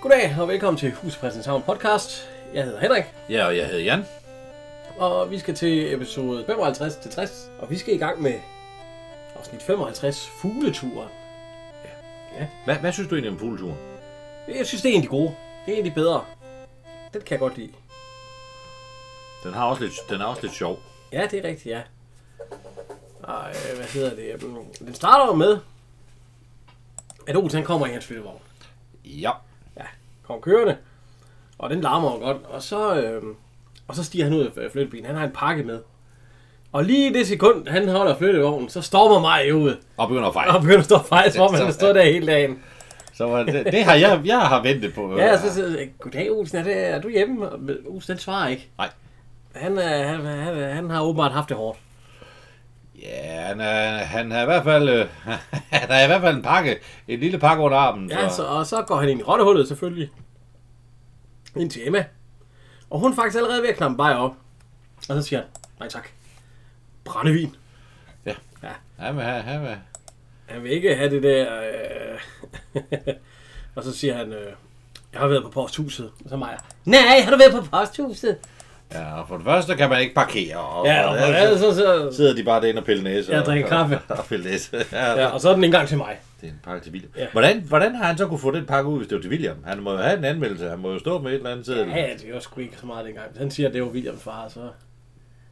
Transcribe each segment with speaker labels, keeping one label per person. Speaker 1: Goddag og velkommen til Hus Christianshavn podcast. Jeg hedder Henrik,
Speaker 2: Ja, og jeg hedder Jan.
Speaker 1: og vi skal til episode 55 til 60, og vi skal i gang med afsnit 55, fugleturen.
Speaker 2: Hvad, hvad synes du egentlig om fugleturen?
Speaker 1: Jeg synes, det er en af de gode. Det er en af de bedre. Den kan jeg godt lide.
Speaker 2: Den, har også lidt, den er også lidt sjov.
Speaker 1: Ja, det er rigtigt, ja. Og øh, hvad hedder det? Øhm, Den starter jo med, at Olsen han kommer i hans flyttevogn.
Speaker 2: Ja.
Speaker 1: ja, kom kørende. Og den larmer jo godt. Og så, øh, og så stiger han ud af flyttebilen. Han har en pakke med. Og lige i det sekund, han holder flyttevognen, så stormer mig ud
Speaker 2: Og begynder at fejle.
Speaker 1: og begynder at stå faktisk, hvor man har stået der hele dagen.
Speaker 2: Så var det, det har jeg, jeg har ventet på.
Speaker 1: Ja, og så siger jeg, goddag Olsen, er, det, er du hjemme? Og Olsen, den svarer ikke.
Speaker 2: Nej.
Speaker 1: Han, er, han, han, han har åbenbart haft det hårdt.
Speaker 2: Ja, han, er, han har i hvert fald øh, han har i hvert fald en pakke, en lille pakke under armen.
Speaker 1: Ja, så, og så går han ind i rottehullet selvfølgelig. Ind til Emma. Og hun er faktisk allerede ved at klampe bare op. Og så siger han, nej tak. Brændevin.
Speaker 2: Han vil have, han vil.
Speaker 1: Han vil ikke have det der... Øh... og så siger han, øh, jeg har været på posthuset. Og så mig, nej, har du været på posthuset?
Speaker 2: Ja, og for det første kan man ikke parkere. Og,
Speaker 1: Ja, og
Speaker 2: og
Speaker 1: så, så,
Speaker 2: så
Speaker 1: så,
Speaker 2: sidder de bare derinde og piller næse.
Speaker 1: Jeg
Speaker 2: og-
Speaker 1: drikker kaffe.
Speaker 2: Og piller næse. Ja,
Speaker 1: ja, og så er den ikke engang til mig.
Speaker 2: Det er en pakke til William.
Speaker 1: Ja.
Speaker 2: Ja. Hvordan, hvordan har han så kunne få den pakke ud, hvis det var til William? Han må jo have en anmeldelse. Han må jo stå med et eller andet sædel.
Speaker 1: Ja, ja, det var sgu ikke så meget dengang. Han siger, at det var Williams far, så...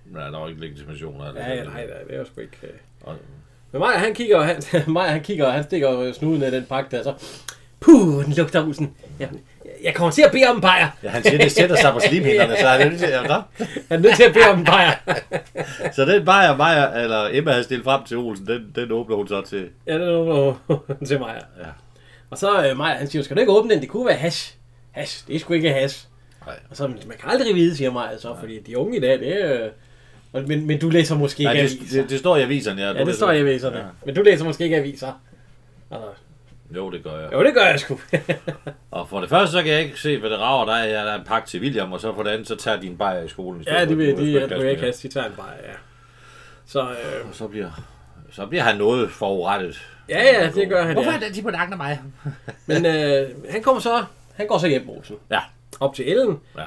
Speaker 2: Men han har jo ikke legitimation. eller-
Speaker 1: Ja, ja, nej, nej, det var sgu ikke... Øh...
Speaker 2: Og-
Speaker 1: Men Maja, han kigger, og han, Maja, han kigger, og han stikker jo snuden af den pakke der, så... Puh, den lugter husen. Jamen, jeg kommer til at bede om en bajer.
Speaker 2: Ja, han siger, det sætter sig på slimhinderne, så han er nødt til, ja, nå.
Speaker 1: Jeg er nødt til at bede om en bajer.
Speaker 2: Så den bajer, Maja, eller Emma havde stillet frem til Olsen, den, den åbner hun så til.
Speaker 1: Ja, det var til Maja.
Speaker 2: Ja.
Speaker 1: Og så øh, Maja, han siger, skal du ikke åbne den? Det kunne være hash. Hash, det er sgu ikke hash.
Speaker 2: Nej.
Speaker 1: Og så, man kan aldrig vide, siger Maja så, fordi de unge i dag, det er... Øh, og- men, men du læser måske
Speaker 2: Nej,
Speaker 1: ikke
Speaker 2: det,
Speaker 1: aviser.
Speaker 2: det, det, står i aviserne, ja.
Speaker 1: ja, det står i aviserne. Ja. Men du læser måske ikke aviser. Altså,
Speaker 2: Jo, det gør jeg.
Speaker 1: jo, det gør jeg sgu.
Speaker 2: Og for det første, så kan jeg ikke se, hvad det rager dig, at der er en pakke til William, og så for det andet, så tager din bajer i skolen. i stedet
Speaker 1: ja,
Speaker 2: for,
Speaker 1: det
Speaker 2: at
Speaker 1: vil
Speaker 2: du skal
Speaker 1: de, at du
Speaker 2: kaste
Speaker 1: ikke
Speaker 2: mere.
Speaker 1: hash, de tager en bajer, ja. Så, øh,
Speaker 2: Og så bliver, så bliver han noget forurettet.
Speaker 1: ja, ja, det gør han,
Speaker 2: Hvorfor
Speaker 1: ja.
Speaker 2: er det, de på nakken af mig?
Speaker 1: Men øh, han kommer så, han går så hjem, Olsen.
Speaker 2: Ja,
Speaker 1: Op til Ellen.
Speaker 2: Ja.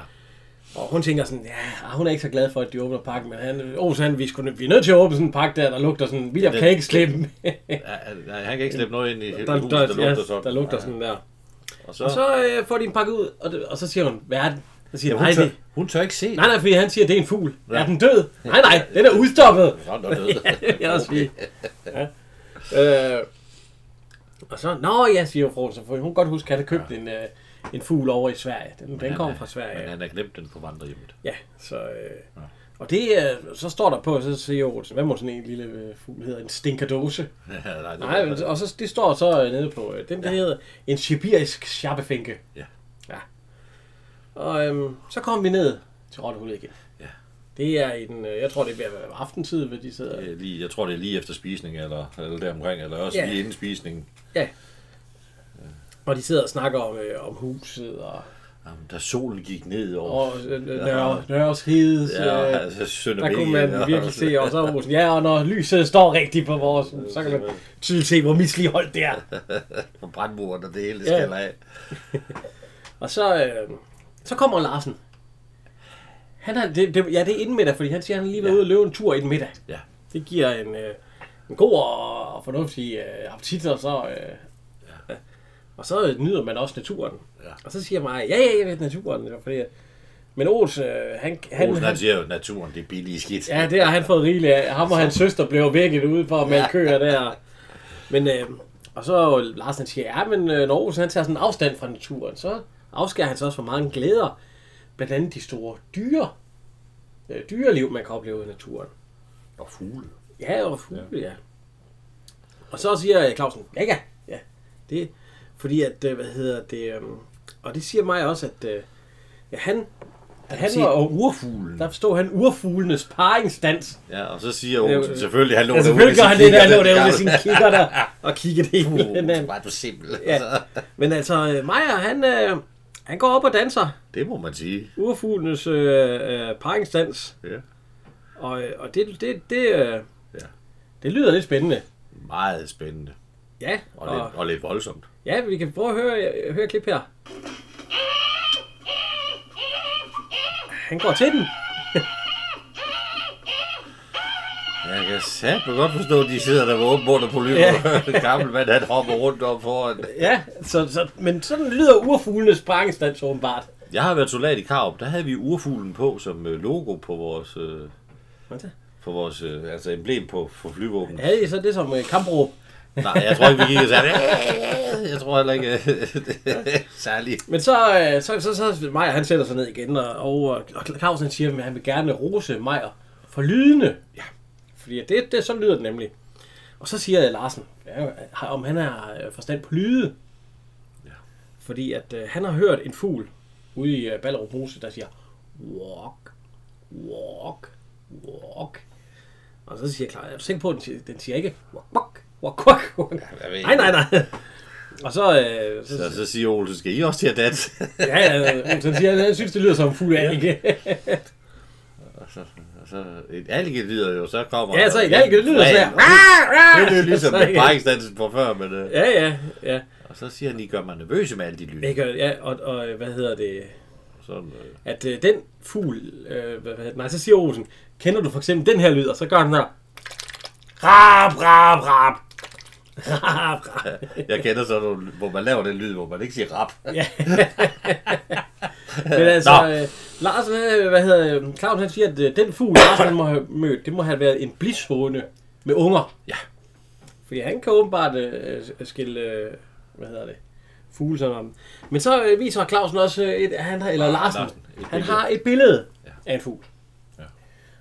Speaker 1: Og hun tænker sådan, ja, ah, hun er ikke så glad for, at de åbner pakken, men han, Olsen, han, vi, skulle, vi er nødt til at åbne sådan en pakke der, der lugter sådan, William
Speaker 2: Den-
Speaker 1: kan ikke slippe den."
Speaker 2: han- han kan ikke slippe noget ind i hele
Speaker 1: der,
Speaker 2: huset,
Speaker 1: der,
Speaker 2: der
Speaker 1: ja,
Speaker 2: lugter sådan.
Speaker 1: der lugter
Speaker 2: Ja.
Speaker 1: sådan der.
Speaker 2: Og så,
Speaker 1: Og så øh, får de en pakke ud, og, det, og så siger hun, hvad er den? Så siger
Speaker 2: ja,
Speaker 1: ja,
Speaker 2: hun,
Speaker 1: nej,
Speaker 2: tør,
Speaker 1: det,
Speaker 2: hun tør ikke se.
Speaker 1: nej, nej, fordi han siger, det er en fugl. Ja.
Speaker 2: Ja.
Speaker 1: Er den død? Nej, nej, den er udstoppet.
Speaker 2: Sådan noget.
Speaker 1: ja, det vil jeg også sige. Ja. Øh, og så, nå ja, siger Frosen, for hun kan godt huske, at han har købt ja. en, øh, en fugl over i Sverige. Den, den kommer fra Sverige.
Speaker 2: Men han har glemt den på vandrehjemmet.
Speaker 1: Ja, så... Øh, og det, øh, så står der på, så siger Olsen, hvad må sådan en lille øh, fugl hedder? En stinkerdose?
Speaker 2: Ja, nej, det
Speaker 1: Nej, men- og så, det står så øh, nede på, øh, den der ja. hedder en sibirisk sjappefænke.
Speaker 2: Ja.
Speaker 1: ja. Og øhm, så kom vi ned til Rottehullet igen.
Speaker 2: Ja.
Speaker 1: Det er i den, øh, jeg tror det er ved at være aftentid, hvor de sidder.
Speaker 2: Øh, Lige, jeg tror, det er lige efter spisning, eller, eller deromkring, eller også
Speaker 1: Ja.
Speaker 2: lige inden spisningen.
Speaker 1: Og de sidder og snakker om, øh, om huset og,
Speaker 2: Jamen, da solen gik ned over...
Speaker 1: og øh, Nørre, Nørres Hede.
Speaker 2: ja,
Speaker 1: øh,
Speaker 2: altså, Sønder
Speaker 1: Der kunne man virkelig se, og så er Olsen, ja, og når lyset står rigtigt på vores, hus, så kan man tydeligt se, hvor misligeholdt det er.
Speaker 2: På brandmuren, og det hele det
Speaker 1: Ja.
Speaker 2: skal af.
Speaker 1: Og så, øh, så kommer Larsen. Han har, det, det, ja, det er inden middag, fordi han siger, at han lige været
Speaker 2: Ja.
Speaker 1: ude og løbe en tur inden middag.
Speaker 2: Ja.
Speaker 1: Det giver en, øh, en god og fornuftig øh, appetit, og så, øh, ja. og så øh, nyder man også naturen.
Speaker 2: Ja.
Speaker 1: Og så siger mig, ja, ja, jeg ved naturen. Fordi, men Ols, øh, han, han,
Speaker 2: Olsen,
Speaker 1: han,
Speaker 2: han siger jo, naturen, det er billige skidt.
Speaker 1: ja, det har han fået rigeligt af. Ham og hans søster blev vækket ude for at male køer der. Men, øh, og så Larsen han siger, ja, men øh, når Olsen han tager sådan afstand fra naturen, så afskærer han sig også for mange glæder. Blandt andet de store dyre, øh, dyreliv, man kan opleve i naturen.
Speaker 2: Og fugle.
Speaker 1: Ja, og fugle, ja. ja. Og så siger øh, Clausen, ja, ja, ja. Det, fordi at, øh, hvad hedder det, øh, og det siger mig også, at øh, ja, han, da han var ung,
Speaker 2: urfuglen.
Speaker 1: der stod han urfuglenes paringsdans.
Speaker 2: Ja, og så siger
Speaker 1: Det er jo-
Speaker 2: Olsen, selvfølgelig, han lå
Speaker 1: Ja,
Speaker 2: derude
Speaker 1: selvfølgelig
Speaker 2: med
Speaker 1: Altså, gør
Speaker 2: sin
Speaker 1: han det, der han
Speaker 2: kigger,
Speaker 1: lå
Speaker 2: den
Speaker 1: derude med
Speaker 2: gamle.
Speaker 1: sine kigger der, og kiggede det hele
Speaker 2: Olsen,
Speaker 1: hinanden.
Speaker 2: var du simpel.
Speaker 1: Ja.
Speaker 2: altså.
Speaker 1: Men altså, øh, Maja, han, øh, han går op og danser
Speaker 2: Det må man sige.
Speaker 1: urfuglenes øh, øh, paringsdans,
Speaker 2: Ja.
Speaker 1: og, øh, og det, det, det, øh,
Speaker 2: Ja.
Speaker 1: det lyder lidt spændende.
Speaker 2: Meget spændende.
Speaker 1: Ja,
Speaker 2: Og, lidt, og lidt voldsomt.
Speaker 1: ja, vi kan prøve at høre, høre et øh, klip her. han går til den.
Speaker 2: Jeg kan satme godt forstå, at de sidder der med åben mund og polymer. Ja. Gammel mand, han hopper rundt om foran.
Speaker 1: Ja, så, så, men sådan lyder urfuglenes sprangingsdans åbenbart.
Speaker 2: Jeg har været soldat i Karup. Der havde vi urfuglen på som øh, logo på vores, øh,
Speaker 1: Hvad så?
Speaker 2: på vores øh, altså emblem på for flyvåbnet.
Speaker 1: Havde I så det som øh, kampråb?
Speaker 2: Nej, jeg tror ikke, vi gik og sagde, "Øh." jeg tror heller ikke, øh, særlig.
Speaker 1: Men så, øh, så, så, så Majer, han sætter sig ned igen, og, og, og Clausen siger, at han vil gerne rose Majer for lydende. Ja. Fordi det, det, så lyder det nemlig. Og så siger Larsen, ja, om han har øh, forstand på lyde. Ja. Fordi at øh, han har hørt en fugl ude i øh, Ballerup Mose, der siger, walk, walk, walk. Og så siger Claus, er du sikker på, at den siger, den siger ikke, walk, walk, walk, walk, walk.
Speaker 2: jeg ved
Speaker 1: Nej, nej, nej. Og så, øh, så,
Speaker 2: Så, så siger Olsen, skal I også til at danse?
Speaker 1: Ja, ja, så siger han, han synes, det lyder som en fuld alge.
Speaker 2: og så, og så, et alge lyder jo, så kommer...
Speaker 1: ja, så en alge, det lyder sådan her.
Speaker 2: Det er jo ligesom
Speaker 1: Så,
Speaker 2: med
Speaker 1: ja.
Speaker 2: parkingsdansen fra før, men... Øh,
Speaker 1: Ja, ja, ja.
Speaker 2: og så siger han, I gør mig nervøse med alle de lyde.
Speaker 1: Det gør, ja, og, og øh, hvad hedder det?
Speaker 2: Sådan, øh,
Speaker 1: At øh, den fugl, øh, hvad, hvad, nej, så siger Olsen, kender du for eksempel den her lyd, og så gør den her. Rap, rap, rap. Rap, rap.
Speaker 2: jeg kender sådan nogle, hvor man laver den lyd, hvor man ikke siger rap.
Speaker 1: Ja. Men altså,
Speaker 2: Nå.
Speaker 1: øh, Lars, øh, hvad hedder øh, Claus, han siger, at øh, den fugl, Lars han må have mødt, det må have været en blishåne med unger.
Speaker 2: Ja.
Speaker 1: Fordi han kan åbenbart øh, øh, skille, øh, hvad hedder det, fugle sådan om. Men så øh, viser Clausen også, øh, et, han har, eller Larsen,
Speaker 2: Ah, Larsen, et
Speaker 1: han
Speaker 2: billede.
Speaker 1: har et billede af en fugl.
Speaker 2: Ja.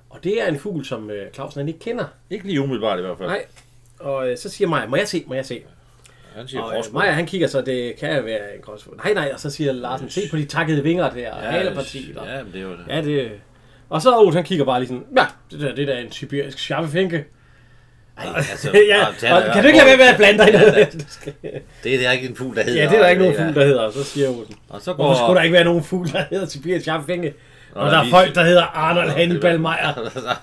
Speaker 1: Og det er en fugl, som øh, Clausen han ikke kender.
Speaker 2: Ikke lige umiddelbart i hvert fald.
Speaker 1: Nej. Og øh, så siger Maja, må jeg se, må jeg se?
Speaker 2: Han siger
Speaker 1: Og øh,
Speaker 2: frostmund.
Speaker 1: Maja, han kigger så, det kan være en gråsfugl. Nej, nej, og så siger Larsen, se på de takkede vinger der, og halepartiet. og-
Speaker 2: Ja, men det er jo det.
Speaker 1: Ja, det... Og så Aarhus, han kigger bare lige sådan, ja, det der, det der er en sibirisk sjaffefinke.
Speaker 2: Ej, altså,
Speaker 1: ja,
Speaker 2: og tag
Speaker 1: og
Speaker 2: dig
Speaker 1: kan
Speaker 2: op.
Speaker 1: du ikke lade være med at blande dig i det?
Speaker 2: Det er der ikke en fugl, der hedder.
Speaker 1: Ja, det er der ikke
Speaker 2: og-
Speaker 1: nogen fugl, der hedder, så siger Aarhusen.
Speaker 2: Og så går...
Speaker 1: Hvorfor skulle der ikke være nogen fugl, der hedder sibirisk sjaffefinke? Og der
Speaker 2: der
Speaker 1: er
Speaker 2: er
Speaker 1: folk,
Speaker 2: lige-
Speaker 1: der hedder Arnold
Speaker 2: Nå,
Speaker 1: Hannibal
Speaker 2: det var-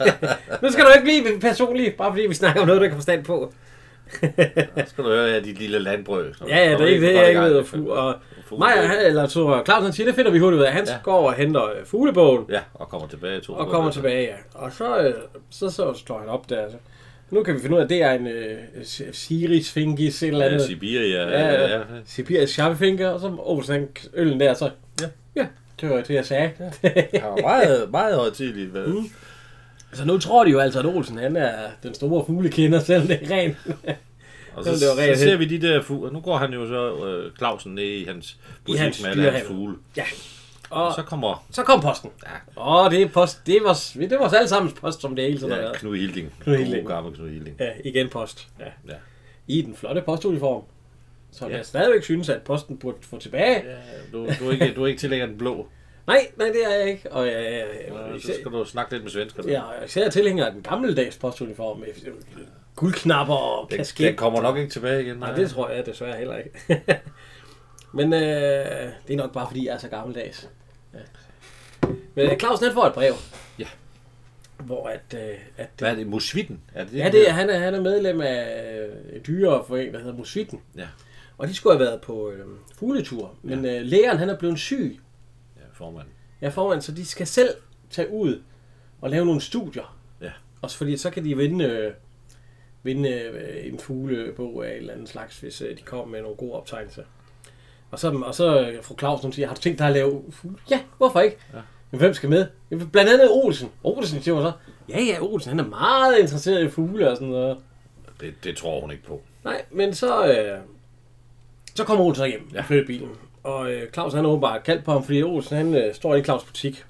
Speaker 1: Meyer. Nu skal du ikke blive personlig, bare fordi vi snakker om noget, du ikke har forstand på.
Speaker 2: Så skal du høre af dit lille landbrød. Så-
Speaker 1: Ja, ja,
Speaker 2: så
Speaker 1: det er ikke
Speaker 2: så
Speaker 1: det,
Speaker 2: godt
Speaker 1: jeg
Speaker 2: i
Speaker 1: ikke
Speaker 2: gang.
Speaker 1: ved. Og fu- og
Speaker 2: Fugle-
Speaker 1: Maja, han, eller så Claus, han siger, det finder vi hurtigt ud af. Han
Speaker 2: Ja.
Speaker 1: går og henter øh, fuglebogen
Speaker 2: Ja, og kommer tilbage to
Speaker 1: og kommer tilbage, ja. Og så, øh, så, så står han op der. Altså. Nu kan vi finde ud af, at det er en øh, si- Siris Fingis, et eller
Speaker 2: Ja,
Speaker 1: andet.
Speaker 2: Sibiria. Ja,
Speaker 1: Ja,
Speaker 2: ja,
Speaker 1: ja.
Speaker 2: ja.
Speaker 1: Sibirisk sjaffefinger, og så Olsen han øllen der, så... Ja. Ja, det var det, jeg sagde.
Speaker 2: Han var meget, meget højtidligt.
Speaker 1: Mm.
Speaker 2: hvad?
Speaker 1: så nu tror de jo altså, at Olsen han er den store fuglekender, selvom det er rent.
Speaker 2: Og
Speaker 1: Ja,
Speaker 2: så,
Speaker 1: det var
Speaker 2: så
Speaker 1: rent
Speaker 2: ser vi de der fugle. Nu går han jo så, øh, Clausen, ned i hans butik
Speaker 1: hans
Speaker 2: med alle hans
Speaker 1: dyrehandel.
Speaker 2: fugle.
Speaker 1: ja.
Speaker 2: Og
Speaker 1: Og
Speaker 2: så kommer
Speaker 1: så kom posten.
Speaker 2: Ja.
Speaker 1: Åh, det er post. Det var, det var alle sammen post, som det hele tiden har
Speaker 2: ja,
Speaker 1: været.
Speaker 2: Knud Hilding.
Speaker 1: Knud Hilding.
Speaker 2: God gammel Knud Hilding.
Speaker 1: Ja, igen post. Ja.
Speaker 2: Ja.
Speaker 1: I den flotte postuniform. Så ja.
Speaker 2: Ja.
Speaker 1: jeg stadigvæk synes, at posten burde få tilbage. Ja.
Speaker 2: Ja, Du, du, er ikke, du er ikke tillægger den blå.
Speaker 1: Nej, nej, det er jeg ikke. Og jeg, jeg, jeg,
Speaker 2: Og
Speaker 1: jeg,
Speaker 2: Så skal du snakke lidt med svenskerne.
Speaker 1: jeg, jeg især tilhænger af den gammeldags postuniform med guldknapper og
Speaker 2: Den,
Speaker 1: kasket.
Speaker 2: den kommer nok ikke tilbage igen.
Speaker 1: Nej, det tror jeg desværre heller ikke. Men øh, det er nok bare, fordi jeg er så gammeldags. Ja. Men øh, Clausen, han får et brev.
Speaker 2: Ja.
Speaker 1: Hvor at, øh, at
Speaker 2: Hvad er det? Musvitten? Er det det,
Speaker 1: Ja, det er, han, er, han er medlem af øh, en dyreforening, der hedder Musvitten.
Speaker 2: Ja.
Speaker 1: Og de skulle have været på øh, fugletur, men øh, lægeren han er blevet syg.
Speaker 2: Ja, formand.
Speaker 1: Ja, formand, så de skal selv tage ud og lave nogle studier.
Speaker 2: Ja.
Speaker 1: Også fordi så kan de vinde, øh, vinde øh, en fuglebog af en eller anden slags, hvis øh, de kommer med nogle gode optegnelser. Og så, og så øh, fru Claus, hun siger, har du tænkt dig at lave fugle? Ja, hvorfor ikke? Ja. Men hvem skal med? Jamen, Blandt andet Olsen. Olsen siger hun så, ja ja, Olsen, han er meget interesseret i fugle og sådan noget.
Speaker 2: Det, det tror hun ikke på.
Speaker 1: Nej, men så, øh, så kommer Olsen så hjem ja. flytter bilen. Og øh, Claus han har åbenbart kaldt på ham, fordi Olsen han øh, står i Claus butik.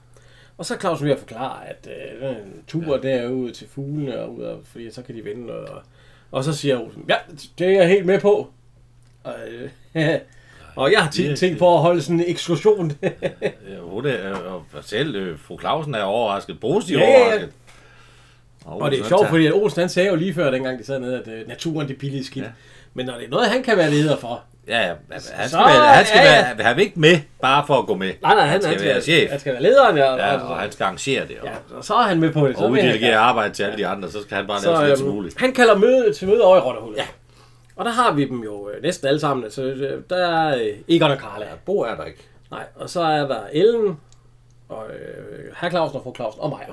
Speaker 1: Og så er Clausen ved at forklare, at øh, den tur ja. derud til fuglene, og ud af, fordi så kan de vinde noget. Og, og så siger Olsen, ja, det er jeg helt med på. Og, øh, og jeg har
Speaker 2: det er-
Speaker 1: tænkt, tænkt på at holde sådan en eksklusion.
Speaker 2: Ja, Hun er, og selv øh, fru Clausen er overrasket, positivt
Speaker 1: Ja,
Speaker 2: ja,
Speaker 1: ja, ja.
Speaker 2: overrasket.
Speaker 1: Og det er
Speaker 2: så
Speaker 1: sjovt,
Speaker 2: tager-
Speaker 1: fordi at Olsen han sagde jo lige før, dengang de sad nede, at øh, naturen det billige skidt. Ja.
Speaker 2: Ja.
Speaker 1: Men når det er noget, han kan være leder for,
Speaker 2: Ja, ja, han skal,
Speaker 1: Så-
Speaker 2: være, han skal
Speaker 1: ja, ja.
Speaker 2: Være, han er ikke med, bare for at gå med.
Speaker 1: nej, nej, han,
Speaker 2: han skal være chef.
Speaker 1: Han skal være lederen. altså, Og,
Speaker 2: Ja, og han skal arrangere det, og, ja,
Speaker 1: Ja, og så er han med på det. Så
Speaker 2: og
Speaker 1: vil han
Speaker 2: uddelegere
Speaker 1: gerne.
Speaker 2: arbejde til alle de andre, så skal han bare lave så
Speaker 1: så,
Speaker 2: lidt som
Speaker 1: øhm,
Speaker 2: muligt.
Speaker 1: han kalder møde til møde over i Rottehullet. Ja. Og der har vi dem jo øh, næsten alle sammen. Så øh, der er øh, Egon og Karla.
Speaker 2: Bo er der ikke.
Speaker 1: Nej, og så er der Ellen og øh, herr Clausen og fru Clausen og mig.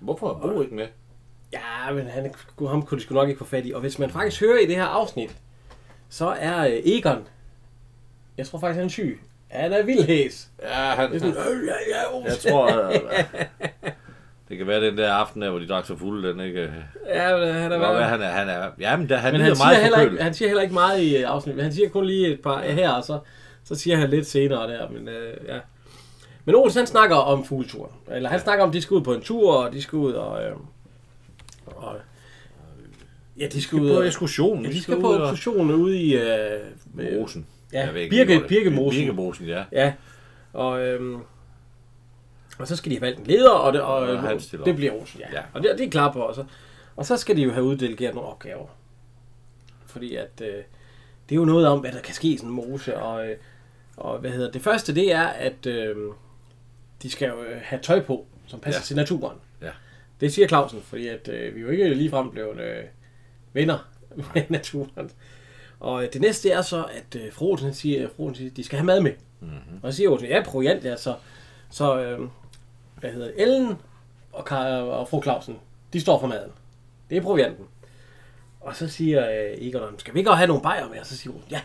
Speaker 2: Hvorfor er Bo ikke med?
Speaker 1: Ja, men han, ham kunne de sgu nok ikke få fat i. Og hvis man faktisk hører i det her afsnit, så er øh, Egon, jeg tror faktisk, han er syg. Han er vildhæs.
Speaker 2: Ja, han...
Speaker 1: Det er sådan, øh, ja, ja, oh.
Speaker 2: Jeg tror... øh, det kan være den der aften der, hvor de drak så fulde, den ikke... øh, Hvor,
Speaker 1: ja, men han er
Speaker 2: hvad,
Speaker 1: værd.
Speaker 2: han er, han er... Jamen, der, han,
Speaker 1: Men han
Speaker 2: men lider
Speaker 1: siger,
Speaker 2: meget
Speaker 1: heller
Speaker 2: på
Speaker 1: ikke,
Speaker 2: køl.
Speaker 1: han siger heller ikke meget i øh, afsnittet. Han siger kun lige et par her, og så, så siger han lidt senere der. Men, øh, ja. men Olsen han snakker om fugleturen. Eller han ja. snakker om, at de skal ud på en tur, og de skal ud og... Øh, og ja, de skal ud
Speaker 2: På
Speaker 1: og...
Speaker 2: ekskursion.
Speaker 1: Ja, de skal på ekskursion ude i... Øh, øh,
Speaker 2: Mosen.
Speaker 1: Ja,
Speaker 2: Jeg ved ikke,
Speaker 1: Birke-
Speaker 2: hvor det-
Speaker 1: Birkemosen.
Speaker 2: Birkemosen, ja.
Speaker 1: Ja, og, øhm, og så skal de have valgt en leder, og det, og,
Speaker 2: Og han
Speaker 1: og
Speaker 2: stiller
Speaker 1: det
Speaker 2: op.
Speaker 1: bliver Olsen. Ja.
Speaker 2: Ja.
Speaker 1: ja. Og det, det er klar på. Og så, og så skal de jo have uddelegeret nogle opgaver. Fordi at øh, det er jo noget om, hvad der kan ske i sådan en mose. Og, øh, og hvad hedder det første, det er, at øh, de skal jo øh, have tøj på, som passer ja.
Speaker 2: Ja.
Speaker 1: til naturen.
Speaker 2: Ja.
Speaker 1: Det siger Clausen, fordi at, øh, vi er jo ikke ligefrem blevet øh, venner med naturen. Og øh, det næste er så, at øh, fru Olsen siger, fru Olsen siger, at de skal have mad med. Mm-hmm. Og så siger Olsen, ja, proviant, ja, så, så øh, hvad hedder det, Ellen og, Kar- og fru Clausen, de står for maden. Det er provianten. Og så siger øh, Egon, skal vi ikke også have nogle bajer med? Og så siger hun, ja,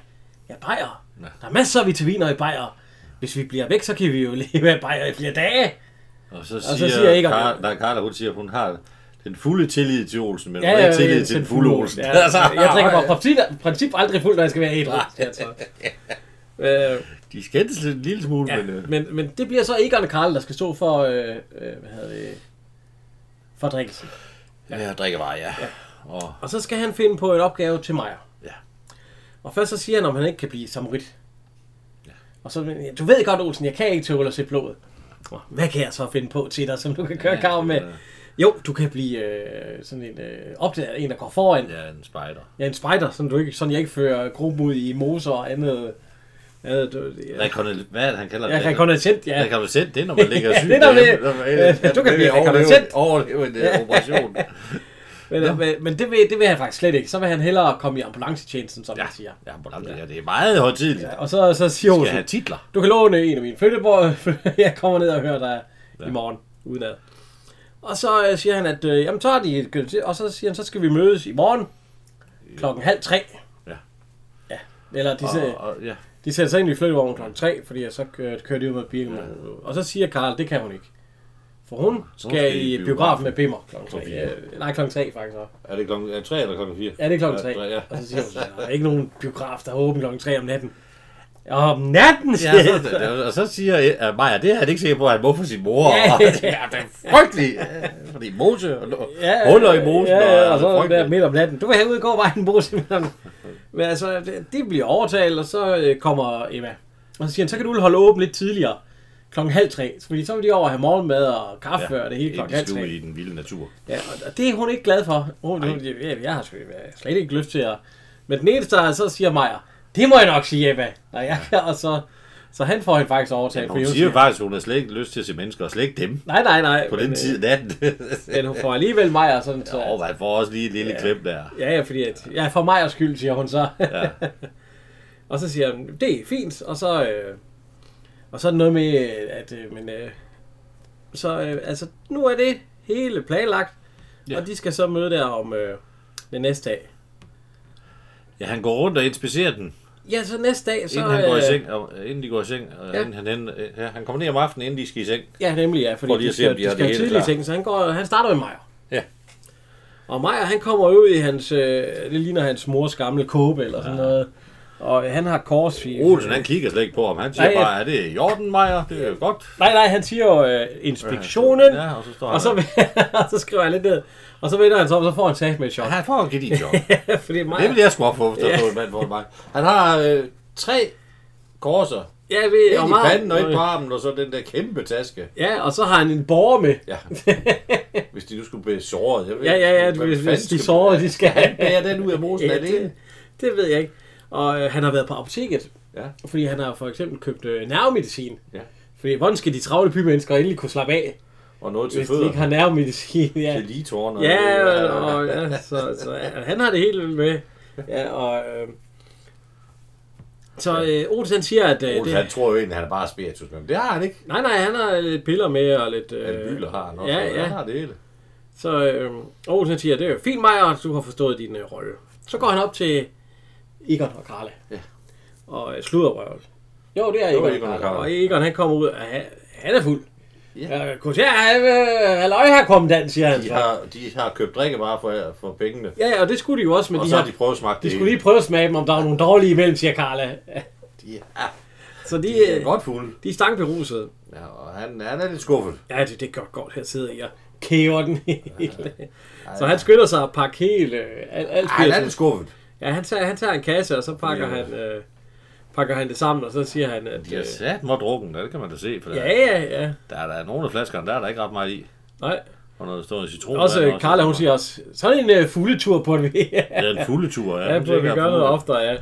Speaker 1: ja, bajer.
Speaker 2: Ja.
Speaker 1: Der er masser af vitaminer i bajer. Hvis vi bliver væk, så kan vi jo leve af bajer i flere dage.
Speaker 2: Og så siger,
Speaker 1: så siger jeg ikke, om-
Speaker 2: Kar- nej, Carla, hun siger, at hun har den fulde tillid til Olsen, men
Speaker 1: Ja,
Speaker 2: hun har
Speaker 1: ja,
Speaker 2: ikke tillid
Speaker 1: ja,
Speaker 2: til den fulde Olsen.
Speaker 1: Ja, altså, jeg drikker bare princip, princip aldrig fuld, når jeg skal være ædru. Altså. Øh,
Speaker 2: De skændes lidt en lille smule,
Speaker 1: ja,
Speaker 2: men... øh,
Speaker 1: men, men det bliver så Egon og Karl, der skal stå for, øh, øh, hvad hedder det, for drikkelsen.
Speaker 2: Ja, jeg drikker bare, ja. Og,
Speaker 1: Og så skal han finde på en opgave til Majer.
Speaker 2: Ja.
Speaker 1: Og først så siger han, om han ikke kan blive samurit. Ja. Og så, ja, du ved godt, Olsen, jeg kan ikke tåle at se blod. Nå, Hvad kan jeg så finde på til dig, som du kan køre ja, med?
Speaker 2: ja.
Speaker 1: Jo, du kan blive øh, sådan en øh, opdager, en der går foran.
Speaker 2: jeg er en spejder.
Speaker 1: Ja, en spider, sådan, du ikke, sådan jeg ikke fører gruppen ud i moser og andet. andet du, ja,
Speaker 2: Rekonnel- Hvad er det, han kalder
Speaker 1: ja, rekonnaissant,
Speaker 2: Ja.
Speaker 1: ja.
Speaker 2: Rekonnaissant, det er, når man ligger
Speaker 1: Ja,
Speaker 2: syg.
Speaker 1: det er, når man-
Speaker 2: derhjemme.
Speaker 1: øh, du kan blive
Speaker 2: overleve-
Speaker 1: rekonnaissant.
Speaker 2: Overleve en øh, operation.
Speaker 1: Men, ja. men, men det, vil, det vil han faktisk slet ikke. Så vil han hellere komme i ambulancetjenesten, som ja.
Speaker 2: Ja,
Speaker 1: man siger.
Speaker 2: ja, ambulance, ja, det er meget højtidligt. Ja.
Speaker 1: Og så, så siger
Speaker 2: Vi
Speaker 1: hun,
Speaker 2: skal have titler.
Speaker 1: du kan låne en af mine flytteborg, jeg kommer ned og hører dig ja. i morgen udenad. Og så øh, siger han, at øh, jamen, så er de, et gø- til- og så siger han, så skal vi mødes i morgen klokken halv tre.
Speaker 2: Ja.
Speaker 1: ja. Eller de,
Speaker 2: Og,
Speaker 1: siger,
Speaker 2: og, ja.
Speaker 1: De sætter sig ind i flyttevognen kl. 3, fordi så kører, kører de ud mod Birkenau. Og så siger Karl, det kan hun ikke. For hun skal,
Speaker 2: skal i
Speaker 1: i biografen
Speaker 2: biografen
Speaker 1: med Bimmer kl. 3.
Speaker 2: fire.
Speaker 1: Øh, nej, kl. 3 faktisk. også.
Speaker 2: Er det klokken er det 3 eller klokken 4?
Speaker 1: Ja, det er kl. 3.
Speaker 2: Ja.
Speaker 1: Og så siger hun, der er ikke nogen biograf, der har åbent kl. 3 om natten. Om natten, siger
Speaker 2: Ja,
Speaker 1: ja,
Speaker 2: så, det- og så siger uh, Maja, det er han ikke sikker på, at han må for sin mor.
Speaker 1: Ja,
Speaker 2: Ja,
Speaker 1: ja.
Speaker 2: ja det er frygteligt. Ja, Fordi Mose og huller i mosen.
Speaker 1: Ja, ja, og
Speaker 2: det er
Speaker 1: så den der
Speaker 2: frygteligt.
Speaker 1: midt om natten. Du vil have ud gå vejen, Mose. Men altså, det, det bliver overtalt, og så øh, kommer Emma. Og så siger han, så kan du holde åben lidt tidligere. Klokken halv tre. Fordi så vil de over og have morgenmad og kaffe ja, og det hele
Speaker 2: Inden
Speaker 1: klokken
Speaker 2: de
Speaker 1: halv
Speaker 2: skal
Speaker 1: tre.
Speaker 2: ud i den vilde natur.
Speaker 1: Ja, og- og det er hun ikke glad for. Hun, hun, jeg, jeg har sgu- jeg har slet ikke lyst til at... Men den eneste, der så siger Maja, det må jeg nok sige, Ebba. Og, jeg, og så, så han får hende faktisk overtaget.
Speaker 2: Hun siger jo faktisk, at hun har slet ikke lyst til at se mennesker, og slet ikke dem
Speaker 1: Nej, nej, nej.
Speaker 2: på den
Speaker 1: øh,
Speaker 2: tid af natten.
Speaker 1: Men hun får alligevel Maja sådan, så...
Speaker 2: Åh, man får også lige et lille klem der.
Speaker 1: Ja, ja, fordi at, ja, for Majas skyld, siger hun så.
Speaker 2: Ja.
Speaker 1: og så siger hun, det er fint, og så... Øh, og så er det noget med, øh, at... Øh, men, øh, så øh, altså, nu er det hele planlagt,
Speaker 2: Ja.
Speaker 1: ja. og de skal så møde der om øh, den næste dag.
Speaker 2: Ja, han går rundt og inspicerer den,
Speaker 1: Ja, så næste dag, så...
Speaker 2: inden, han går i
Speaker 1: øh,
Speaker 2: seng, og, inden de går i seng. Og
Speaker 1: Ja.
Speaker 2: inden han, hen, ja, han kommer ned om aftenen, inden de skal i seng.
Speaker 1: Ja, nemlig, ja, fordi
Speaker 2: For lige
Speaker 1: de
Speaker 2: at se,
Speaker 1: skal,
Speaker 2: om de
Speaker 1: de
Speaker 2: har
Speaker 1: skal
Speaker 2: det
Speaker 1: have
Speaker 2: hele
Speaker 1: tidlige
Speaker 2: klar.
Speaker 1: ting, så han, går, han starter med Majer.
Speaker 2: Ja.
Speaker 1: Og Majer, han kommer ud i hans... Øh, det ligner hans mors gamle kåbe eller sådan noget. Og øh, han har kors i...
Speaker 2: Olsen, han kigger slet ikke på ham. Han siger
Speaker 1: Nej, ja.
Speaker 2: bare, er det i orden, Maja? Det er jo godt.
Speaker 1: Nej, nej, han siger jo øh, inspektionen.
Speaker 2: Ja, og så står han
Speaker 1: og så, og så skriver han lidt ned. Og så vender han sig om, og så får han sagt med et chok.
Speaker 2: Han får en giddy job.
Speaker 1: fordi
Speaker 2: Det
Speaker 1: Maja...
Speaker 2: vil jeg sgu op på, hvis der stod en mand foran mig. Han har øh, tre korser.
Speaker 1: Ja, ved,
Speaker 2: Et
Speaker 1: og
Speaker 2: i panden og et på
Speaker 1: Maja...
Speaker 2: armen, og så den der kæmpe taske.
Speaker 1: Ja, og så har han en borger med.
Speaker 2: Ja. Hvis de nu skulle blive såret. Jeg ved,
Speaker 1: Ja, ja, ja,
Speaker 2: ikke, hvad
Speaker 1: hvis,
Speaker 2: fanden
Speaker 1: hvis de
Speaker 2: skal-
Speaker 1: sårede, de skal have.
Speaker 2: Bærer den ud af mosen
Speaker 1: Ja,
Speaker 2: alene?
Speaker 1: det, det ved jeg ikke. Og øh, han har været på apoteket,
Speaker 2: Ja.
Speaker 1: fordi han har for eksempel købt øh, nervemedicin.
Speaker 2: Ja.
Speaker 1: Fordi hvordan skal de travle bymennesker endelig kunne slappe af,
Speaker 2: Og noget til
Speaker 1: hvis de
Speaker 2: fødder.
Speaker 1: ikke har nervemedicin? Ja,
Speaker 2: Til ligetårne.
Speaker 1: ja, og, og, ja så, så ja, han har det helt vildt med. Ja, og, øh, øhm, Så øh, Otis han siger, at... Øh,
Speaker 2: Olsen, han tror jo egentlig, han er bare spiritus, men det har han ikke.
Speaker 1: nej, nej, han har lidt piller med og lidt... øh,
Speaker 2: Han byler har han også,
Speaker 1: ja,
Speaker 2: og
Speaker 1: ja.
Speaker 2: han har det hele.
Speaker 1: Så øh, Aarhus han siger, det er jo fint, Maja, du har forstået din øh, rolle. Så går han op til Egon og Karla.
Speaker 2: Ja.
Speaker 1: Og øh, slutter røven. Jo, det er
Speaker 2: Jo,
Speaker 1: Egon,
Speaker 2: Egon
Speaker 1: og
Speaker 2: og
Speaker 1: Karla.
Speaker 2: Karla.
Speaker 1: Og Egon han kommer ud, og han, han er fuld.
Speaker 2: Ja.
Speaker 1: Ja. Øh, kunne jeg have, halløj her kom den, siger han.
Speaker 2: De
Speaker 1: Ja.
Speaker 2: har, de har købt drikkevarer for, for pengene,
Speaker 1: ja, ja, og det skulle de jo også, men
Speaker 2: og
Speaker 1: de,
Speaker 2: så
Speaker 1: har,
Speaker 2: har
Speaker 1: de,
Speaker 2: de prøvet at smage det
Speaker 1: de skulle
Speaker 2: hele.
Speaker 1: lige prøve at smage dem, om der var nogle dårlige imellem, siger Karla.
Speaker 2: De er,
Speaker 1: Så de,
Speaker 2: de er
Speaker 1: øh,
Speaker 2: godt fulde.
Speaker 1: de er stangberusede.
Speaker 2: Ja, og han, han er lidt skuffet.
Speaker 1: Ja, det, det gør godt, her sidder jeg og kæver den hele. Så han skynder sig at pakke helt, øh, alt, alt
Speaker 2: Ej, han er
Speaker 1: spiritus.
Speaker 2: lidt skuffet.
Speaker 1: Ja, han tager, han tager en kasse, og så pakker,
Speaker 2: Ja.
Speaker 1: han, øh, pakker han det sammen, og så siger han, at...
Speaker 2: De er
Speaker 1: Øh,
Speaker 2: sat mig drukken, det kan man da se. For der,
Speaker 1: ja, ja, ja.
Speaker 2: der er der nogle af flaskerne, der er der ikke ret meget i.
Speaker 1: Nej.
Speaker 2: Og noget stående citron.
Speaker 1: Også Carla, hun siger også, sådan en øh, fugletur på en vi. ja,
Speaker 2: Det er en fuldetur, ja.
Speaker 1: ja
Speaker 2: Hun
Speaker 1: på, vi
Speaker 2: tænker,
Speaker 1: gør noget
Speaker 2: fugle.
Speaker 1: oftere, ja.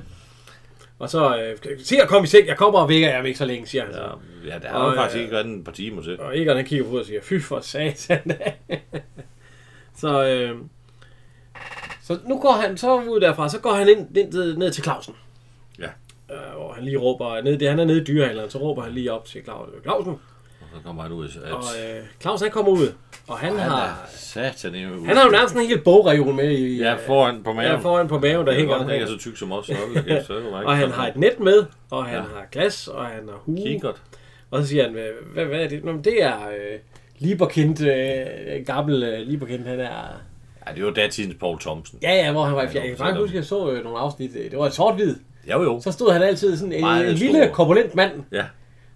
Speaker 1: Og så, øh, sig at komme i seng, jeg kommer og vækker jer om ikke så længe, siger han. Ja.
Speaker 2: Ja, ja det har
Speaker 1: Og,
Speaker 2: jo faktisk
Speaker 1: øh,
Speaker 2: ikke været en par timer til.
Speaker 1: Og Egon, han kigger på og siger, fy for satan. så, øh, så nu går han så ud derfra, så går han ind, ind ned til Clausen.
Speaker 2: Ja.
Speaker 1: Øh, hvor han lige råber, ned, det, han er nede i dyrehandleren, så råber han lige op til Clausen. Clausen,
Speaker 2: Og så kommer han ud. At,
Speaker 1: Og øh, Claus han kommer ud, og han,
Speaker 2: han
Speaker 1: har,
Speaker 2: er satan i
Speaker 1: han har jo nærmest en hel bogreol med i,
Speaker 2: Ja, foran på maven.
Speaker 1: ja, foran på maven, der
Speaker 2: Det er
Speaker 1: hænger
Speaker 2: godt, han ikke er
Speaker 1: omkring.
Speaker 2: så tyk som os. Hold da kæft, så er det jo ikke
Speaker 1: Og han
Speaker 2: sådan.
Speaker 1: har et net med, og han
Speaker 2: Ja.
Speaker 1: har glas, og han har hue.
Speaker 2: Kikkert.
Speaker 1: Og så siger han, hvad, hvad, hvad er det? Nå, men det er øh, Lieberkind, øh, gammel øh, Lieberkind, han er...
Speaker 2: Ja, det var datidens Paul Thompsen.
Speaker 1: Ja, ja, hvor han var i
Speaker 2: Ja,
Speaker 1: fjerde. Jeg kan
Speaker 2: sådan.
Speaker 1: faktisk huske, jeg så øh, nogle afsnit. øh, Det var et sort-hvid.
Speaker 2: Jo, jo.
Speaker 1: Så stod han altid sådan en,
Speaker 2: Meget
Speaker 1: en
Speaker 2: stor.
Speaker 1: lille, korpulent mand,
Speaker 2: Ja,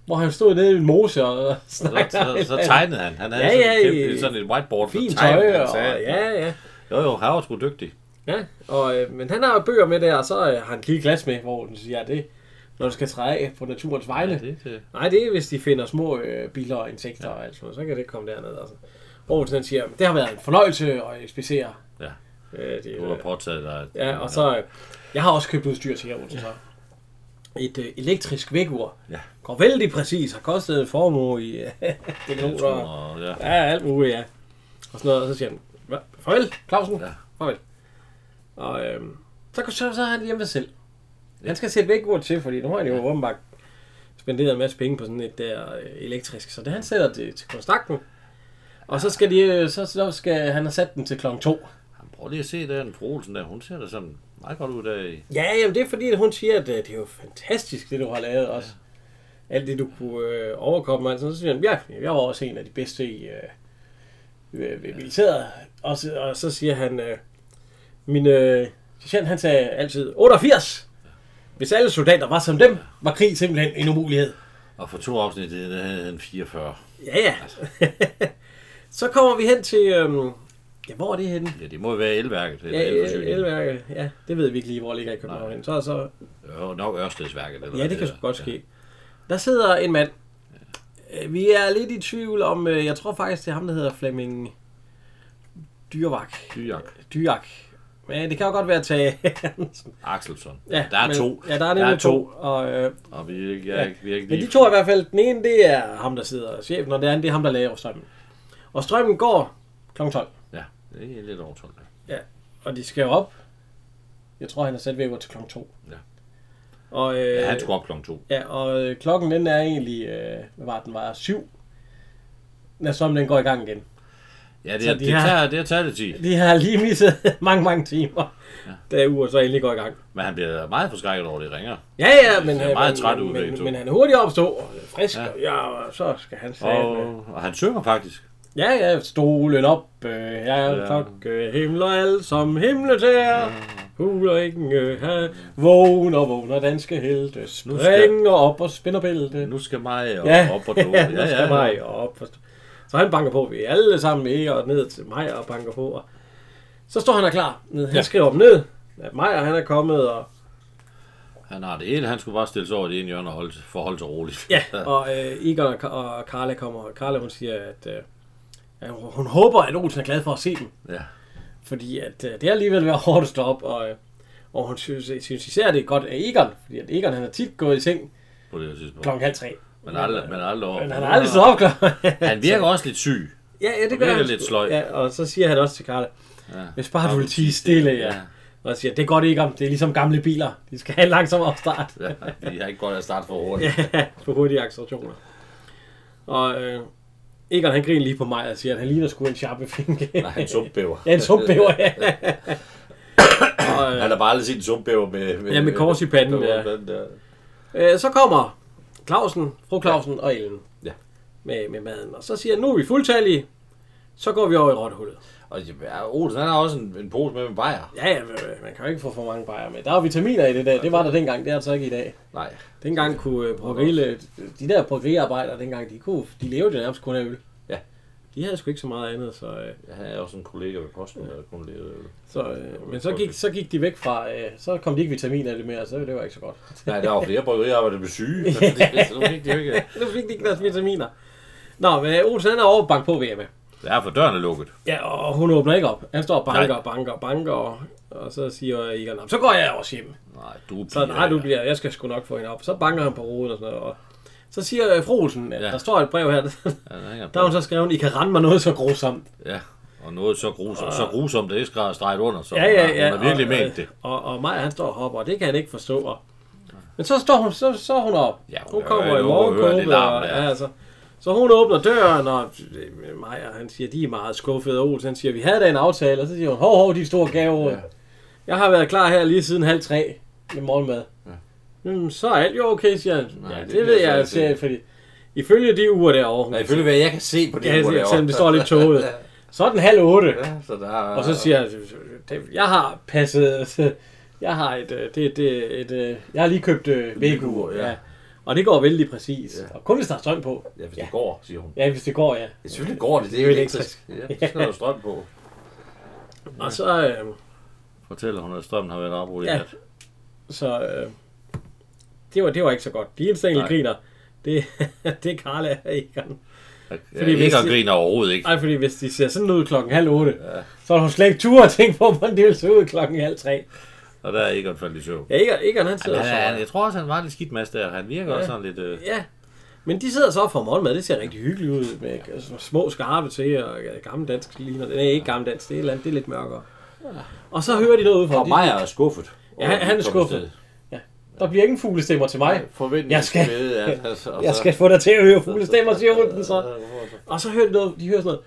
Speaker 1: hvor han stod nede i en mose og, og
Speaker 2: så,
Speaker 1: snakkede.
Speaker 2: så, så tegnede han. Han havde
Speaker 1: Ja, ja,
Speaker 2: ja, ja, sådan, et
Speaker 1: i-
Speaker 2: kæmpe, sådan et whiteboard
Speaker 1: Fint
Speaker 2: for tegn,
Speaker 1: tøj,
Speaker 2: han
Speaker 1: og
Speaker 2: sagde.
Speaker 1: ja, ja.
Speaker 2: Jo, jo, han var sgu dygtig.
Speaker 1: Ja, og, øh, men han har jo bøger med der, og så øh, har han et lille glas med, hvor den siger, at det når du skal træde af på naturens
Speaker 2: Ja,
Speaker 1: vejle.
Speaker 2: det, det.
Speaker 1: Nej, det er, hvis de finder små øh, biler og insekter ja. og alt sådan noget, så kan det komme derned. Altså. Aarhus han siger, det har været en fornøjelse at eksplicere.
Speaker 2: Ja.
Speaker 1: Øh, det,
Speaker 2: Du har
Speaker 1: øh,
Speaker 2: påtaget dig. at-
Speaker 1: ja, og så, øh, jeg har også købt udstyr til Aarhus. Ja. Et øh, elektrisk vægur.
Speaker 2: Ja.
Speaker 1: Går vældig præcis, har kostet en formue i øh,
Speaker 2: Jeg
Speaker 1: denoter.
Speaker 2: tror,
Speaker 1: og-
Speaker 2: og- Ja.
Speaker 1: Ja, alt muligt, ja. Og sådan noget, og så siger han, "Hva? farvel, Clausen, ja.
Speaker 2: Ja.
Speaker 1: farvel. Og øhm, så, så, så er han hjemme ved selv. Han skal sætte væk ord til, fordi nu har han jo ja. åbenbart spenderet en masse penge på sådan et der øh, elektrisk, så det han sætter det til kontakten. Og så skal de, øh, så, så skal han have sat den til klokken to.
Speaker 2: Jamen, Prøv lige at se der, den fru Olsen der. Hun ser da sådan meget godt ud der i.
Speaker 1: Ja, jamen det er fordi, at hun siger, at øh, det er jo fantastisk, det du har lavet også. Alt det, du kunne øh, overkomme. og alt sådan. Så siger han, ja, jeg var også en af de bedste i øh, øh, ved militæret. Og så, og så siger han, øh, min øh, sergeant, han sagde altid, 88! Hvis alle soldater var som dem, var krig simpelthen en umulighed.
Speaker 2: Og for to afsnit, det der havde han 44.
Speaker 1: Ja, ja. så kommer vi hen til, øh, ja, hvor er det henne?
Speaker 2: Ja, det må jo være elværket. Eller
Speaker 1: Ja,
Speaker 2: ja, elforsyningen.
Speaker 1: elværket. Ja, det ved vi ikke lige, hvor ligger i København.
Speaker 2: Nej.
Speaker 1: hen. Så, så
Speaker 2: Jo, nok Ørstedsværket. Eller
Speaker 1: Ja,
Speaker 2: hvad
Speaker 1: det kan
Speaker 2: hedder.
Speaker 1: godt ske. Der sidder en mand. Øh, Vi er lidt i tvivl om, øh, jeg tror faktisk, det er ham, der hedder Flemming Dyrvak.
Speaker 2: Dyak.
Speaker 1: Dyrvak. Men det kan jo godt være Tage.
Speaker 2: Axelsson. Ja, der er
Speaker 1: men,
Speaker 2: to.
Speaker 1: Ja, der er,
Speaker 2: der er to.
Speaker 1: Og, øh,
Speaker 2: Og vi er ikke, jeg, er ikke- vi er ikke
Speaker 1: men
Speaker 2: lige...
Speaker 1: de to er i hvert fald, den ene, det er ham, der sidder chefen, og den anden, det er ham, der laver strømmen. Og strømmen går kl. 12.
Speaker 2: Ja, det er lidt over 12.
Speaker 1: Øh,
Speaker 2: ja.
Speaker 1: Og de skal jo op. Jeg tror, han er sat ved at gå til kl. 2.
Speaker 2: Ja.
Speaker 1: Og, øh,
Speaker 2: Ja, han skulle op klokken to.
Speaker 1: Ja, og øh, klokken den er egentlig, øh, hvad var den, var syv, når som den går i gang igen.
Speaker 2: Ja, det,
Speaker 1: Så
Speaker 2: er,
Speaker 1: de
Speaker 2: det,
Speaker 1: har-
Speaker 2: tager, det tager lidt tid.
Speaker 1: De har lige misset mange, mange timer, ja. da uret så endelig går i gang.
Speaker 2: Men han bliver meget forskrækket over, at det ringer.
Speaker 1: Ja, ja, men,
Speaker 2: ser
Speaker 1: øh,
Speaker 2: meget
Speaker 1: men,
Speaker 2: træt ud,
Speaker 1: men,
Speaker 2: begge
Speaker 1: men,
Speaker 2: to.
Speaker 1: men, han er hurtigt opstå, og frisk, ja.
Speaker 2: Ja.
Speaker 1: Og, ja, og så skal han sige.
Speaker 2: Og,
Speaker 1: Oh.
Speaker 2: og han synger faktisk.
Speaker 1: Ja, ja, stolen op, øh, ja, ja.
Speaker 2: Ja.
Speaker 1: klokke himler alt som himletær. Ja. Huler ikke øh, her. Vågner, vågner danske helte.
Speaker 2: skal-
Speaker 1: Springer op og spænder bælte.
Speaker 2: Nu skal mig op,
Speaker 1: Ja,
Speaker 2: op og
Speaker 1: ja,
Speaker 2: dog.
Speaker 1: ja, ja, skal mig op. Så han banker på, vi er alle sammen med og ned til mig og banker på. Og så står han og klar. ned. Han ja.
Speaker 2: Ja.
Speaker 1: skriver dem ned. At Maja, han er kommet, og,
Speaker 2: Han har det hele. Han skulle bare stille sig over i det ene hjørne og holde, forholde sig roligt.
Speaker 1: ja, og øh, Igor og, og Carla kommer. Og Carla, hun siger, at øh, at hun hun håber, at Olsen er glad for at se dem.
Speaker 2: ja.
Speaker 1: Fordi at, øh, det har alligevel været hårdt at stå op, og, øh, og hun synes, synes især, det er godt af Egon, fordi at Egon han har tit gået i seng
Speaker 2: På det her tidspunkt.
Speaker 1: klokken halv tre.
Speaker 2: Men aldrig, men aldrig over.
Speaker 1: Men han har aldrig stået op klokken.
Speaker 2: Han virker også lidt syg.
Speaker 1: Ja, ja, det
Speaker 2: Og
Speaker 1: gør
Speaker 2: virker
Speaker 1: han.
Speaker 2: lidt
Speaker 1: sgu.
Speaker 2: sløj.
Speaker 1: Ja, og så siger han også til Karla, ja.
Speaker 2: Ja.
Speaker 1: hvis bare du vil tige stille, ja. Og siger, det går det ikke om. Det er ligesom gamle biler. De skal have en langsom opstart.
Speaker 2: De har ikke godt at starte for hurtigt.
Speaker 1: på hurtige accelerationer. Og øh, Egon han griner lige på mig og siger, at han ligner sgu en sharpe finke.
Speaker 2: Nej, en sumpbæver.
Speaker 1: Ja, en sumpbæver, ja. og, øh,
Speaker 2: Han har bare aldrig set en sumpbæver med, med,
Speaker 1: Ja, med kors i panden, ja.
Speaker 2: den der.
Speaker 1: øh, så kommer Clausen, fru Clausen og Ellen
Speaker 2: Ja.
Speaker 1: med, med maden. Og så siger han, nu er vi fuldtallige. Så går vi over i rottehullet.
Speaker 2: Og ja, Olsen, han har også en, en pose med med bajer.
Speaker 1: Ja, ja, øh, man kan jo ikke få for mange bajer med. Der er vitaminer i det der. Det var der dengang, det er der så ikke i dag.
Speaker 2: Nej.
Speaker 1: Dengang kunne øh, bryggerile- de der bryggeriarbejdere dengang, de, kunne, de levede jo nærmest kun af øl.
Speaker 2: Ja.
Speaker 1: De havde sgu ikke så meget andet, så... Øh,
Speaker 2: Jeg havde også en kollega ved posten, der kun levede øl.
Speaker 1: Så, øh, men så gik, så gik de væk fra, øh, så kom de ikke vitaminer i det mere, så det var ikke så godt.
Speaker 2: Nej, der var flere bryggerier, der blev syge. Så nu fik de jo ikke.
Speaker 1: Nu fik de ikke deres vitaminer. Nå, men Olsen han er over bank på ved med.
Speaker 2: Ja, for døren er lukket.
Speaker 1: Ja, og hun åbner ikke op. Han står og banker
Speaker 2: Nej.
Speaker 1: og banker og banker, og, og så siger Egon, "Nå, så går jeg også hjem.
Speaker 2: Nej, du
Speaker 1: Så nej, du bliver, jeg skal sgu nok få hende op. Så banker han på ruden og sådan noget. Og så siger øh, fru Olsen, at ja.
Speaker 2: Ja.
Speaker 1: der står et brev her, der
Speaker 2: Ja, den hænger
Speaker 1: har hun så
Speaker 2: på.
Speaker 1: skrevet, I kan rende mig noget så grusomt.
Speaker 2: ja. Og noget så grusomt, så grusomt, det er ikke streget under, så
Speaker 1: Ja, ja, ja.
Speaker 2: hun har virkelig
Speaker 1: og, øh,
Speaker 2: ment det.
Speaker 1: Og, og Maja, han står og hopper, og det kan han ikke forstå. Og... Men så står hun, så, så er hun op.
Speaker 2: Ja, hun
Speaker 1: hun
Speaker 2: kan
Speaker 1: kommer i
Speaker 2: jo høre det
Speaker 1: morgenkåbet.
Speaker 2: larm
Speaker 1: Og,
Speaker 2: der.
Speaker 1: ja, altså. Så hun åbner døren, og øh, Maja, han siger, de er meget skuffede. Og Olsen, han siger, vi havde da en aftale. Og så siger hun, hov, hov, de store gaver. Ja. Jeg har været klar her lige siden halv tre med morgenmad. Ja. Mm, så er alt jo okay, siger han.
Speaker 2: Nej,
Speaker 1: ja, det,
Speaker 2: det
Speaker 1: det ved
Speaker 2: bliver så
Speaker 1: jeg,
Speaker 2: ikke
Speaker 1: siger han,
Speaker 2: det.
Speaker 1: fordi ifølge de uger derovre, hun
Speaker 2: Ja, ifølge hvad jeg kan se på det,
Speaker 1: ja,
Speaker 2: hvor det
Speaker 1: selvom det står lidt tåget, så er den halv otte.
Speaker 2: Ja, så der er...
Speaker 1: Og så siger jeg, "Det- jeg har passet, jeg har et, øh, det, det, et, øh, jeg har lige købt øh, vægur,
Speaker 2: ja.
Speaker 1: ja. Og det går vældig præcis. Og kun hvis der er strøm på.
Speaker 2: Ja, hvis det går, siger hun.
Speaker 1: Ja, hvis det går, ja.
Speaker 2: Ja, selvfølgelig går det, det er jo elektrisk. Ja, så skal der jo strøm på.
Speaker 1: Og så, øh,
Speaker 2: Fortæller hun, at strømmen har været afbrudt i
Speaker 1: Ja.
Speaker 2: nat.
Speaker 1: så øh, det, var, det var ikke så godt. De eneste, der egentlig
Speaker 2: Nej.
Speaker 1: griner, det, det er Karla og Egon.
Speaker 2: Ja,
Speaker 1: Fordi
Speaker 2: Fordi
Speaker 1: hvis
Speaker 2: ikke
Speaker 1: de-
Speaker 2: griner overhovedet ikke.
Speaker 1: Nej, fordi hvis de ser sådan ud klokken halv otte,
Speaker 2: Ja.
Speaker 1: ja. så har hun slet ikke tur at tænke på, hvordan det ville se ud klokken halv tre.
Speaker 2: Og der er ikke faldet i søvn.
Speaker 1: Ja, Egon, Egon han
Speaker 2: Han,
Speaker 1: sidder
Speaker 2: han,
Speaker 1: så.
Speaker 2: han, jeg tror også, han var lidt skidt mas der. Han virker ja. også sådan lidt... Øh,
Speaker 1: Ja, men de sidder så og får morgenmad. Det ser rigtig hyggeligt ud med altså, små skarpe til og gammeldansk ligner. Det er ikke gammeldansk, det er, et eller andet, det er lidt mørkere. Og så hører de noget ude fra.
Speaker 2: og Maja er skuffet.
Speaker 1: Ja, han- han er skuffet. Der bliver ingen fuglestemmer til mig.
Speaker 2: Forventning
Speaker 1: Jeg skal-
Speaker 2: Ved, at, altså, og
Speaker 1: Jeg
Speaker 2: så-
Speaker 1: skal få dig til at høre fuglestemmer, siger hun den så. Og så hører de noget, de hører sådan noget.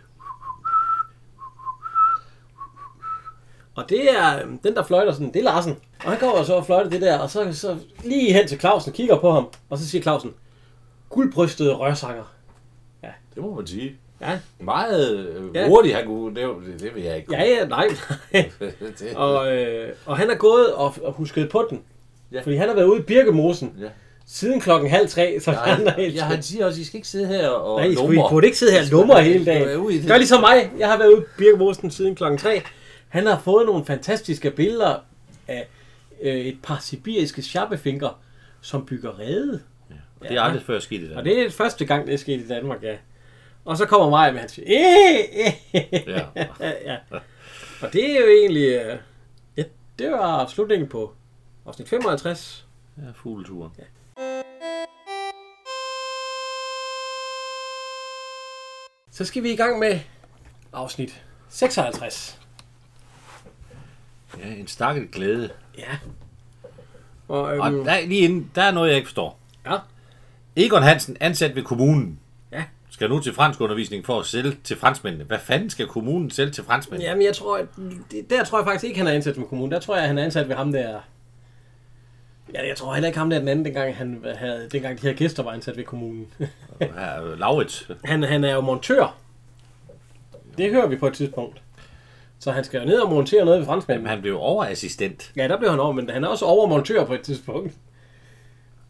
Speaker 1: Og det er øhm, den, der fløjter sådan, det er Larsen. Og han går og så og fløjter det der, og så, så lige hen til Clausen, kigger på ham, og så siger Clausen, guldbrystede rørsanger.
Speaker 2: Det må man sige.
Speaker 1: Ja,
Speaker 2: Meget øh,
Speaker 1: Ja.
Speaker 2: hurtigt, han kunne... Det, det, det vil jeg ikke.
Speaker 1: ja, ja, nej, nej.
Speaker 2: kunne. det,
Speaker 1: Og, øh, og han er gået og, og husket på den.
Speaker 2: Ja.
Speaker 1: Ja. Fordi han har været ude i Birkemosen
Speaker 2: Ja.
Speaker 1: ja. siden klokken halv tre, så
Speaker 2: Nej,
Speaker 1: han er helt...
Speaker 2: ja, han siger også, I skal ikke sidde her og
Speaker 1: Nej, I skulle, I
Speaker 2: lumre.
Speaker 1: burde ikke sidde her
Speaker 2: I
Speaker 1: og
Speaker 2: skal-
Speaker 1: lummer
Speaker 2: I
Speaker 1: hele
Speaker 2: skal være ude i
Speaker 1: dagen.
Speaker 2: det.
Speaker 1: Gør ligesom mig. Jeg har været ude i Birkemosen siden klokken tre. Han har fået nogle fantastiske billeder af øh, et par sibiriske sjappefingre, som bygger rede.
Speaker 2: Det er aldrig før sket i
Speaker 1: Og
Speaker 2: Danmark.
Speaker 1: det er første gang, det er sket i Danmark, ja. Og så kommer Maja med, han siger, "Øh, øh."
Speaker 2: Ja.
Speaker 1: ja. Og det er jo egentlig, øh, ja, det var slutningen på afsnit 55.
Speaker 2: Ja, fugleturen.
Speaker 1: Så skal vi i gang med afsnit 56.
Speaker 2: Ja, en stakket glæde.
Speaker 1: Ja. Og,
Speaker 2: Og
Speaker 1: øhm,
Speaker 2: der, lige inden, der er noget, jeg ikke forstår.
Speaker 1: ja.
Speaker 2: Egon Hansen, ansat ved kommunen,
Speaker 1: Ja.
Speaker 2: skal nu til fransk undervisning for at sælge til franskmændene. Hvad fanden skal kommunen sælge til franskmændene?
Speaker 1: Jamen, jeg tror, at det- der tror jeg faktisk ikke, han er ansat med kommunen. Der tror jeg, han er ansat ved ham der... Ja, jeg tror heller ikke ham der den anden, dengang, han havde, dengang de her gæster var ansat ved kommunen.
Speaker 2: Ja. Laurits.
Speaker 1: Han, han er jo montør. Det hører vi på et tidspunkt. Så han skal jo ned og montere noget ved franskmanden.
Speaker 2: Jamen, han blev overassistent.
Speaker 1: Ja, der blev han over, men han er også overmontør på et tidspunkt.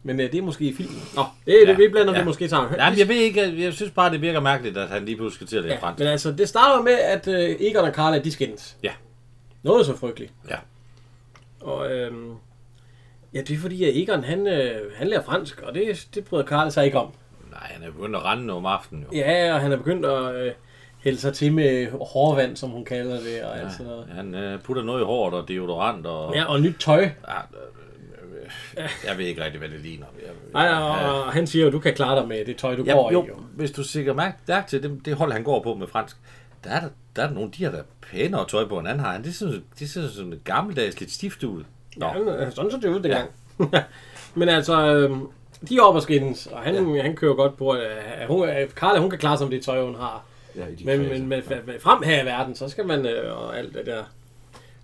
Speaker 1: Men øh, det er måske i filmen. Nå, det, er det vi blander ja.
Speaker 2: ja.
Speaker 1: det måske sammen.
Speaker 2: Jamen, jeg ved ikke, jeg, jeg synes bare, det virker mærkeligt, at han lige pludselig skal til at lære ja,
Speaker 1: ja,
Speaker 2: fransk.
Speaker 1: men altså, det starter med, at øh, Egon og Karla, de skændes.
Speaker 2: Ja.
Speaker 1: Noget så frygteligt.
Speaker 2: Ja.
Speaker 1: Og øhm, ja, det er fordi, at Egon, han, øh, han lærer fransk, og det, det bryder Karla sig ikke om.
Speaker 2: Nej, han er begyndt at rende om aftenen jo.
Speaker 1: Ja, og han er begyndt at øh, hælde sig til med hårvand, som hun kalder det, og ja. alt sådan noget.
Speaker 2: Han øh, putter noget i håret og deodorant og...
Speaker 1: Ja, og nyt tøj.
Speaker 2: Ja, øh, øh, øh, jeg ved ikke rigtig, hvad det ligner. Jeg,
Speaker 1: Nej, og, og han siger jo, du kan klare dig med det tøj, du
Speaker 2: Ja,
Speaker 1: går
Speaker 2: jo,
Speaker 1: i. Jo.
Speaker 2: hvis du sikkert mærke mærke til det, det hold, han går på med fransk, der er der der er der nogen, de har da pænere tøj på, end han har. Han, det, synes, det ser sådan et gammeldags, lidt stift ud. Nå.
Speaker 1: Ja, men, øh, sådan så det ud dengang. Ja. men altså, øh, de er oppe og skændes, og han, ja. han kører godt på, at at hun, at Carla, hun kan klare sig med det tøj, hun har.
Speaker 2: Ja, i de
Speaker 1: Men,
Speaker 2: kredse.
Speaker 1: men med, med, med, frem her i verden, så skal man øh, og alt det der.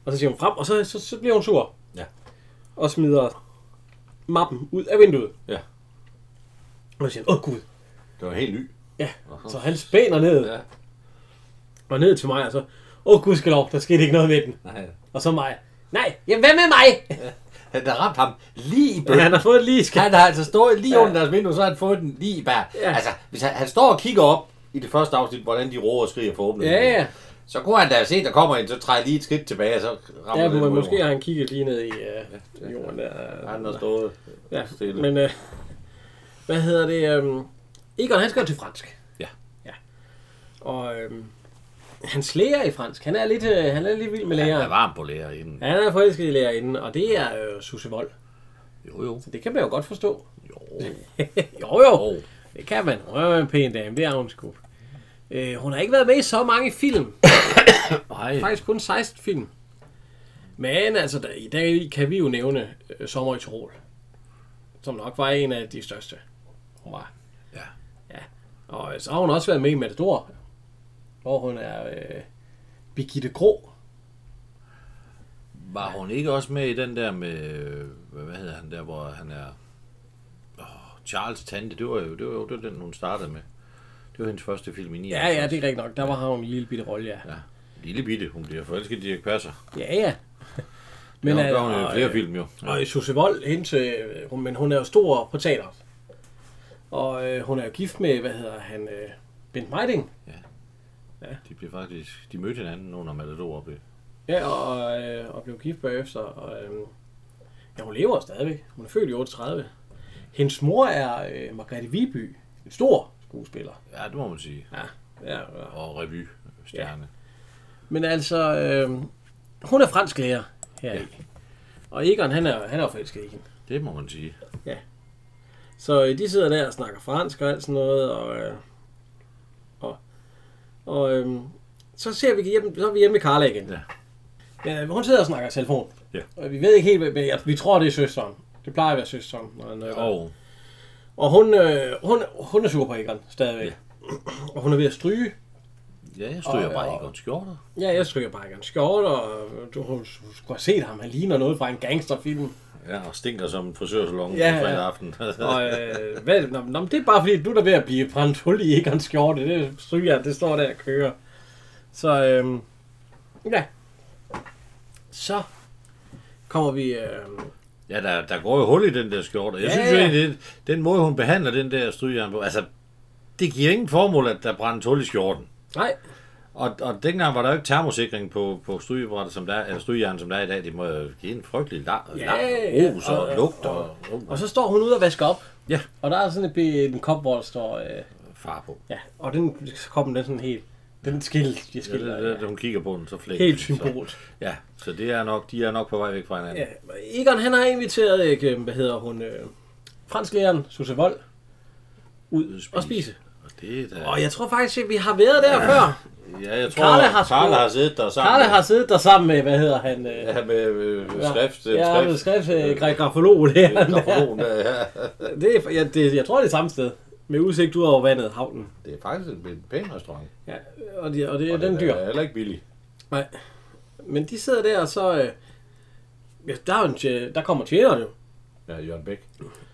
Speaker 1: Og så siger hun frem, og så, så, så bliver hun sur.
Speaker 2: Ja.
Speaker 1: Og smider mappen ud af vinduet.
Speaker 2: Ja.
Speaker 1: Og så siger han, åh gud.
Speaker 3: Det var helt ny.
Speaker 1: Ja. Så han spænder ned.
Speaker 2: Ja.
Speaker 1: Og ned til mig, og så, åh gudskelov, der skete ikke noget med den.
Speaker 2: Nej,
Speaker 1: Og så mig, nej, jamen hvad med mig?
Speaker 2: han har ramt ham lige i
Speaker 1: Ja, han
Speaker 2: bønnen.
Speaker 1: har fået lige
Speaker 2: Han
Speaker 1: skat.
Speaker 2: har altså stået lige
Speaker 1: Ja.
Speaker 2: under deres vindue, så har han fået den lige i bær.
Speaker 1: Ja.
Speaker 2: Altså, hvis han, han står og kigger op i det første afsnit, hvordan de roer og skriger for åbningen.
Speaker 1: Ja, ja.
Speaker 2: Så kunne han da se, der kommer en, så træder lige et skridt tilbage, og så
Speaker 1: Ja,
Speaker 2: rammer den
Speaker 1: men
Speaker 2: mod
Speaker 1: måske
Speaker 2: jorden.
Speaker 1: har han kigget lige ned i øh, jorden der.
Speaker 2: Han har stået
Speaker 1: Ja,
Speaker 2: stille.
Speaker 1: men øh, hvad hedder det? Øh, Egon, han skriver til fransk.
Speaker 2: Ja.
Speaker 1: ja. Og øh, han slæger i fransk. Han er lidt, øh, han er lidt vild med
Speaker 2: Han er
Speaker 1: læreren.
Speaker 2: varm på lærer inden.
Speaker 1: Ja, han er forelsket i lærerinden, og det er øh, Susse Vold.
Speaker 2: Jo, jo.
Speaker 1: Det kan man jo godt forstå.
Speaker 2: Jo.
Speaker 1: jo, jo. Det kan man. Hun er en pæn dame, det er hun sgu. Øh, hun har ikke været med i så mange film.
Speaker 2: Nej.
Speaker 1: Faktisk kun 16 film. Men altså, der, i dag kan vi jo nævne øh, Sommer i Tirol. Som nok var en af de største. Hun var.
Speaker 2: Ja.
Speaker 1: ja. Og øh, så har hun også været med i Matador. Hvor hun er øh, Birgitte Grå.
Speaker 2: Var hun ikke også med i den der med, øh, hvad hvad hedder han der, hvor han er... Åh, Charles Tante, det var jo det var, jo- det var den, hun startede med. Det var hendes første film i 99.
Speaker 1: Ja, ja, det er rigtigt nok. Der var har hun en lille bitte rolle, ja.
Speaker 2: Ja. Lille bitte, hun bliver forelsket i Dirk Passer.
Speaker 1: Ja, ja.
Speaker 2: Men
Speaker 1: øh,
Speaker 2: det gør hun jo i
Speaker 1: og,
Speaker 2: flere
Speaker 1: øh,
Speaker 2: film jo. Ja.
Speaker 1: Og Susse Vold, hende til, øh, hun, men hun er jo stor på teateret. Og øh, hun er jo gift med, hvad hedder han, øh, Bent Meiding.
Speaker 2: De blev faktisk, de mødte hinanden under Matador oppe. i-
Speaker 1: Ja, og, øh, og blev gift bagefter. Og, øh, ja, hun lever stadigvæk. Hun er født i 38. Hendes mor er øh, Margrethe Viby, en stor skuespiller.
Speaker 2: Ja, det må man sige.
Speaker 1: Ja, ja, ja.
Speaker 2: Og revy stjerne.
Speaker 1: Men altså, øh, hun er fransk lærer her ja. Og Egon, han er, han er jo forelsket i hende.
Speaker 2: Det må man sige.
Speaker 1: Så øh, de sidder der og snakker fransk og alt sådan noget, og, øh, og, og øh, så ser vi hjem, så er vi hjemme med Carla igen.
Speaker 2: Ja.
Speaker 1: Ja. Øh, hun sidder og snakker i telefon.
Speaker 2: Ja.
Speaker 1: Og vi ved ikke helt, hvad, jeg, vi tror, det er søsteren. Det plejer at være søsteren. Når han, øh,
Speaker 2: Og
Speaker 1: Og hun, øh, hun, hun er sur på Egon stadigvæk. Ja. Og hun er ved at stryge.
Speaker 2: ja, jeg stod
Speaker 1: Og-
Speaker 2: jeg bare
Speaker 1: og-
Speaker 2: ikke om skjorter.
Speaker 1: Ja, jeg stryger bare Egons skjorte, og øh, du, hun skulle have set ham. Han ligner noget fra en gangsterfilm.
Speaker 2: Ja, og stinker som en frisørsalon
Speaker 1: Ja,
Speaker 2: ja,
Speaker 1: ja.
Speaker 2: ja. fredag aften.
Speaker 1: Og øh, hvad, nå, nå, men det er bare fordi, du er der ved at blive brændt hul i Egons skjorte. Det stryger, jeg, det står der og kører. Så øh, ja. Så kommer vi... Øh,
Speaker 2: ja, der, der går jo hul i den der skjorte. Jeg
Speaker 1: Ja,
Speaker 2: ja, synes jo
Speaker 1: ja.
Speaker 2: egentlig, det, den måde hun behandler den der strygejern på, altså, det giver ingen formål, at der brændes hul i skjorten.
Speaker 1: nej,
Speaker 2: Og, og dengang var der jo ikke termosikring på, på strygebrættet, som der, er- eller strygejern, som der er i dag. Det må jo give en frygtelig lar,
Speaker 1: Ja,
Speaker 2: ja, lar,
Speaker 1: ja.
Speaker 2: rus og,
Speaker 1: Og-
Speaker 2: og lugt og,
Speaker 1: og så står hun ude og vasker op.
Speaker 2: Ja.
Speaker 1: Og der er sådan et, be- en kop, hvor der står... Øh,
Speaker 2: far på.
Speaker 1: ja, og den så kom den sådan helt... Den skilt, jeg
Speaker 2: Ja, det,
Speaker 1: skilter.
Speaker 2: det, det, hun kigger på den, så flækker
Speaker 1: Helt
Speaker 2: den, så-
Speaker 1: symbolt.
Speaker 2: Ja, så det er nok, de er nok på vej væk fra hinanden.
Speaker 1: Ja, Egon han har inviteret, øh, hvad hedder hun, øh, fransklæreren Susse Vold, ud
Speaker 2: Ud
Speaker 1: og spise.
Speaker 2: Og det er da...
Speaker 1: Og jeg tror faktisk, at vi har været der før.
Speaker 2: Ja, jeg tror,
Speaker 1: Karla
Speaker 2: Karla
Speaker 1: har
Speaker 2: har,
Speaker 1: sgu-
Speaker 2: Karla har siddet der sammen.
Speaker 1: Karla har siddet der sammen med, hvad hedder han? Øh,
Speaker 2: Ja, med øh,
Speaker 1: ja,
Speaker 2: skrift. øh,
Speaker 1: Ja, med
Speaker 2: skrift.
Speaker 1: skrift, øh, gra- grafolog der.
Speaker 2: Grafonomen, ja, ja.
Speaker 1: Det er, jeg, det, jeg tror, det er samme sted. Med udsigt ud over vandet, havnen.
Speaker 2: Det er faktisk en, en pæn restaurant.
Speaker 1: Ja, og, de, og det er
Speaker 2: Og
Speaker 1: den dyr.
Speaker 2: er heller ikke billig.
Speaker 1: Nej. Men de sidder der, og så... Øh, ja, der, er jo en, tje- der kommer tjeneren jo.
Speaker 2: Ja, øh, Jørgen Bæk.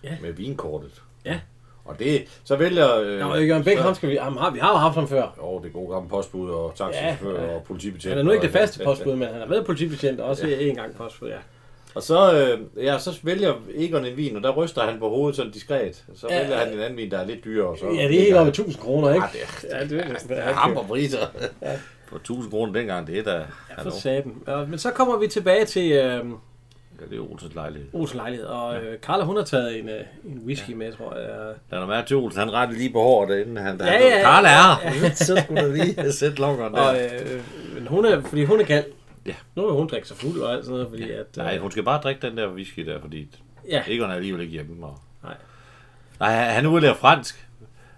Speaker 1: Ja.
Speaker 2: Med vinkortet.
Speaker 1: Ja.
Speaker 2: Og det, så vælger... Øh,
Speaker 1: Nå, Jørgen Bæk,
Speaker 2: så-
Speaker 1: ham skal vi... Ham har, vi har jo haft ham før.
Speaker 2: Jo, det gode gamle postbud og taxichauffør
Speaker 1: Ja, ja.
Speaker 2: og politibetjent.
Speaker 1: Han er nu ikke det
Speaker 2: og-
Speaker 1: faste postbud, men han har været politibetjent, og også en gang postbud, ja.
Speaker 2: Og så, øh, ja, så vælger Egon en vin, og der ryster han på hovedet sådan diskret. Så
Speaker 1: Ja.
Speaker 2: vælger han en anden vin, der er lidt dyrere. og Så
Speaker 1: Ja, det er helt op i 1000 kroner, ikke?
Speaker 2: Ja, det
Speaker 1: Ja, det er det.
Speaker 2: Ja, ham og priser. På 1000 kroner dengang, det er da... Hallo.
Speaker 1: For satan. Ja, men så kommer vi tilbage til øh,
Speaker 2: Ja, det er Olsens lejlighed.
Speaker 1: Olsen lejlighed, og øh, Carla hun har taget en, øh, en whisky med, tror jeg.
Speaker 2: Lad nu mærke til Olsen, han rettede lige på håret, inden han...
Speaker 1: Ja,
Speaker 2: Ja,
Speaker 1: ja, ja.
Speaker 2: ja, Karl er her. Så skulle du lige sætte lokkeren der.
Speaker 1: Og øh, men hun er, fordi hun er kald.
Speaker 2: Ja.
Speaker 1: Nu vil hun drikke sig fuld og alt sådan noget, fordi at... Øh,
Speaker 2: Nej, hun skal bare drikke den der whisky der, fordi
Speaker 1: Ja,
Speaker 2: Egon er alligevel ikke hjemme. Og...
Speaker 1: Nej.
Speaker 2: Nej, han- han udlærer fransk.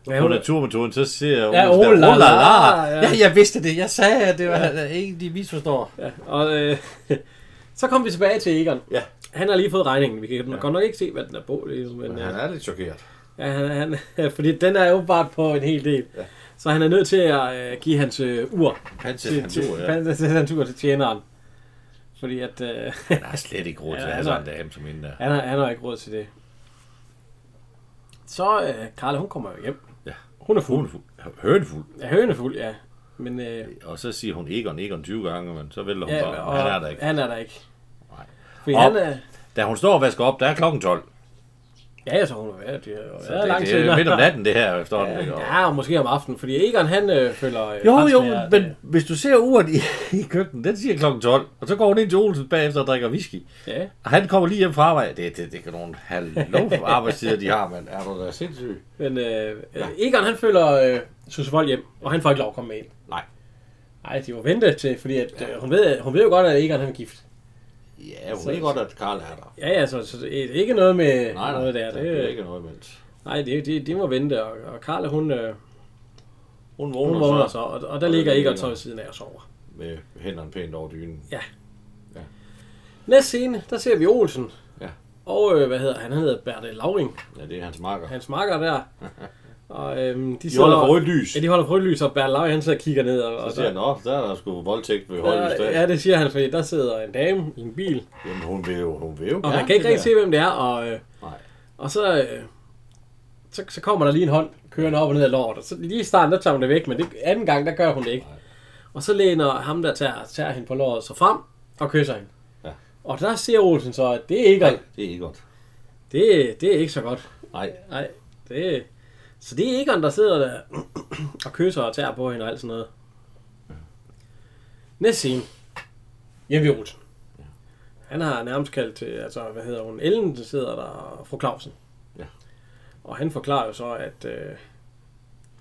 Speaker 1: Ja,
Speaker 2: på
Speaker 1: hun er-
Speaker 2: naturmetoden, så ser hun...
Speaker 1: Ja,
Speaker 2: sådan der,
Speaker 1: oh la
Speaker 2: "Oh la
Speaker 1: la,
Speaker 2: la."
Speaker 1: ja.
Speaker 2: Ja, jeg vidste det. Jeg sagde, at det var ja. ikke, de misforstår.
Speaker 1: Ja, og øh, så kom vi tilbage til Egon.
Speaker 2: Ja.
Speaker 1: Han har lige fået regningen. Vi kan ja. godt nok ikke se, hvad den er på. Ligesom, men, ja.
Speaker 2: er lidt chokeret.
Speaker 1: Ja, han, han, fordi den er åbenbart på en hel del. Ja. Så han er nødt til at øh, give hans øh, ur
Speaker 2: Han ser
Speaker 1: til,
Speaker 2: hans
Speaker 1: til,
Speaker 2: ur, ja.
Speaker 1: til, til, hans ur til tjeneren. Fordi at, øh,
Speaker 2: Han har slet ikke råd til
Speaker 1: Ja,
Speaker 2: at have
Speaker 1: altså.
Speaker 2: sådan en dame som hende der.
Speaker 1: han, har, han har ikke råd til det. Så øh, Karla, hun kommer jo hjem.
Speaker 2: Ja.
Speaker 1: Hun er fuld.
Speaker 2: Hun er fuld. Hønfuld.
Speaker 1: Ja, hønefuld, ja. Men, øh,
Speaker 2: Og så siger hun Egon, Egon 20 gange, men så vælter hun ja,
Speaker 1: ja,
Speaker 2: bare. Han er der ikke.
Speaker 1: Han er der ikke.
Speaker 2: Nej.
Speaker 1: Fordi
Speaker 2: Og-
Speaker 1: han er...
Speaker 2: Da hun står og vasker op, der er klokken 12.
Speaker 1: Ja, så hun er været. Det er jo
Speaker 2: Så
Speaker 1: været lang
Speaker 2: det,
Speaker 1: tid.
Speaker 2: det er
Speaker 1: nok.
Speaker 2: midt om natten, det her efterhånden. Ja, ja.
Speaker 1: Ja, og måske om aftenen, fordi Egon han øh, føler... Øh,
Speaker 2: Jo,
Speaker 1: fransk
Speaker 2: jo,
Speaker 1: med, at,
Speaker 2: men
Speaker 1: øh,
Speaker 2: hvis du ser uret i, i køkkenet, den siger klokken 12, og så går hun ind til Olsen bagefter og drikker whisky.
Speaker 1: Ja,
Speaker 2: Og han kommer lige hjem fra arbejde. Det, det, det kan nogle hallo arbejdstider, de har, men er du da sindssyg?
Speaker 1: men øh, ja. Egon han føler øh, Susse Vold hjem, og han får ikke lov at komme med ind.
Speaker 2: Nej.
Speaker 1: Nej, de må vente til, fordi at, øh, hun, ved, hun ved jo godt, at Egon han er gift.
Speaker 2: Ja, hun
Speaker 1: Så-
Speaker 2: ved godt, at Karl er der.
Speaker 1: Ja, ja, så, så det er ikke noget med
Speaker 2: Nej, nej,
Speaker 1: noget der.
Speaker 2: der
Speaker 1: Det,
Speaker 2: bliver
Speaker 1: det
Speaker 2: ikke noget imens.
Speaker 1: nej, det, det, de må vente, og, og Karla hun, øh,
Speaker 2: Hun
Speaker 1: hun
Speaker 2: vågner,
Speaker 1: vågner
Speaker 2: så
Speaker 1: så, og, og der ligger Egon så ved siden af og sover.
Speaker 2: med hænderne pænt over dynen.
Speaker 1: Ja.
Speaker 2: Ja.
Speaker 1: Næste scene, der ser vi Olsen.
Speaker 2: Ja.
Speaker 1: Og øh, hvad hedder han? Han hedder Bertel Lauring.
Speaker 2: Ja, det er hans makker.
Speaker 1: Hans makker der. Og øhm, de
Speaker 2: De holder
Speaker 1: sidder-
Speaker 2: for rødt lys.
Speaker 1: Ja, de holder frølys, og Bernd Lauge, han sidder og kigger ned. Og,
Speaker 2: Så
Speaker 1: og
Speaker 2: siger
Speaker 1: der,
Speaker 2: han, "Nå, der er der sgu voldtægt ved højlys
Speaker 1: der,
Speaker 2: dag.
Speaker 1: ja, det siger han, fordi der sidder en dame i en bil,
Speaker 2: Jamen, hun vil jo, hun vil jo.
Speaker 1: og
Speaker 2: gerne
Speaker 1: man kan ikke
Speaker 2: det
Speaker 1: rigtig se, hvem det er. Og, øh,
Speaker 2: der. Nej.
Speaker 1: og så, øh, så, så kommer der lige en hånd kørende op og ned af lort. Og så, lige i starten, der tager hun det væk, men det, anden gang, der gør hun det ikke. Og så læner ham, der tager, tager hende på låret, så frem og kysser hende.
Speaker 2: Ja.
Speaker 1: Og der siger Olsen så, at det er ikke,
Speaker 2: Nej, det er ikke godt.
Speaker 1: det, det er ikke så godt.
Speaker 2: Nej,
Speaker 1: Nej, det, så det er Egon, der sidder der og kysser og tager på hende og alt sådan noget. Næste scene. Hjemme ved Olsen. Han har nærmest kaldt til, altså, hvad hedder hun, Ellen, der sidder der, og fru Clausen.
Speaker 2: Ja.
Speaker 1: Og han forklarer jo så, at, øh,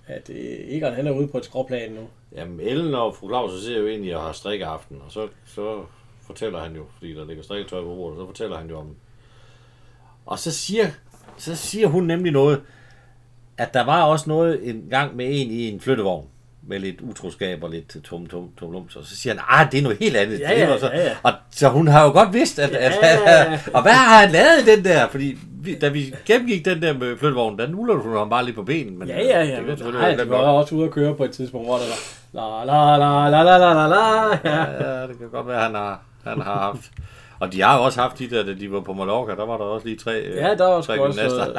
Speaker 1: at øh, Egon, han er ude på et skråplan nu.
Speaker 2: jamen Ellen og fru Claus sidder jo egentlig og har strikkeaften, og så, så fortæller han jo, fordi der ligger strikketøj på bordet, så fortæller han jo om Og så siger, så siger hun nemlig noget, at der var også noget en gang med en i en flyttevogn med lidt utroskab og lidt tum tum tum lum, så siger han, ah, det er noget helt andet.
Speaker 1: Ja,
Speaker 2: Det er
Speaker 1: ja,
Speaker 2: jo så,
Speaker 1: ja, ja.
Speaker 2: Og så hun har jo godt vidst, at, at,
Speaker 1: Ja.
Speaker 2: og hvad har han lavet i den der? Fordi vi, da vi gennemgik den der med flyttevognen, der nuller hun ham bare lidt på benen. Men
Speaker 1: Ja, ja, ja.
Speaker 2: Det,
Speaker 1: Men,
Speaker 2: det, det,
Speaker 1: nej, de var også ude at køre på et tidspunkt, hvor der var la la la la la la la la. Ja.
Speaker 2: Ja, det kan godt være, han har, han har haft. Og de har jo også haft de der, da de var på Mallorca, der var der også lige tre øh,
Speaker 1: Ja, der var sgu
Speaker 2: tre
Speaker 1: også
Speaker 2: gymnaster.
Speaker 1: noget.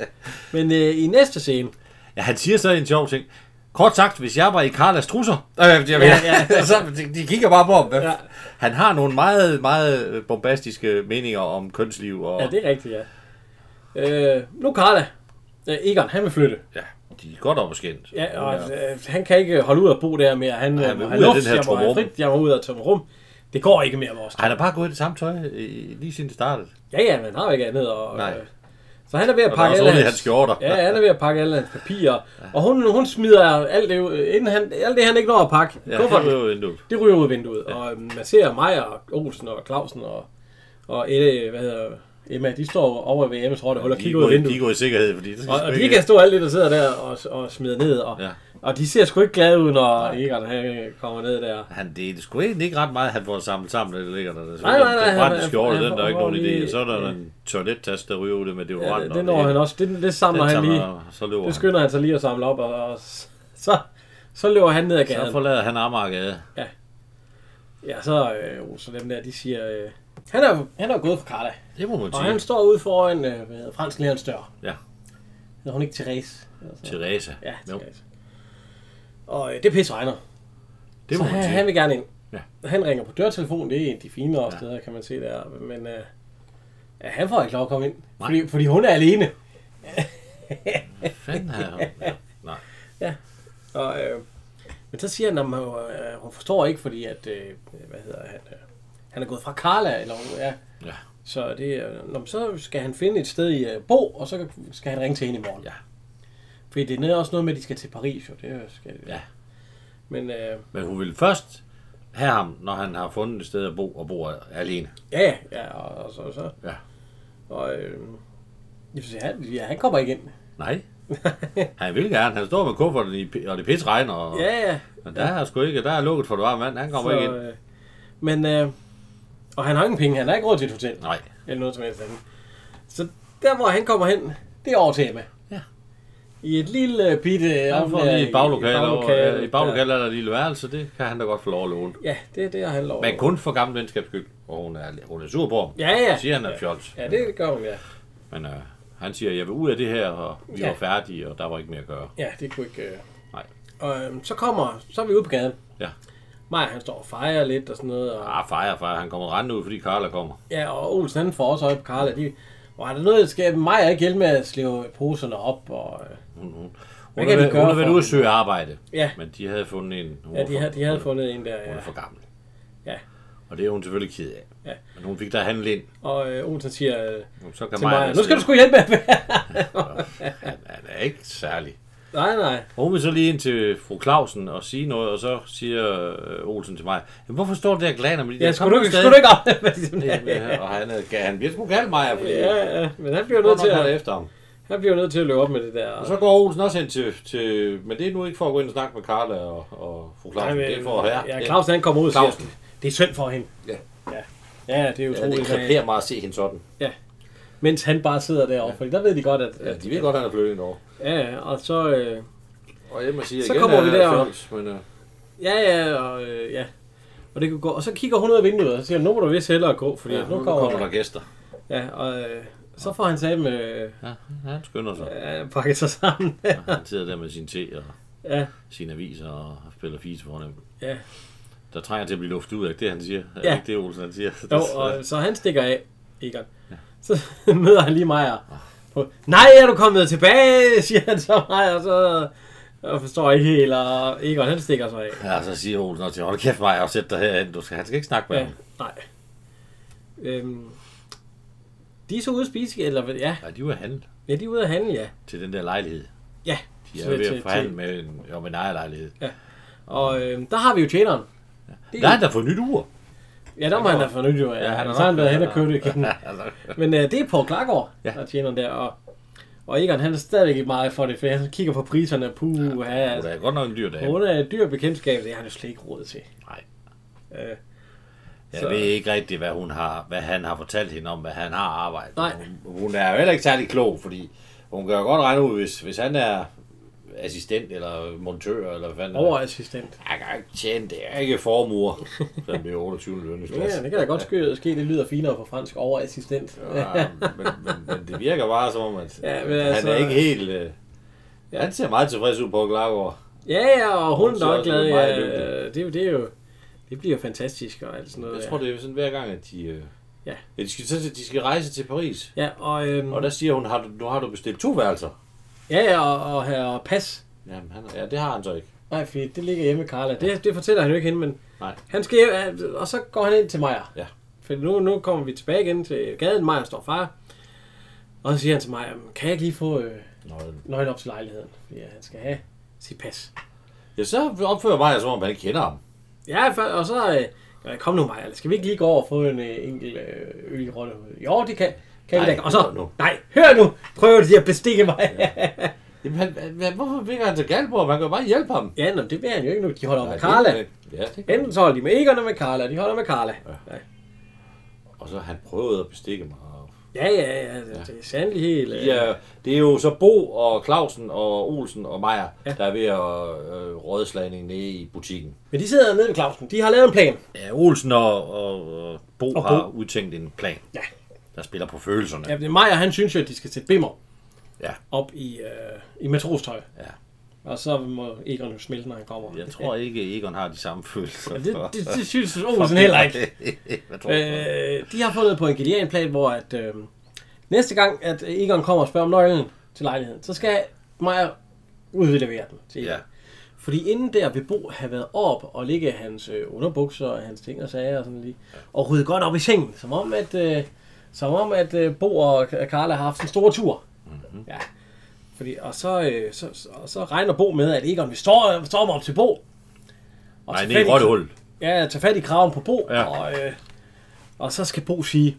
Speaker 1: Ja. Men øh, i næste scene,
Speaker 2: Ja, han siger så en sjov ting. Kort sagt, hvis jeg var i Karlas trusser, øh, jeg ja,
Speaker 1: ja.
Speaker 2: ja. så de, de kigger bare på ham. Hvad-
Speaker 1: Ja.
Speaker 2: Han har nogle meget, meget øh, bombastiske meninger om kønsliv. Og,
Speaker 1: ja, det er rigtigt, ja. Øh, nu Karla, øh, Egon, han vil flytte.
Speaker 2: ja, de er godt op og skændt.
Speaker 1: Ja, og øh, han kan ikke holde ud at bo der mere. Han,
Speaker 2: Nej,
Speaker 1: øh,
Speaker 2: han vil
Speaker 1: han
Speaker 2: ud af
Speaker 1: luft,
Speaker 2: den her
Speaker 1: jeg må have
Speaker 2: tomrum.
Speaker 1: frit, jeg må ud af tomme rum. Det går ikke mere vores.
Speaker 2: Han har bare gået i det samme tøj øh, lige siden det startede.
Speaker 1: Ja, ja, men han har jo ikke andet. Og,
Speaker 2: Nej.
Speaker 1: øh, Så han er ved at
Speaker 2: Og der er
Speaker 1: pakke
Speaker 2: også
Speaker 1: alle
Speaker 2: hul i hans skjorter.
Speaker 1: Ja, han er ved at pakke alle hans papirer. Og hun, hun smider alt det, ud, inden han, alt det, han ikke når at pakke.
Speaker 2: Ja,
Speaker 1: Kufferten.
Speaker 2: det var jo vinduet.
Speaker 1: Det ryger ud af vinduet, ja. og øhm, man ser Maja og Olsen og Clausen og, og Elle, hvad hedder Emma, de står over ved Emmas rotte og holder
Speaker 2: De, er
Speaker 1: kigger ud af
Speaker 2: gået- de er
Speaker 1: vinduet.
Speaker 2: gået i sikkerhed, fordi det skal
Speaker 1: Og, og
Speaker 2: sgu
Speaker 1: de
Speaker 2: ikke-
Speaker 1: kan stå alt det, der sidder der og, og smider ned, og, ja.
Speaker 2: Ja.
Speaker 1: og de ser sgu ikke glade ud, når Egon han kommer ned der.
Speaker 2: Han, det er sgu egentlig ikke ret meget, han får samlet sammen, det der ligger der. der.
Speaker 1: Nej, nej, nej,
Speaker 2: Den brændte
Speaker 1: han-
Speaker 2: skjorte,
Speaker 1: han-
Speaker 2: den der er ikke
Speaker 1: han-
Speaker 2: nogen
Speaker 1: han-
Speaker 2: idé. Og så er der en toilettaske, der ryger ud med
Speaker 1: Ja,
Speaker 2: deodorant.
Speaker 1: det,
Speaker 2: og
Speaker 1: det når han også, det, det samler
Speaker 2: den
Speaker 1: han
Speaker 2: samler-
Speaker 1: lige,
Speaker 2: Så løber
Speaker 1: det
Speaker 2: han.
Speaker 1: skynder han sig lige at samle op, og, og s- så, så løber han ned ad
Speaker 2: Så
Speaker 1: gaden.
Speaker 2: forlader han Amager Gade.
Speaker 1: Ja, så øh, Olsen og dem der, de siger, øh, han er jo- han er jo gået for Carla,
Speaker 2: Det må man
Speaker 1: og
Speaker 2: sige.
Speaker 1: han står ude foran øh, hvad hedder, fransk lærerens dør.
Speaker 2: Ja.
Speaker 1: Hedder hun ikke Therese? Eller sådan noget?
Speaker 2: Teresa.
Speaker 1: Ja,
Speaker 2: Jo,
Speaker 1: Therese. Og øh, det pisse regner.
Speaker 2: det
Speaker 1: så
Speaker 2: må man
Speaker 1: han, han
Speaker 2: sige.
Speaker 1: vil gerne ind.
Speaker 2: Ja.
Speaker 1: Han ringer på dørtelefonen, det er en af de finere ja.
Speaker 2: Ja.
Speaker 1: steder, kan man se der. Men øh, ja, han får ikke lov at komme ind, fordi, fordi hun er alene.
Speaker 2: Fanden har han. Ja. Nej.
Speaker 1: Og, øh, men så siger han, at man, øh, hun forstår ikke, fordi at, øh, hvad hedder han, øh, han er gået fra Karla, eller hun ja.
Speaker 2: Ja.
Speaker 1: Så, det, øh, nå, men så skal han finde et sted i øh, Bo, og så skal han ringe til hende i morgen.
Speaker 2: Ja.
Speaker 1: Fordi det er nede også noget med, at de skal til Paris, jo. Det skal,
Speaker 2: Ja.
Speaker 1: Men øh,
Speaker 2: Men hun vil først have ham, når han har fundet et sted at bo og bor alene.
Speaker 1: Ja, ja, og, og så, øhm, så.
Speaker 2: Ja.
Speaker 1: Og øh, jeg vil sige, han, ja, han kommer ikke ind.
Speaker 2: Nej. Han vil gerne. Han står med kufferten, i, og det pis regner. Og,
Speaker 1: Ja, ja.
Speaker 2: Men der er sgu ikke, der er lukket for det varme vand. Han kommer
Speaker 1: Så,
Speaker 2: ikke ind.
Speaker 1: øh, men, øh, og han har ingen penge. Han har ikke råd til et hotel.
Speaker 2: Nej.
Speaker 1: Eller noget som helst andet. Så der, hvor han kommer hen, det er over til Emma.
Speaker 2: Ja.
Speaker 1: I et lille øh, bitte...
Speaker 2: Han får
Speaker 1: øh,
Speaker 2: lige et baglokale.
Speaker 1: baglokale,
Speaker 2: og- øh, I baglokalet er der et lille værelse. Det kan han da godt få lov at låne.
Speaker 1: der. Ja, det, det har han lov.
Speaker 2: Men kun for gammel venskabs skyld. Og hun er, hun er sur på ham.
Speaker 1: Ja, ja.
Speaker 2: Hun Siger han er fjols.
Speaker 1: Ja, det gør hun, ja.
Speaker 2: Men øh, han siger, jeg vil ud af det her, og vi
Speaker 1: Ja.
Speaker 2: var færdige, og der var ikke mere at gøre.
Speaker 1: Ja, det kunne ikke... Øh.
Speaker 2: Nej.
Speaker 1: Og øhm, så kommer... Så er vi ude på gaden.
Speaker 2: Ja.
Speaker 1: Maja, han står og fejrer lidt og sådan noget. Og,
Speaker 2: Ah, fejre, fejre. Han kommer rendende ud, fordi Karla kommer.
Speaker 1: ja, og Olsen han får også øje på Karla. De, og er der noget, der skal Maja ikke hjælpe med at slive poserne op? Og, øh,
Speaker 2: Hun, hun,
Speaker 1: Hvad
Speaker 2: hun,
Speaker 1: kan
Speaker 2: er,
Speaker 1: de
Speaker 2: ved-
Speaker 1: gøre
Speaker 2: hun er ved
Speaker 1: for
Speaker 2: ude at
Speaker 1: hende?
Speaker 2: søge arbejde.
Speaker 1: Ja.
Speaker 2: Men de havde fundet en. Hun
Speaker 1: ja,
Speaker 2: var
Speaker 1: de,
Speaker 2: for-
Speaker 1: havde, de havde
Speaker 2: hun-
Speaker 1: fundet en der. Ja.
Speaker 2: Hun er for gammel.
Speaker 1: Ja.
Speaker 2: Og det er hun selvfølgelig ked af.
Speaker 1: Ja.
Speaker 2: Men hun fik der handlet ind.
Speaker 1: Og øh, Olsen siger øh,
Speaker 2: Så kan
Speaker 1: til Maja,
Speaker 2: Maja
Speaker 1: nu skal du
Speaker 2: sige,
Speaker 1: sgu hjælpe med.
Speaker 2: Han, han er ikke særlig.
Speaker 1: nej, nej.
Speaker 2: Og hun vil så lige ind til fru Clausen og sige noget, og så siger øh, Olsen til mig, Jamen, hvorfor står det der glaner med de der?
Speaker 1: Ja, skulle
Speaker 2: Kom
Speaker 1: du,
Speaker 2: nu
Speaker 1: ikke-
Speaker 2: afsted."
Speaker 1: skulle du ikke op? Ligesom,
Speaker 2: Ja, og han, havde- han bliver sgu galt mig, fordi ja,
Speaker 1: ja, ja, men han bliver,
Speaker 2: han
Speaker 1: nødt til
Speaker 2: er
Speaker 1: at,
Speaker 2: efter ham.
Speaker 1: han bliver nødt til at løbe op med det der.
Speaker 2: Og så går Olsen også ind til, til men det er nu ikke for at gå ind og snakke med Karla og, og fru Clausen, det er for at
Speaker 1: ja,
Speaker 2: ja,
Speaker 1: Clausen han kommer ud og
Speaker 2: Clausen.
Speaker 1: siger, det er synd for hende.
Speaker 2: Ja.
Speaker 1: Ja, ja det er
Speaker 2: Ja, det
Speaker 1: utroligt. Ja,
Speaker 2: kreperer mig at se hende sådan.
Speaker 1: mens han bare sidder derovre, for der ved de godt, at...
Speaker 2: Ja,
Speaker 1: at
Speaker 2: de ved godt, at han er flyttet ind over.
Speaker 1: ja, ja, og så... Øh,
Speaker 2: Og jeg må sige,
Speaker 1: Så
Speaker 2: igen,
Speaker 1: kommer vi
Speaker 2: er
Speaker 1: der.
Speaker 2: fjols, men, øh,
Speaker 1: ja, ja, og øh, ja. Og, det kunne gå. og så kigger hun ud af vinduet, og så siger, han, nu må du vist hellere gå, fordi
Speaker 2: ja,
Speaker 1: nu, kommer,
Speaker 2: der gæster.
Speaker 1: Ja, og øh, så får han sammen med...
Speaker 2: Ja, han skynder sig.
Speaker 1: Øh, pakket sig sammen.
Speaker 2: Han sidder der med sin te og
Speaker 1: ja,
Speaker 2: sine aviser og spiller fise for dem.
Speaker 1: ja.
Speaker 2: Der trænger til at blive luftet ud af det, er han siger. Er
Speaker 1: Ja.
Speaker 2: ja. ikke det, Olsen han siger?
Speaker 1: Jo, og, så han stikker af, Egon. Så møder han lige Maja. På, Nej, er du kommet tilbage, siger han så mig, og så jeg forstår ikke helt, og Egon han stikker sig af.
Speaker 2: Ja, så siger Olsen også til, hold kæft mig, og sæt dig herhen. Du skal, han skal ikke snakke med ja.
Speaker 1: Ja,
Speaker 2: ham.
Speaker 1: nej. Øhm, de er så ude at spise, eller hvad- ja,
Speaker 2: Nej, de var handlet
Speaker 1: ja, de er ude at handle, ja.
Speaker 2: til den der lejlighed.
Speaker 1: Ja,
Speaker 2: De er
Speaker 1: så
Speaker 2: jo ved
Speaker 1: til-
Speaker 2: at forhandle
Speaker 1: til-
Speaker 2: med en, om en ejerlejlighed.
Speaker 1: Og øhm, der har vi jo tjeneren. Det
Speaker 2: Der er der for nyt ur.
Speaker 1: Ja, der må han da få nyt jo. Ja, han har så har han været hen og købt det igen. Men øh, det er Paul Klargaard, ja.
Speaker 2: Ja.
Speaker 1: der tjener der, og, og Egon han er stadigvæk ikke meget for det, for han kigger på priserne, puh, ja,
Speaker 2: Ja, det
Speaker 1: altså,
Speaker 2: er godt nok en dyr dag.
Speaker 1: hun er et dyr bekendtskab, det har han jo slet ikke råd til.
Speaker 2: Nej.
Speaker 1: Øh,
Speaker 2: Jeg
Speaker 1: Så-
Speaker 2: ved ikke rigtigt, hvad, hun har, hvad han har fortalt hende om, hvad han har arbejdet.
Speaker 1: Nej.
Speaker 2: Hun, hun er jo heller ikke særlig klog, fordi hun kan jo godt regne ud, hvis, hvis han er assistent eller montør, eller hvad fanden han er.
Speaker 1: overassistent.
Speaker 2: Jeg kan ikke tjene, det er ikke formuer. Så bliver 28 lønningsklasse.
Speaker 1: Ja, det kan da godt ske, ske det lyder finere på fransk, overassistent.
Speaker 2: Ja, men, men, men, det virker bare som om, at
Speaker 1: Ja,
Speaker 2: ja,
Speaker 1: men
Speaker 2: han
Speaker 1: altså-
Speaker 2: er ikke helt... Øh, Han ser meget tilfreds ud på Klargaard.
Speaker 1: Ja, ja, og hun
Speaker 2: Hun
Speaker 1: er
Speaker 2: ser
Speaker 1: nok
Speaker 2: også
Speaker 1: glad, ja,
Speaker 2: meget
Speaker 1: øh, det, er jo- det er jo, det bliver jo fantastisk og alt sådan noget.
Speaker 2: Jeg tror, det er sådan hver gang, at de... Øh,
Speaker 1: Ja.
Speaker 2: ja, de, skal, så- de skal rejse til Paris.
Speaker 1: Ja, og, øhm,
Speaker 2: Og der siger hun, har du, nu har du bestilt to værelser.
Speaker 1: ja, ja, og, og her pas.
Speaker 2: Jamen, han, ja, det har han så ikke.
Speaker 1: Nej, fordi det ligger hjemme med Carla. Det, det fortæller han jo ikke hende, men
Speaker 2: Nej.
Speaker 1: Han skal hjem, øh, og så går han ind til Maja.
Speaker 2: Ja.
Speaker 1: For nu, nu kommer vi tilbage igen til gaden. Maja står far. Og så siger han til Maja, "Men kan jeg ikke lige få øh,
Speaker 2: Nøglen.
Speaker 1: nøglen op til lejligheden? Fordi øh, han skal have sit pas.
Speaker 2: Ja, så opfører Maja som om, han ikke kender ham.
Speaker 1: Ja, for, og så... Øh, "Ja, kom nu, Maja. Skal vi ikke lige gå over og få en øh, enkelt øh, øl i rolle? Jo, det kan, kan vi
Speaker 2: Nej,
Speaker 1: da. Og så...
Speaker 2: hør nu.
Speaker 1: Nej, hør nu! Prøver de at bestikke mig? Ja,
Speaker 2: Jamen, han, han, hvorfor virker han så galt på ham? Han kan jo bare hjælpe ham.
Speaker 1: ja nå, det vil han jo ikke nu. De holder
Speaker 2: Nej,
Speaker 1: Nej, med
Speaker 2: det-
Speaker 1: Carla.
Speaker 2: Ja, det kan
Speaker 1: Enten så holder de med Egon og med Carla. De holder med Carla. Ja,
Speaker 2: Og så han prøvede at bestikke mig. og-
Speaker 1: ja, ja. ja, det, det er sandelig helt... Øh,
Speaker 2: Ja, det er jo så Bo og Clausen og Olsen og Maja,
Speaker 1: Ja.
Speaker 2: ja. der er ved at øh, rådslagning nede i butikken.
Speaker 1: Men de sidder nede ved Clausen. De har lavet en plan.
Speaker 2: Ja, Olsen og, og, og Bo
Speaker 1: Og
Speaker 2: og
Speaker 1: Bo.
Speaker 2: har udtænkt en plan,
Speaker 1: Ja.
Speaker 2: der spiller på følelserne.
Speaker 1: Ja, det er Maja, han synes jo, at de skal sætte bimmer
Speaker 2: Ja.
Speaker 1: op i, øh, i matrostøj.
Speaker 2: Ja.
Speaker 1: Og så må Egon jo smelte, når han kommer.
Speaker 2: Jeg tror ikke, Egon har de samme følelser.
Speaker 1: Ja, det, det, det synes Olsen heller ikke.
Speaker 2: Hvad tror du?
Speaker 1: Øh, de har fundet på en genial plan, hvor at, øh, næste gang, at Egon kommer og spørger om nøglen til lejligheden, så skal Maja udlevere den til Egon.
Speaker 2: Ja.
Speaker 1: Ja. Fordi inden der vil Bo have været op og ligge hans øh, underbukser og hans ting og sager og sådan lige, og rydde godt op i sengen, som om at, øh, som om at øh, Bo og Karla har haft en stor tur.
Speaker 2: Mhm.
Speaker 1: Mm-hmm. Ja. Fordi, og, så, øh, så, så, og så regner Bo med, at Egon vil storme, storme op til Bo. Og
Speaker 2: Nej,
Speaker 1: tage
Speaker 2: nede
Speaker 1: fat
Speaker 2: i Rottehul.
Speaker 1: Ja, tag fat i kraven på Bo, ja.
Speaker 2: Ja.
Speaker 1: og, øh, og så skal Bo sige,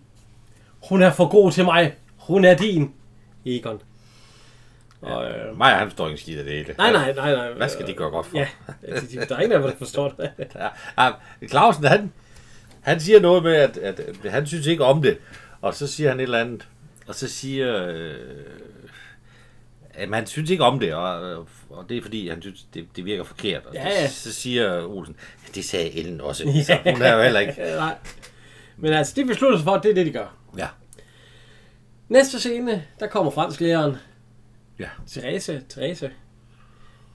Speaker 1: hun er for god til mig, hun er din, Egon. Og, øh,
Speaker 2: Maja, han forstår ingen skid af det hele.
Speaker 1: nej, nej, nej, nej. Øh,
Speaker 2: Hvad skal de gøre godt for?
Speaker 1: Ja, de- de- der er ingen af dem, der forstår det.
Speaker 2: Ja, ja, Clausen, han, han siger noget med, at, at, at han synes ikke om det. Og så siger han et eller andet. Og så siger... Øh, at man synes ikke om det, og, øh, og det er fordi, han synes, det, det virker forkert. Og
Speaker 1: Ja,
Speaker 2: så-
Speaker 1: ja.
Speaker 2: Så siger Olsen, det sagde Ellen også, så hun er jo heller ikke.
Speaker 1: Øh, nej. Men altså, de beslutter sig for, at det er det, de gør.
Speaker 2: Ja,
Speaker 1: Næste scene, der kommer fransklæreren
Speaker 2: ja,
Speaker 1: Therese, Therese,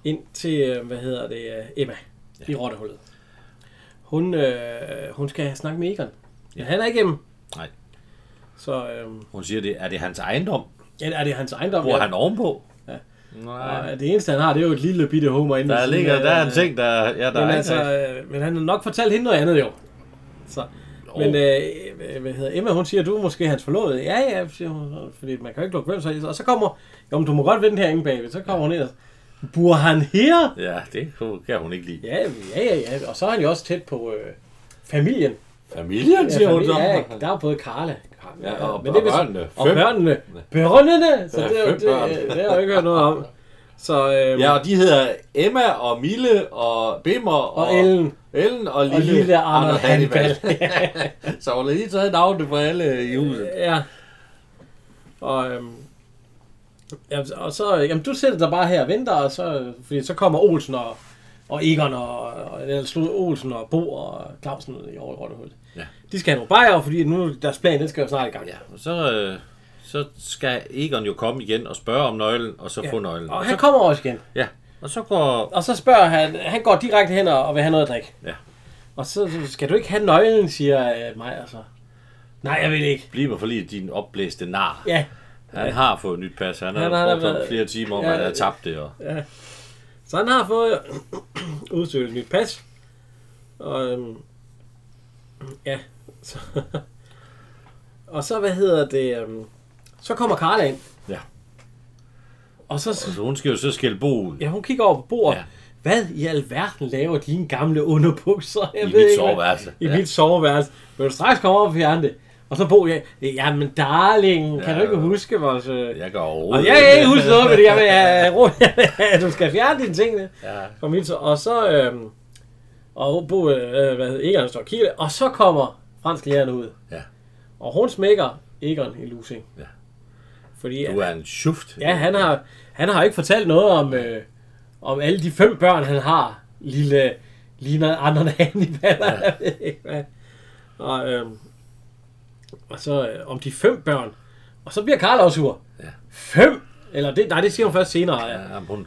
Speaker 1: ind til, øh, hvad hedder det, øh, Emma ja. i Rottehullet. Hun, øh, hun skal snakke med Egon. Ja. Han er ikke hjemme.
Speaker 2: Nej.
Speaker 1: Så øh,
Speaker 2: hun siger, det, er det hans ejendom?
Speaker 1: ja, er det hans ejendom?
Speaker 2: Bor
Speaker 1: ja.
Speaker 2: han ovenpå?
Speaker 1: Ja.
Speaker 2: Nej,
Speaker 1: Og det eneste, han har, det er jo et lille bitte homer inde.
Speaker 2: der
Speaker 1: ved siden
Speaker 2: ligger,
Speaker 1: af-
Speaker 2: der er en ting, der, ja, der
Speaker 1: Men,
Speaker 2: er
Speaker 1: altså,
Speaker 2: altså,
Speaker 1: øh, men han har nok fortalt hende noget andet, jo. Så, men øh, øh, hvad hedder Emma, hun siger, du er måske hans forlovede. Ja, ja, siger hun, fordi man kan jo ikke lukke hvem sig i. Og så kommer, jo, men du må godt vente herinde bagved. Så kommer hun ind og bor han her?
Speaker 2: Ja, det kunne- kan hun ikke lide.
Speaker 1: Ja, ja, ja, ja. Og så er han jo også tæt på øh, familien.
Speaker 4: Familien,
Speaker 1: Ja,
Speaker 4: siger hun så.
Speaker 1: familien ja, der er jo både Karla. Karla
Speaker 4: Ja, og-
Speaker 1: det er
Speaker 4: og
Speaker 1: vist-
Speaker 4: børnene.
Speaker 1: Og
Speaker 4: Fem.
Speaker 1: børnene. Børnene! Så
Speaker 4: Ja,
Speaker 1: det, er jo-
Speaker 4: fem
Speaker 1: det,
Speaker 4: børn.
Speaker 1: øh, det har jeg jo ikke hørt noget om. Så øh,
Speaker 4: Ja,
Speaker 1: ja,
Speaker 4: og de hedder Emma og Mille og Bimmer og,
Speaker 1: Ellen.
Speaker 4: Ellen og
Speaker 1: og
Speaker 4: Lille,
Speaker 1: lille Arnold Hannibal.
Speaker 4: så hun har lige taget navnet fra alle i huset.
Speaker 1: ja. Og, øhm, ja, og så, øh, jamen, du sætter dig bare her og venter, og så, øh, fordi så kommer Olsen og, og Egon og, og eller slut Olsen og Bo og Clausen i over i Rottehul.
Speaker 2: Ja.
Speaker 1: De skal have nogle bajer, fordi nu deres plan, den skal jo snart i gang.
Speaker 2: Ja, og så, øh, så skal Egon jo komme igen og spørge om nøglen, og så ja. få nøglen.
Speaker 1: Og
Speaker 2: Og
Speaker 1: han
Speaker 2: så,
Speaker 1: kommer også igen.
Speaker 2: ja, og så går...
Speaker 1: Og så spørger han, han går direkte hen og og vil have noget at drikke.
Speaker 2: Ja.
Speaker 1: Og så så skal du ikke have nøglen, siger øh, mig altså. Nej, jeg vil ikke.
Speaker 2: Bliv mig for lige din opblæste nar.
Speaker 1: Ja,
Speaker 2: Han har fået nyt pas. Han har
Speaker 1: Han har
Speaker 2: brugt
Speaker 1: været-
Speaker 2: ham flere timer om,
Speaker 1: Ja,
Speaker 2: at han har
Speaker 1: ja.
Speaker 2: tabt det. Og...
Speaker 1: så han har fået udstødt et nyt pas. Og øhm, ja, så, og så hvad hedder det, øhm, så kommer Karla ind.
Speaker 2: Ja.
Speaker 1: Og så,
Speaker 2: Så Altså, hun skal jo så skælde bo ud
Speaker 1: ja, hun kigger over på bordet.
Speaker 2: Ja.
Speaker 1: Ja. Hvad i alverden laver dine gamle underbukser? Jeg
Speaker 2: i
Speaker 1: ved
Speaker 2: mit
Speaker 1: ikke, hvad-
Speaker 2: soveværelse.
Speaker 1: i ja. mit soveværelse. Vil du straks komme op og fjerne det? Og så Bo, ja, jamen darling, kan
Speaker 2: Ja,
Speaker 1: du ikke
Speaker 2: ja.
Speaker 1: huske vores... Øh...
Speaker 2: Jeg kan
Speaker 1: Og
Speaker 2: overhovedet
Speaker 1: jeg kan ikke huske noget, men jeg vil have ro, du skal fjerne dine ting
Speaker 2: Ja.
Speaker 1: fra mit så- Og så, øhm, og Bo, øh, hvad hedder Egon står og kigger, og så kommer fransk lærerne ud.
Speaker 2: Ja.
Speaker 1: Og hun smækker Egon i lusing.
Speaker 2: Ja.
Speaker 1: Fordi,
Speaker 2: Du er en schuft.
Speaker 1: ja, han har, han har ikke fortalt noget om, øh, om alle de fem børn, han har. Lille, ligner andre Hannibal, ja. jeg ved ikke hvad. Og, øhm, og så øh, om de fem børn. Og så bliver Karl også sur.
Speaker 2: Ja.
Speaker 1: Fem? Eller det, nej, det siger hun først senere. Ja.
Speaker 2: Ja, hun...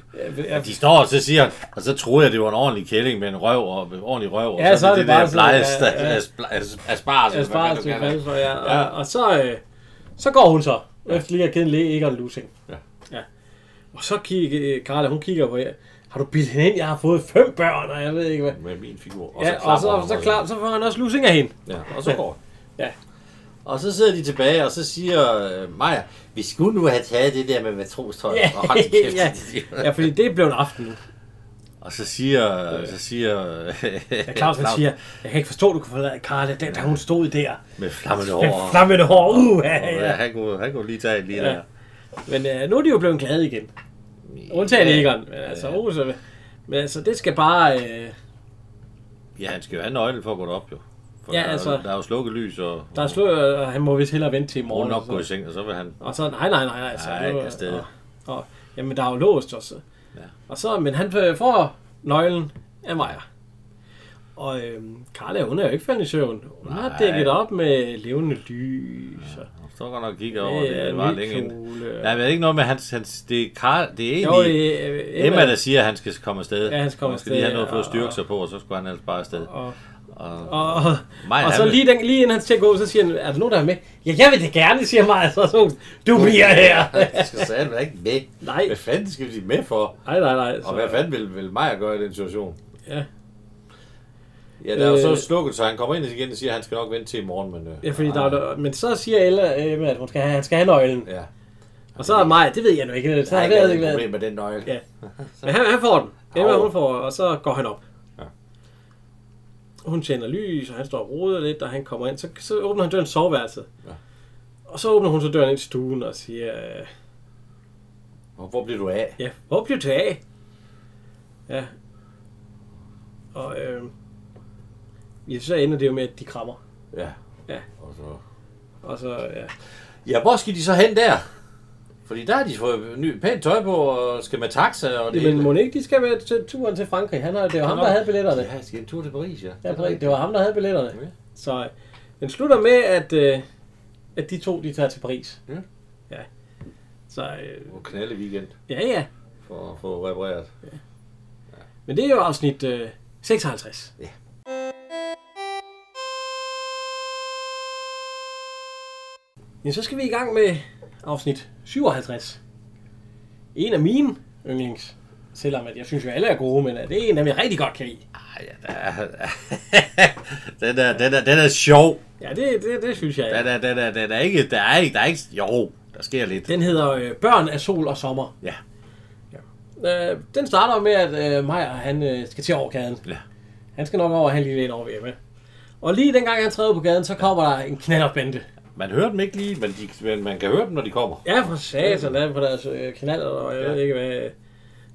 Speaker 1: Ja,
Speaker 2: De står, og så siger han, og så troede jeg, det var en ordentlig kælling med en røv og med en ordentlig røv. Og
Speaker 1: Ja, så er det bare sådan,
Speaker 2: sådan,
Speaker 1: ja, ja.
Speaker 2: ja, Aspars,
Speaker 1: jeg
Speaker 2: eller hvad
Speaker 1: sparer
Speaker 2: fanden du
Speaker 1: til
Speaker 2: kalder det.
Speaker 1: for, ja. Og, og så, øh, så går hun så. Efter lige at kende læge ikke en losing.
Speaker 2: Ja.
Speaker 1: ja. Og så kigger Karla, hun kigger på jer. Har du bildt hende ind? Jeg har fået fem børn, og jeg ved ikke hvad.
Speaker 4: Med min figur.
Speaker 1: Ja, og så, og så, klar, så får han også lusing af hende.
Speaker 4: Ja, og så går
Speaker 1: Ja.
Speaker 4: Og så sidder de tilbage, og så siger øh, Maja, vi skulle nu have taget det der med matrostøj.
Speaker 1: Ja,
Speaker 4: og hold din kæft,
Speaker 1: ja.
Speaker 4: siger hun.
Speaker 1: ja, fordi det blev en aften.
Speaker 2: Og så siger, så siger øh,
Speaker 1: Ja, Claus han siger, jeg kan ikke forstå, du kunne forlade Karla, da, da hun stod der.
Speaker 2: med flammende
Speaker 1: Med
Speaker 2: hår.
Speaker 1: flammende hår, uh, ja,
Speaker 2: Og,
Speaker 1: ja.
Speaker 2: ja, han, kunne, han kunne lige tage et lige
Speaker 1: Ja.
Speaker 2: ja. der.
Speaker 1: Men øh, nu er de jo blevet glade igen. Undtagen ja. Egon. Men altså, Rose, men altså, det skal bare... Øh,
Speaker 2: Ja, han skal jo have nøglen for at gå derop, jo. For
Speaker 1: Ja,
Speaker 2: der, er jo-
Speaker 1: altså-
Speaker 2: der er jo slukket lys, og
Speaker 1: der er slået, og han må vist hellere vente til i
Speaker 2: hun
Speaker 1: morgen.
Speaker 2: nok
Speaker 1: så.
Speaker 2: gå i seng, og så vil han...
Speaker 1: Og så, nej, nej, nej, nej. Altså,
Speaker 2: Nej,
Speaker 1: nu, øh,
Speaker 2: afsted.
Speaker 1: Og, og, jamen, der er jo låst også.
Speaker 2: Ja.
Speaker 1: Ja. Og så, men han øh, får nøglen af Maja. Og øhm, Carla, hun er jo ikke faldet i søvn. Hun nej. har
Speaker 2: Nej.
Speaker 1: dækket op med levende lys. og-
Speaker 2: Han står godt nok og kigger over,
Speaker 1: Ja,
Speaker 2: det var længe
Speaker 1: midtkjole,
Speaker 2: inden.
Speaker 1: og-
Speaker 2: Nej, men er det ikke noget med hans... hans det, er Karl, det er
Speaker 1: Jo,
Speaker 2: egentlig
Speaker 1: øh,
Speaker 2: Emma, der siger, at han skal komme afsted.
Speaker 1: Ja, han skal komme
Speaker 2: Han skal lige
Speaker 1: afsted,
Speaker 2: have noget for at
Speaker 1: og-
Speaker 2: styrke sig på, og så skulle han ellers bare afsted.
Speaker 1: Og,
Speaker 2: Og,
Speaker 1: og, og,
Speaker 2: Maja,
Speaker 1: og
Speaker 2: han
Speaker 1: så
Speaker 2: vil-
Speaker 1: lige, den, lige inden han skal gå, så siger han, er der nogen, der er med? Ja, jeg vil det gerne, siger Maja. Så, så du bliver her.
Speaker 4: Jeg skal satme da ikke med.
Speaker 1: Nej.
Speaker 4: Hvad fanden skal de med for?
Speaker 1: Nej, nej, nej. Så,
Speaker 4: Og hvad fanden vil, vil Maja gøre i den situation?
Speaker 1: Ja.
Speaker 4: Ja, der er jo
Speaker 1: Øh.
Speaker 4: så slukket, så han kommer ind igen og siger, at han skal nok vente til i morgen, men... Øh,
Speaker 1: ja, fordi der, er noget- men så siger Ella, Emma, at hun skal have, han skal have nøglen.
Speaker 4: Ja.
Speaker 1: Og så er Maja, det ved jeg nu ikke. Så
Speaker 4: Der er
Speaker 1: har
Speaker 4: ikke
Speaker 1: det
Speaker 4: noget
Speaker 1: ikke været.
Speaker 4: problem med den nøgle.
Speaker 1: Ja. Men han, han får den. Emma,
Speaker 4: Au.
Speaker 1: hun får, og så går han op.
Speaker 4: Ja.
Speaker 1: Hun tænder lys, og han står og roder lidt, og han kommer ind. Så, så åbner han døren til soveværelset.
Speaker 4: Ja.
Speaker 1: Og så åbner hun så døren ind til stuen og siger, øh,
Speaker 4: Og hvor blev du af?
Speaker 1: Ja, hvor blev det af? Ja. Og øh, ja, så ender det jo med, at de krammer.
Speaker 4: Ja.
Speaker 1: Ja.
Speaker 4: Og så...
Speaker 1: Og så, ja.
Speaker 4: Ja, hvor skal de så hen der? Fordi der har de fået ny pænt tøj på, og skal med taxa og det
Speaker 1: Men
Speaker 4: hele.
Speaker 1: Monique, de skal med til turen til Frankrig. Han har, det var ham, der havde billetterne.
Speaker 4: Ja, skal en tur til Paris, ja.
Speaker 1: Ja, præcis. Det var ham, der havde billetterne.
Speaker 4: Ja.
Speaker 1: Så øh, den slutter med, at, øh, at de to, de tager til Paris.
Speaker 4: Ja.
Speaker 1: ja. Så øh,
Speaker 4: Og knalde weekend
Speaker 1: ja, ja.
Speaker 4: for at få repareret.
Speaker 1: Men det er jo afsnit øh, 56.
Speaker 4: Ja.
Speaker 1: Ja, så skal vi i gang med afsnit 57. En af mine yndlings. Selvom at jeg synes jo, alle er gode, men øh, det er en af dem, jeg rigtig godt kan lide.
Speaker 2: Ej, ja, der er, den, er, den, er, den er sjov.
Speaker 1: Ja, det, det, det synes jeg.
Speaker 2: Den
Speaker 1: Ja.
Speaker 2: er, den er, den er ikke, der er ikke, der er ikke, jo, der sker lidt.
Speaker 1: Den hedder øh, Børn af sol og sommer.
Speaker 2: Ja,
Speaker 1: Øh, den starter med, at øh, Majer, han øh, skal til overgaden.
Speaker 2: Ja.
Speaker 1: Han skal nok over og have en lille en over ved hjemme. Og lige dengang han træder på gaden, så kommer der en knalderbande.
Speaker 2: man hører dem ikke lige, men
Speaker 4: Men, de, men man kan høre dem, når de kommer.
Speaker 1: Ja, for satan, der er på deres øh, knaller, og jeg ja. ved ikke, hvad,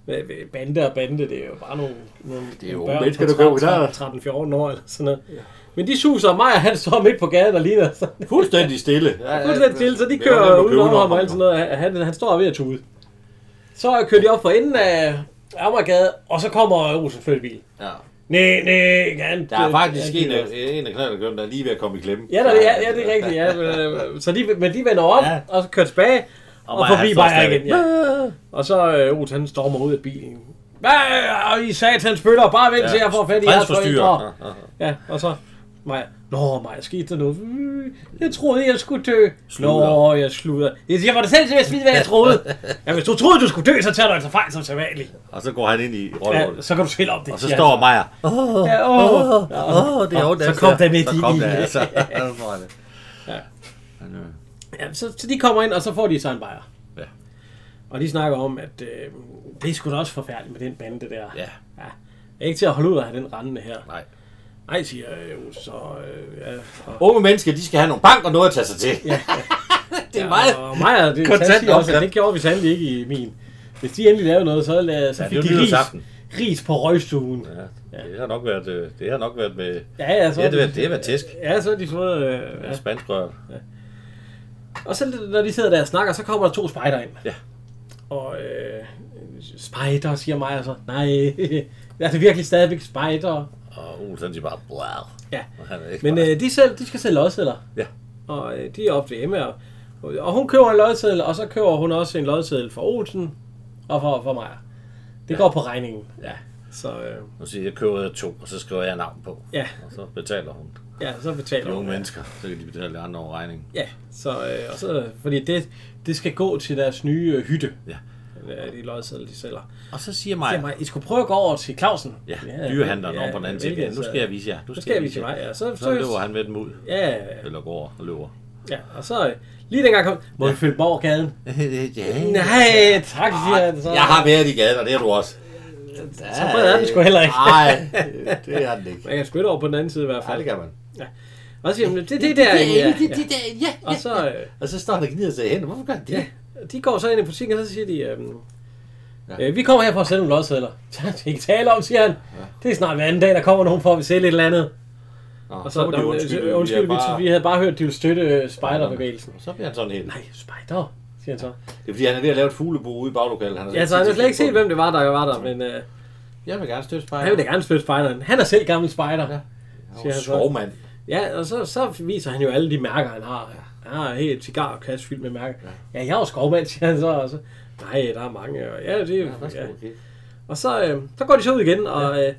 Speaker 1: hvad, hvad... Bande og bande, det er jo bare nogle, nogle det
Speaker 4: er jo mennesker, der køber knaller.
Speaker 1: 13-14 år eller sådan noget. Ja. Men de suser, og Maja, han står midt på gaden og ligner sådan.
Speaker 4: Fuldstændig stille. Ja, ja,
Speaker 1: Fuldstændig stille, så de
Speaker 4: det var nemt
Speaker 1: kører
Speaker 4: at købe
Speaker 1: uden over ham
Speaker 4: noget
Speaker 1: og alt sådan noget. Han, han står ved at tude. Så kører de op for enden af Amagergade, og så kommer Olsen følgebil.
Speaker 4: Ja.
Speaker 1: Nej, nej, han,
Speaker 4: Der er faktisk en af, en af knallerkøren, der er lige ved at komme i klemme.
Speaker 1: Ja, der, ja, ja, det er rigtigt. Ja. Øh, Så de, men de vender om, ja.
Speaker 2: Ja.
Speaker 1: og så kører tilbage, og, og
Speaker 2: Maja,
Speaker 1: forbi
Speaker 2: han står
Speaker 1: Maja igen.
Speaker 2: stadigvæk.
Speaker 1: Ja. Og så øh, Oth, han stormer ud af bilen. Hvad og I satans bøller, bare vent ja. til jeg får fat i jeres forældre.
Speaker 2: fredsforstyrrer. Ja, ja.
Speaker 1: Ja, og så Maja. Nå, Maja, skete der noget? Mm, Jeg troede, jeg skulle dø. Sluder. Nå, jeg sluder. Jeg siger, var det selv til at smide, hvad jeg troede. ja, hvis du troede, du skulle dø, så tager du altså fejl som sædvanligt.
Speaker 2: Og så går han ind i rollen.
Speaker 1: Ja, så kan du selv om det.
Speaker 2: Og så
Speaker 1: siger han
Speaker 2: står Maja. Åh,
Speaker 1: Ja, åh, åh,
Speaker 2: oh, det er ondt,
Speaker 1: så
Speaker 2: altså.
Speaker 1: kom der med
Speaker 2: Så
Speaker 1: din
Speaker 2: kom
Speaker 1: lille.
Speaker 2: der, altså. Så får han det.
Speaker 1: Ja.
Speaker 2: Han, øh,
Speaker 1: Ja, så, så de kommer ind, og så får de sig en bajer.
Speaker 2: Ja.
Speaker 1: Og de snakker om, at øh, det er sgu da også forfærdeligt med den bande der.
Speaker 2: Ja.
Speaker 1: ja. Jeg er ikke til at holde ud af at have den rendende her.
Speaker 2: Nej.
Speaker 1: Nej, siger jeg jo, så... Øh, ja, og,
Speaker 4: Unge mennesker, de skal have nogle bank og noget at tage sig til. Ja.
Speaker 1: det er meget... Ja, og Maja, det,
Speaker 2: kontant
Speaker 1: han siger også, at
Speaker 2: opskrift.
Speaker 1: det gjorde vi sandelig ikke i min. Hvis de endelig lavede noget, så, lad, så
Speaker 2: Ja,
Speaker 1: fik
Speaker 2: det var
Speaker 1: de ris,
Speaker 2: nytårsaften.
Speaker 1: ris på røgstuen.
Speaker 2: Ja, det har nok været, øh, det har nok været med,
Speaker 1: Ja, ja, så
Speaker 2: det
Speaker 1: er
Speaker 2: har været, det har været tæsk.
Speaker 1: Ja, så er de fået... Øh, ja.
Speaker 2: Ja. Spansk rør.
Speaker 1: Og så når de sidder der og snakker, så kommer der to spejder ind.
Speaker 2: Ja.
Speaker 1: Og øh, spejder, siger mig så. Nej, er det virkelig stadigvæk spejder?
Speaker 2: Og Olsen siger bare, wow.
Speaker 1: Ja.
Speaker 2: Og han er ikke
Speaker 1: Men
Speaker 2: bare-
Speaker 1: øh, de, selv, de skal sælge lodsedler.
Speaker 2: Ja.
Speaker 1: Og øh, de er ofte hjemme. Og, og hun køber en lodseddel, og så køber hun også en lodseddel for Olsen og for, for mig. Det ja. går på regningen.
Speaker 2: Ja.
Speaker 1: Så øh,
Speaker 2: Nu siger jeg, jeg køber to, og så skriver jeg navn på.
Speaker 1: ja,
Speaker 2: Og så betaler hun.
Speaker 1: ja, så betaler
Speaker 2: De unge
Speaker 1: hun.
Speaker 2: mennesker, så kan de betale de andre over regningen.
Speaker 1: Ja, så, øh, og så, fordi det, det skal gå til deres nye øh, hytte.
Speaker 2: Ja.
Speaker 1: Øh, De lodsedler, de sælger.
Speaker 2: Og så siger
Speaker 1: Ja,
Speaker 2: Maja,
Speaker 1: mig, I skulle prøve at gå over til Clausen.
Speaker 2: ja, dyrehandleren ja, over på den anden side. Nu skal jeg vise jer.
Speaker 1: øh, Nu skal jeg vise mig. Ja, så,
Speaker 2: Så løber han med dem ud.
Speaker 1: Ja, ja, ja.
Speaker 2: Eller går over og løber.
Speaker 1: ja, og så øh, lige dengang kom... Må vi følge Borg-gaden?
Speaker 2: ja.
Speaker 1: Nej, tak, siger han. Så,
Speaker 4: Jeg har været i gaden, og det har du også.
Speaker 1: så bred er den sgu heller ikke.
Speaker 4: Nej, det er den ikke.
Speaker 1: Man kan spytte over på den anden side i hvert
Speaker 4: Nej, det
Speaker 1: fald.
Speaker 4: kan man.
Speaker 1: Og så siger han, det, det, det der... Ja, ja.
Speaker 4: der, ja.
Speaker 1: Og så, øh,
Speaker 4: Og så står han og gnider sig i hænderne. Hvorfor gør han det?
Speaker 1: de går så ind i butikken, og så siger de... øhm, Øh, vi kommer her for at sælge nogle lodsedler. Ikke tale om, siger han. Det er snart hver anden dag, der kommer nogen for at vi sælge et eller andet.
Speaker 4: Nå,
Speaker 1: Og så, så undskyld, undskyld vi, vi havde bare hørt, at de ville støtte øh, spejderbevægelsen.
Speaker 4: Så bliver han sådan helt.
Speaker 1: Nej, spejder, siger han så.
Speaker 4: Det er fordi, han er ved at lave et fuglebo ude i baglokalet. Han
Speaker 1: Ja, så han har slet ikke set, hvem det var, der var der, men øh,
Speaker 4: Jeg vil gerne støtte spejder.
Speaker 1: han vil da gerne støtte spejderen. Han er selv gammel spejder. Ja. siger han så.
Speaker 4: Skovmand.
Speaker 1: ja, og så, så viser han jo alle de mærker, han har. Han har en hel cigarkasse fyldt med mærker. Ja, jeg er jo skovmand, siger han så. Og så Nej, der er mange. Og, ja, det,
Speaker 4: Ja,
Speaker 1: ja, ja.
Speaker 4: okay.
Speaker 1: og så, øh, så går de så ud igen, og øh,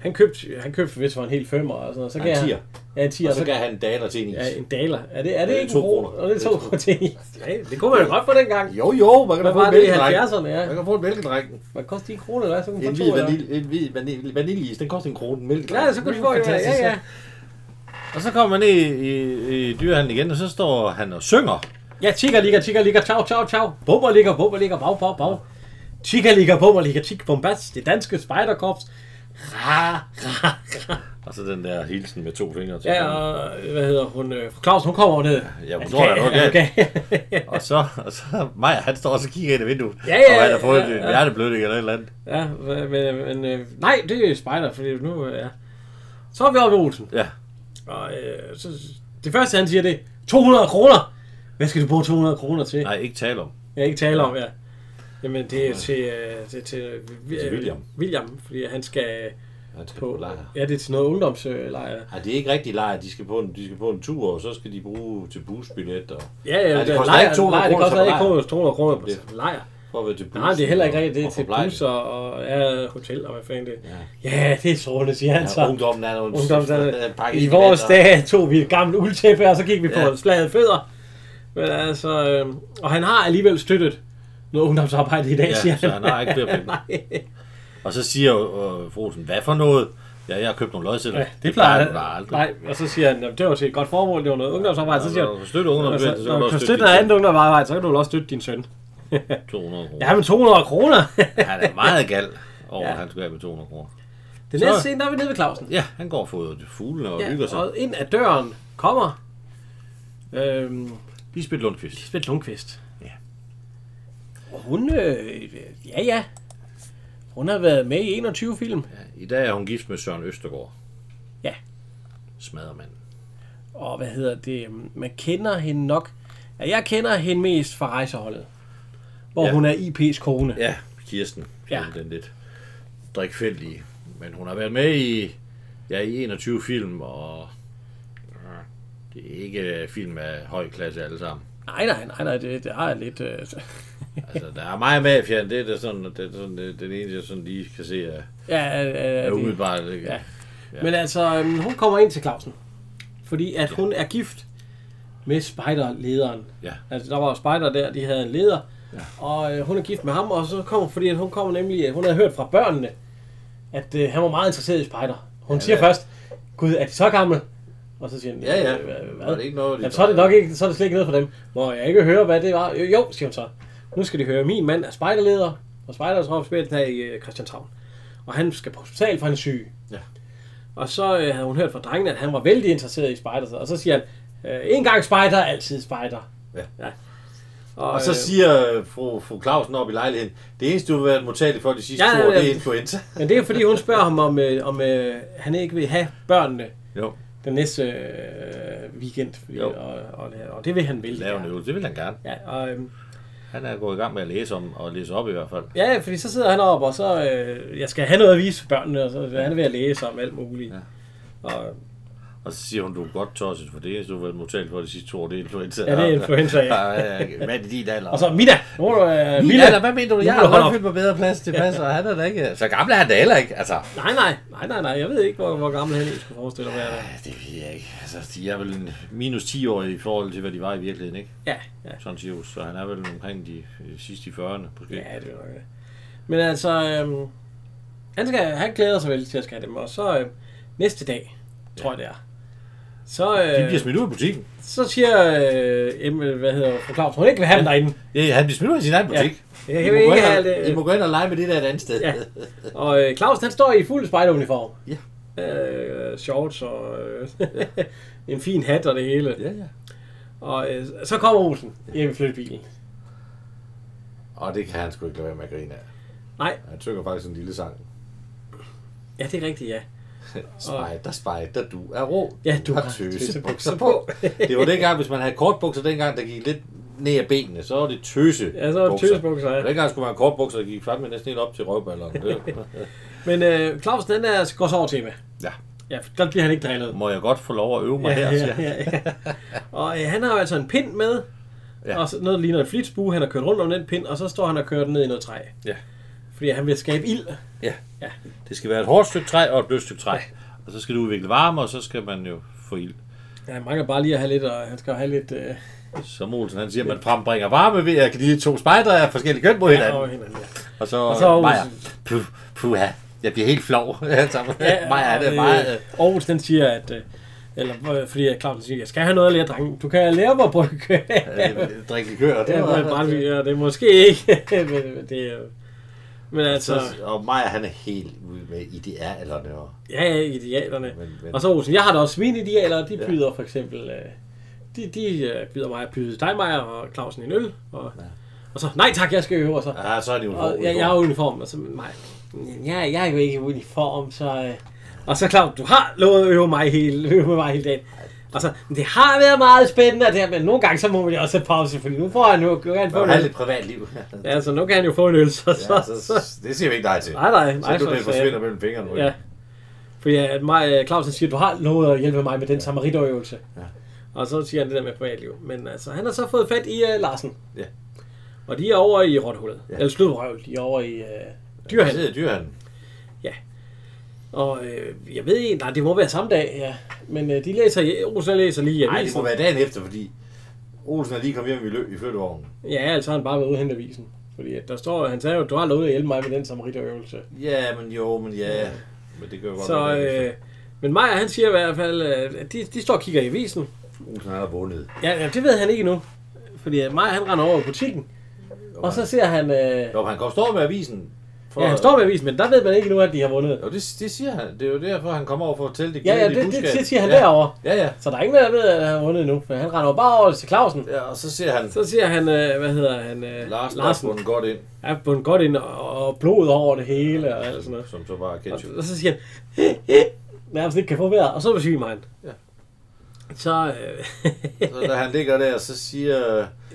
Speaker 1: han købte, han købte hvis det var en hel femmer og sådan noget. Så
Speaker 4: Ja,
Speaker 1: gav
Speaker 4: en
Speaker 1: han-
Speaker 4: tier.
Speaker 1: Ja, en tier.
Speaker 4: Og så gav han en daler til en is.
Speaker 1: ja, en daler. Er det, er det,
Speaker 4: det er
Speaker 1: ikke
Speaker 4: to
Speaker 1: en kroner?
Speaker 4: kroner.
Speaker 1: Og det er to kroner til en is. ja, det kunne man jo godt få dengang.
Speaker 4: Jo, jo, man kan da
Speaker 1: Hvad
Speaker 4: få
Speaker 1: var
Speaker 4: en
Speaker 1: det i
Speaker 4: mælkedreng.
Speaker 1: 70'erne? Ja.
Speaker 4: Man kan få en mælkedreng.
Speaker 1: Hvad koster de en krone, eller hvad? Så kunne
Speaker 4: En
Speaker 1: man få
Speaker 4: hvid
Speaker 1: to, eller hvad?
Speaker 4: vanilje, en hvid vanilje, vaniljeis, den koster en krone. En mælkedreng.
Speaker 1: Ja, så kunne de få en, ja, ja.
Speaker 2: Og så kommer man ned i, i, i dyrehandlen igen, og så står han og synger.
Speaker 1: Ja, tigger ligger, tigger ligger, ciao, ciao, ciao. Bummer ligger, bummer ligger, bag, bag, bag. Tigger ligger, bummer ligger, tig, bombas. Det danske spejderkorps Ra, ra, ra.
Speaker 4: Og så den der hilsen med to fingre til.
Speaker 1: Ja, og hvad hedder hun? øh, Fru Clausen, hun kommer over ned.
Speaker 4: Ja, hun tror, der er noget galt.
Speaker 2: Og så, og så Maja, han står også og kigger ind i vinduet.
Speaker 1: Ja, ja,
Speaker 2: og han har
Speaker 1: ja,
Speaker 2: fået
Speaker 1: ja,
Speaker 2: ja,
Speaker 1: ja.
Speaker 2: en hjerteblødning eller et eller andet.
Speaker 1: ja, hva- men, men øh, nej, det er spejder, fordi nu øh, ja. Så er vi oppe ved Olsen.
Speaker 2: Ja.
Speaker 1: Og øh, så, det første, han siger, det er 200 kroner. Hvad skal du bruge 200 kroner til?
Speaker 2: Nej, ikke tale om.
Speaker 1: Jeg ikke tale om, ja. Jamen, det er til, øh, det er til, øh, Vi-
Speaker 4: Til William.
Speaker 1: William, fordi han skal
Speaker 4: Han skal på
Speaker 1: på...
Speaker 4: lejr.
Speaker 1: Ja, det er til noget ungdomslejr.
Speaker 4: Ej, det er ikke rigtig lejr. De skal på en, de skal på en tur, og så skal de bruge til busbillet. Og,
Speaker 1: Ja, ja,
Speaker 4: det
Speaker 1: det, det
Speaker 4: koster
Speaker 1: lejr,
Speaker 4: ikke 200
Speaker 1: lejr, det
Speaker 4: kroner
Speaker 1: koster
Speaker 4: til lejr.
Speaker 1: ikke 200 kroner på
Speaker 4: Det-
Speaker 1: lejr.
Speaker 4: for at være til bus.
Speaker 1: Nej, det er heller ikke rigtigt. Det er
Speaker 4: og
Speaker 1: til
Speaker 4: forplejning.
Speaker 1: busser og ja, hotel og hvad fanden det er. Ja, det er sårende, siger han så.
Speaker 4: Ja, ungdommen er nogle
Speaker 1: Ungdom,
Speaker 4: øh,
Speaker 1: der,
Speaker 4: pakkes
Speaker 1: altså. I vores
Speaker 4: billetter.
Speaker 1: dage tog vi et gammelt uldtæppe, og så gik vi på ja.
Speaker 2: Ja.
Speaker 1: slaget fødder. Men altså, øh, og han har alligevel støttet noget ungdomsarbejde i dag, ja, siger
Speaker 2: Ja, så
Speaker 1: han.
Speaker 2: han har ikke flere penge. Og så siger øh, Frosen, hvad for noget? Ja, jeg har købt nogle løgceller.
Speaker 1: Ja, det plejer
Speaker 2: du
Speaker 1: han.
Speaker 2: da aldrig.
Speaker 1: Nej, og så siger han, "Jamen, det var til et godt formål, det var noget ungdomsarbejde. Så siger han,
Speaker 2: Når du støtter
Speaker 1: altså,
Speaker 2: ungdomsbevægelsen, så
Speaker 1: når
Speaker 2: kan du
Speaker 1: du kan støtte
Speaker 2: også støtte
Speaker 1: noget
Speaker 2: din
Speaker 1: andet ungdomsarbejde, så kan du vel også støtte din søn.
Speaker 2: søn. 200 kroner.
Speaker 1: Ja, men 200 kroner.
Speaker 2: Han er meget gal over,
Speaker 1: Ja.
Speaker 2: at han skal have med 200 kroner.
Speaker 1: Den
Speaker 2: Så-
Speaker 1: næste scene, der er vi nede ved Clausen.
Speaker 2: Ja, han går og fodrer fuglene og hygger
Speaker 1: Ja,
Speaker 2: sig.
Speaker 1: og ind ad døren kommer øhm,
Speaker 2: Lisbeth Lundqvist.
Speaker 1: Lisbeth Lundqvist.
Speaker 2: Ja.
Speaker 1: Og hun, øh, ja ja, hun har været med i 21 film.
Speaker 2: Ja, I dag er hun gift med Søren Østergaard.
Speaker 1: Ja.
Speaker 2: Smadermand.
Speaker 1: Og hvad hedder det, øhm, man kender hende nok. Ja, jeg kender hende mest fra rejseholdet. Hvor ja.
Speaker 2: Ja.
Speaker 1: hun er IP's kone.
Speaker 2: Ja, Kirsten.
Speaker 1: Ja.
Speaker 2: Ja. Den lidt drikfældige. Men hun har været med i, ja, i 21 film, og ja, det er ikke øh, film af høj klasse alle sammen.
Speaker 1: Nej, nej, nej, nej, det, det har jeg lidt... Øh,
Speaker 2: Altså, der er meget mafian, det er da sådan, det er sådan det, den eneste, jeg sådan lige kan se er,
Speaker 1: ja, øh,
Speaker 2: er
Speaker 1: øh, det,
Speaker 2: umiddelbart. Det,
Speaker 1: Ja.
Speaker 2: ja.
Speaker 1: Ja. Men altså, øhm, hun kommer ind til Clausen. Fordi at hun er gift med spejderlederen.
Speaker 2: Ja.
Speaker 1: Altså, der var jo spejder der, de havde en leder. Ja. Og øh, hun er gift med ham, og så kommer, fordi at hun kommer nemlig, at hun havde hørt fra børnene, at øh, han var meget interesseret i spejder. Hun ja, siger
Speaker 2: ja.
Speaker 1: først, gud, er de så gamle? Og så siger han,
Speaker 2: Ja, ja.
Speaker 1: "Øh, hvad-
Speaker 2: Var det ikke noget, de
Speaker 1: Jamen, så er det
Speaker 2: bare-
Speaker 1: nok ikke, så er det slet ikke noget for dem. Må jeg ikke høre, hvad det var? Jo, jo siger hun så. Nu skal de høre, min mand er spejderleder, og spejdertropspillet her i øh, Christianshavn. Og han skal på hospital, for han er syg.
Speaker 2: Ja.
Speaker 1: Og så øh, havde hun hørt fra drengen, at han var vældig interesseret i spejder. Og så siger han, øh, en gang spejder, altid spejder.
Speaker 2: Ja.
Speaker 1: ja. Og,
Speaker 4: Og så
Speaker 1: øh,
Speaker 4: siger øh, fru, fru Clausen op i lejligheden, det eneste, du har været modtagelig for de sidste
Speaker 1: Ja,
Speaker 4: ja, to
Speaker 1: ja,
Speaker 4: år,
Speaker 1: ja.
Speaker 4: det er influenza.
Speaker 1: men det er fordi, hun spørger ham, om, øh, om øh, han ikke vil have børnene
Speaker 2: Jo,
Speaker 1: den næste øh, weekend. Fordi,
Speaker 2: Jo.
Speaker 1: og, og, og, det vil han vældig
Speaker 2: lave en
Speaker 1: gerne.
Speaker 2: øvelse. Det vil han gerne.
Speaker 1: Ja, og, øhm,
Speaker 2: Han er gået i gang med at læse om, og læse op i hvert fald.
Speaker 1: Ja, ja, fordi så sidder han op, og så øh, jeg skal have noget at vise for børnene, og så er han ved at læse om alt muligt. Ja. Og,
Speaker 2: Og så siger hun, du er godt tosset, for det eneste, du har været modtagelig for de sidste to år, det er influenza.
Speaker 1: Ja, det er influenza, ja.
Speaker 2: ja. Hvad er det, din alder?
Speaker 1: og så Mida, nu er du øh,
Speaker 2: Min
Speaker 1: Mila.
Speaker 2: alder, hvad mener du? Jeg
Speaker 1: Nu må du
Speaker 2: har
Speaker 1: holde
Speaker 2: godt fyldt på bedre plads til passer, og han er da ikke... Så gammel er han da heller ikke, altså.
Speaker 1: Nej, nej, nej, nej, nej, jeg ved ikke, hvor, hvor gammel han egentlig skulle forestille mig. at være.
Speaker 2: Ja, det ved jeg ikke. Altså, de er vel en minus 10 år i forhold til, hvad de var i virkeligheden, ikke?
Speaker 1: Ja, ja,
Speaker 2: Sådan cirkus. Så han er vel omkring de øh, sidste i 40'erne, måske. Ja.
Speaker 1: ja, det er nok det. Men altså, øh, han, skal, han glæder sig vel til at skal have dem, og så øh, næste dag, tror jeg det er, så,
Speaker 2: De bliver
Speaker 1: øh,
Speaker 2: smidt ud af butikken.
Speaker 1: så siger, øh, Emil, hvad hedder fru Claus, hun ikke vil have dem derinde.
Speaker 2: Ja, han bliver smidt ud af sin egen
Speaker 1: Ja.
Speaker 2: butik.
Speaker 1: Jeg
Speaker 4: I
Speaker 1: vil
Speaker 4: må gå
Speaker 1: ikke
Speaker 4: ind og-
Speaker 1: have det.
Speaker 4: I må gå ind og lege med det der et andet sted.
Speaker 1: Ja. Og øh, Claus, han står i fuld spejderuniform.
Speaker 2: Ja.
Speaker 1: Øh, shorts og øh, en fin hat og det hele.
Speaker 2: Ja, ja.
Speaker 1: Og øh, så kommer Olsen hjem i flytbilen.
Speaker 4: Og det kan han sgu ikke lade være med at grine af.
Speaker 1: Nej.
Speaker 4: Han synger faktisk en lille sang.
Speaker 1: Ja, det er rigtigt, ja.
Speaker 4: Spejder, spejder, du er rå.
Speaker 1: Ja, du har
Speaker 4: har tøse bukser på. det var dengang, hvis man havde kortbukser dengang, der gik lidt ned af benene, så var det tøse
Speaker 1: Ja, så var det tøsebukser, ja.
Speaker 4: Og dengang skulle man have kortbukser, der gik fandme næsten helt op til røvballerne. Det-
Speaker 1: Men øh, Claus, den er går så over tema.
Speaker 2: Ja.
Speaker 1: Ja, for der bliver han ikke drillet.
Speaker 2: Må jeg godt få lov at øve mig her, siger han.
Speaker 1: ja. Og øh, han har jo altså en pind med. Ja.
Speaker 2: Ja.
Speaker 1: Og så noget, der ligner en flitsbue. Han har kørt rundt om den pind, og så står han og kører den ned i noget træ.
Speaker 2: Ja.
Speaker 1: Fordi han vil skabe ild.
Speaker 2: Det skal være et hårdt stykke træ og et blødt stykke træ. Og så skal du udvikle varme, og så skal man jo få ild.
Speaker 1: Ja, han mangler bare lige at have lidt, og han skal jo have lidt... Øh,
Speaker 2: Som Olsen han siger, at man frembringer varme ved at gnide to spejdere af forskellige køn mod
Speaker 1: over
Speaker 2: hinanden.
Speaker 1: hinanden, ja.
Speaker 2: Og så,
Speaker 1: og så
Speaker 2: og Maja, puh, puh, ja, jeg bliver helt flov. Sammen. Maja er det
Speaker 1: og,
Speaker 2: meget... øh,
Speaker 1: Øh, Aarhus, den siger, at... Øh, eller øh, fordi at Clausen siger, jeg skal have noget at lære, drenge. Du kan lære mig at brygge.
Speaker 2: øh, Drikke likør.
Speaker 1: det, er,
Speaker 2: var-
Speaker 1: bare, det er måske ikke. men, men det er, jo- Men altså,
Speaker 2: Så, og Maja, han er helt ude med idealerne. Og,
Speaker 1: ja, ja, idealerne.
Speaker 2: men, men,
Speaker 1: Og så Olsen, jeg har da også mine idealer, de byder for eksempel, øh, de, de øh, byder mig, byder dig, Maja og Clausen en øl, og, ja. og så, nej tak, jeg skal øve, og så, ja,
Speaker 2: ja, så er det jo
Speaker 1: og, jeg, jeg har uniform, og så, nej, jeg, jeg er jo ikke i uniform, så, øh, og så Claus, du har lovet at øve mig hele, øve med mig hele dagen. Og så, men det har været meget spændende, og det her, men nogle gange, så må vi også have pause, fordi nu får han jo, nu kan han få en
Speaker 2: har
Speaker 1: øl.
Speaker 2: lidt privatliv.
Speaker 1: Ja, så nu kan han jo få en øl, så,
Speaker 2: ja,
Speaker 1: så, så,
Speaker 2: så, det siger vi ikke nej til.
Speaker 1: nej, nej, nej,
Speaker 2: Så du det
Speaker 1: så,
Speaker 2: forsvinder mellem fingrene.
Speaker 1: Ja. Fordi at mig, øh, Clausen siger, du har lovet at hjælpe mig med den ja. samaritøjøvelse. Ja. Og så siger han det der med privatliv. Men altså, han har så fået fat i uh, Larsen.
Speaker 2: Ja.
Speaker 1: Og de er over i Rothullet. Ja. Eller Sludrøvel. De er over i uh,
Speaker 2: Dyrhan.
Speaker 1: Dyrhandel.
Speaker 2: Sidder dyrhan.
Speaker 1: Og øh, jeg ved ikke, nej, det må være samme dag, ja. Men øh, de læser, Rosa læser lige
Speaker 2: Nej, det
Speaker 1: avisen.
Speaker 2: må være dagen efter, fordi Olsen er lige kommet hjem i, lø- i flyttevognen.
Speaker 1: Ja, altså har han bare været ude og hente avisen. Fordi at der står, han sagde jo, du har lovet at hjælpe mig med den samaritøjøvelse.
Speaker 2: Ja, men jo, men ja. Men det gør jo godt.
Speaker 1: Så, øh, men Maja, han siger i hvert fald, øh, at de, de står og kigger i avisen.
Speaker 2: Olsen har vundet.
Speaker 1: Ja, ja, det ved han ikke endnu. Fordi øh, Maja, han render over i butikken. Og så ser han... Øh,
Speaker 2: Jo, han kan jo stå med avisen. For,
Speaker 1: ja, han står med avisen, men der ved man ikke endnu, at de har vundet.
Speaker 2: Jo, det, det siger han. Det er jo derfor, han kommer over for at fortælle det
Speaker 1: Ja, ja,
Speaker 2: glædelige
Speaker 1: det, det,
Speaker 2: budskab.
Speaker 1: det siger han
Speaker 2: ja.
Speaker 1: derovre.
Speaker 2: Ja, ja.
Speaker 1: Så der er ingen, der ved, at han har vundet endnu. For han render jo bare over til Clausen.
Speaker 2: Ja, og så ser han
Speaker 1: Så siger han, øh, hvad hedder han? Øh,
Speaker 2: Lars, Larsen.
Speaker 1: Larsen.
Speaker 2: Larsen godt ind,
Speaker 1: Ja, bundet godt ind og, og blod over det hele og alt sådan noget.
Speaker 2: som så bare er ketchup.
Speaker 1: Og, og så siger han, "Hæ, hæ," nærmest ikke kan få vejret, og så besvimer han.
Speaker 2: Ja.
Speaker 1: Så, øh,
Speaker 2: Så da han ligger der, så siger,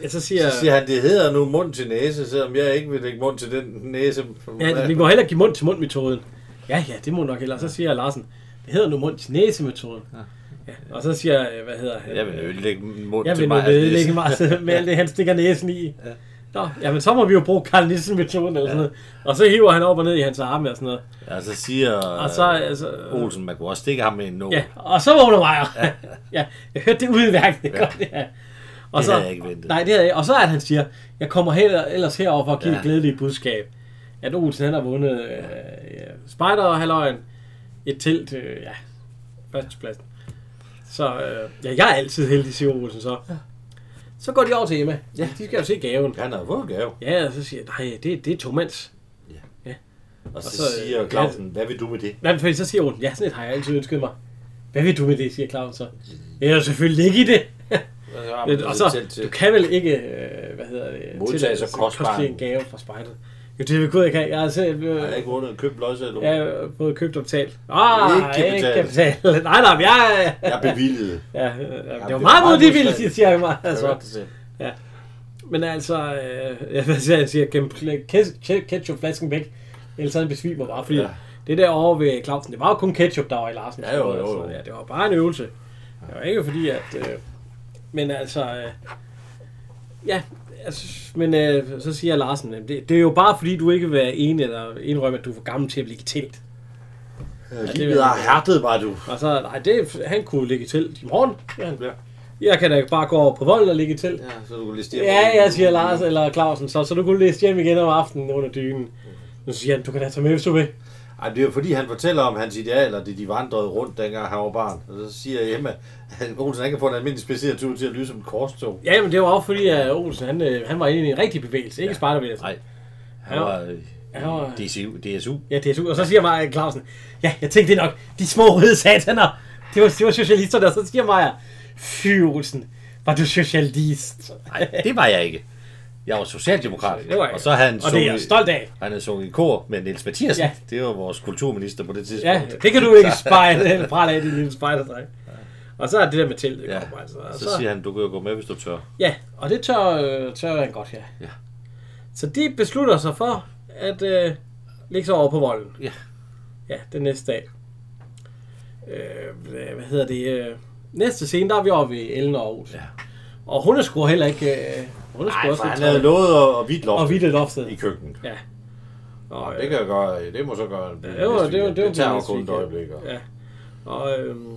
Speaker 1: ja, så
Speaker 2: så
Speaker 1: siger,
Speaker 2: siger han, det hedder nu mund til næse, selvom jeg ikke vil lægge mund til den næse.
Speaker 1: Ja, vi må heller give mund til mund metoden. Ja, ja, det må nok heller. Så siger Larsen, det hedder nu mund til næse metoden. Ja. Og så siger, øh, hvad hedder han?
Speaker 2: Jeg vil ødelægge mund
Speaker 1: jeg
Speaker 2: til
Speaker 1: vil nu
Speaker 2: mig. altså,
Speaker 1: vedlægge mig med alt det, han stikker næsen i. Ja. Nå, jamen så må vi jo bruge Carl Nielsen metoden eller sådan noget. Og så hiver han op og ned i hans arme og sådan noget.
Speaker 2: Ja, altså, så siger
Speaker 1: Og så, altså, øh,
Speaker 2: Olsen, man kunne også stikke ham med en nål.
Speaker 1: ja, og så vågner Meyer. Ja. ja, jeg hørte det udmærket ja. godt, ja. Og
Speaker 2: Det
Speaker 1: så,
Speaker 2: havde jeg ikke ventet.
Speaker 1: Nej, det havde jeg ikke. Og så er det, han siger, jeg kommer heller, ellers herover for at give ja.
Speaker 2: Ja.
Speaker 1: et glædeligt budskab. At Olsen han har vundet øh, ja, spider halvøjen et telt, øh, ja, førstepladsen. Så øh, ja, jeg er altid heldig, siger Olsen så. Så går de over til Emma. Ja. De skal jo se gaven.
Speaker 2: Han har fået gave.
Speaker 1: Ja, og så siger jeg, nej, det, det er Tomans.
Speaker 2: Og så,
Speaker 1: så, øh,
Speaker 2: siger
Speaker 1: ja.
Speaker 2: Clausen, hvad vil du med det?
Speaker 1: Nej, for så siger Olsen, ja, sådan et har jeg altid ønsket mig. Hvad vil du med det, siger Claus så. Jeg er jo selvfølgelig ikke i det. Men, Øh, og så, du kan vel ikke, øh, hvad hedder det,
Speaker 2: Modtage
Speaker 1: tillade
Speaker 2: så
Speaker 1: sig
Speaker 2: kostbar
Speaker 1: kostelig en
Speaker 2: en-
Speaker 1: gave fra spejdet. Jo, det vil Gud, jeg kan. Jeg har selv øh,
Speaker 2: Han har ikke vundet en købt løjse, eller
Speaker 1: jeg
Speaker 2: ja.
Speaker 1: har både købt og betalt. Ah,
Speaker 2: Ikke
Speaker 1: ikke, ikke
Speaker 2: betalt.
Speaker 1: betalt. nej, nej, men jeg...
Speaker 2: Jeg er bevillet.
Speaker 1: Ja, øh, det var
Speaker 2: var
Speaker 1: meget
Speaker 2: meget
Speaker 1: mod det vildt,
Speaker 2: modstand.
Speaker 1: siger jeg mig. Altså.
Speaker 2: Altså.
Speaker 1: Men altså, øh, jeg hvad siger, han siger, gem kes- ke- ketchupflasken væk. Ellers han besvimer bare, fordi ja.
Speaker 2: Ja.
Speaker 1: det der over ved Clausen, det var jo kun ketchup, der var i Larsen.
Speaker 2: Ja, jo, jo, jo.
Speaker 1: ja, det var bare en øvelse. Det var ikke fordi, at... Øh, men altså... Øh, ja, altså, men øh, så siger Larsen, "Jamen, det, det, er jo bare fordi, du ikke vil være enig eller indrømme, at du er for gammel til at ligge i telt.
Speaker 2: Livet har hærdet mig, du.
Speaker 1: Og så, nej, det, han kunne ligge i telt i morgen. Ja,
Speaker 2: Ja.
Speaker 1: jeg kan da bare gå over på volden og ligge i telt.
Speaker 2: Ja, så du kan lige stige.
Speaker 1: Ja, jeg siger Lars eller Clausen, så, så du kunne læse hjem igen om aftenen under dynen.
Speaker 5: Mm.
Speaker 1: Nu siger han, du kan da tage med, hvis du vil.
Speaker 2: Ej, det er jo fordi, han fortæller om hans idealer, det de vandrede rundt, dengang han var barn. Og så siger Emma, at Olsen han kan få en almindelig speciel tur til at lyde som et korstog.
Speaker 1: Ja, men det var også fordi, at Olsen han, øh, han var inde i en rigtig bevægelse, ikke ja. spejderbevægelse.
Speaker 5: Nej. Han
Speaker 1: Ja.
Speaker 5: var
Speaker 1: Han var-
Speaker 5: øh, DCU, DSU.
Speaker 1: Ja, DSU. Og så siger Maja Clausen, ja, jeg tænkte det nok, de små røde sataner. Det var, det var socialisterne, og så siger Maja, fy Olsen, var du socialist?
Speaker 5: Nej, det var jeg ikke. Jeg var socialdemokrat.
Speaker 1: Det var jeg.
Speaker 5: Og så havde han
Speaker 1: og det er jeg
Speaker 5: sunget-
Speaker 1: stolt af.
Speaker 5: Han havde sunget i kor med Niels Mathiasen.
Speaker 1: Ja.
Speaker 5: Ja. Det var vores kulturminister på det tidspunkt.
Speaker 1: Ja, det kan du ikke spejle eller prale af, din lille spejderdreng. Og så er det der med Tilde,
Speaker 5: Ja.
Speaker 1: ja. kommer altså. Og
Speaker 5: Så siger han, du kan jo gå med, hvis du tør.
Speaker 1: Ja, og det tør, øh, tør han godt, ja.
Speaker 5: Ja.
Speaker 1: Så de beslutter sig for at øh, ligge sig over på volden.
Speaker 5: Ja.
Speaker 1: Ja, den næste dag. Øh, hvad- hvad hedder det? Øh, næste scene, der er vi oppe ved Ellen og Olsen.
Speaker 5: Ja.
Speaker 1: Og hun er sgu heller ikke... Øh, hun er sgu
Speaker 2: Nej,
Speaker 1: også
Speaker 2: for han
Speaker 1: lidt
Speaker 2: havde
Speaker 1: træt.
Speaker 2: lovet at- at hvidt loft
Speaker 1: Og vidt loftet.
Speaker 2: i køkkenet.
Speaker 1: Ja.
Speaker 2: Og
Speaker 1: Og,
Speaker 2: det
Speaker 1: øh,
Speaker 2: kan jeg gøre, det må så gøre en
Speaker 1: det var, det var, det var
Speaker 2: tager jo
Speaker 1: næste
Speaker 2: kun
Speaker 1: weekend.
Speaker 2: et øjeblik. Og...
Speaker 1: Ja. Og øhm,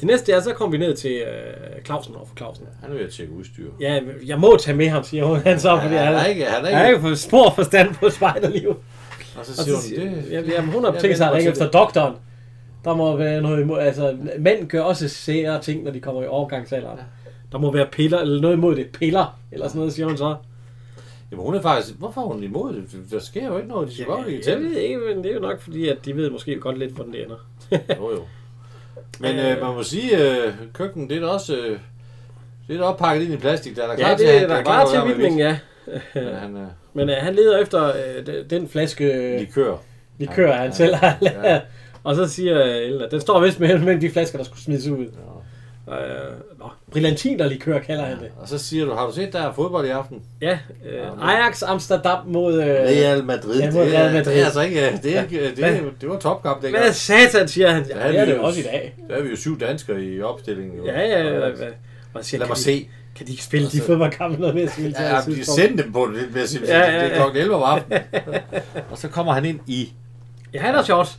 Speaker 1: det næste er, så kommer vi ned til øh, Clausen over for Clausen.
Speaker 2: Han er ved at tjekke udstyr.
Speaker 1: Ja, jeg må tage med ham, siger hun. Han så, fordi
Speaker 2: Ja,
Speaker 1: han,
Speaker 2: han er ikke, han er
Speaker 1: Jeg har
Speaker 2: ikke.
Speaker 1: ikke fået spor forstand på spejderliv.
Speaker 2: Og så
Speaker 1: Og
Speaker 2: siger
Speaker 1: så
Speaker 2: hun, det,
Speaker 1: siger, jamen, hun har tænkt sig
Speaker 2: venter
Speaker 1: at ringe
Speaker 2: mig til
Speaker 1: efter doktoren. Der må være noget imod, altså mænd gør også sære ting, når de kommer i overgangsalderen. Der må være piller, eller noget imod det. Piller, eller sådan noget, siger hun så.
Speaker 4: Jamen hun er faktisk... Hvorfor er hun imod det? Der sker jo ikke noget. De skal godt lide
Speaker 1: Jeg
Speaker 4: til.
Speaker 1: ved ikke, men det er jo nok fordi, at de ved måske godt lidt, hvordan det ender.
Speaker 4: Jo, jo. Men øh, man må sige, øh, køkkenet, det er da også... Øh, det er da også pakket ind i plastik. Der er da
Speaker 1: Ja,
Speaker 4: klar til,
Speaker 1: det er
Speaker 4: at-
Speaker 1: da
Speaker 4: kan
Speaker 1: klar
Speaker 4: godt
Speaker 1: til
Speaker 4: være med
Speaker 1: vildt, ja.
Speaker 4: vildt. Men Han øh,
Speaker 1: Men øh, han leder efter øh, de- den flaske øh,
Speaker 4: likør.
Speaker 1: likør, han
Speaker 4: ja,
Speaker 1: selv har
Speaker 4: ja.
Speaker 1: lavet. Og så siger øh, Ella, den står vist mellem mellem de flasker, der skulle smides ud. Øh, nå, brillantin og likør kalder han det.
Speaker 4: Og så siger du, har du set, der er fodbold i aften?
Speaker 1: Ja, øh, Ajax Amsterdam mod... Øh,
Speaker 4: Real Madrid.
Speaker 1: Ja,
Speaker 4: Det,
Speaker 1: mod Real
Speaker 4: er- det
Speaker 1: Madrid.
Speaker 4: er altså ikke... øh, Det, er ikke, øh, det, er- det var topkamp dengang.
Speaker 1: hvad satan, siger han. Ja,
Speaker 4: Ja,
Speaker 1: det er
Speaker 4: vi
Speaker 1: det
Speaker 4: er
Speaker 1: jo
Speaker 4: jo-
Speaker 1: også i dag.
Speaker 4: Der er vi jo syv danskere i opstillingen. Jo.
Speaker 1: Ja, ja, ja.
Speaker 4: Og-
Speaker 1: ja. Og siger,
Speaker 4: Lad
Speaker 1: kan
Speaker 4: mig
Speaker 1: de-
Speaker 4: se.
Speaker 1: Kan de ikke spille de fodboldkampe noget mere?
Speaker 4: Ja, ja, de sendte dem på det, vil jeg sige.
Speaker 1: Ja, ja,
Speaker 4: Det er
Speaker 1: ja.
Speaker 4: klokken 11 om aftenen. og så kommer han ind i...
Speaker 1: Ja, han har shorts.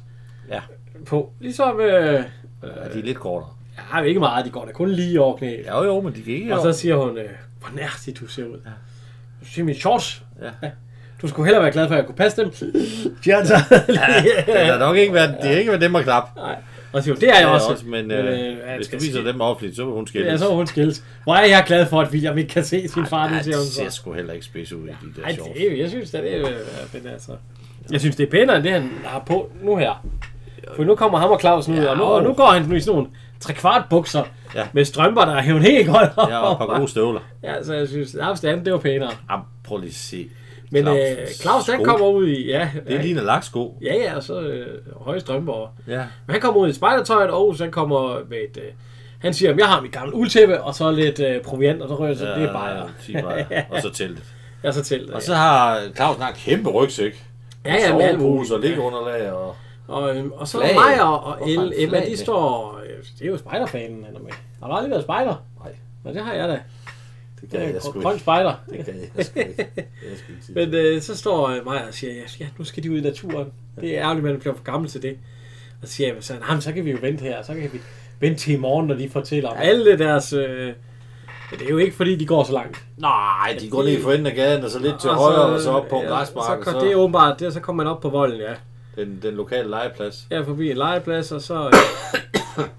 Speaker 2: Ja.
Speaker 1: På. Ligesom... Øh,
Speaker 2: Ja, de er lidt kortere.
Speaker 1: ja, ikke meget. De går da kun lige over knæet.
Speaker 2: Ja, jo, men de kan ikke...
Speaker 1: Og så siger hun, øh, hvor nærtigt du ser ud. Ja. Du siger min shorts.
Speaker 2: Ja.
Speaker 1: Du skulle hellere være glad for, at jeg kunne passe dem. Fjern så.
Speaker 2: Det har nok ikke været, det har ikke været dem at klappe.
Speaker 1: Nej. Og så siger hun, det er jeg
Speaker 2: Ja,
Speaker 1: også.
Speaker 2: også, men øh,
Speaker 1: han
Speaker 2: hvis du
Speaker 1: skal
Speaker 2: viser
Speaker 1: skille-
Speaker 2: dem offentligt, så vil hun skille.
Speaker 1: Ja, så er hun skilt. Hvor er jeg glad for, at William ikke kan se sin far, nu
Speaker 2: Ja,
Speaker 1: siger
Speaker 2: det
Speaker 1: hun
Speaker 2: ser
Speaker 1: så.
Speaker 2: sgu heller ikke spids ud i de der
Speaker 1: Ej,
Speaker 2: shorts.
Speaker 1: det er, jo- jeg synes, da, det er, øh, men altså. Jeg synes, det er pænere, end det, han har på nu her. For nu kommer ham og Clausen ud, og nu, og nu går han nu i sådan nogle trekvart bukser
Speaker 2: Ja.
Speaker 1: med strømper, der er hævet helt godt op.
Speaker 2: Jeg har et par gode støvler.
Speaker 1: Ja, så jeg synes, nærmest det andet, det var pænere.
Speaker 2: Ah, prøv lige at se.
Speaker 1: Men øh,
Speaker 2: Clausens
Speaker 1: Claus, han
Speaker 2: sko.
Speaker 1: kommer ud i, ja,
Speaker 2: Det
Speaker 1: ja,
Speaker 2: ligner laksko.
Speaker 1: ja, ja, og så øh, høje strømper. og-
Speaker 2: Ja.
Speaker 1: Men han kommer ud i spejdertøjet, og så han kommer med et, øh, han siger, jeg har mit gamle uldtæppe, og så lidt øh, proviant, og så rører jeg så, det er bare,
Speaker 2: bare. Og så teltet.
Speaker 1: jeg så til.
Speaker 4: Og så har Clausen har en kæmpe rygsæk.
Speaker 1: ja, ja, med alt muligt.
Speaker 4: Sovepose og liggeunderlag. Og...
Speaker 1: Og, øhm, og så
Speaker 4: Flag.
Speaker 1: Meyer og
Speaker 4: Hvorfor en
Speaker 1: El Emma,
Speaker 4: flag
Speaker 1: de
Speaker 4: med?
Speaker 1: står... øh, Det er jo spejderfanen, han er med. Har du aldrig været spejder?
Speaker 4: Nej.
Speaker 1: Nå, det har jeg da.
Speaker 4: Det
Speaker 1: Jeg
Speaker 4: kan
Speaker 1: er
Speaker 4: jeg sgu
Speaker 1: grøn
Speaker 4: ikke.
Speaker 1: grøn spejder.
Speaker 4: Det kan jeg sgu ikke. Jeg skal ikke sige
Speaker 1: Men
Speaker 4: det.
Speaker 1: øh, så står øh, Meyer og siger, ja, ja, nu skal de ud i naturen. Det er ærgerligt, man bliver for gammel til det. Og så siger jeg, så, jamen, så kan vi jo vente her. Så kan vi vente til i morgen, når de fortæller om alle deres... Øh, men det er jo ikke, fordi de går så langt.
Speaker 4: Nej, de går lige for enden af gaden, og så lidt til
Speaker 1: Og
Speaker 4: højre, og så op på en
Speaker 1: ja,
Speaker 4: græsmark.
Speaker 1: Så,
Speaker 4: og
Speaker 1: så det er åbenbart, det, så kommer man op på volden, ja.
Speaker 4: den, den lokale legeplads.
Speaker 1: Jeg er forbi en legeplads, og så, øh,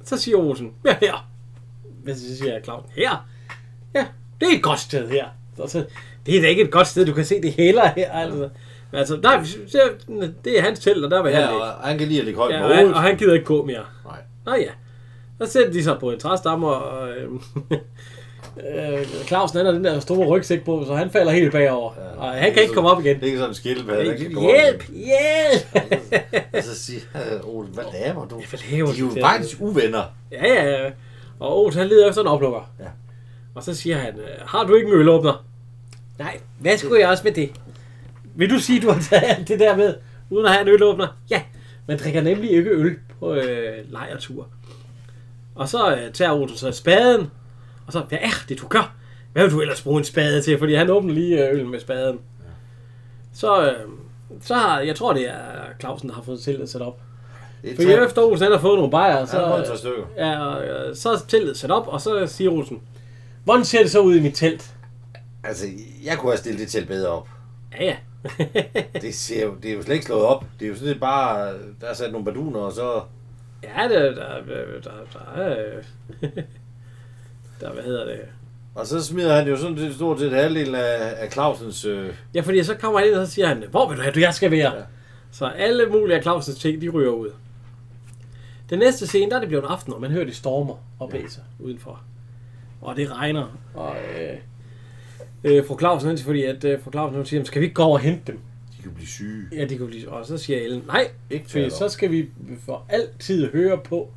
Speaker 1: så siger Olsen, ja, her. Men så siger jeg, Claus, her? Ja, det er et godt sted her. Og så, det er da ikke et godt sted, du kan se det heller her. Altså, Men altså nej, hvis vi ser- det er hans telt, og der vil han
Speaker 4: Ja,
Speaker 1: ligge.
Speaker 4: og han kan lige at ligge højt
Speaker 1: Ja,
Speaker 4: på
Speaker 1: og, han,
Speaker 4: hovedet.
Speaker 1: og han gider ikke gå mere.
Speaker 4: Nej.
Speaker 1: Nå ja. Så sætter de sig på en træstammer, og øhm, øh, Clausen han har den der store rygsæk på, så han falder helt bagover. og han kan ikke komme op igen.
Speaker 4: Det er ikke sådan en skildpadde. der kan gå op
Speaker 1: Hjælp! Hjælp!
Speaker 4: igen. Og så siger han, Ole, hvad laver du?
Speaker 1: Hvad laver
Speaker 4: De er
Speaker 1: du
Speaker 4: jo
Speaker 1: der?
Speaker 4: faktisk uvenner.
Speaker 1: Ja, ja, ja. Og Ols, han leder efter en oplukker.
Speaker 4: Ja.
Speaker 1: Og så siger han, øh, har du ikke en ølåbner? Nej, hvad skulle jeg også med det? Vil du sige, du har taget alt det der med, uden at have en ølåbner? Ja, man drikker nemlig ikke øl på øh, lejertur. Og så øh, tager Olsen så spaden, og så, hvad er det, du gør? Hvad vil du ellers bruge en spade til? Fordi han åbner lige øh, øl med spaden. Så, øh, så har, jeg tror, det er Clausen, der har fået teltet sat op.
Speaker 4: Det er
Speaker 1: For jeg
Speaker 4: tre-
Speaker 1: efter Olsen, han har fået nogle bajer,
Speaker 4: Han
Speaker 1: så... øh,
Speaker 4: har fået tre stykker.
Speaker 1: Ja, og, øh, så er teltet sat op, og så siger Olsen, hvordan ser det så ud i mit telt?
Speaker 4: Altså, jeg kunne have stillet det telt bedre op.
Speaker 1: Ja, ja.
Speaker 4: Det, ser jo, det er jo slet ikke slået op. Det er jo sådan lidt bare, der er sat nogle baduner, og så...
Speaker 1: ja, der, der, der, der, der, øh, der, hvad hedder det?
Speaker 4: Og så smider han jo sådan set stort set halvdelen af, af Clausens... Øh,
Speaker 1: Ja, fordi så kommer han ind, og så siger han, hvor vil du have, du jeg skal være? Ja. Så alle mulige af Clausens ting, de ryger ud. Den næste scene, der er det blevet aften, og man hører, det stormer og blæser ja. udenfor. Og det regner. Og øh, øh, fru Clausen, han siger, fordi at øh, fru Clausen hun siger, "Jamen, skal vi ikke gå over og hente dem?
Speaker 4: de kan blive syge.
Speaker 1: Ja, det kunne blive... Og så siger Ellen, nej,
Speaker 4: Ikke
Speaker 1: Fordi
Speaker 4: så...
Speaker 1: så skal vi for altid høre på,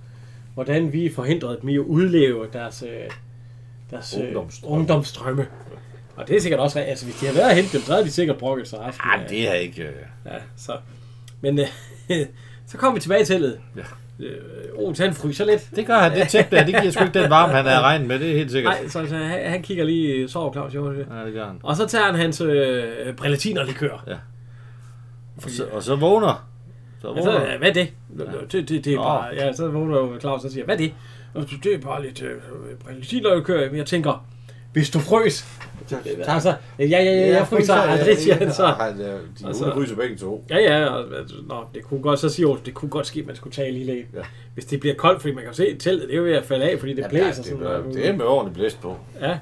Speaker 1: hvordan vi er forhindret dem i at udleve deres, øh, deres øh,
Speaker 4: Ungdomsdrømme.
Speaker 1: ungdomsdrømme. Og det er sikkert også, altså hvis de har været og hentet dem, så har de sikkert brokket sig aften.
Speaker 2: Ah, det har ikke... øh,
Speaker 1: ja, så. Men øh, så kommer vi tilbage til det.
Speaker 2: Ja.
Speaker 1: Øh, oh, han fryser lidt.
Speaker 2: Det gør han. Det tæt der, det giver sgu ikke den varme, han havde regnet med. Det er helt sikkert.
Speaker 1: Nej, så, så han, han kigger lige sover Claus. Jo.
Speaker 2: Ja, det gør han.
Speaker 1: Og så tager han hans øh, brilletin og likør.
Speaker 2: Og så, og så vågner. Så
Speaker 1: Ja, så,
Speaker 2: vågner.
Speaker 1: øh, hvad er det? Det, det, det er
Speaker 2: Nå.
Speaker 1: bare... Ja, så vågner jo Claus og siger, hvad er det? Og så, Det er bare lidt øh, brilletin og likør. Men jeg tænker, hvis du frøs,
Speaker 4: Tak.
Speaker 1: Tak så. Ja, ja, ja, jeg fryser aldrig, siger han så.
Speaker 4: Han, øh, de
Speaker 1: Og
Speaker 4: altså...
Speaker 1: så-
Speaker 4: fryser begge to.
Speaker 1: Ja, ja, og, altså, nå, det kunne godt, så siger Olsen, det kunne godt ske, at man skulle tage lige lidt. Ja.
Speaker 4: Ja.
Speaker 1: Hvis det bliver koldt, fordi man kan jo se, teltet, det er jo ved at falde af, fordi det
Speaker 4: Jamen,
Speaker 1: blæser
Speaker 4: altså,
Speaker 1: sådan
Speaker 4: det, er,
Speaker 1: noget.
Speaker 4: det er med ordentligt blæst på.
Speaker 1: Ja.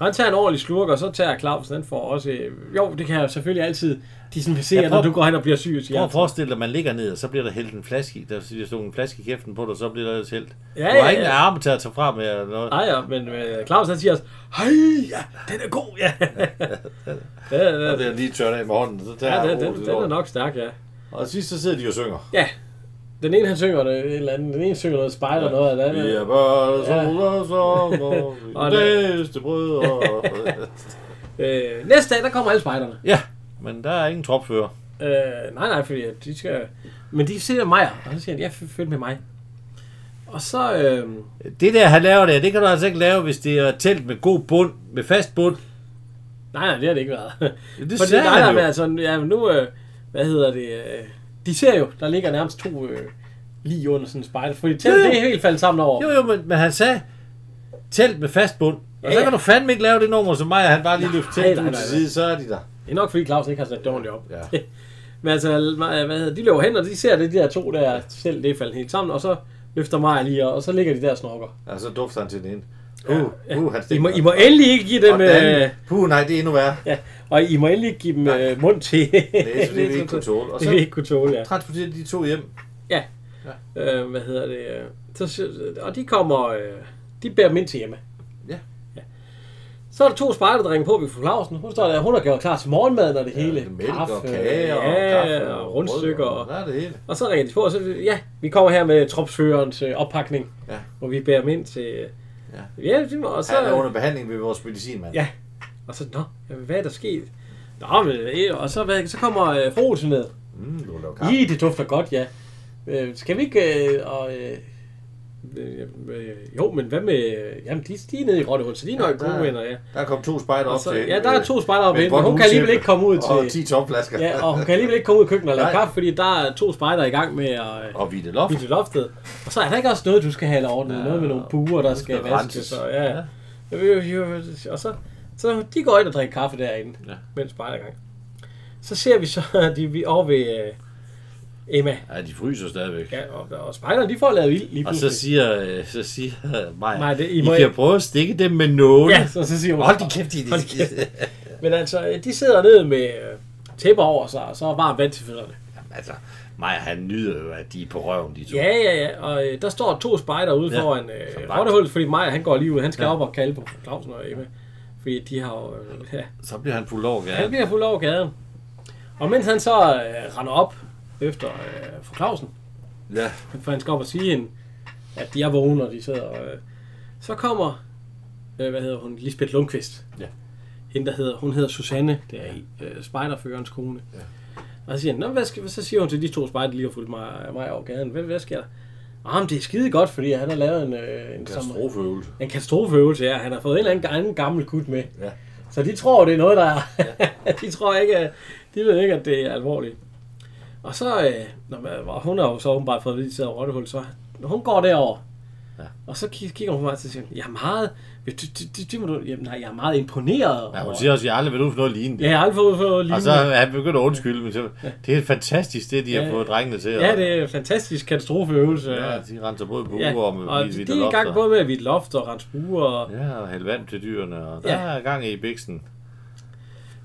Speaker 1: Han tager en ordentlig slurk, og så tager Clausen, den får også... øh, Jo, det kan jeg selvfølgelig altid disinficere,
Speaker 2: Ja,
Speaker 1: ja,
Speaker 2: prøv-
Speaker 1: når du går hen og bliver syg. siger
Speaker 2: Prøv
Speaker 1: han.
Speaker 2: at forestille dig, at man ligger ned, og så bliver der hældt en flaske i. Der bliver stået en flaske i kæften på dig, og så bliver der ellers hældt.
Speaker 1: Ja,
Speaker 2: du har
Speaker 1: ja,
Speaker 2: ingen
Speaker 1: ja.
Speaker 2: arme til at tage fra med. Eller noget.
Speaker 1: Nej, ja, men øh, Claus han siger også, hej, ja, den er god, ja. ja, ja,
Speaker 4: Og
Speaker 1: ja,
Speaker 4: det er lige tørt af med hånden. Så tager
Speaker 1: ja
Speaker 4: jeg
Speaker 1: den, den,
Speaker 4: roligt
Speaker 1: den er
Speaker 4: over.
Speaker 1: nok stærk, ja.
Speaker 4: Og sidst så sidder de og synger.
Speaker 1: Ja, den ene han synger noget, et eller andet, den ene synger noget spejl og noget af det
Speaker 4: Vi
Speaker 1: andet.
Speaker 4: er bare
Speaker 1: Ja.
Speaker 4: så og
Speaker 1: Og
Speaker 4: så
Speaker 1: det-
Speaker 4: bedste brødre.
Speaker 1: Øh, næste dag, der kommer alle spejderne.
Speaker 2: Ja, men der er ingen tropfører.
Speaker 1: Øh, nej, nej, fordi at de skal... Men de ser mig, og så siger han, jeg ja, følg med mig. Og så... Øh,
Speaker 2: Det der, han laver der, det kan du altså ikke lave, hvis det er et telt med god bund, med fast bund.
Speaker 1: nej, nej, det har det ikke været.
Speaker 2: Det
Speaker 1: Fordi, nej,
Speaker 2: sagde
Speaker 1: nej,
Speaker 2: han
Speaker 1: men
Speaker 2: jo.
Speaker 1: altså, ja, men nu, øh, hvad hedder det, øh, de ser jo, der ligger nærmest to øh, lige under sådan en spejder, fordi teltet,
Speaker 2: Jo, jo.
Speaker 1: det er helt faldet sammen over.
Speaker 2: Jo, jo, men, men han sagde, telt med fast bund. Og så
Speaker 1: Ja.
Speaker 2: kan du fandme ikke lave det nummer som mig, at han bare lige løfter
Speaker 1: Nej,
Speaker 2: teltet
Speaker 1: nej,
Speaker 2: ud
Speaker 1: nej,
Speaker 2: til
Speaker 1: nej.
Speaker 2: side, så er de der.
Speaker 1: Det er nok fordi Claus ikke har sat dårligt op.
Speaker 4: Ja.
Speaker 1: Men altså, hvad hedder, de løber hen, og de ser det, de der to der, selv det er faldet helt sammen, og så løfter Maja lige, og og så ligger de der og snorker.
Speaker 4: Og så dufter han til den ene. Uh, uh, han
Speaker 1: I
Speaker 4: stikker.
Speaker 1: må, I må endelig ikke give dem,
Speaker 4: Og den-
Speaker 1: øh,
Speaker 4: Puh, nej, det er endnu værre.
Speaker 1: ja, og I må endelig ikke give dem øh, mund til. det
Speaker 4: Det er så det, vi ikke kunne tåle. Og
Speaker 1: Det vi
Speaker 4: så
Speaker 1: ikke kunne tåle, ja.
Speaker 4: transporterer de to hjem.
Speaker 1: ja. Øh, hvad hedder det? øh, Så, sy- og de kommer, øh, de bærer dem ind til hjemme.
Speaker 4: Ja.
Speaker 1: Så er der to spejderdrenge på ved fru Clausen. Hun står der, hun har gjort klar til morgenmaden og det hele.
Speaker 4: Ja, Mælk
Speaker 1: Kaffe,
Speaker 4: og kage og
Speaker 1: ja,
Speaker 4: kaffe
Speaker 1: og rundstykker.
Speaker 4: brød,
Speaker 1: Og,
Speaker 4: Der er det hele.
Speaker 1: Og så ringer de på, og så ja, vi kommer her med tropsførerens øh, oppakning,
Speaker 4: Ja.
Speaker 1: hvor vi bærer dem ind til... Øh, ja. ja, det var- og så...
Speaker 4: Han er under behandling ved vores medicinmand.
Speaker 1: ja, og så, nå, jamen, hvad er der sket? Nå, men, øh, og så, hvad, så kommer øh, frosen ned.
Speaker 4: Mm, du laver
Speaker 1: Ja.
Speaker 4: kaffe.
Speaker 1: I, det dufter godt, ja. Øh, skal vi ikke... Øh, og, øh, øh, øh, jo, men hvad med... øh, Jamen, de, de er nede i Rottehul, så de er nok
Speaker 4: Ja, der-
Speaker 1: gode venner, ja.
Speaker 4: Der kom to spejder
Speaker 1: Og
Speaker 4: op
Speaker 1: så,
Speaker 4: til hende,
Speaker 1: ja, der er
Speaker 4: øh,
Speaker 1: to spejder oppe
Speaker 4: med et
Speaker 1: hende, men
Speaker 4: vådt
Speaker 1: hun kan alligevel
Speaker 4: hudtæppe
Speaker 1: ikke komme ud
Speaker 4: Og
Speaker 1: til...
Speaker 4: 10 topflasker.
Speaker 1: Ja, og hun kan alligevel ikke komme ud i køkkenet og lave
Speaker 4: Nej.
Speaker 1: kaffe, fordi der er to spejder i gang med at... Øh,
Speaker 4: Og Vitte Loft.
Speaker 1: i det loftet. Og så er der ikke også noget, du skal have ordnet. Ja, noget med nogle buer, der skal,
Speaker 2: skal
Speaker 1: vaskes.
Speaker 2: renses.
Speaker 1: Og, ja. ja. Jo, jo, jo. og så, så de går ind og drikker kaffe derinde, ja.
Speaker 2: Ja.
Speaker 1: mens spejdergang. Så ser vi så, at de vi er over ved øh, Emma.
Speaker 2: Ja, de fryser stadigvæk.
Speaker 1: Ja, og, og spejderne, de får lavet ild lige
Speaker 2: Og så
Speaker 1: pludselig.
Speaker 2: siger, øh, så siger Maja,
Speaker 1: Nej, det- I
Speaker 2: I,
Speaker 1: må
Speaker 2: kan
Speaker 1: ikke-
Speaker 2: prøve at stikke dem med nåle.
Speaker 1: Ja, så, så siger hun.
Speaker 2: Hold din kæft, I
Speaker 1: Hold
Speaker 2: det
Speaker 1: din Men altså, øh, de sidder nede med øh, tæpper over sig, og så er varmt vand til fødderne.
Speaker 2: Altså, Maja, han nyder jo, at de er på røven, de to.
Speaker 1: Ja, ja, ja. Og øh, der står to spejder ude ja,
Speaker 2: Ja,
Speaker 1: foran øh,
Speaker 2: vagt.
Speaker 1: rottehullet, fordi Maja, han går lige ud. Han skal ja. op og kalde på Clausen og Emma. Fordi de har jo... Øh, ja,
Speaker 2: Så bliver han fuld over, ja.
Speaker 1: Han bliver fuld over gaden. Og mens han så øh, render op efter øh, fru Clausen,
Speaker 2: ja.
Speaker 1: for han skal op og sige hende, at de er vågne, og de sidder og... Øh, så kommer, øh, hvad hedder hun, Lisbeth Lundqvist.
Speaker 2: Ja.
Speaker 1: Hende, der hedder, hun hedder Susanne, det er øh, spejderførerens kone. Ja. Og så siger, han, Nå, hvad skal, så siger hun til de to spejder, der lige har fulgt mig, mig over gaden, hvad, hvad sker der? Ah, men det er skide godt, fordi han har lavet en, øh, en, som,
Speaker 4: Katastrofeøvelse.
Speaker 1: en katastrofeøvelse, ja. Han har fået en eller anden, anden gammel gut med.
Speaker 4: Ja.
Speaker 1: Så de tror, det er noget, der er... de tror ikke, at- de ved ikke, at det er alvorligt. Og så, øh, når man, og hun har jo så åbenbart fået at vide, at de sidder i Rottehul, så når hun går derover. Ja.
Speaker 2: Ja.
Speaker 1: Og så kig- kigger hun på mig og siger, hun, jeg er meget, det, det, det, det må du, jamen, nej, jeg er meget imponeret.
Speaker 2: ja
Speaker 1: over-
Speaker 2: hun siger også, at jeg har aldrig været ude for noget lignende.
Speaker 1: ja, jeg har aldrig fået fået
Speaker 2: Og
Speaker 1: lignende.
Speaker 2: så er han begyndt at undskylde, men så, det er fantastisk, det de har
Speaker 1: Ja.
Speaker 2: fået drengene til.
Speaker 1: Ja, det er en fantastisk katastrofeøvelse.
Speaker 2: Ja, de renser både buer
Speaker 1: ja.
Speaker 2: og med
Speaker 1: og
Speaker 2: vis-
Speaker 1: de
Speaker 2: vidt
Speaker 1: er i
Speaker 2: lofter.
Speaker 1: gang både med at hvidt loft og rense buer. Og,
Speaker 2: Ja, og hælde vand til dyrene, og der
Speaker 1: Ja.
Speaker 2: er gang i biksen.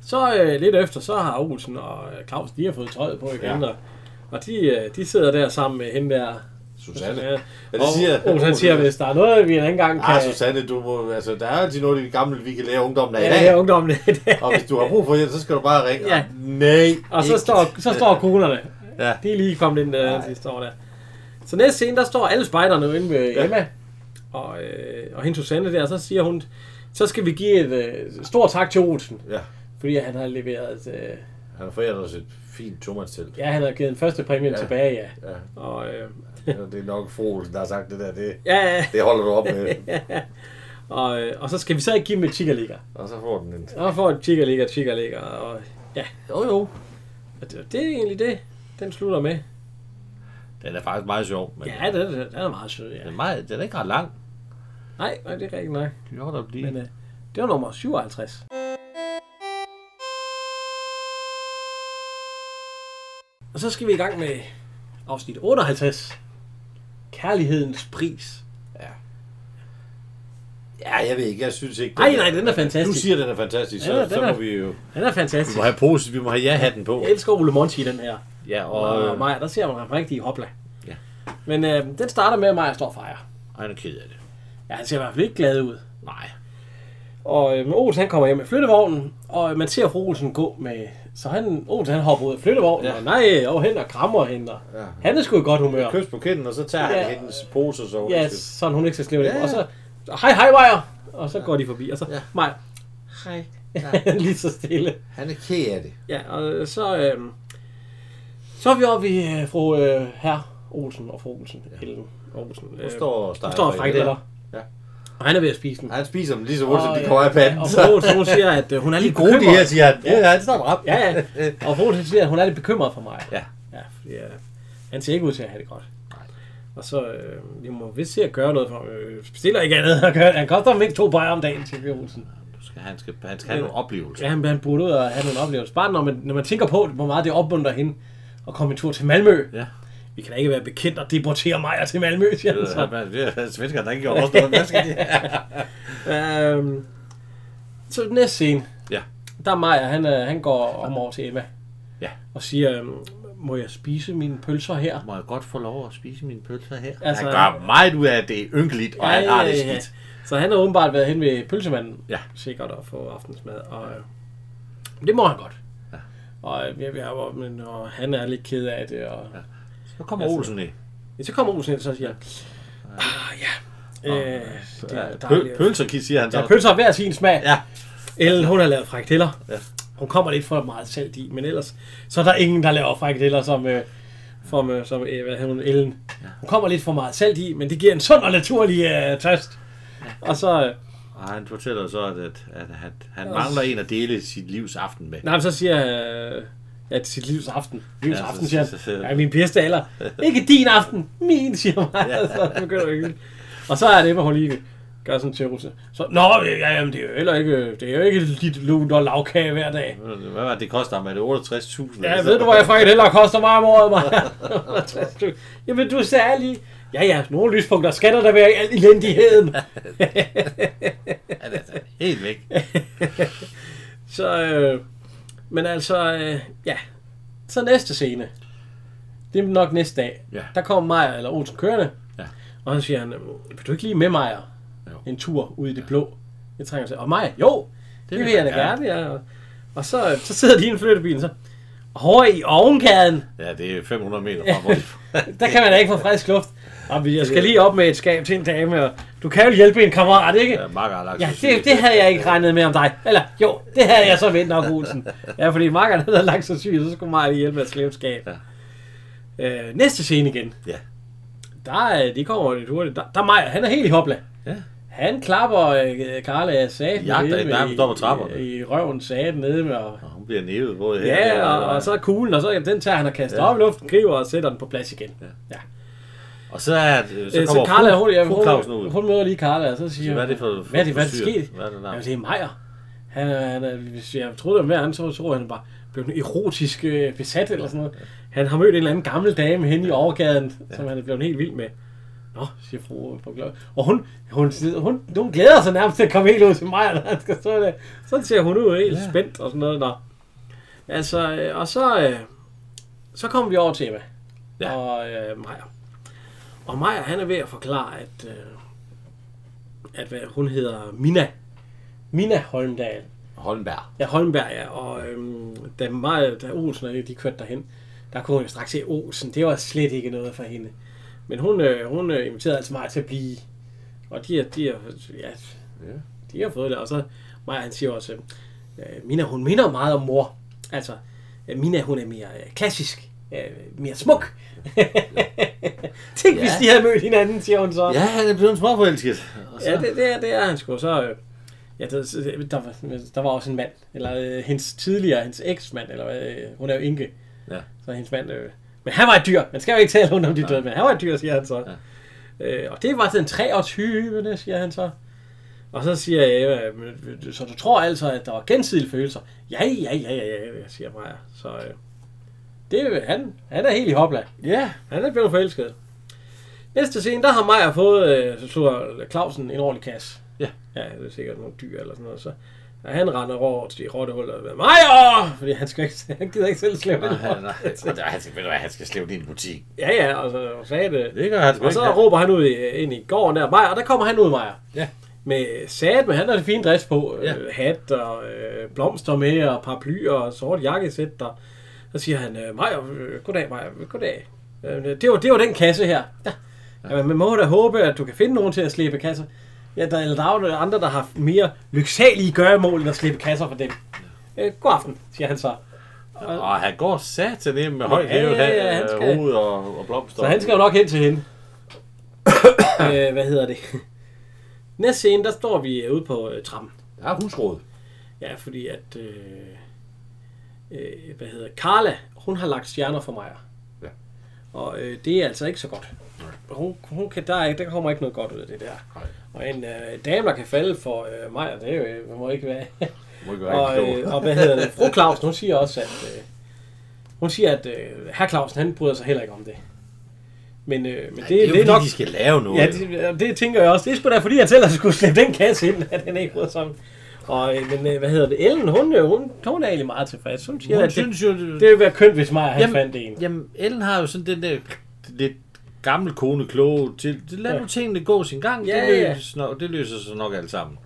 Speaker 1: Så øh, lidt efter, så har Olsen og øh, Claus, de har fået tøjet på igen, ja. og, og de, øh, de sidder der sammen med hende der.
Speaker 4: Susanne.
Speaker 1: Ja,
Speaker 4: Ja,
Speaker 1: og
Speaker 4: det siger...
Speaker 1: Olsen han siger, hvis der er noget, vi en anden gang kan...
Speaker 4: Ah, Susanne, du må, altså, der er altid noget, de gamle, vi kan lære ungdommen af i
Speaker 1: ja, det er
Speaker 4: dag.
Speaker 1: ungdommen.
Speaker 4: Og hvis du har brug for hjælp, så skal du bare ringe.
Speaker 1: Ja.
Speaker 4: Nej,
Speaker 1: og så
Speaker 4: ikke.
Speaker 1: står, så står konerne.
Speaker 2: Ja.
Speaker 1: De er lige kommet ind øh, sidste år der. Så næste scene, der står alle spejderne inde med ja. Emma og, øh, og hende Susanne der, og så siger hun, så skal vi give et øh, stort tak til Olsen,
Speaker 4: Ja,
Speaker 1: fordi han har leveret, øh,
Speaker 4: han har foræret os et fint tomandstelt.
Speaker 1: ja, han har givet en første præmie ja. tilbage, ja.
Speaker 4: Ja.
Speaker 1: Og, øh,
Speaker 4: Ja, det er nok Froelsen, der har sagt det der. Det,
Speaker 1: ja, ja.
Speaker 4: det holder du op med.
Speaker 1: Og, øh, og så skal vi så ikke give dem et chikaligger.
Speaker 4: Og så får den en...
Speaker 1: Og får et chikaligger, chikaligger. Og ja, jo jo. Og det, det er egentlig det, den slutter med.
Speaker 2: Den er faktisk meget sjov, men
Speaker 1: Ja, det, det, den er meget sød, ja.
Speaker 2: den, er meget, den er ikke ret lang.
Speaker 1: Nej, nej, det er rigtigt nok.
Speaker 2: Det er der
Speaker 1: Men
Speaker 2: blive.
Speaker 1: øh, det var nummer 57. Og så skal vi i gang med afsnit 58. Kærlighedens pris.
Speaker 4: Ja, jeg ved ikke. Jeg synes ikke...
Speaker 1: øh- Ej, nej, den er
Speaker 4: Du
Speaker 1: fantastisk.
Speaker 4: siger, den er fantastisk, så,
Speaker 1: Ja,
Speaker 4: ja,
Speaker 1: den
Speaker 4: så
Speaker 1: er-
Speaker 4: må vi jo...
Speaker 1: Den er
Speaker 2: Vi
Speaker 1: fantastisk.
Speaker 2: må have pose, vi må have ja-hatten på.
Speaker 1: Jeg elsker Ole Monti i den her.
Speaker 2: Ja, og...
Speaker 1: Og
Speaker 2: Øh,
Speaker 1: Maja, der ser man ham rigtig i hopla.
Speaker 2: Ja.
Speaker 1: Men øh, den starter med, at Maja står og fejrer.
Speaker 2: ej, nu er ked af det.
Speaker 1: Ja, han ser i hvert fald ikke glad ud.
Speaker 2: Nej.
Speaker 1: Og øh, men Olsen han kommer hjem med flyttevognen, og øh, man ser fru Olsen gå med... Så han, Olsen han hopper ud af flyttevognen, ja.
Speaker 4: Ja.
Speaker 1: og nej, og hen og krammer hende. Ja.
Speaker 4: Ja.
Speaker 1: Han er sgu i godt humør.
Speaker 4: Kys på kinden, og så tager han
Speaker 1: Ja.
Speaker 4: hendes pose, så...
Speaker 1: Ja, sådan hun ikke skal sleve det.
Speaker 4: Ja,
Speaker 1: Og så, hej, hej, Maja! Og så går de forbi, og så, ja. Maja,
Speaker 4: Hej.
Speaker 1: lige så stille.
Speaker 4: Han er ked af det.
Speaker 1: Ja, og så, øh, så er vi oppe i øh, fru øh, herr Olsen og fru Olsen. Ja. Helen Olsen.
Speaker 4: Nu
Speaker 1: øh,
Speaker 4: står og
Speaker 1: hun
Speaker 4: steger
Speaker 1: står og frækker
Speaker 4: Ja.
Speaker 1: Og han er ved at spise den.
Speaker 4: Han spiser dem lige så hurtigt, som de
Speaker 1: ja,
Speaker 4: kommer af panden.
Speaker 1: Og
Speaker 4: så.
Speaker 1: fru Olsen, hun siger, at øh, hun er
Speaker 2: De er
Speaker 1: lidt
Speaker 2: gode, de
Speaker 1: bekymret.
Speaker 2: her, siger han. Ja, ja, det står ret.
Speaker 1: Ja, ja. Og fru Olsen siger, at hun er lidt bekymret for mig.
Speaker 2: Ja.
Speaker 1: ja, fordi, øh, han ser ikke ud til at have det godt. Og så, øh, vi må vist se at gøre noget for ham. Øh, bestiller ikke andet at gøre. Han koster ham ikke to bajer om dagen, siger Bjørn Olsen.
Speaker 2: Du skal, han, skal, han skal have nogle oplevelser.
Speaker 1: Ja, han, han burde ud og have nogle oplevelser. Bare når man, når man tænker på, hvor meget det opmunter hende at komme en tur til Malmø.
Speaker 2: Ja.
Speaker 1: Vi kan da ikke være bekendt og deportere Maja til Malmø, siger han så.
Speaker 2: Det er svenskere, der ikke gjorde overstået. Hvad skal de?
Speaker 1: Øhm, så den næste scene.
Speaker 2: Ja.
Speaker 1: Der er Maja, han, øh, han går om over til Emma.
Speaker 2: Ja.
Speaker 1: Og siger, øhm, må jeg spise mine pølser her?
Speaker 2: Må jeg godt få lov at spise mine pølser her?
Speaker 1: Altså-
Speaker 2: Altså, han gør meget ud af, at det er ynkeligt, og han har det
Speaker 1: ja.
Speaker 2: skidt.
Speaker 1: Så han har åbenbart været hen ved pølsemanden.
Speaker 2: Ja.
Speaker 1: Sikkert at få aftensmad. Og, øh, det må han godt. Ja. Og, øh, jeg, jeg, og, men, og han er lidt ked af det. Og,
Speaker 2: Så kommer
Speaker 1: Altså,
Speaker 2: Olsen i.
Speaker 1: Ja, så kommer Olsen ind, så siger han, ah ja, øh, det er
Speaker 2: Pøl,
Speaker 1: dejligt.
Speaker 2: pølser, siger han så.
Speaker 1: Ja, pølser har hver sin smag.
Speaker 2: Ja.
Speaker 1: Ellen, hun har lavet frikadeller.
Speaker 2: Ja.
Speaker 1: Hun kommer lidt for meget salt i, men ellers, så er der ingen, der laver frikadeller, som, øh, som, øh, som øh, hvad hedder hun, Ellen. Hun kommer lidt for meget salt i, men det giver en sund og naturlig øh, tørst. Og så, øh,
Speaker 2: Og han fortæller så, at, at, at, at han mangler en at dele sit livs aften med.
Speaker 1: nej, men så siger jeg, øh, at sit livs aften. Livs
Speaker 2: Ja, så-
Speaker 1: aften, siger
Speaker 2: så-
Speaker 1: han.
Speaker 2: så-
Speaker 1: Ja, min bedste alder. Ikke din aften, min, siger mig. Ja. Så begynder jeg Og så er det, hvor hun lige gør sådan til russe. Så, nå, ja, jamen, det er jo heller ikke, det er jo ikke dit lun og lavkage hver dag.
Speaker 2: Hvad var det, det koster ham? Er det 68.000?
Speaker 1: Ja, ved du, hvor jeg frikadeller koster mig om året, mig? Jamen, du er særlig. Ja, ja, nogle lyspunkter skal der da være i al elendigheden.
Speaker 2: Helt væk.
Speaker 1: Så, øh, men altså, øh, ja. Så næste scene. Det er nok næste dag.
Speaker 2: Ja.
Speaker 1: Der kommer Maja eller Olsen kørende.
Speaker 2: Ja.
Speaker 1: Og han siger, han, øh, vil du ikke lige med Maja
Speaker 2: Jo.
Speaker 1: en tur ud i det blå? Jeg trænger til. Og Maja, jo, det, det vil jeg da gerne. Ja. Og, og så, øh, så sidder de i en flyttebil, så hår i ovenkaden.
Speaker 2: Ja, det er 500 meter fra, hvor de...
Speaker 1: Der kan man da ikke få frisk luft. Og vi- jeg skal lige op med et skab til en dame, og du kan jo hjælpe en kammerat, ikke?
Speaker 2: Ja, Mark har lagt
Speaker 1: Ja,
Speaker 2: sig syg.
Speaker 1: det, det havde jeg ikke regnet med om dig. Eller jo, det havde jeg så vendt nok, Olsen. Ja, fordi Marker havde lagt sig syg, så skulle Maja lige hjælpe med at slæbe skab. Ja. Øh, næste scene igen.
Speaker 2: Ja.
Speaker 1: Der er, de kommer lidt hurtigt. Der, der er Maja, han er helt i hopla.
Speaker 2: Ja.
Speaker 1: Han klapper øh, Karla satan
Speaker 2: Jagter
Speaker 1: nede
Speaker 2: hende,
Speaker 1: med
Speaker 2: der er hun står på trapperne.
Speaker 1: i, i røven satan nede med, og,
Speaker 2: Og Hun bliver nævet både her
Speaker 1: Ja,
Speaker 2: der,
Speaker 1: og, og, så er kuglen, og så jamen, den tager han og kaster ja. op i luften, griber og sætter den på plads igen. Ja. ja.
Speaker 2: Og så, er, så
Speaker 1: Øh, Så
Speaker 2: kommer
Speaker 1: Karla, hun, ja,
Speaker 2: fru, fru Clausen
Speaker 1: hun,
Speaker 2: ud.
Speaker 1: hun møder lige Karla, og så siger
Speaker 2: Hvad er det for-
Speaker 1: hun, hvad er det, hvad er det
Speaker 2: for syret?
Speaker 1: sket?
Speaker 2: Hvad er det der?
Speaker 1: Jamen, det er Meyer. Han, er- han, er- hvis jeg troede, det var mere andet, så troede jeg, han var blevet en erotisk øh, besat eller sådan noget. Han har mødt en eller anden gammel dame hen i overgaden, som han er blevet helt vild med. Nå, siger fru på klokken. Og hun, hun, hun, hun, hun glæder sig nærmest til at komme helt ud til Meyer, når han skal stå der. Sådan ser hun ud helt ja. spændt og sådan noget. Nå. Altså, øh, og så, øh, så kommer vi over til Emma ja.
Speaker 2: Ja.
Speaker 1: og øh, Maja. Og Maja, han er ved at forklare, at, øh, at hvad, hun hedder Mina. Mina Holmdal.
Speaker 4: Holmberg.
Speaker 1: Ja, Holmberg, ja. Og øhm, da, Maja, da Olsen og de kørte derhen, der kunne hun jo straks se Olsen. Det var slet ikke noget for hende. Men hun, øh, hun øh, inviterede altså Maja til at blive. Og de har, de har, ja, de har fået det. Og så Maja, han siger også, øh, Mina, hun minder meget om mor. Altså, øh, Mina, hun er mere øh, klassisk. Øh, mere smuk. Tænk, ja. hvis de havde mødt hinanden, siger hun så.
Speaker 2: Ja, han er blevet småforelsket. Og så,
Speaker 1: Ja, det, det, er, det er han sgu. Så, øh, ja, der, der, var, der var også en mand, eller øh, hendes tidligere, hendes eksmand, eller hvad, øh, hun er jo enke.
Speaker 2: Ja.
Speaker 1: Så hendes mand, øh, men han var et dyr. Man skal jo ikke tale rundt om de døde, men han var et dyr, siger han så. Ja. Øh, og det var den 23, det siger han så. Og så siger jeg, øh, men, så du tror altså, at der var gensidige følelser? Ja, ja, ja, ja, ja, siger Maja. Så øh, det, er jo- han, han er helt i hopla.
Speaker 2: ja.
Speaker 1: Han er blevet forelsket. Næste scene, der har Maja fået øh, så tror jeg, Clausen en ordentlig kasse.
Speaker 2: Ja.
Speaker 1: Ja, det er sikkert nogle dyr eller sådan noget. Så ja, han render over til rottehullet og Maja! Fordi han, skal ikke, han gider ikke selv slæbe
Speaker 2: Nej,
Speaker 1: en rotte.
Speaker 2: nej.
Speaker 4: Og der, han skal, ved du hvad, han skal slæve din butik.
Speaker 1: Ja, ja, og så og sagde det.
Speaker 2: Det gør han sgu
Speaker 1: Og så
Speaker 2: ikke.
Speaker 1: råber han ud i, ind i gården der, Maja, og der kommer han ud, Maja.
Speaker 2: Ja.
Speaker 1: Med sat, men han har det fine dress på.
Speaker 2: Ja.
Speaker 1: Ja. Øh, hat og øh, blomster med, og paraplyer og sort jakkesæt. Og så siger han, øh, Maja, øh, goddag, Maja, øh, goddag. Øh, det, var, det var den kasse her. Ja. ja. men man må da håbe, at du kan finde nogen til at slæbe kasser. Ja, der, eller der er jo andre, der har mere lyksalige gøremål, end at slæbe kasser for dem. Øh, god aften, siger han så.
Speaker 2: Og han går satan ind med højt
Speaker 1: Ja,
Speaker 2: hævet
Speaker 1: ja, ja, han
Speaker 2: øh,
Speaker 1: skal-
Speaker 2: hoved og, og blomster.
Speaker 1: Så han skal jo nok hen til hende. øh, hvad hedder det? Næste scene, der står vi ude på øh, trappen.
Speaker 2: Der er husråd.
Speaker 1: Ja, fordi at... Øh, øh, hvad hedder Carla, hun har lagt stjerner for mig.
Speaker 2: Ja.
Speaker 1: Og øh, det er altså ikke så godt. Hun, hun kan, der, er, ikke- der kommer ikke noget godt ud af det der.
Speaker 2: Nej.
Speaker 1: Og en øh, dame, der kan falde for øh, mig, det er jo, øh, må ikke være...
Speaker 2: Må ikke være
Speaker 1: og,
Speaker 2: rigtig
Speaker 1: øh, og hvad hedder det? Fru Clausen, hun siger også, at... Øh, hun siger, at øh, herr Clausen, han bryder sig heller ikke om det. Men, øh, men det,
Speaker 2: det, er jo
Speaker 1: det er nok...
Speaker 2: de skal lave noget.
Speaker 1: Ja, det, det tænker jeg også. Det er sgu da fordi, han selv har skulle slæbe den kasse ind, at han ikke bryder sammen. Og, øh, men øh, hvad hedder det? Ellen, hun, øh, hun, hun er egentlig meget tilfreds. Hun siger,
Speaker 2: Hun
Speaker 1: at det,
Speaker 2: synes jo, det,
Speaker 1: det ville være kønt, hvis mig han
Speaker 2: Jamen-
Speaker 1: fandt en.
Speaker 2: Jamen, Ellen har jo sådan den der lidt gammel kone kloge til, det- lad nu tingene gå sin gang,
Speaker 1: Ja,
Speaker 2: det,
Speaker 1: ja.
Speaker 2: løses nok, det løser sig nok alt sammen.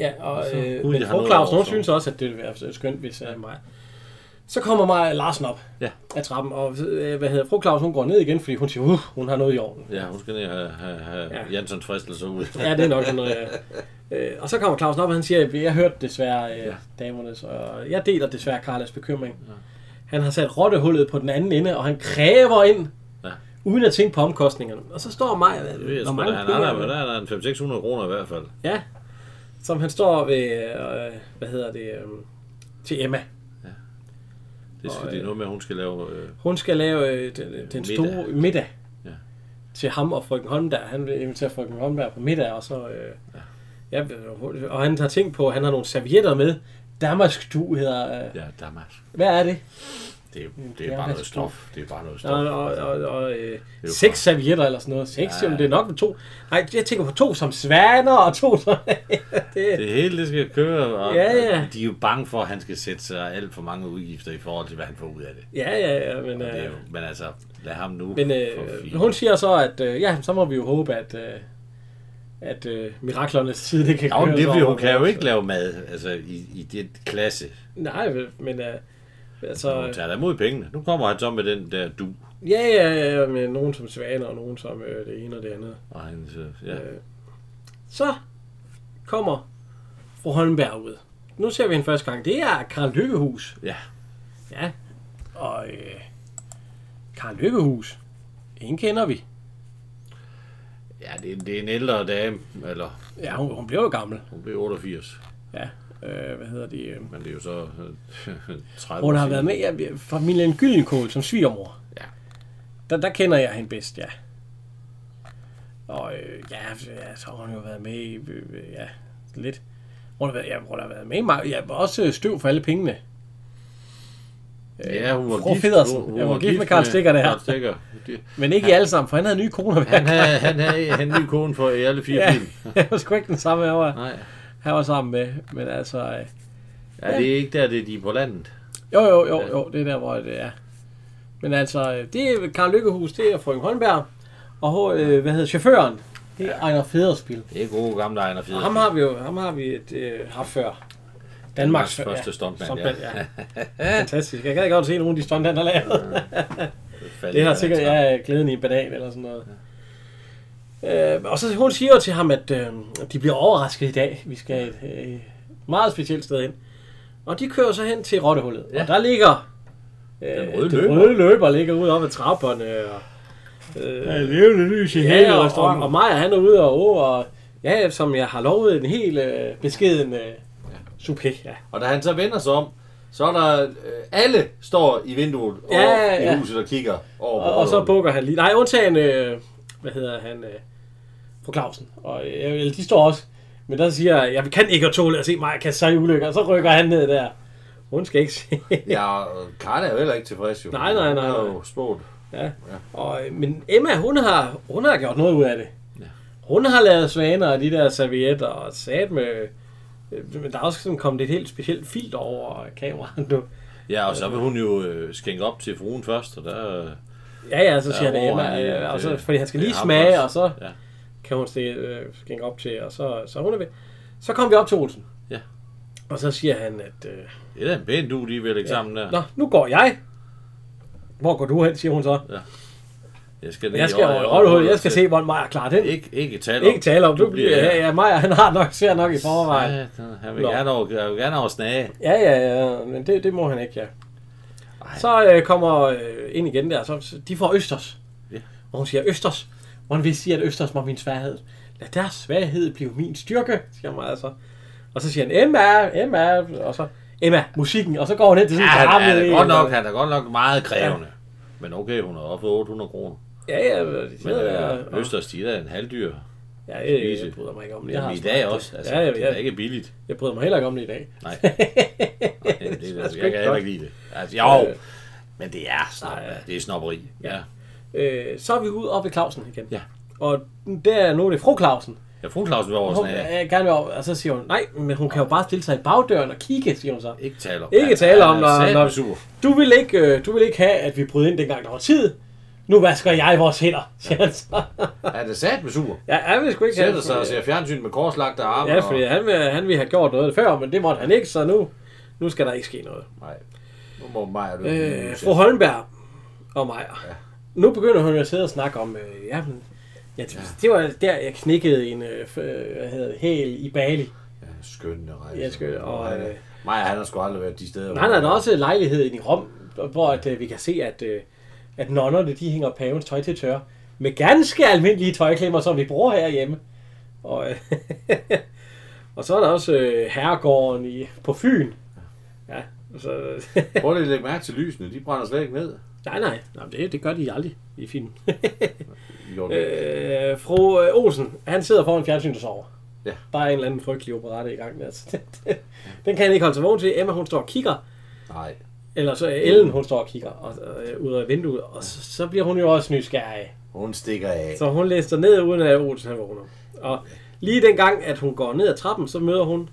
Speaker 1: Ja, og
Speaker 2: Så,
Speaker 1: øh,
Speaker 2: Gud,
Speaker 1: men
Speaker 2: jeg har
Speaker 1: fru
Speaker 2: noget
Speaker 1: Clausen, hun
Speaker 2: over, så.
Speaker 1: synes også, at det ville være skønt, hvis øh, mig. Så kommer mig Larsen op
Speaker 2: Ja.
Speaker 1: af trappen, og øh, hvad hedder, fru Clausen, hun går ned igen, fordi hun siger, uh, hun har noget i ovnen.
Speaker 2: Ja, hun skal ned og have, have, have
Speaker 1: Ja.
Speaker 2: ja. Jansons fristelse ud.
Speaker 1: Ja, det er nok sådan noget, ja. øh, Og så kommer Clausen op, og han siger, jeg hørte desværre øh, damernes, og jeg deler desværre Carlas bekymring. Han har sat rottehullet på den anden ende, og han kræver ind,
Speaker 2: Ja.
Speaker 1: uden at tænke på omkostningerne. Og så står Maja,
Speaker 2: Det ved jeg
Speaker 1: hvor
Speaker 2: sgu da,
Speaker 1: mange
Speaker 2: han
Speaker 1: penge er
Speaker 2: har der,
Speaker 1: det?
Speaker 2: der er der en 500-600 kroner i hvert fald.
Speaker 1: Ja, som han står ved, øh, hvad hedder det, øh, til Emma.
Speaker 2: Det skal
Speaker 1: Og,
Speaker 2: det er
Speaker 1: øh,
Speaker 2: noget med, at hun skal lave... Øh,
Speaker 1: Hun skal lave øh, den, den
Speaker 2: Middag.
Speaker 1: store middag
Speaker 2: Ja.
Speaker 1: til ham og frøken Holmberg. Han vil invitere frøken Holmberg på middag, og så... Øh, ja. Ja, og han har tænkt på, at han har nogle servietter med. Damask du hedder... Øh,
Speaker 2: ja, Damask.
Speaker 1: hvad er det?
Speaker 2: Det, det
Speaker 1: Ja,
Speaker 2: er bare
Speaker 1: hvad
Speaker 2: noget
Speaker 1: skal-
Speaker 2: stof. Det er bare noget stof.
Speaker 1: Og, og, og, og øh,
Speaker 2: jo
Speaker 1: seks servietter eller sådan noget. Seks,
Speaker 2: Ja,
Speaker 1: ja,
Speaker 2: ja.
Speaker 1: jamen det er nok med to. Nej, jeg tænker på to som svaner og to som... det,
Speaker 2: Det hele det skal køre, og
Speaker 1: Ja, ja.
Speaker 2: og de er jo bange for, at han skal sætte sig alt for mange udgifter i forhold til, hvad han får ud af det.
Speaker 1: ja, ja, ja, men...
Speaker 2: Og det
Speaker 1: Øh,
Speaker 2: er jo, men altså, lad ham nu.
Speaker 1: men
Speaker 2: for
Speaker 1: øh,
Speaker 2: fint.
Speaker 1: hun siger så, at øh, ja, så må vi jo håbe, at... Øh, at øh, miraklernes tid, det kan
Speaker 2: Ja, men
Speaker 1: køres
Speaker 2: det, fordi
Speaker 1: over
Speaker 2: hun kan jo
Speaker 1: vores,
Speaker 2: ikke lave mad altså, i, i det klasse.
Speaker 1: Nej, vel, men øh, altså...
Speaker 2: Hun tager da imod pengene. Nu kommer han så med den der du.
Speaker 1: Ja, ja, ja, ja, med nogen som svaner, og nogen som øh, det ene og det andet.
Speaker 2: Og han så, ja.
Speaker 1: Øh. Så kommer fru Holmberg ud. Nu ser vi hende første gang. Det er Karl Lykkehus.
Speaker 2: ja.
Speaker 1: Ja. Og øh, Karl Lykkehus, hende kender vi.
Speaker 2: Ja, det, er- det er en ældre dame, eller
Speaker 1: Ja, hun, hun blev jo gammel.
Speaker 2: hun blev 88,
Speaker 1: Ja, øh, hvad hedder det? Øh,
Speaker 2: men det er jo så øh, 30
Speaker 1: hun
Speaker 2: år
Speaker 1: har
Speaker 2: siden.
Speaker 1: været med i ja, familien Gyllenkål som svigermor.
Speaker 2: Ja.
Speaker 1: Der, der kender jeg hende bedst, ja. Og øh, ja, ja, så har hun jo været med i, øh, øh, ja, lidt. Hun har været, ja, hun har været med i meget. Ja, også øh, støv for alle pengene.
Speaker 2: Ja, hun var
Speaker 1: Fru Feddersen. Ja, hun var gift med Karl Stikker, det her.
Speaker 2: Karl Stikker. Det-
Speaker 1: Men ikke i alle sammen, for han havde nye kroner hver
Speaker 2: Han havde, han havde, han havde en ny kone for i alle fire
Speaker 1: Ja,
Speaker 2: film.
Speaker 1: det var sgu ikke den samme, jeg var,
Speaker 2: Nej,
Speaker 1: han var sammen med. Men altså, øh,
Speaker 2: ja, det er ikke der, det er de er på landet.
Speaker 1: jo, jo, jo, jo, det er der, hvor det er. Men altså, øh, det er Karl Lykkehus, det er Frøken Holmberg. Og øh, hvad hedder chaufføren? Det er Ejner Federspil.
Speaker 2: Det er gode gamle Ejner Fjeder.
Speaker 1: Og ham har vi jo ham har vi et, øh, haft før. Danmarks,
Speaker 2: første stuntmand,
Speaker 1: ja. ja. Fantastisk. Jeg gad godt se nogle af de stunt, han har lavet. Det har sikkert
Speaker 2: altså.
Speaker 1: jeg glæden i en banan eller sådan noget. Øh, og så hun siger jo til ham, at øh, de bliver overrasket i dag. Vi skal et øh, meget specielt sted hen. Og de kører så hen til Rottehullet. Ja.
Speaker 2: Ja.
Speaker 1: Og der ligger... Øh,
Speaker 2: Den røde
Speaker 1: den
Speaker 2: løber.
Speaker 1: røde løber ligger ude oppe ad trapperne. Og, øh, ja, levende lys i
Speaker 2: hele
Speaker 1: og, og,
Speaker 2: restauranten.
Speaker 1: og Maja han er ude og, åh, og ja, som jeg har lovet en helt øh, beskeden øh, souper. Ja.
Speaker 2: Og da han så vender sig om, så er der... Øh, alle står i vinduet
Speaker 1: Ja,
Speaker 2: over
Speaker 1: ja, ja.
Speaker 2: i huset og kigger over
Speaker 1: Og, og så
Speaker 2: Rotterne.
Speaker 1: bukker han lige. Nej, undtagen, øh, hvad hedder han, øh, fru Clausen. Og øh, eller de står også. Men der siger jeg, vi kan ikke at tåle at se mig kaste sig i ulykker. Og så rykker han ned der. Hun skal ikke se.
Speaker 2: Ja, og Karl er jo heller ikke tilfreds, jo.
Speaker 1: Nej, nej, nej,
Speaker 2: Han er
Speaker 1: nej.
Speaker 2: jo spået.
Speaker 1: ja. og, øh, men Emma, hun har, hun har gjort noget ud af det. Hun har lavet svaner og de der servietter og sat med... øh, Men der er også sådan kommet et helt specielt filter over kameraet nu.
Speaker 2: Ja, og så vil hun jo øh, skænke op til fruen først, og der... Øh,
Speaker 1: Ja, ja, så siger
Speaker 2: Ja,
Speaker 1: ja, han
Speaker 2: hvor
Speaker 1: Emma,
Speaker 2: han lige-
Speaker 1: øh, og så,
Speaker 2: det-
Speaker 1: fordi han skal
Speaker 2: det
Speaker 1: lige
Speaker 2: er ham
Speaker 1: smage,
Speaker 2: også.
Speaker 1: og så
Speaker 2: Ja.
Speaker 1: kan hun stikke, øh, gænge op til, og så, så hun er ved. Så kom vi op til Olsen.
Speaker 2: Ja.
Speaker 1: Og så siger han, at øh,
Speaker 2: det er da en pæn du, de vil lægge ja. sammen der.
Speaker 1: Nå, nu går jeg. Hvor går du hen, siger hun så.
Speaker 2: Jeg skal, ned
Speaker 1: Jeg
Speaker 2: i
Speaker 1: skal
Speaker 2: Rø-
Speaker 1: over i Rottehul, jeg
Speaker 2: Rødhul
Speaker 1: skal
Speaker 2: til-
Speaker 1: se, hvordan Maja klarer den.
Speaker 2: Ikke, ikke tale om.
Speaker 1: Ikke tale om, du bliver,
Speaker 2: her.
Speaker 1: ja, ja, Maja, han har nok, ser nok i forvejen.
Speaker 2: Ja, han vil
Speaker 1: Nå.
Speaker 2: gerne over, jeg vil gerne over snage.
Speaker 1: Ja, ja, ja, men det, det må han ikke, ja. Så øh, kommer øh, ind igen der, så så de får Østers.
Speaker 2: Ja.
Speaker 1: Og hun siger, Østers, hvordan vil sige, at Østers var min svaghed? Lad deres svaghed blive min styrke, siger Maja så. Og så siger han, Emma, Emma, og så Emma, musikken, og så går hun ind til
Speaker 2: Ja,
Speaker 1: sådan
Speaker 2: han,
Speaker 1: gammel
Speaker 2: han, er
Speaker 1: en,
Speaker 2: godt nok,
Speaker 1: og-
Speaker 2: han er godt nok meget krævende. Ja. Men okay, hun har op på 800 kroner.
Speaker 1: Ja, ja, de
Speaker 2: Men
Speaker 1: sidder der,
Speaker 2: øh,
Speaker 1: og-
Speaker 2: Østers, de er da en halvdyr.
Speaker 1: Ja, jeg,
Speaker 2: Spise.
Speaker 1: jeg bryder mig ikke om det. Jeg har
Speaker 2: Jamen, i
Speaker 1: smagt
Speaker 2: dag
Speaker 1: det.
Speaker 2: også. Altså,
Speaker 1: ja, jeg,
Speaker 2: det er da
Speaker 1: jeg,
Speaker 2: ikke billigt.
Speaker 1: jeg bryder mig heller ikke om det i dag.
Speaker 2: Nej. Nej det, det,
Speaker 1: smager
Speaker 2: jeg
Speaker 1: sgu
Speaker 2: kan
Speaker 1: ikke
Speaker 2: heller
Speaker 1: godt.
Speaker 2: ikke lide det. Altså, jo,
Speaker 1: Øh.
Speaker 2: men det er snob,
Speaker 1: Nej.
Speaker 2: det er snobberi. Ja.
Speaker 1: Øh, så er vi ude oppe ved Clausen igen.
Speaker 2: Ja.
Speaker 1: Og der, nu er det fru Clausen.
Speaker 2: Ja, fru Clausen var over
Speaker 1: Hun,
Speaker 2: snage.
Speaker 1: øh, gerne vil op, og så siger hun, nej, men hun kan jo bare stille sig i bagdøren og kigge, siger hun så.
Speaker 2: Ikke tale om.
Speaker 1: Ikke tale om, når-
Speaker 2: når...
Speaker 1: når-
Speaker 2: sur.
Speaker 1: Du vil ikke, øh, du vil ikke have, at vi bryder ind dengang, der var tid. Nu vasker jeg vores hænder, siger han så.
Speaker 4: Er det sat med sur?
Speaker 1: Ja, han vil sgu ikke
Speaker 4: Sætter sig og
Speaker 1: fordi-
Speaker 4: ser fjernsyn med korslagte arme.
Speaker 1: Ja, fordi han, vil, han ville have gjort noget før, men det måtte han ikke, så nu, nu skal der ikke ske noget.
Speaker 4: Og... Nej. Nu må Maja løbe.
Speaker 1: Øh, fru Holmberg og mig. Ja. Nu begynder hun jo at sidde og snakke om, øh, ja, men, ja, det, ja. det var der, jeg knækkede en øh, f- øh, hvad hedder, det, hæl i Bali.
Speaker 4: Ja, skønne rejse.
Speaker 1: Ja, skønne, og,
Speaker 4: han,
Speaker 1: øh,
Speaker 4: Maja, han har sgu aldrig været de steder.
Speaker 1: Men han har da også lejligheden i Rom, hvor at, øh, vi kan se, at, øh, at nonnerne de hænger pavens tøj til tørre. Med ganske almindelige tøjklemmer, som vi bruger herhjemme. Og, øh, og så er der også øh, herregården i, på Fyn. Ja, så,
Speaker 4: Prøv lige at lægge mærke til lysene. De brænder slet ikke ned.
Speaker 1: nej, nej, nej det, det gør de aldrig i Fyn.
Speaker 4: Jo, det
Speaker 1: Øh, fru øh, Olsen, han sidder foran fjernsynet og sover.
Speaker 4: Ja.
Speaker 1: Der er en eller anden frygtelig operette i gang. Altså, den, den, den kan han ikke holde sig vågen til. Emma, hun står og kigger.
Speaker 4: Nej.
Speaker 1: Eller så øh, Ellen, hun står og kigger og, øh, ud af vinduet. Og så, så bliver hun jo også nysgerrig.
Speaker 4: Hun stikker af.
Speaker 1: Så hun læser ned, uden at Olsen han vågner. Og lige den gang, at hun går ned ad trappen, så møder hun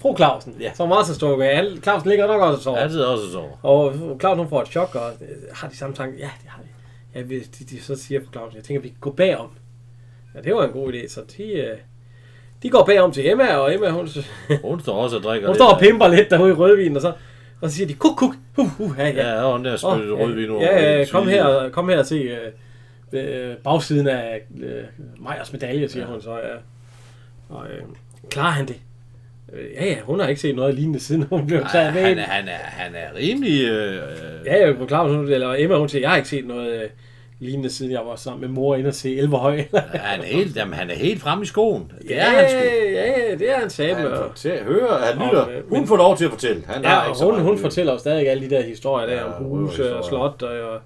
Speaker 1: fru Clausen, ja.
Speaker 2: Ja.
Speaker 1: som også er stukket af. Han- Clausen ligger nok også og sover.
Speaker 2: Han sidder også og sover.
Speaker 1: Og Claus hun får et chok og øh, har de samme tanker. Ja, det har de. Ja, vi, de, de, så siger for Claus, jeg tænker, vi kan gå bagom. Ja, det var en god idé. Så de, øh, de går bagom til Emma, og Emma, hun,
Speaker 2: Hun står også og drikker
Speaker 1: hun
Speaker 2: lidt
Speaker 1: står og
Speaker 2: af-
Speaker 1: pimper lidt derude i rødvinen, og så, og så siger de, kuk, kuk, hu, hu, ja, ja.
Speaker 2: Ja, og hun der
Speaker 1: Åh,
Speaker 2: spytter oh, rødvin over.
Speaker 1: ja, ja,
Speaker 2: i
Speaker 1: kom
Speaker 2: svine.
Speaker 1: her, og- kom her og se øh, øh, bagsiden af øh, Majers medalje, siger ja. hun så. Ja. Og øh, klarer han det? Øh, Ja, ja, hun har ikke set noget lignende, siden hun blev
Speaker 2: Ej,
Speaker 1: taget med.
Speaker 2: han,
Speaker 1: ind.
Speaker 2: er, han, er, han er rimelig... Øh,
Speaker 1: Ja, jeg på Claus, hun, eller Emma, hun siger, jeg har ikke set noget øh, lignende, siden jeg var sammen med mor inde og se Elverhøj. ja,
Speaker 2: han, er helt, jamen, han er helt fremme i skoen. Det er han sgu.
Speaker 1: ja, ja, det er han
Speaker 4: Han
Speaker 1: samme. og- øh,
Speaker 4: fortæller, hører, han lytter.
Speaker 1: men-
Speaker 4: Hun får lov til at fortælle. Han har
Speaker 1: Ja,
Speaker 4: ikke
Speaker 1: og
Speaker 4: så
Speaker 1: hun,
Speaker 4: meget
Speaker 1: hun
Speaker 4: at lytte.
Speaker 1: fortæller jo stadig alle de der historier der
Speaker 4: Ja,
Speaker 1: om huse og
Speaker 4: røverhistorier.
Speaker 1: slot og,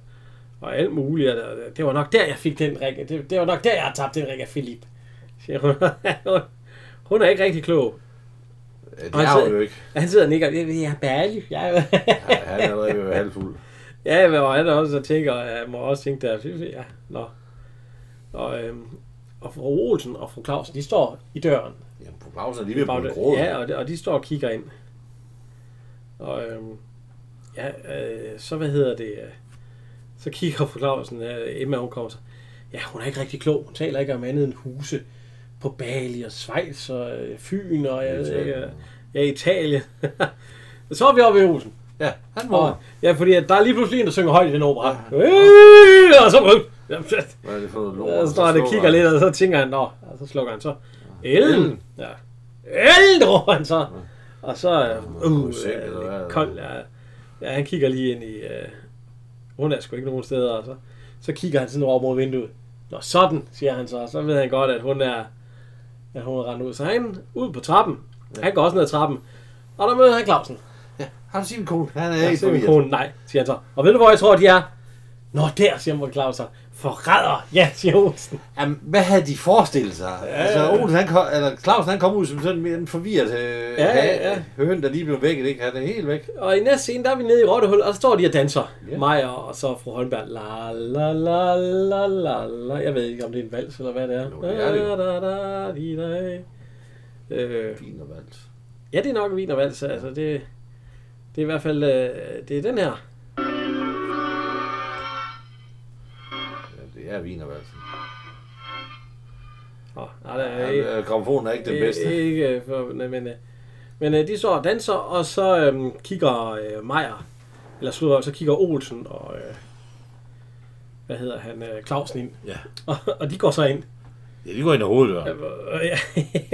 Speaker 1: og alt muligt. og der- Det var nok der, jeg fik den ring. Det, det var nok der, jeg har tabt den ring af Philip. siger hun. hun er ikke rigtig klog.
Speaker 4: Ja, det
Speaker 1: Og han
Speaker 4: er hun
Speaker 1: sidder-
Speaker 4: jo ikke.
Speaker 1: Han sidder og nikker, jeg jeg er bærlig. Jeg er...
Speaker 4: Nej, Han er allerede ved at være halvfuld.
Speaker 1: Ja, men og han er også og tænker, at jeg må også tænke der, ja, nå. Og, øhm, og fru Olsen og fru Clausen, de står i døren.
Speaker 4: Jamen, fru Clausen er lige ved at bruge en
Speaker 1: Bagdøren.
Speaker 4: gråd.
Speaker 1: Ja, og de, og de står og kigger ind. Og øhm, ja, øh, så hvad hedder det? Øh, så kigger fru Clausen, øh, Emma hun kommer så. Ja, hun er ikke rigtig klog. Hun taler ikke om andet end huse på Bali og Schweiz og øh, Fyn og jeg ved ikke, øh, ja, Italien. så er vi oppe i Olsen.
Speaker 4: Ja, han må.
Speaker 1: Og, ja, fordi at der er lige pludselig en, der synger højt i den opera. Øh, og så, øh,
Speaker 4: Hvad er det for noget lort?
Speaker 1: så
Speaker 4: Så
Speaker 1: står han og
Speaker 4: slår
Speaker 1: kigger
Speaker 4: han.
Speaker 1: lidt, og så tænker han, nå, og så slukker han så. Ellen! Ja. Ellen, råber han så. Og så, øh,
Speaker 4: Hun er
Speaker 1: uh,
Speaker 4: seng, eller hvad?
Speaker 1: øh, kold, ja. ja, han kigger lige ind i, øh, hun er sgu ikke nogen steder, og så, så kigger han sådan over mod vinduet. Nå, sådan, siger han så, og så ved han godt, at hun er, at hun er rendt ud. Så han ud på trappen, han går også ned ad trappen, og der møder han Clausen.
Speaker 4: Har du set min kone? Han er
Speaker 1: Jeg
Speaker 4: ikke
Speaker 1: ser min
Speaker 4: forvirret.
Speaker 1: kone, nej, siger han så. Og ved du, hvor jeg tror, de er? Nå, der, siger Morten Claus så. Forræder, ja, siger Olsen.
Speaker 4: Jamen, hvad havde de forestillet sig? Ja, altså, Olsen, han kom, eller Clausen, han kom ud som sådan en forvirret øh,
Speaker 1: Ja, ja, ja.
Speaker 4: høn, der lige blev vækket, ikke? Han er helt væk.
Speaker 1: Og i næste scene, der er vi nede i Rottehul, og der står de og danser. Yeah. Mig og, og så fru Holmberg. La, la, la, la, la, la. Jeg ved ikke, om det er en vals, eller hvad det er.
Speaker 4: Jo, det er det jo.
Speaker 1: Da, da, da, di, da. Øh,
Speaker 4: Fint og valgt.
Speaker 1: ja, det er nok en vin og vals. Altså, det, det er i hvert fald øh, det er den her.
Speaker 4: Ja, det er vin og valgt.
Speaker 1: Åh, nej, der er ikke-
Speaker 4: Ja, øh, Gramofonen er ikke den bedste.
Speaker 1: Øh, Ikke, øh, for, nej, men, øh, men øh, de står og danser, og så øhm, kigger øh, Meier, eller slutter, så kigger Olsen og, øh, hvad hedder han, øh, Clausen ind.
Speaker 2: Ja.
Speaker 1: Og, og de går så ind.
Speaker 2: Ja, de går ind ad hoveddøren.
Speaker 1: Øh, ja.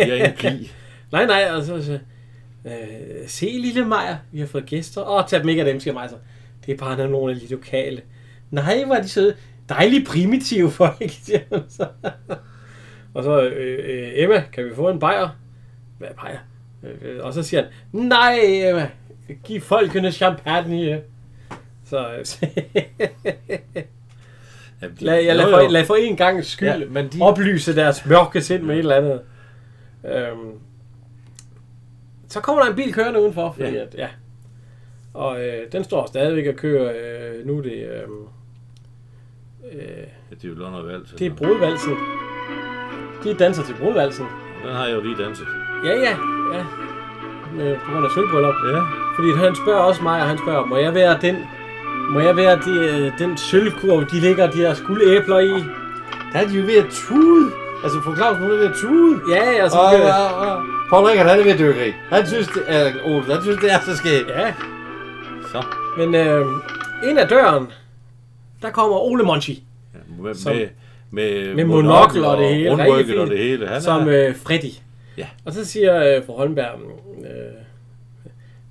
Speaker 2: De er en pli.
Speaker 1: nej, nej, og så, så øh, se lille Meier, vi har fået gæster. Åh, tag dem ikke af dem, siger Meier så. Det er bare nogle af de lokale. Nej, hvor er de søde. Dejligt primitive folk, siger hun så. Og så, øh, øh, Emma, kan vi få en bajer? Hvad er bajer? Øh, øh, og så siger han, nej Emma, giv folkene champagne. Så, øh,
Speaker 2: Ja, de,
Speaker 1: lad, jeg, lad,
Speaker 2: jo, jo.
Speaker 1: for, lad for en gang skyld ja,
Speaker 2: Ja, men de-
Speaker 1: oplyse deres mørke sind med et eller andet. Øhm, så kommer der en bil kørende udenfor, fordi ja.
Speaker 2: Ja.
Speaker 1: At, ja. Og øh, den står stadigvæk og kører, øh, nu er det, øh, øh,
Speaker 2: Ja, det er jo London Valg.
Speaker 1: det er brudvalsen. De danser til brudvalsen.
Speaker 2: Den har jeg jo lige danset.
Speaker 1: Ja, ja, ja. Øh, på grund af sølvbryllup.
Speaker 2: Ja.
Speaker 1: Fordi han spørger også mig, og han spørger, må jeg være den, må jeg være de, øh, den sølvkurv, de ligger de her skuldæbler i?
Speaker 4: Der er de jo ved at tude. Altså, fru Clausen, hun er ved at tude.
Speaker 1: Ja, og så
Speaker 4: Og,
Speaker 1: bliver det-
Speaker 4: og, og. Paul Rikard, han er ved at dykke i. Han synes, det er, Olsen, han synes, det er så skægt.
Speaker 1: Ja,
Speaker 2: Så.
Speaker 1: men øh, ind ad døren, der kommer Ole Monchi,
Speaker 2: Ja, med,
Speaker 1: Som-
Speaker 2: med, med,
Speaker 1: med monokkel og det hele, rigtig
Speaker 2: Rundrykket og
Speaker 1: fint.
Speaker 2: det hele. Han
Speaker 1: som
Speaker 2: er,
Speaker 1: øh, Freddy.
Speaker 2: Ja.
Speaker 1: Og så siger øh, fru Holmberg, øh,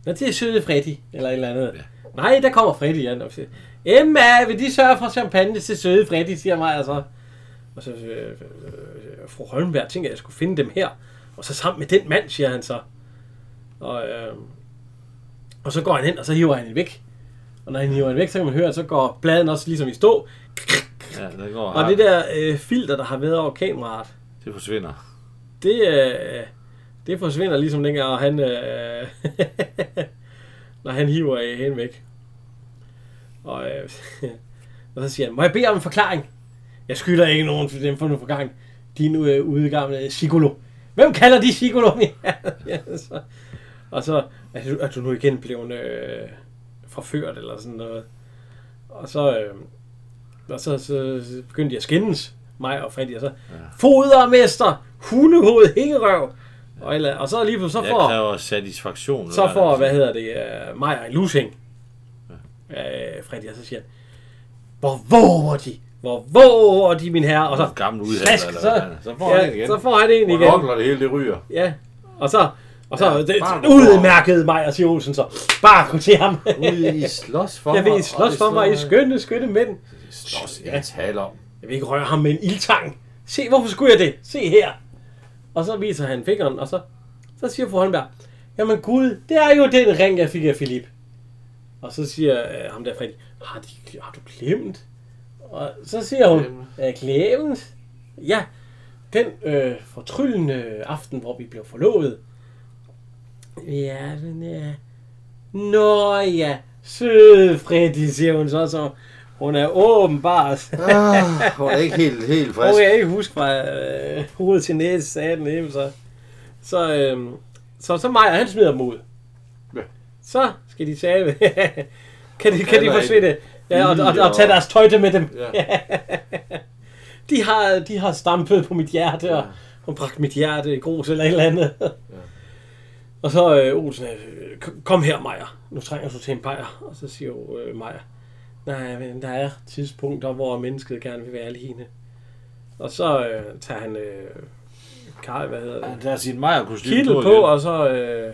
Speaker 1: når det er søde Freddy, eller et eller andet. Ja. Nej, der kommer Freddy, ja. Og siger, Emma, vil de sørge for champagne til søde Freddy, siger mig altså. Og så øh, øh, fru Holmberg tænker, at jeg skulle finde dem her. Og så sammen med den mand, siger han så. Og, øh, og så går han ind, og så hiver han den væk. Og når han hiver den væk, så kan man høre, at så går bladen også ligesom i stå.
Speaker 2: ja, den går
Speaker 1: Og
Speaker 2: hard.
Speaker 1: det der øh, filter, der har været over kameraet,
Speaker 2: det forsvinder.
Speaker 1: det, øh, det forsvinder ligesom dengang, og han, øh, når han hiver øh, hende væk. Og, øh, og så siger han, må jeg bede om en forklaring? Jeg skylder ikke nogen for dem for en forklaring. Din øh, udgamle psykolo. Hvem kalder de psykolo? ja, så. Og så er du, er du nu igen blevet øh, forført eller sådan noget. Og så, øh, og så, så, så begyndte de at skændes, mig og Freddy, og så ja. fodermester, hundehoved, hængerøv. Og, eller, og så lige pludselig, så
Speaker 2: Jeg
Speaker 1: får...
Speaker 2: kræver satisfaktion.
Speaker 1: Så
Speaker 2: eller-
Speaker 1: får, hvad hedder det, uh, Maja en lusing. Uh, Freddy, og så siger han, hvor våger de? Hvor våger de, min herre? Og så,
Speaker 2: Nogle gamle udhandler,
Speaker 1: slask,
Speaker 2: eller
Speaker 1: så,
Speaker 2: hvad?
Speaker 4: Så får han en
Speaker 1: ja,
Speaker 4: igen.
Speaker 1: så får han en igen.
Speaker 4: Monokler, det hele, det ryger.
Speaker 1: Ja, og så, og så
Speaker 4: Ja,
Speaker 1: ja, det,
Speaker 4: bare-
Speaker 1: udmærket Maja, siger Olsen så. Bare gå til ham.
Speaker 4: Ude i slås for
Speaker 1: Jeg
Speaker 4: mig.
Speaker 1: vil I slås for mig, I skønne, skønne mænd.
Speaker 4: Slås, jeg taler om.
Speaker 1: Jeg vil ikke røre ham med en ildtang. Se, hvorfor skulle jeg det? Se her. Og så viser han fingeren, og så, så siger fru Holmberg, jamen gud, det er jo den ring, jeg fik af Philip. Og så siger øh, ham der Fredrik, har, de, har du glemt? Og så siger hun, "Øh, glemt? Ja, den øh, fortryllende aften, hvor vi blev forlovet. Ja, men ja. Nå ja, søde Freddy, siger hun så, så hun er åbenbart
Speaker 4: Ah, hun er ikke helt, helt frisk.
Speaker 1: Frisk. Okay, jeg kan ikke huske fra øh, hovedet til næse, sagde den hjemme, så. Så, øh, så, så Maja, han smider dem ud.
Speaker 4: Ja.
Speaker 1: Så skal de save. kan de, kan de
Speaker 4: Eller
Speaker 1: forsvinde?
Speaker 4: en
Speaker 1: Ja, og, og,
Speaker 4: bil,
Speaker 1: og tage
Speaker 4: og-
Speaker 1: deres tøj til med dem.
Speaker 4: Ja.
Speaker 1: De har, de har stampet på mit hjerte, og hun bragt mit hjerte i grus eller et eller andet. Og så øh, Olsen, øh, "Kom- kom her, Maja. Nu trænger du til en pejer. Og så siger øh, Maja, nej, men der er tidspunkter, hvor mennesket gerne vil være alene. Og så øh, tager han øh, Karl, hvad hedder det?
Speaker 2: Han tager sin Maja kostume
Speaker 1: Kittel på, og så øh,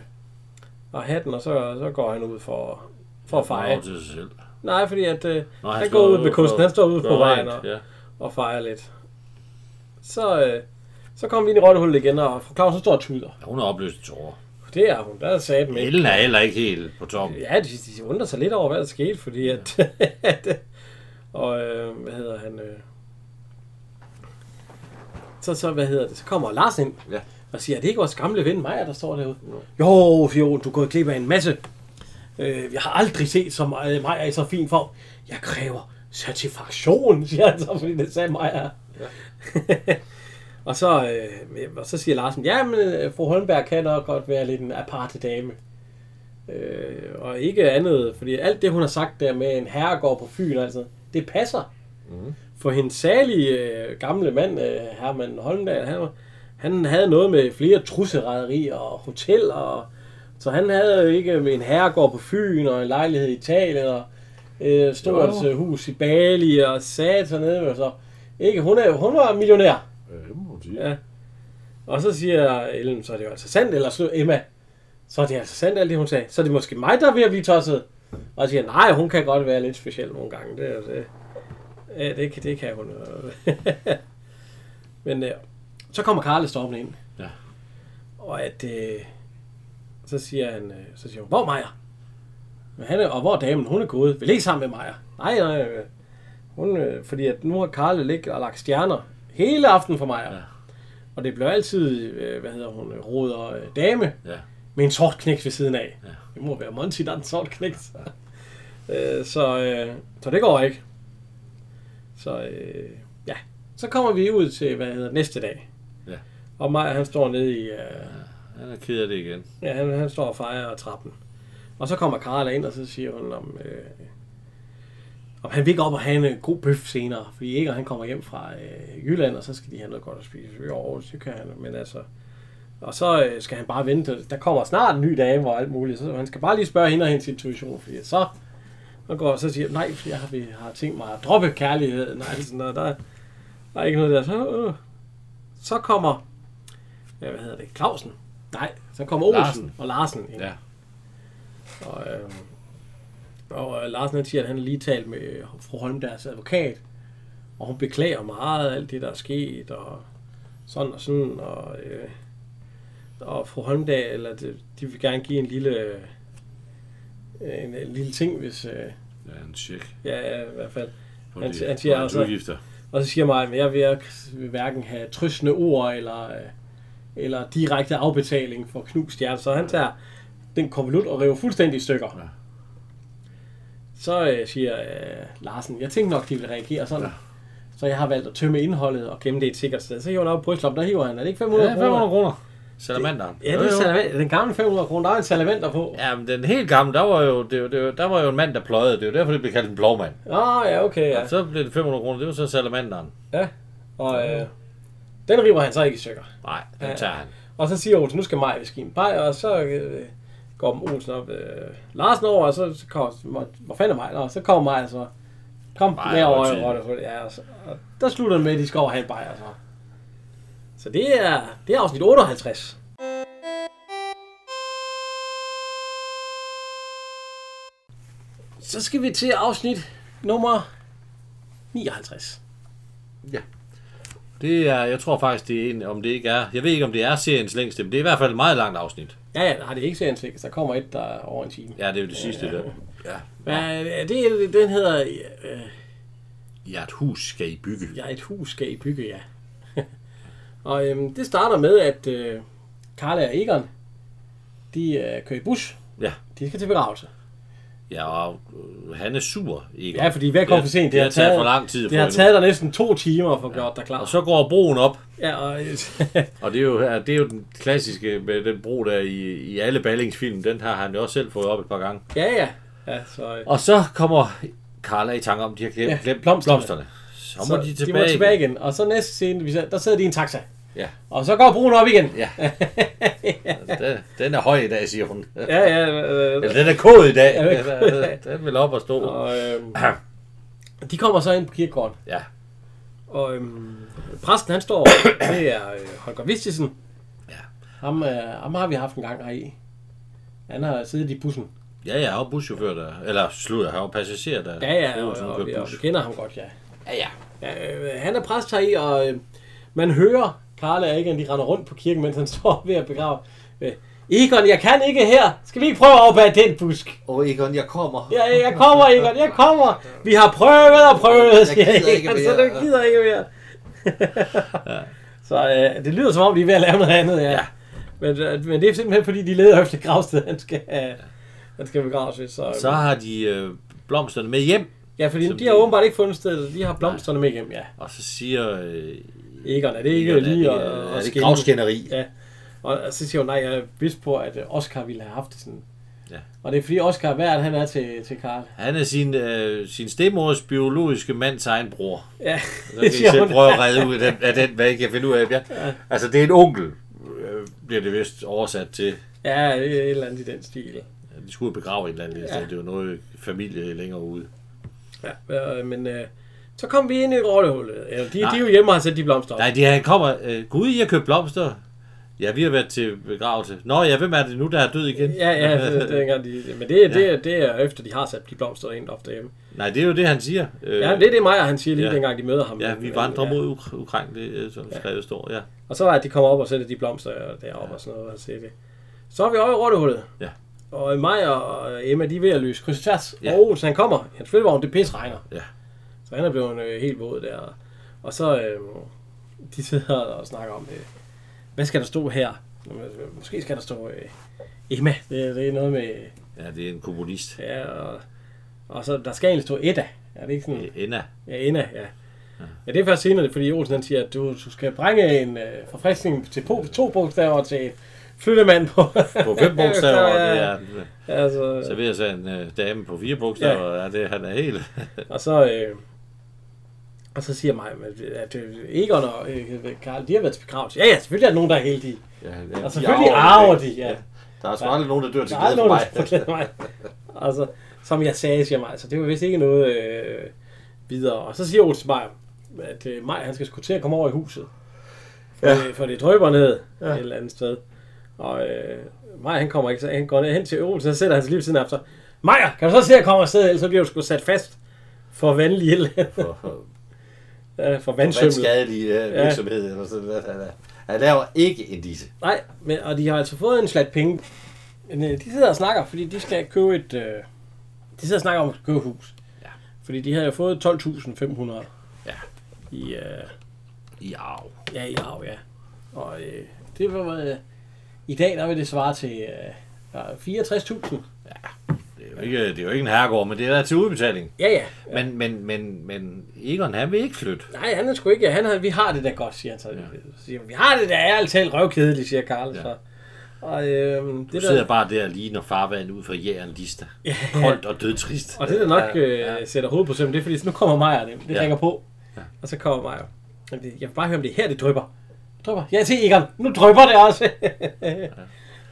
Speaker 1: og hatten, og så, så går han ud for, for at feje.
Speaker 2: til sig selv.
Speaker 1: Nej, fordi at, øh,
Speaker 2: Nå,
Speaker 1: han, han
Speaker 2: står
Speaker 1: går ud
Speaker 2: ude
Speaker 1: ved kusten,
Speaker 2: for-
Speaker 1: han står ude
Speaker 2: for
Speaker 1: på vejen.
Speaker 2: rent,
Speaker 1: Og,
Speaker 2: Ja.
Speaker 1: og fejrer lidt. Så, øh, så kom vi ind i rottehullet igen, og fru Clausen står og tuder.
Speaker 2: Ja, Hun er opløst i tårer.
Speaker 1: Det er hun, der sagde dem ikke.
Speaker 2: Ellen er heller ikke helt på toppen.
Speaker 1: Ja, de, de undrer sig lidt over, hvad der skete, fordi at... at Og øh, hvad hedder han? Øh, så, så, hvad hedder det? Så kommer Lars ind
Speaker 2: Ja.
Speaker 1: og siger, er det ikke vores gamle ven Maja, der står derude? Jo, siger Jon, du er gået glip af en masse. Øh, jeg har aldrig set som øh, Maja i så fin form. Jeg kræver certifikation, siger han så, fordi det sagde Maja. Ja. og, så, øh, og så siger Larsen, ja, men øh, fru Holmberg kan nok godt være lidt en aparte dame. Øh, og ikke andet, fordi alt det, hun har sagt der med en herregård på Fyn, altså, det passer. For hendes særlige øh, gamle mand, øh, Herman Holmdal, han, var- han havde noget med flere trusseræderier og hoteller. Og, så han havde jo ikke en herregård på Fyn og en lejlighed i Italien og øh, stort
Speaker 2: Jo.
Speaker 1: øh, hus i Bali og sat sig nede. Så, ikke, hun, er, hun var millionær.
Speaker 4: Øh, det må man sige.
Speaker 1: Ja. Og så siger Ellen, så er det jo altså sandt, eller slå Emma. Så er det altså sandt, alt det hun sagde. Så er det måske mig, der er ved at blive tosset. Og jeg siger, nej, hun kan godt være lidt speciel nogle gange. Det, er- det, ja, det, kan, det kan hun. Men øh, så kommer Karle stormende ind.
Speaker 2: Ja.
Speaker 1: Og at, øh, så siger han, øh, så siger hun, hvor er Maja? Men han er, og hvor er damen? Hun er gået. Vil ikke sammen med Maja? Nej, nej, nej. Hun, øh, fordi at nu har Karle ligget og lagt stjerner hele aften for Maja. Ja. Og det blev altid, øh, hvad hedder hun, øh, roder øh, dame
Speaker 2: Ja.
Speaker 1: med en sort knægt ved siden af. Ja. Det må være Monty, der er en sort knægt. øh, så, øh, så det går ikke. Så øh, ja, så kommer vi ud til, hvad hedder næste dag.
Speaker 2: Ja.
Speaker 1: Og Maja, han står nede i, øh,
Speaker 2: Han er ked af det igen.
Speaker 1: Ja, han, han står og fejrer trappen. Og så kommer Karla ind, og så siger hun, om, øh, om han vil ikke op og have en øh, god bøf senere. Fordi ikke, han kommer hjem fra øh, Jylland, og så skal de have noget godt at spise. Jo, det kan han, men altså... Og så øh, skal han bare vente. Der kommer snart en ny dag, hvor alt muligt. Så han skal bare lige spørge hende og hendes intuition, fordi så... Og går og så siger, nej, for jeg har, vi har tænkt mig at droppe kærligheden. Nej, sådan noget. Der, der er ikke noget der. Så, øh. så kommer... Ja, hvad hedder det? Clausen. Nej, så kommer Olsen
Speaker 2: Larsen.
Speaker 1: Larsen. og Larsen ind.
Speaker 2: Ja.
Speaker 1: Og, øh, og øh, Larsen han siger, at han har lige talt med øh, fru Holmbergs advokat, og hun beklager meget alt det, der er sket, og sådan og sådan, og, øh, og fru Holmdag, eller de, de vil gerne give en lille, øh, en, en lille ting, hvis, øh,
Speaker 2: Ja, en check.
Speaker 1: ja, i hvert fald,
Speaker 2: på
Speaker 1: Han-
Speaker 2: det.
Speaker 1: han siger
Speaker 2: Og
Speaker 1: også-
Speaker 2: udgifter.
Speaker 1: og så siger mig, at jeg vil, jeg vil hverken have trøstende ord eller, øh, eller direkte afbetaling for knust hjerte. Så han tager den konvolut og river fuldstændig i stykker.
Speaker 2: Ja.
Speaker 1: Ja. Så øh, siger øh, Larsen, jeg tænkte nok, de ville reagere sådan. Ja. Så jeg har valgt at tømme indholdet og gemme det et sikkert sted. Så hiver han op på brystloppen, der hiver han. Er det ikke 500
Speaker 2: Ja,
Speaker 1: ja,
Speaker 2: 500
Speaker 1: kroner?
Speaker 2: kroner. Salamanderen.
Speaker 1: Ja, det
Speaker 2: Jo,
Speaker 1: er
Speaker 2: jo.
Speaker 1: salamander. Den gamle 500 kroner, der er en salamander på.
Speaker 2: Ja, men den helt gamle, der var jo, det, var- det, var- der var jo en mand, der pløjede. Det var derfor, det blev kaldt en plovmand.
Speaker 1: Åh, Ah, ja, okay, ja.
Speaker 2: Ja. Så blev det 500 kroner, det var så salamanderen.
Speaker 1: ja. Og øh, den river han så ikke i stykker.
Speaker 2: Nej, den
Speaker 1: Ja.
Speaker 2: tager han.
Speaker 1: Og så siger Olsen, nu skal Maja viske en bajer, og så øh, går Olsen op, øh, Larsen over, og så, så kommer, hvor, hvor fanden er Maja? Nå, så kommer Maja så, kom
Speaker 2: Maja
Speaker 1: med
Speaker 2: var
Speaker 1: over
Speaker 2: tidlig.
Speaker 1: i Rottehul, ja, og, så, og der slutter den med, at de skal over og have en bajer, så. Så det er, det er afsnit 58. Så skal vi til afsnit nummer 59.
Speaker 2: Det er, jeg tror faktisk, det er en, om det ikke er, jeg ved ikke, om det er seriens længste, men det er i hvert fald et meget langt afsnit.
Speaker 1: Ja, ja, har det er ikke serien sikkert. Der kommer et, der er over en time.
Speaker 2: Ja, det er jo det sidste der. Ja.
Speaker 1: Ja, det, den hedder... Øh,
Speaker 2: Ja, et hus skal I bygge.
Speaker 1: Ja, et hus skal I bygge, ja. og øhm, det starter med, at øh, Karla og Egon, de øh, kører i bus.
Speaker 2: Ja.
Speaker 1: De skal til begravelse.
Speaker 2: Ja, og øh, han er sur, ikke?
Speaker 1: Ja, fordi hvad kom for sent?
Speaker 2: Det, har taget for lang tid.
Speaker 1: Det har taget dig næsten to timer at få gjort dig
Speaker 2: Og
Speaker 1: klar.
Speaker 2: så går broen op,
Speaker 1: Ja, og, øh,
Speaker 2: og det er jo, her- det er jo den klassiske med den bro der i, i alle Ballingsfilm. Den har han jo også selv fået op et par gange.
Speaker 1: ja, ja. ja så, øh,
Speaker 2: Og så kommer Carla i tanke om, at de har glemt, ja,
Speaker 1: Ja,
Speaker 2: glemt blomsterne.
Speaker 1: blomsterne.
Speaker 2: blomsterne. Så
Speaker 1: så
Speaker 2: må de
Speaker 1: de
Speaker 2: tilbage.
Speaker 1: må tilbage igen. Og så næste scene, vi ser, der sidder de i en taxa.
Speaker 2: Ja.
Speaker 1: Og så går broen op igen.
Speaker 2: Ja. den, den er høj i dag, siger hun.
Speaker 1: Ja, ja. Øh,
Speaker 2: Eller Altså, den er kod i dag. Altså,
Speaker 1: Ja, den er kod i dag.
Speaker 2: den vil op og stå.
Speaker 1: og, øhm, de kommer så ind på kirkegården.
Speaker 2: Ja.
Speaker 1: Og øhm, præsten, han står, det er øh, Holger Vistisen.
Speaker 2: Ja.
Speaker 1: Ham, øh, ham har vi haft en gang her i. Han har siddet i bussen.
Speaker 2: Ja, jeg har jo buschauffør der. Eller slut, jeg har jo passager der.
Speaker 1: Ja, ja, og,
Speaker 2: Olsen,
Speaker 1: og,
Speaker 2: hun
Speaker 1: og,
Speaker 2: kører
Speaker 1: og
Speaker 2: bus.
Speaker 1: vi kender ham godt, ja.
Speaker 2: Ja, ja.
Speaker 1: ja øh, han er præst her i, og øh, man hører Karla og Egan, de render rundt på kirken, mens han står ved at begrave. Øh, Egon, jeg kan ikke her. Skal vi ikke prøve over bag den busk?
Speaker 4: Åh, oh, Egon, jeg kommer.
Speaker 1: Ja, jeg kommer, Egon, jeg kommer. Vi har prøvet og prøvet,
Speaker 4: Jeg
Speaker 1: siger
Speaker 4: gider ikke
Speaker 1: Egon, så
Speaker 4: mere.
Speaker 1: du gider ikke mere. så øh, det lyder som om, de er ved at lave noget andet, ja. Men, øh, men det er simpelthen, fordi de leder efter gravstedet, han skal, øh, han skal begraves i. Så,
Speaker 2: Så har de øh, blomsterne med hjem,
Speaker 1: ja, fordi
Speaker 2: som
Speaker 1: de har
Speaker 2: det-
Speaker 1: åbenbart ikke fundet stedet, de har blomsterne med hjem, ja.
Speaker 2: og så siger... Øh,
Speaker 1: Egon, er det ikke
Speaker 2: Egon, er
Speaker 1: lige
Speaker 2: det-
Speaker 1: at,
Speaker 2: er
Speaker 1: at
Speaker 2: det
Speaker 1: skille?
Speaker 4: Gravskænderi.
Speaker 1: Ja. Og så siger hun, nej, jeg er vist på, at øh, Oscar ville have haft det sådan.
Speaker 2: Ja.
Speaker 1: Og det er fordi Oscar er værd, han er til, til Karl.
Speaker 2: han er sin, øh, sin stemors biologiske mands egen bror.
Speaker 1: Ja,
Speaker 2: Så kan I selv prøve at redde ud af den, af den hvad I kan finde ud af. Ja. Altså, det er en onkel, øh, bliver det vist oversat til.
Speaker 1: Ja, et eller andet i den stil.
Speaker 2: De skulle begrave et eller andet. Ja. Det var noget familie længere ude.
Speaker 1: Ja, øh, men øh, så kom vi ind i rollehullet. Ja, de, de
Speaker 2: Nej.
Speaker 1: er jo hjemme og har sat de blomster op.
Speaker 2: Nej, de, han kommer. Øh, Gud, I har købt blomster. Ja, vi har været til begravelse. Nå ja, hvem er det nu, der er død igen?
Speaker 1: Ja, ja, det, det er engang, de, men det, det, det, det er efter, de har sat de blomster ind op derhjemme.
Speaker 2: Nej, det er jo det, han siger. Øh,
Speaker 1: Ja, det er det mig, og han siger lige
Speaker 2: ja.
Speaker 1: ja. dengang, de møder ham. øh,
Speaker 2: Ja, vi vandrer mod Uk- Ukraine, det er som skrevet står. Ja.
Speaker 1: Og så var det, at de kommer op og sætter de blomster øh, deroppe ja. og sådan noget. Og ser det. Så er vi over i rottehullet.
Speaker 2: Ja.
Speaker 1: Og mig og øh, Emma, de er ved at løse kryds og tværs.
Speaker 2: Ja.
Speaker 1: Ja. Og Olsen, han kommer. Hans følgevogn, det pis regner.
Speaker 2: Ja.
Speaker 1: Så han er blevet øh, helt våd der. Og så øh, de sidder og snakker om, øh, hvad skal der stå her? altså, Måske skal der stå øh, Emma. Det, det er noget med...
Speaker 2: ja, det er en kommunist.
Speaker 1: Ja, og, og så der skal egentlig stå Edda. Er det ikke sådan?
Speaker 2: Øh, Enna.
Speaker 1: Ja, Ina, ja. Ja, det er først senere, fordi Olsen han siger, at du, du skal bringe en øh, forfriskning til po- to bogstaver til en flyttemand på.
Speaker 2: På fem bogstaver,
Speaker 1: Ja,
Speaker 2: det
Speaker 1: ja.
Speaker 2: er... Så
Speaker 1: altså,
Speaker 2: vil jeg sige en øh, dame på fire bogstaver, ja. er det, han er helt...
Speaker 1: og så... Øh, og så siger mig, at, at øh, Egon og øh, Karl, de har været til begravelse. Ja, ja, selvfølgelig er der nogen, der er heldige.
Speaker 4: Ja, ja,
Speaker 1: Og selvfølgelig arver de, ja.
Speaker 4: Der er sgu aldrig nogen, der dør til
Speaker 1: Der er
Speaker 4: glæde
Speaker 1: aldrig nogen,
Speaker 4: for
Speaker 1: der forklæder
Speaker 4: mig.
Speaker 1: mig. altså, som jeg sagde, siger mig, så det var vist ikke noget øh, videre. Og så siger Olsen Meier, at øh, Maj, han skal sgu til at komme over i huset. For, ja. for det drøber ned ja. et eller andet sted. Og øh, Maj, han kommer ikke, så han går ned hen til Olsen, så sætter han sig lige ved siden af ham, så, Maja, kan du så se at komme afsted, ellers så bliver du sgu sat fast for vanlig ild,
Speaker 4: For,
Speaker 1: øh, for
Speaker 4: for
Speaker 1: vandsømmel.
Speaker 4: skadelig øh, virksomhed. Eller sådan, noget. han, er- han laver ikke en disse.
Speaker 1: Nej, men, og de har altså fået en slat penge. Men øh, de sidder og snakker, fordi de skal købe et... Øh, de sidder og snakker om at købe et hus.
Speaker 2: Ja.
Speaker 1: Fordi de havde jo fået 12.500
Speaker 2: Ja.
Speaker 1: i, øh,
Speaker 2: Ja.
Speaker 1: ja, i arv, ja. Og øh, det var... Øh, I dag, der vil det svare til øh, ja, 64.000.
Speaker 2: Det er, jo ikke, det er jo ikke en herregård, men det er da til udbetaling.
Speaker 1: Ja, ja.
Speaker 2: Men, men, men, men Egon, han vil ikke flytte.
Speaker 1: Nej, han er sgu ikke... Han har, vi har det da godt, siger han så. Ja. Siger, vi har det da ærligt talt røvkedeligt, siger Karl.
Speaker 2: Ja.
Speaker 1: Ja. Så. Og, øh, det
Speaker 2: Du
Speaker 1: der,
Speaker 2: sidder bare der lige, når farvandet ud fra jæren lister. Koldt og dødtrist.
Speaker 1: Og det, der nok øh, ja. sætter hovedet på sømmen, det er, fordi så nu kommer Maja, det, det
Speaker 2: Ja.
Speaker 1: ja. ringer på. Ja. Og så kommer Maja. Jeg vil bare høre, om det er her, det drypper. Drypper. Ja, se Egon, nu drypper det også. ja.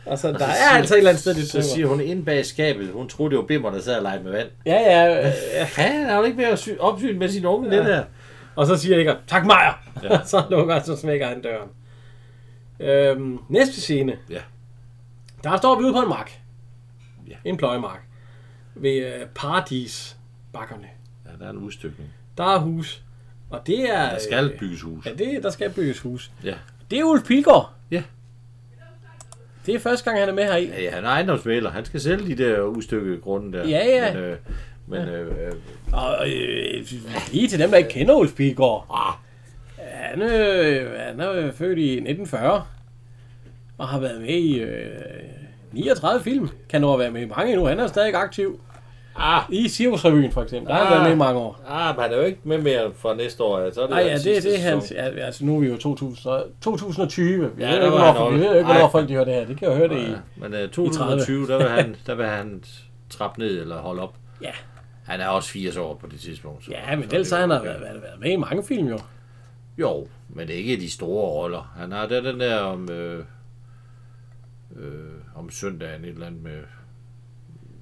Speaker 1: Og så, der er altså et eller andet sted, det
Speaker 4: Så
Speaker 1: drypper.
Speaker 4: siger hun inde bag skabet, hun troede, det var bimmer, der sad og legede med vand.
Speaker 1: Ja, ja, øh, ja.
Speaker 2: Han har jo ikke mere sy- opsyn med sin unge, ja. det der.
Speaker 1: Og så siger Egon, tak Maja. Ja. så lukker han, så smækker han døren. Øhm, næste scene.
Speaker 2: Ja.
Speaker 1: Der står vi ude på en mark.
Speaker 2: Ja.
Speaker 1: Ja. En pløjemark. Ved øh, paradisbakkerne.
Speaker 2: Ja, der er en udstykning.
Speaker 1: Der er hus. Og det er... øh,
Speaker 2: Der skal bygges hus.
Speaker 1: Ja, det, der skal bygges hus.
Speaker 2: Ja.
Speaker 1: Det er Ulf Pilgaard.
Speaker 2: Ja.
Speaker 1: Det er første gang, han er med her i.
Speaker 2: Ja, han er ejendomsmæler. Han skal sælge de der udstykke grunde der.
Speaker 1: Ja, ja.
Speaker 2: Men, øh, men øh, øh,
Speaker 1: Og øh, lige til dem, der ikke kender Ulf Pilgaard. Ah. Han, øh, han er øh, født i 1940 og har været med i øh, 39 film. Kan nu være med i mange endnu. Han er stadig aktiv.
Speaker 4: Ah,
Speaker 1: I Cirkusrevyen for eksempel. Der har han været med i mange år.
Speaker 4: ah men han er jo ikke med mere fra næste år. ja. Så er det
Speaker 1: Nej,
Speaker 4: jo
Speaker 1: ja,
Speaker 4: den
Speaker 1: det,
Speaker 4: sidste
Speaker 1: det er hans...
Speaker 4: sæson.
Speaker 1: Ja, altså, nu er vi jo 2000, og- 2020. Vi
Speaker 4: Ja,
Speaker 1: ja, ved
Speaker 4: der
Speaker 1: ikke,
Speaker 4: var
Speaker 1: hvornår,
Speaker 4: han
Speaker 1: vi ved
Speaker 4: old.
Speaker 1: ikke, hvornår
Speaker 4: Ej.
Speaker 1: folk de hører det her. De kan jo høre det i...
Speaker 2: ja. men øh, 2020, der vil, han, der vil han trappe ned eller holde op.
Speaker 1: Ja,
Speaker 2: Han er også 80 år på det tidspunkt. Så,
Speaker 1: ja men
Speaker 2: så
Speaker 1: ellers
Speaker 2: det
Speaker 1: har
Speaker 2: er
Speaker 1: han har
Speaker 2: okay.
Speaker 1: været, været, været med i mange film jo.
Speaker 2: Jo, men ikke i de store roller. Han har den, den der om, øh, øh, om søndagen, et eller andet med...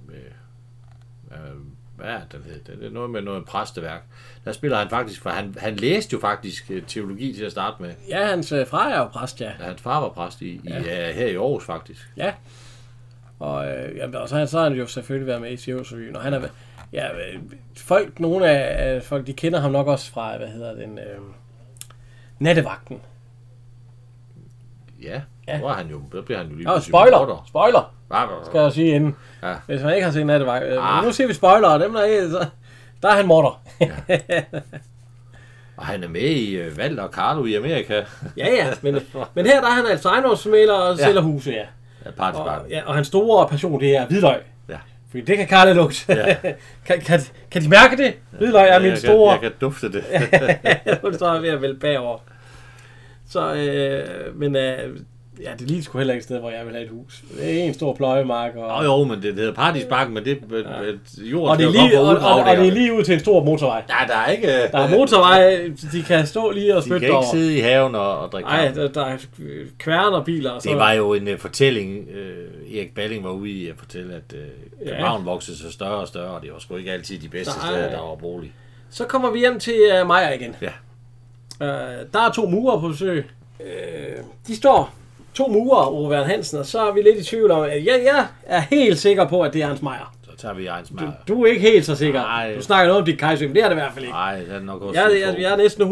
Speaker 2: med øh, hvad er det, den hed? Det er noget med noget præsteværk. Der spiller han faktisk, for han, han læste jo faktisk øh, teologi til at starte med,
Speaker 1: Ja, hans øh, far er jo præst, ja.
Speaker 2: da hans far var præst i, ja. i ja, her i Aarhus faktisk.
Speaker 1: Ja. Og, øh, jamen, og så, har- så har han jo selvfølgelig været med i Cirkusrevyen, og han er... Ja, øh, folk, nogle af øh, folk, de kender ham nok også fra, hvad hedder den, øh, Nattevagten.
Speaker 2: Ja, ja. Nu er han jo, der bliver han jo lige
Speaker 1: Nå,
Speaker 2: pludselig
Speaker 1: spoiler.
Speaker 2: morder.
Speaker 1: Spoiler,
Speaker 2: Hva-
Speaker 1: skal jeg sige inden.
Speaker 2: Ja.
Speaker 1: Hvis man ikke har set nattevagt. Ah.
Speaker 2: Ah.
Speaker 1: Nu ser vi spoiler, og dem der ikke, så, der er han morder.
Speaker 2: Og han er med i øh, Vald og Carlo i Amerika.
Speaker 1: ja, ja, men, men her der er han altså ejendomsmaler og sælger huse, ja.
Speaker 2: Ja, party,
Speaker 1: Og,
Speaker 2: party.
Speaker 1: ja, og hans store passion, det er hvidløg.
Speaker 2: Ja.
Speaker 1: Fordi det kan Karla lugte.
Speaker 2: Ja.
Speaker 1: kan, kan, kan de mærke det? Hvidløg er min
Speaker 2: jeg,
Speaker 1: store...
Speaker 2: Kan, jeg kan dufte det.
Speaker 1: Hun står ved at vælge bagover. Så, øh, men øh, ja, det lige sgu heller ikke et sted, hvor jeg vil have et hus. Det er en stor pløjemark, og,
Speaker 2: Nå jo, men det, det hedder Paradisbakken, men det ja. jorden
Speaker 1: og, det, er
Speaker 2: skal jo
Speaker 1: lige,
Speaker 2: komme
Speaker 1: og,
Speaker 2: fra
Speaker 1: og,
Speaker 2: uddrag
Speaker 1: og,
Speaker 2: der.
Speaker 1: det er lige ud til en stor motorvej.
Speaker 2: Nej, der er ikke... øh,
Speaker 1: Der er motorvej, de kan stå lige og
Speaker 2: de kan
Speaker 1: spytte
Speaker 2: ikke
Speaker 1: over.
Speaker 2: sidde i haven og, og drikke
Speaker 1: Nej,
Speaker 2: kaffe.
Speaker 1: der, der er kværner biler. Og så,
Speaker 2: Det var jo en uh, fortælling, uh, Erik Balling var ude i at fortælle, at uh,
Speaker 1: Ja.
Speaker 2: København voksede sig større og større, og det var sgu ikke altid de bedste
Speaker 1: Nej.
Speaker 2: steder, der var bolig.
Speaker 1: så kommer vi hjem til øh, Maja igen.
Speaker 2: Ja.
Speaker 1: Øh, der er to murer på besøg. Øh, de står to murer over Verne Hansen, og så er vi lidt i tvivl om, at jeg, jeg er helt sikker på, at det er Ernst Meier.
Speaker 2: Så tager vi Ejens
Speaker 1: Du,
Speaker 2: Meier.
Speaker 1: du er ikke helt så sikker.
Speaker 2: Nej.
Speaker 1: Du snakker noget om dit kejser, men det er det i hvert fald ikke.
Speaker 2: Nej, det er nok også...
Speaker 1: Jeg,
Speaker 2: en
Speaker 1: jeg,
Speaker 2: få.
Speaker 1: jeg er næsten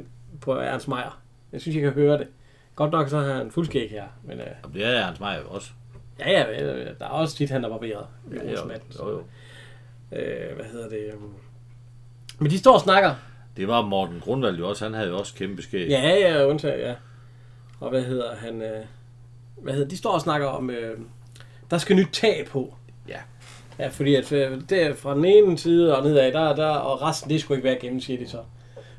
Speaker 1: 100% på Ernst Meier. Jeg synes, jeg kan høre det. Godt nok, så har han fuldskæg her. Men øh,
Speaker 2: Jamen, Det er Ejens Meier jo også.
Speaker 1: ja, ja, øh, der er også tit, han er barberet. Ja,
Speaker 2: Ja, jo, jo, jo.
Speaker 1: Øh, hvad hedder det? øhm. Men de står og snakker.
Speaker 2: Det var Morten Grundvald jo også, han havde jo også kæmpe skæg.
Speaker 1: Ja, ja, undtagen, ja. Og hvad hedder han? Øh, hvad hedder, de står og snakker om, øh, der skal nyt tag på.
Speaker 2: Ja.
Speaker 1: Ja, fordi at øh, det er fra den ene side og nedad, der, der, og resten, det skulle ikke være gennemsigtigt så.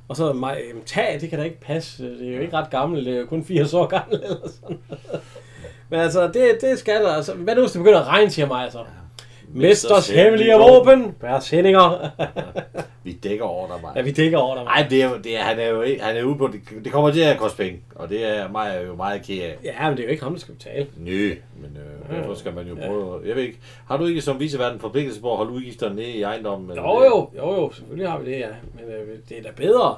Speaker 1: Og så mig, øh, tag, det kan da ikke passe. Det er jo ikke ret gammelt, det er jo kun 80 år gammelt eller sådan noget. Men altså, det, det skal der. Altså, hvad nu, hvis det begynder at regne, siger mig så? Mesters hemmelige våben, deres hændinger.
Speaker 4: Vi dækker over dig, Maja.
Speaker 1: ja, vi dækker over dig. Maja.
Speaker 4: Nej, det er, jo- det er, han er jo ikke, han er ude på, det, det kommer til at koste penge, og det er mig jo meget ked af.
Speaker 1: Ja, men det er jo ikke ham, der skal betale.
Speaker 4: Nø, men
Speaker 1: Mm.
Speaker 4: øh, derfor skal man jo prøve, jeg ved ikke, har du ikke som viceverden forpligtelse på at holde udgifterne nede i ejendommen? eller
Speaker 1: Jo,
Speaker 4: hvad?
Speaker 1: jo, jo, jo, selvfølgelig har vi det, ja. Men øh, det er da bedre,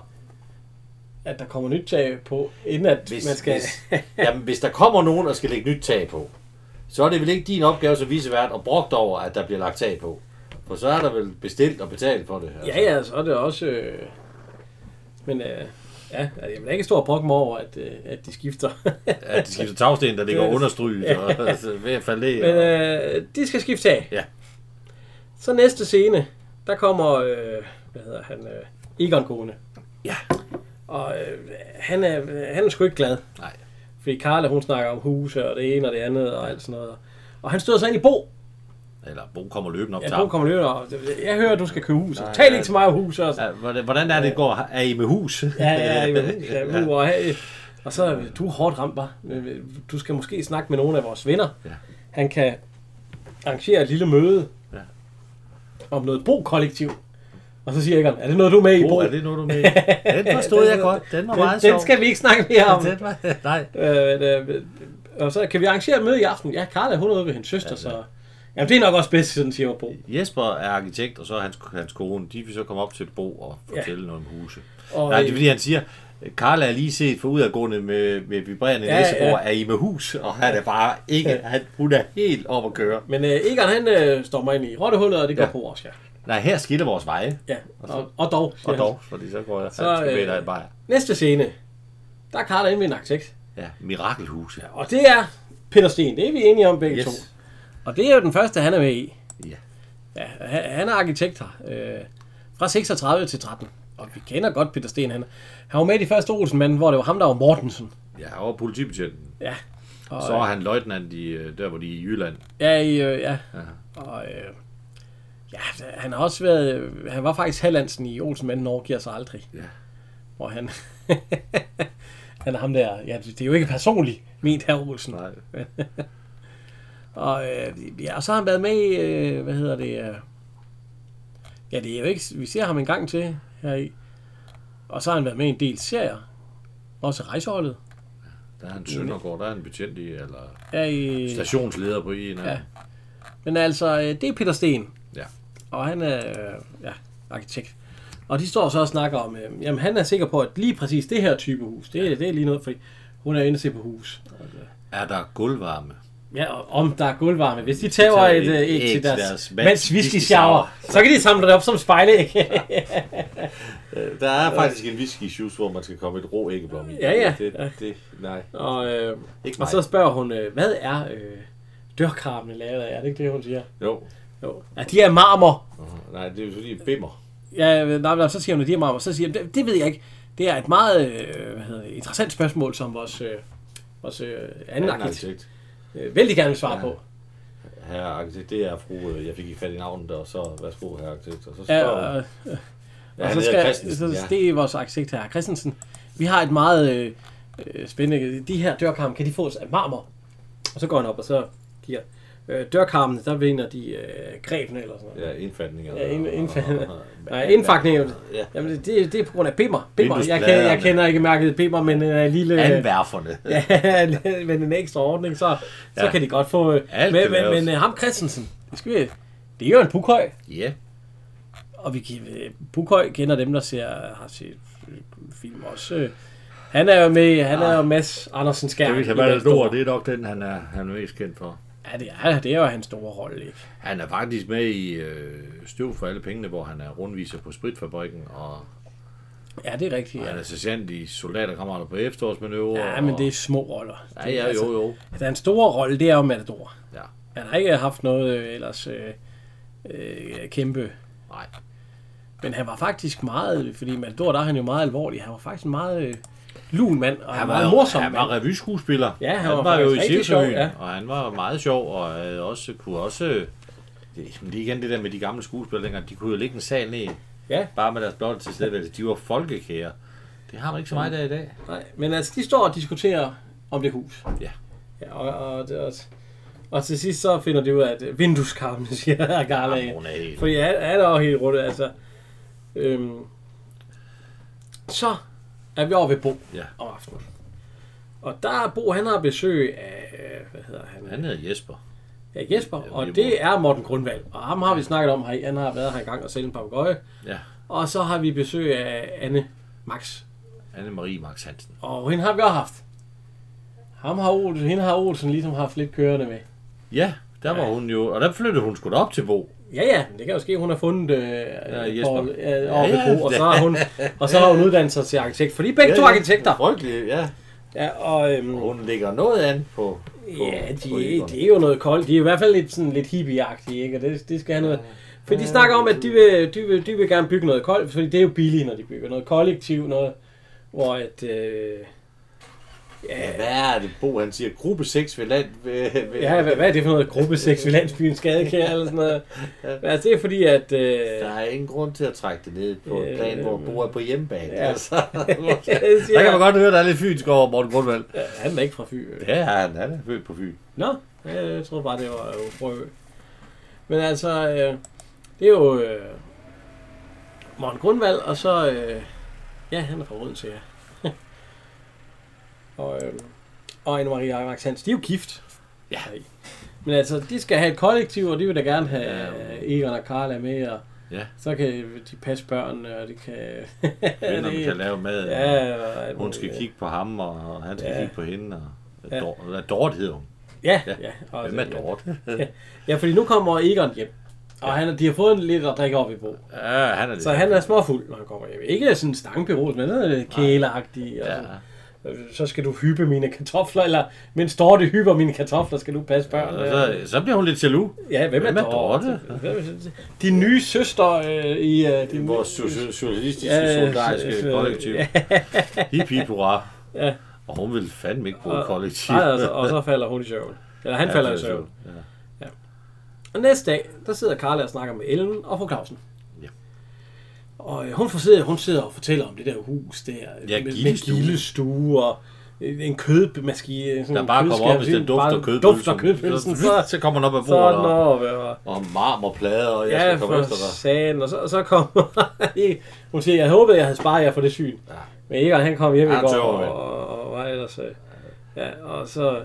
Speaker 1: at der kommer nyt tag på, inden at
Speaker 4: Hvis,
Speaker 1: man skal...
Speaker 4: hvis, jamen, hvis der kommer nogen, der skal lægge nyt tag på, så er det vel ikke din opgave som vicevært at brugte over, at der bliver lagt tag på. For så er der vel bestilt og betalt for det. altså.
Speaker 1: Ja, ja, så er det også... Øh... Men øh, ja, altså, jeg vil da ikke stå og brokke mig over, at, øh, at de skifter.
Speaker 2: At de skifter tagsten, der ligger
Speaker 1: Det-
Speaker 2: understryget, og altså, ved at falde
Speaker 1: Men
Speaker 2: ned. og-
Speaker 1: øh, de skal skifte af.
Speaker 2: Ja.
Speaker 1: Så næste scene, der kommer, øh, hvad hedder han, øh, Egon Kone.
Speaker 2: Ja.
Speaker 1: Og øh, han, er, han er sgu ikke glad.
Speaker 2: Nej.
Speaker 1: Fordi Karla, hun snakker om huse og det ene og det andet og alt sådan noget. Og han støder sig ind i Bo.
Speaker 2: Eller Bo kommer løbende op til
Speaker 1: Ja,
Speaker 2: ham.
Speaker 1: Bo kommer løbende, og jeg hører, at du skal købe huset. Tal ikke til mig om huset. Og så.
Speaker 2: Ja, hvordan- Hvordan er det, går? Er I med hus?
Speaker 1: Ja, ja, ja, med hus, ja, uh, og, hey. og så øh, du er hårdt ramt, var. Du skal måske snakke med nogle af vores venner.
Speaker 2: Ja.
Speaker 1: Han kan arrangere et lille møde
Speaker 2: Ja.
Speaker 1: om noget bo-kollektiv. Og så siger Egon, er det noget, du er med i
Speaker 2: Bo,
Speaker 1: bo?
Speaker 2: er det noget, du er med? i? Den forstod jeg godt. Den var meget
Speaker 1: den,
Speaker 2: sjov.
Speaker 1: den skal vi ikke snakke mere om.
Speaker 2: Den var, nej.
Speaker 1: Øh, men, øh, og så kan vi arrangere et møde i aften. Ja, Karla, hun er ude ved hendes søster, så... Jamen, det er nok også bedst, sådan siger Bo.
Speaker 2: Jesper er arkitekt, og så er hans, hans kone. De vil så komme op til Bo og fortælle ja. noget om huse.
Speaker 1: Og,
Speaker 2: Og Nej, det er
Speaker 1: øh,
Speaker 2: fordi, han siger, Karla er lige set for udadgående med, med vibrerende
Speaker 1: Ja,
Speaker 2: ja, næsebor,
Speaker 1: ja.
Speaker 2: ja. er I med hus? Og han er bare ikke, han, hun er helt op at køre.
Speaker 1: Men øh, Egon, han øh, står mig ind i rottehullet, og det går ja.
Speaker 2: Ja.
Speaker 1: på også, ja.
Speaker 2: Nej, her skiller vores veje.
Speaker 1: ja. Og, og dog, siger
Speaker 2: Og
Speaker 1: han.
Speaker 2: dog, fordi så går jeg,
Speaker 1: Så,
Speaker 2: så, han skal
Speaker 1: øh,
Speaker 2: med dig i bajer.
Speaker 1: Næste scene, der er Karla inde ved en arkitekt.
Speaker 2: Ja, mirakelhus. Ja.
Speaker 1: Og det er Peter Sten, det er vi enige om begge yes.
Speaker 2: Yes.
Speaker 1: to. Og det er jo den første, han er med i.
Speaker 2: Ja.
Speaker 1: Ja, han han er arkitekt her. Øh, fra 36 til 13. Og vi kender godt Peter Sten. Han, han var med i de første Olsenmanden, hvor det var ham, der var Mortensen.
Speaker 2: ja, og politibetjenten.
Speaker 1: Ja. Og,
Speaker 2: Så er han løjtnant i, øh, der, hvor de er i Jylland.
Speaker 1: Ja, i, øh, ja. Og, øh, ja, han har også været... øh, Han var faktisk Hallandsen i Olsenmanden overgiver sig aldrig.
Speaker 2: Ja.
Speaker 1: Hvor han... han er ham der... Ja, det er jo ikke personligt ment her Olsen.
Speaker 2: Nej.
Speaker 1: Og, øh, ja, og så har han været med i, øh, hvad hedder det, øh, ja, det er jo ikke, vi ser ham en gang til her i. Og så har han været med i en del serier. Også rejseholdet.
Speaker 2: Der er han Søndergaard, der er han betjent i, eller
Speaker 1: Ja, i,
Speaker 2: stationsleder på en. Ja.
Speaker 1: men altså, øh, det er Peter Sten.
Speaker 2: Ja.
Speaker 1: Og han er, øh, ja, arkitekt. Og de står så og snakker om, øh, jamen han er sikker på, at lige præcis det her type hus, det, det er lige noget, fordi hun er inde og se på hus.
Speaker 2: Er der gulvvarme?
Speaker 1: Ja, og om der er gulvvarme. Hvis de tager et, øh, æg til deres, deres mens whisky shower,
Speaker 2: shower.
Speaker 1: så kan de samle det op som spejlæg.
Speaker 4: Øh, Der er faktisk en whisky juice, hvor man skal komme et rå æggeblom i.
Speaker 1: Ja, ja. Ja.
Speaker 4: Det, det, nej.
Speaker 1: og, øh,
Speaker 4: Ikke
Speaker 1: og
Speaker 4: mig.
Speaker 1: så spørger hun, øh, hvad er øh, dørkarmene lavet af? Er det ikke det, hun siger?
Speaker 4: Jo.
Speaker 1: Jo. Ja, de er marmor.
Speaker 4: Uh, Nej, det er jo fordi, det er bimmer.
Speaker 1: Ja, nej, nej, så siger hun, at de er marmor. Så siger hun, det, det ved jeg ikke. Det er et meget øh, hvad hedder, det, interessant spørgsmål, som vores, øh, vores øh, anden
Speaker 4: Han er
Speaker 1: arkitekt
Speaker 4: arkitekt.
Speaker 1: øh, vældig gerne vil svare ja.
Speaker 4: Ja.
Speaker 1: på.
Speaker 4: Herre arkitekt, det er fru, øh, jeg fik ikke fat i navnet, og så værsgo, herre arkitekt. Og så
Speaker 1: Ja,
Speaker 4: spørger
Speaker 1: og,
Speaker 4: hun,
Speaker 1: og,
Speaker 4: ja,
Speaker 1: og
Speaker 4: han
Speaker 1: så
Speaker 4: hedder
Speaker 1: skal,
Speaker 4: Christensen,
Speaker 1: så,
Speaker 4: ja.
Speaker 1: det er vores arkitekt her, Christensen. Vi har et meget øh, øh, spændende, de her dørkarme, kan de fås af marmor? Og så går han op, og så giver øh, dørkarmene, der vinder de øh, grebene eller sådan noget.
Speaker 4: Ja, indfatninger.
Speaker 1: Ja, ind-
Speaker 4: og-
Speaker 1: indfald-
Speaker 4: og- og-
Speaker 1: Nej, indfakningen.
Speaker 4: Ja.
Speaker 1: Jamen, det, det er på grund af bimmer. bimmer. Jeg, kan, jeg
Speaker 2: Vinduespladerne.
Speaker 1: kender ikke mærket bimmer, men en øh, lille...
Speaker 2: Anværferne.
Speaker 1: ja, men en ekstra ordning, så, så
Speaker 2: Ja.
Speaker 1: kan de godt få... øh,
Speaker 2: Alt
Speaker 1: men,
Speaker 2: kan
Speaker 1: men,
Speaker 2: laves.
Speaker 1: men øh, ham Christensen, det, skal vi, det er jo en pukhøj,
Speaker 2: Ja.
Speaker 1: og vi kan- øh, pukhøj kender dem, der ser, har set øh, film også. øh. Han er jo med, han er jo Mads Andersen Skær.
Speaker 2: Ah. Det vil
Speaker 1: i
Speaker 2: have været
Speaker 1: den
Speaker 2: stor.
Speaker 1: store-
Speaker 2: Det er nok den, han er, han er mest kendt for.
Speaker 1: Ja, det er, det er jo hans store rolle, ikke?
Speaker 2: Han er faktisk med i øh, Støv for alle pengene, hvor han er rundviser på Spritfabrikken, og
Speaker 1: Ja, det er rigtigt.
Speaker 2: han
Speaker 1: Ja,
Speaker 2: Ah, er sergeant i Soldaterkammerater på efterårsmanøvre.
Speaker 1: ja men det er små roller.
Speaker 2: Ja, ja, jo, jo.
Speaker 1: Altså, hans store rolle, det er jo Matador.
Speaker 2: Ja.
Speaker 1: Han har ikke haft noget øh, ellers øh, øh, kæmpe
Speaker 2: Nej.
Speaker 1: Men han var faktisk meget, fordi Matador, der er han jo meget alvorlig. Han var faktisk en meget øh, lun mand, og han, var meget morsom
Speaker 2: Han
Speaker 1: mand.
Speaker 2: var revyskuespiller.
Speaker 1: Ja, han
Speaker 2: han
Speaker 1: var
Speaker 2: var, jo i
Speaker 1: faktisk rigtig sjov,
Speaker 2: Cirkusrevyen,
Speaker 1: ja.
Speaker 2: ja. og han var meget sjov, og havde også, kunne også... Det, men det er ligesom igen det der med de gamle skuespillere dengang, de kunne jo lægge en sal ned,
Speaker 1: Ja,
Speaker 2: bare med deres blotte tilstedeværelse. De var folkekære. Det har man ikke så meget af i dag.
Speaker 1: nej. Men altså, de står og diskuterer om det hus.
Speaker 2: Ja.
Speaker 1: ja og, og, det er også... og til sidst så finder de ud af, at øh, vindueskarmen, siger Garlag.
Speaker 2: Jamen, hun er helt-
Speaker 1: Fordi han han er jo helt rundt, altså. Øhm. Så er vi over ved Bo
Speaker 2: Ja.
Speaker 1: om aftenen. Og der er Bo, han har besøg af, øh, hvad hedder han?
Speaker 2: Han hedder Jesper.
Speaker 1: Ja, Jesper,
Speaker 2: Ja,
Speaker 1: og
Speaker 2: Nemo.
Speaker 1: det er Morten Grundvald. Og ham har vi snakket om her. Han har været her engang og sælge en papegøje.
Speaker 2: Ja.
Speaker 1: Og så har vi besøg af Anne Max.
Speaker 2: Anne-Marie Max Hansen.
Speaker 1: Og hende har vi også haft. Ham har Olsen, hende har Olsen ligesom haft lidt kørende med.
Speaker 2: Ja, der var hun jo, og der flyttede hun sgu da op til Bo.
Speaker 1: Ja, ja, men det kan jo ske, hun har fundet øh, ja,
Speaker 2: Jesper.
Speaker 1: Paul, øh, over
Speaker 2: Ja,
Speaker 1: ved
Speaker 2: ja.
Speaker 1: Bo, og så har hun, og så har hun uddannet sig til arkitekt, for de er begge ja, to arkitekter.
Speaker 4: Frygtelig, ja.
Speaker 1: Ja, og øhm,
Speaker 4: Hun lægger noget an på... på
Speaker 1: ja,
Speaker 4: på
Speaker 1: de,
Speaker 4: æggerne.
Speaker 1: de er jo noget koldt. De er i hvert fald lidt, sådan lidt hippie-agtige, ikke? Og det, det skal have noget... For de snakker om, at de vil, de vil, de vil gerne bygge noget koldt, fordi det er jo billigt, når de bygger noget kollektiv, noget, hvor at... Øh,
Speaker 4: Ja, hvad er det, Bo han siger? Gruppe 6 ved land... Ved, ved,
Speaker 1: ja, hvad, hvad er det for noget gruppe 6 ved landsbyen Skadekær eller sådan noget? Altså, det er fordi, at... Øh,
Speaker 4: Der er ingen grund til at trække det ned på
Speaker 1: Øh,
Speaker 4: en plan, hvor Bo er på hjemmebane.
Speaker 1: ja.
Speaker 4: Ja. Altså.
Speaker 2: Der kan man godt høre, der er lidt fynsk over Morten Grundvald.
Speaker 1: Han er ikke fra Fyn. øh.
Speaker 4: Ja, han han er født på Fyn.
Speaker 1: Nå, ja, jeg troede bare, det var jo prøve. Men altså, øh, det er jo øh, Morten Grundvald, og så, øh, ja, han er fra Rød til jer. og, øh, og Anne-Marie Arvax Hans, de er jo gift.
Speaker 2: Ja.
Speaker 1: Men altså, de skal have et kollektiv, og de vil da gerne have
Speaker 2: Ja.
Speaker 1: øh, Egon og Karla med, og
Speaker 2: Ja.
Speaker 1: så kan de passe børnene, og de kan...
Speaker 2: Vinderne kan lave mad.
Speaker 1: ja, og alt
Speaker 2: Hun skal
Speaker 1: muligt.
Speaker 2: kigge på ham, og han skal
Speaker 1: Ja.
Speaker 2: kigge på hende. Og, og
Speaker 1: Ja.
Speaker 2: Dor- eller Dorte hedder hun.
Speaker 1: Ja, ja.
Speaker 2: Ja.
Speaker 1: og-
Speaker 2: Hvem er Dorte?
Speaker 1: Ja, fordi nu kommer Egon hjem. Og ja. han, de har fået en lidt at drikke op i bog.
Speaker 2: Ja, han er lidt.
Speaker 1: Så han er småfuld, når han kommer hjem. Ikke sådan stangpirot, men sådan lidt kæleagtig. Og
Speaker 2: Ja.
Speaker 1: sådan. Øh, Så skal du hyppe mine kartofler, eller mens Dorte hypper mine kartofler, skal du passe børnene.
Speaker 2: Og så, så bliver hun lidt jaloux.
Speaker 1: ja, hvem er,
Speaker 2: hvem er
Speaker 1: Dorte? Dorte? De nye søster øh, i... Øh, de
Speaker 4: Vores so- so- socialistiske,
Speaker 1: Ja, ja,
Speaker 4: solidariske
Speaker 1: ja, ja.
Speaker 4: kollektiv.
Speaker 2: Hip hip øh, hurra.
Speaker 1: Ja.
Speaker 2: Og hun vil fandme ikke bruge
Speaker 1: og-
Speaker 2: kollektiv.
Speaker 1: Nej, altså, og så falder hun i søvn. Eller han ja, falder altså i
Speaker 2: det er
Speaker 1: søvn.
Speaker 2: sjovt. Ja.
Speaker 1: Og næste dag, der sidder Karla og snakker med Ellen og fru Clausen.
Speaker 2: Ja.
Speaker 1: Og øh, hun, sidder, hun sidder og fortæller om det der hus der. med-
Speaker 2: gildestue.
Speaker 1: Med gildestue og øh, en kødmaskine. Sådan
Speaker 2: Der
Speaker 1: en
Speaker 2: bare kommer
Speaker 1: køleskab,
Speaker 2: op, hvis
Speaker 1: sådan
Speaker 2: den
Speaker 1: bare
Speaker 2: dufter kødpølsen.
Speaker 1: Dufter kødpølsen.
Speaker 2: Så,
Speaker 1: Så,
Speaker 2: så kommer den op af
Speaker 1: så er
Speaker 2: bordet.
Speaker 1: den
Speaker 2: Og,
Speaker 1: over. og-
Speaker 4: Og marmorplader, og jeg
Speaker 1: Ja,
Speaker 4: skal komme
Speaker 1: for
Speaker 4: efter dig.
Speaker 1: sagen. Og så, og så kommer... hun siger, jeg håbede, jeg havde sparet jer for det syn. Ja. Men Egon, han kom hjem i
Speaker 4: Han
Speaker 1: går.
Speaker 4: tøver, mand.
Speaker 1: Og, og, og, var ellers... Øh, ja, og så...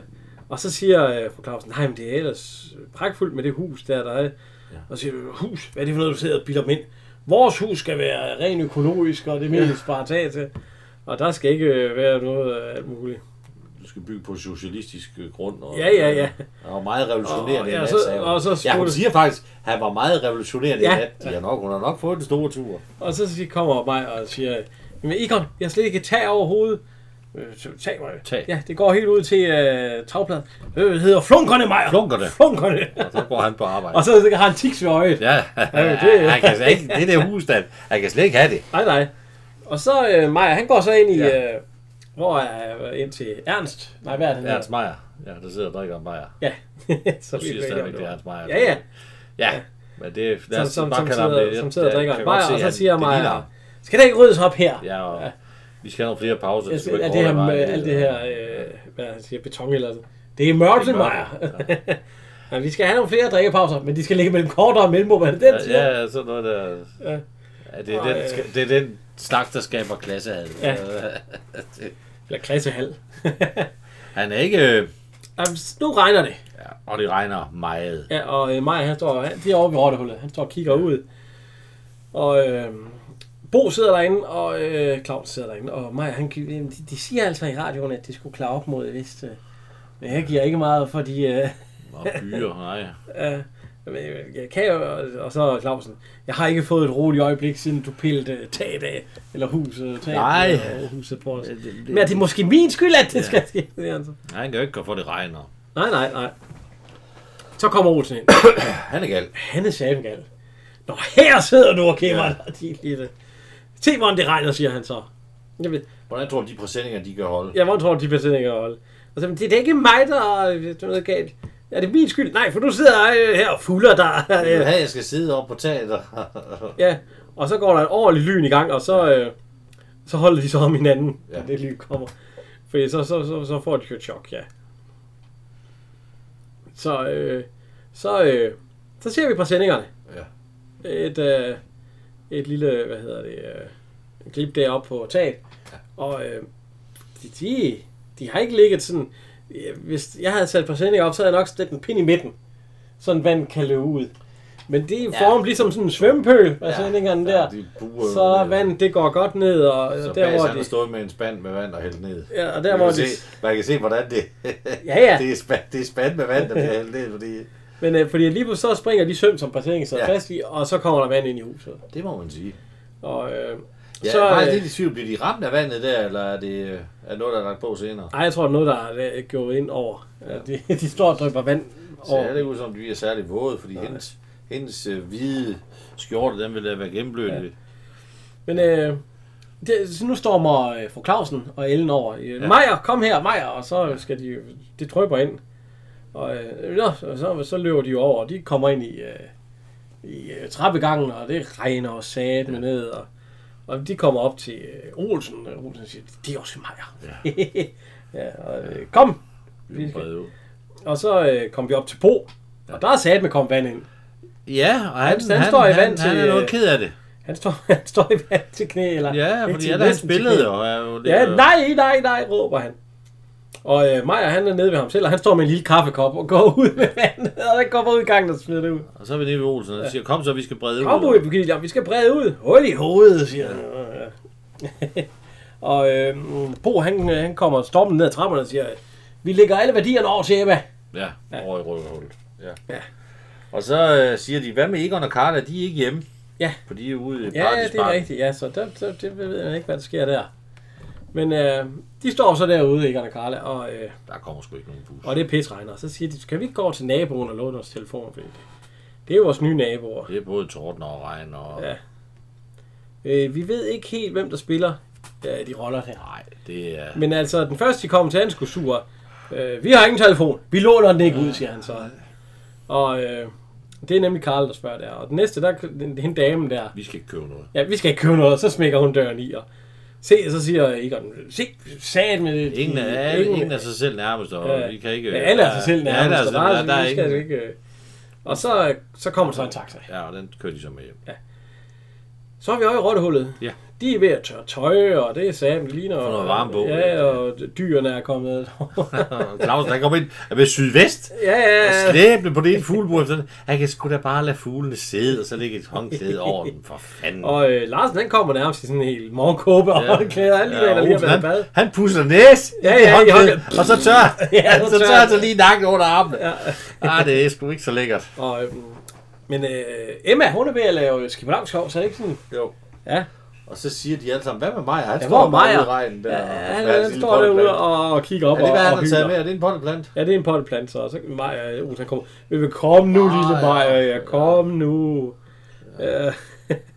Speaker 1: Og så siger øh, fru Clausen, nej, men det er ellers pragtfuldt med det hus der, der er. Ja. Og så siger du, hus, hvad er det for noget, du sidder og bilder dem ind? Vores hus skal være rent økologisk, og det er mest bare at tage til. Og der skal ikke øh, være noget af øh, alt muligt.
Speaker 4: skal bygge på socialistisk øh, grund. Og,
Speaker 1: Ja, ja, ja.
Speaker 4: Han var meget revolutionerende
Speaker 1: Og-
Speaker 4: i
Speaker 1: ja,
Speaker 4: nat,
Speaker 1: så-
Speaker 4: sagde hun.
Speaker 1: og så
Speaker 4: ja, hun
Speaker 1: spurgte-
Speaker 4: siger faktisk, at han var meget revolutionerende
Speaker 1: Ja.
Speaker 4: i nat. De har nok, hun har nok fået den store tur.
Speaker 1: Og så siger- kommer mig og siger, men Ikon, jeg har slet ikke tag over hovedet. Øh, så tag mig.
Speaker 2: Tag.
Speaker 1: Ja, det går helt ud til øh, tagpladen. Øh, det hedder flunkerne, Maja.
Speaker 2: Flunkerne.
Speaker 1: Flunkerne.
Speaker 2: Og så går han på arbejde.
Speaker 1: og så har han tiks ved øjet.
Speaker 2: Ja,
Speaker 1: det-
Speaker 2: han kan slet ikke, det der husstand, han kan slet ikke have det.
Speaker 1: Nej, nej. Og så øh, Maja, han går så ind i...
Speaker 2: Ja.
Speaker 1: Ja. Øh, hvor er øh, ind til Ernst? Nej, hvad er den
Speaker 2: Ernst Meier. Ja, der sidder og drikker en Meier.
Speaker 1: Ja. så
Speaker 2: Du siger
Speaker 1: vi
Speaker 2: stadigvæk,
Speaker 1: stadigvæk,
Speaker 2: det er Ernst Meier.
Speaker 1: Ja, ja.
Speaker 2: Ja, men det er...
Speaker 1: Som, som, som, sidder, som sidder og drikker en bajer, og så siger Maja,
Speaker 2: mig...
Speaker 1: skal der ikke ryddes op her?
Speaker 2: Ja, og vi skal have nogle flere pauser.
Speaker 1: Jeg
Speaker 2: det skulle
Speaker 1: siger,
Speaker 2: ikke
Speaker 1: alt det her, med,
Speaker 2: overleve meget.
Speaker 1: alt det her, øh, hvad han siger, beton eller sådan. Det er Mørtelmeier. Ja. vi skal have nogle flere drikkepauser, men de skal ligge mellem kortere mellemrum. Er det det, du siger?
Speaker 2: Ja, ja, sådan noget der...
Speaker 1: Ja.
Speaker 2: Ja, det, er
Speaker 1: Og,
Speaker 2: den,
Speaker 1: øh,
Speaker 2: ska- det er den snak, der skaber klassehad.
Speaker 1: Ja.
Speaker 2: Det-
Speaker 1: Eller klassehal.
Speaker 2: Han er ikke... øh,
Speaker 1: Jamen, nu regner det.
Speaker 2: Ja, og det regner meget.
Speaker 1: Ja, og øh, Maja, han står, han, de er over ved Rottehullet. Han står og kigger ud. Og øh, Bo sidder derinde, og øh, Claus sidder derinde. Og Maja, han, gi- jamen, de, de siger altså i radioen, at det skulle klare op mod et vist. Øh, men jeg giver ikke meget, fordi... Øh,
Speaker 2: Og byer, nej.
Speaker 1: øh, men jeg- jeg kan jo, og- og så Clausen, jeg har ikke fået et roligt øjeblik, siden du pillede øh, taget af, eller huset, taget
Speaker 2: Nej.
Speaker 1: og huset på os. Men er det måske min skyld, at det ja. skal ske? siger han så.
Speaker 2: Han kan jo ikke gå for, det regner.
Speaker 1: Nej, nej, nej. Så kommer Olsen ind.
Speaker 2: Han er gal.
Speaker 1: Han er Sabengal. Nå, her sidder du og gemmer ja. dig, din lille. Se, hvordan det regner, siger han så. Jeg ved,
Speaker 4: Hvordan tror du, de præsendinger, de kan holde?
Speaker 1: jeg hvor tror, du, de besætninger er holde. Og så, men det er da ikke mig, der er der er noget galt. Er det min skyld? Nej, for du sidder øh, her og fugler dig.
Speaker 4: Jeg vil
Speaker 1: Øh,
Speaker 4: have, at jeg skal sidde oppe på taget. og-
Speaker 1: ja, og så går der et ordentligt lyn i gang, og så, øh, så holder de så om hinanden, ja.
Speaker 4: Ja.
Speaker 1: det lyn kommer. For så, så, så, så får de jo et chok, ja. Så, øh, så, øh, så ser vi præsendingerne.
Speaker 4: ja.
Speaker 1: et, øh, et lille, hvad hedder det, øh, en klip deroppe på taget. Og øh, de, de, de har ikke ligget sådan... øh, Hvis jeg havde sat præsendinger op, så havde jeg nok stillet en pind i midten, sådan vand kan løbe ud. Men det er
Speaker 2: Ja.
Speaker 1: formet ligesom sådan en svømmepøl, præsendingerne
Speaker 4: Ja,
Speaker 1: der.
Speaker 4: de buer
Speaker 1: Så
Speaker 4: jo
Speaker 1: er
Speaker 4: ned.
Speaker 1: vand, det går godt ned, og, og
Speaker 4: Så
Speaker 1: der
Speaker 4: Bas,
Speaker 1: hvor
Speaker 4: han har
Speaker 1: det...
Speaker 4: stået med en spand med vand og hældt ned.
Speaker 1: Ja, og der
Speaker 4: Man
Speaker 1: hvor
Speaker 4: kan,
Speaker 1: det...
Speaker 4: se, man kan se, hvordan det,
Speaker 1: Ja, ja.
Speaker 4: det, er spand, det er spand med vand, der bliver hældt ned, fordi...
Speaker 1: Men øh, fordi lige pludselig så springer de søm, som præsendingen sidder
Speaker 4: Ja.
Speaker 1: fast i, og så kommer der vand ind i huset.
Speaker 4: Det må man sige.
Speaker 1: Og, øh,
Speaker 4: Ja, så,
Speaker 1: så,
Speaker 4: jeg er
Speaker 1: øh,
Speaker 4: lidt i tvivl, bliver de ramt af vandet der, eller er det øh, er noget, der er lagt på senere?
Speaker 1: Ej, jeg tror, noget, der er øh, gået ind over. Ja. De, de står og drypper vand
Speaker 4: Ser heller
Speaker 1: over.
Speaker 4: ikke ud som, de er særlig våde, fordi hendes, hendes øh, hvide skjorte, den vil da være gennemblødt. Ja.
Speaker 1: Men øh, det, så nu stormer øh, fru Clausen og Ellen over. Øh, Majer, kom her, Majer! Og så skal de, jo- det drypper ind. Og øh, nå, så, så, så løber de jo over, og de kommer ind i, øh, i øh, trappegangen, og det regner og sat med ned. Og, og de kommer op til øh, Olsen, og Olsen siger, det er også Majer. Ja. ja, og, øh, kom! Vi skal- Og så øh, kom vi op til Bo, og der er sat med kom vand ind.
Speaker 2: Ja, og han,
Speaker 1: Han- han står i vand
Speaker 2: han,
Speaker 1: til- øh,
Speaker 2: han er noget ked af det.
Speaker 1: Han står, han står i vand til knæ, eller...
Speaker 2: Ja,
Speaker 1: ikke
Speaker 2: fordi
Speaker 1: til-
Speaker 2: han er hans
Speaker 1: næsten til knæ.
Speaker 2: billede, og er jo lidt,
Speaker 1: Ja,
Speaker 2: øh,
Speaker 1: nej, nej, nej, råber han. Og øh, Maja, han er nede ved ham selv, og han står med en lille kaffekop og går ud med vandet, og der kommer ud i gangen og smider det ud.
Speaker 2: Og så er vi nede ved Olsen, og der siger, kom så, vi skal brede
Speaker 1: Kom
Speaker 2: ud.
Speaker 1: ud, Birgitte, vi skal brede ud. Hul i hovedet, siger han. Ja. og øh, Bo, han, han kommer stormen ned ad trapperne og siger, vi lægger alle værdierne over til Emma.
Speaker 2: Ja, over i røverhullet. Ja.
Speaker 1: Ja.
Speaker 2: Og så øh, siger de, hvad med Egon og Karla, de er ikke hjemme.
Speaker 1: Ja.
Speaker 2: For de er ude i
Speaker 1: Ja, ja, det er rigtigt, ja, så der, der, det ved jeg ikke, hvad der sker der. Men øh, de står så derude, Egon og Karla, og... Øh,
Speaker 2: Der kommer sgu ikke nogen bus.
Speaker 1: Og det er pisregner. Så siger de, kan vi ikke gå over til naboen og låne vores telefon? Fordi det er jo vores nye naboer.
Speaker 2: Det er både torden og regn og...
Speaker 1: Ja. Øh, vi ved ikke helt, hvem der spiller øh, de roller her.
Speaker 2: Nej, det er...
Speaker 1: Men altså, den første, de kom til, han skulle sure. Øh, vi har ingen telefon. Vi låner den ikke ud, siger han så. Og øh, det er nemlig Karl, der spørger der. Og den næste, der den, den dame der.
Speaker 2: Vi skal ikke købe noget.
Speaker 1: Ja, vi skal ikke købe noget. Og så smækker hun døren i. Og se, så siger Egon, se, sat med det.
Speaker 2: Ingen er, ingen, ingen er sig selv nærmest, og
Speaker 1: Ja.
Speaker 2: vi kan ikke... øh,
Speaker 1: Ja, alle er sig selv nærmest.
Speaker 2: Ja, alle er sig selv, der,
Speaker 1: er,
Speaker 2: der er
Speaker 1: ingen.
Speaker 2: ingen...
Speaker 1: Ikke, øh. og øh, så, så kommer så en taxa.
Speaker 2: Ja, og den kører de så med hjem.
Speaker 1: Så er vi over i Rottehullet.
Speaker 2: Ja.
Speaker 1: De de er ved at tørre tøj, og det er sammen, det ligner...
Speaker 2: Få noget varme på.
Speaker 1: Ja, og dyrene er kommet.
Speaker 2: Claus, han kommer ind med sydvest.
Speaker 1: ja, ja,
Speaker 2: Og
Speaker 1: ja.
Speaker 2: slæbende på det ene fuglebord. efter det. Han kan sgu da bare lade fuglene sidde, og så lægge et håndklæde over dem. For fanden.
Speaker 1: Og øh, Larsen, han kommer nærmest i sådan en hel morgenkåbe og håndklæder. Han ligner, ja, lige har
Speaker 2: Olsen,
Speaker 1: været i
Speaker 2: han,
Speaker 1: bad.
Speaker 2: han pusser næs
Speaker 1: Ja,
Speaker 2: ja,
Speaker 1: ja, i
Speaker 2: ja, i håndklædet,
Speaker 1: håndklædet.
Speaker 2: og så tør,
Speaker 1: Ja,
Speaker 2: ja,
Speaker 1: så tør
Speaker 2: så tør
Speaker 1: han.
Speaker 2: han så lige nakken under armen. Ja. Ah, det er sgu ikke så lækkert.
Speaker 1: Og, øhm, men øh, Emma, hun er ved at lave skibelavskov, så er det ikke sådan...
Speaker 4: Jo.
Speaker 1: Ja,
Speaker 4: Og så siger de alle sammen, hvad med Maja? Han
Speaker 1: Ja,
Speaker 4: ja,
Speaker 1: hvor er
Speaker 4: står bare
Speaker 1: Maja?
Speaker 4: ude i regnen der.
Speaker 1: ja,
Speaker 4: og-
Speaker 1: han,
Speaker 4: med hans
Speaker 1: han
Speaker 4: lille
Speaker 1: står derude
Speaker 4: potteplant.
Speaker 1: og kigger op
Speaker 4: Er det, hvad
Speaker 1: og,
Speaker 4: han
Speaker 1: og
Speaker 4: har taget med?
Speaker 1: hylder.
Speaker 4: Er det en potteplant?
Speaker 1: Ja, det er en potteplante, så, og så kan Maja, uh, han kommer. Vi vil komme nu, lille Maja, ja, kom nu. Ja. Øh,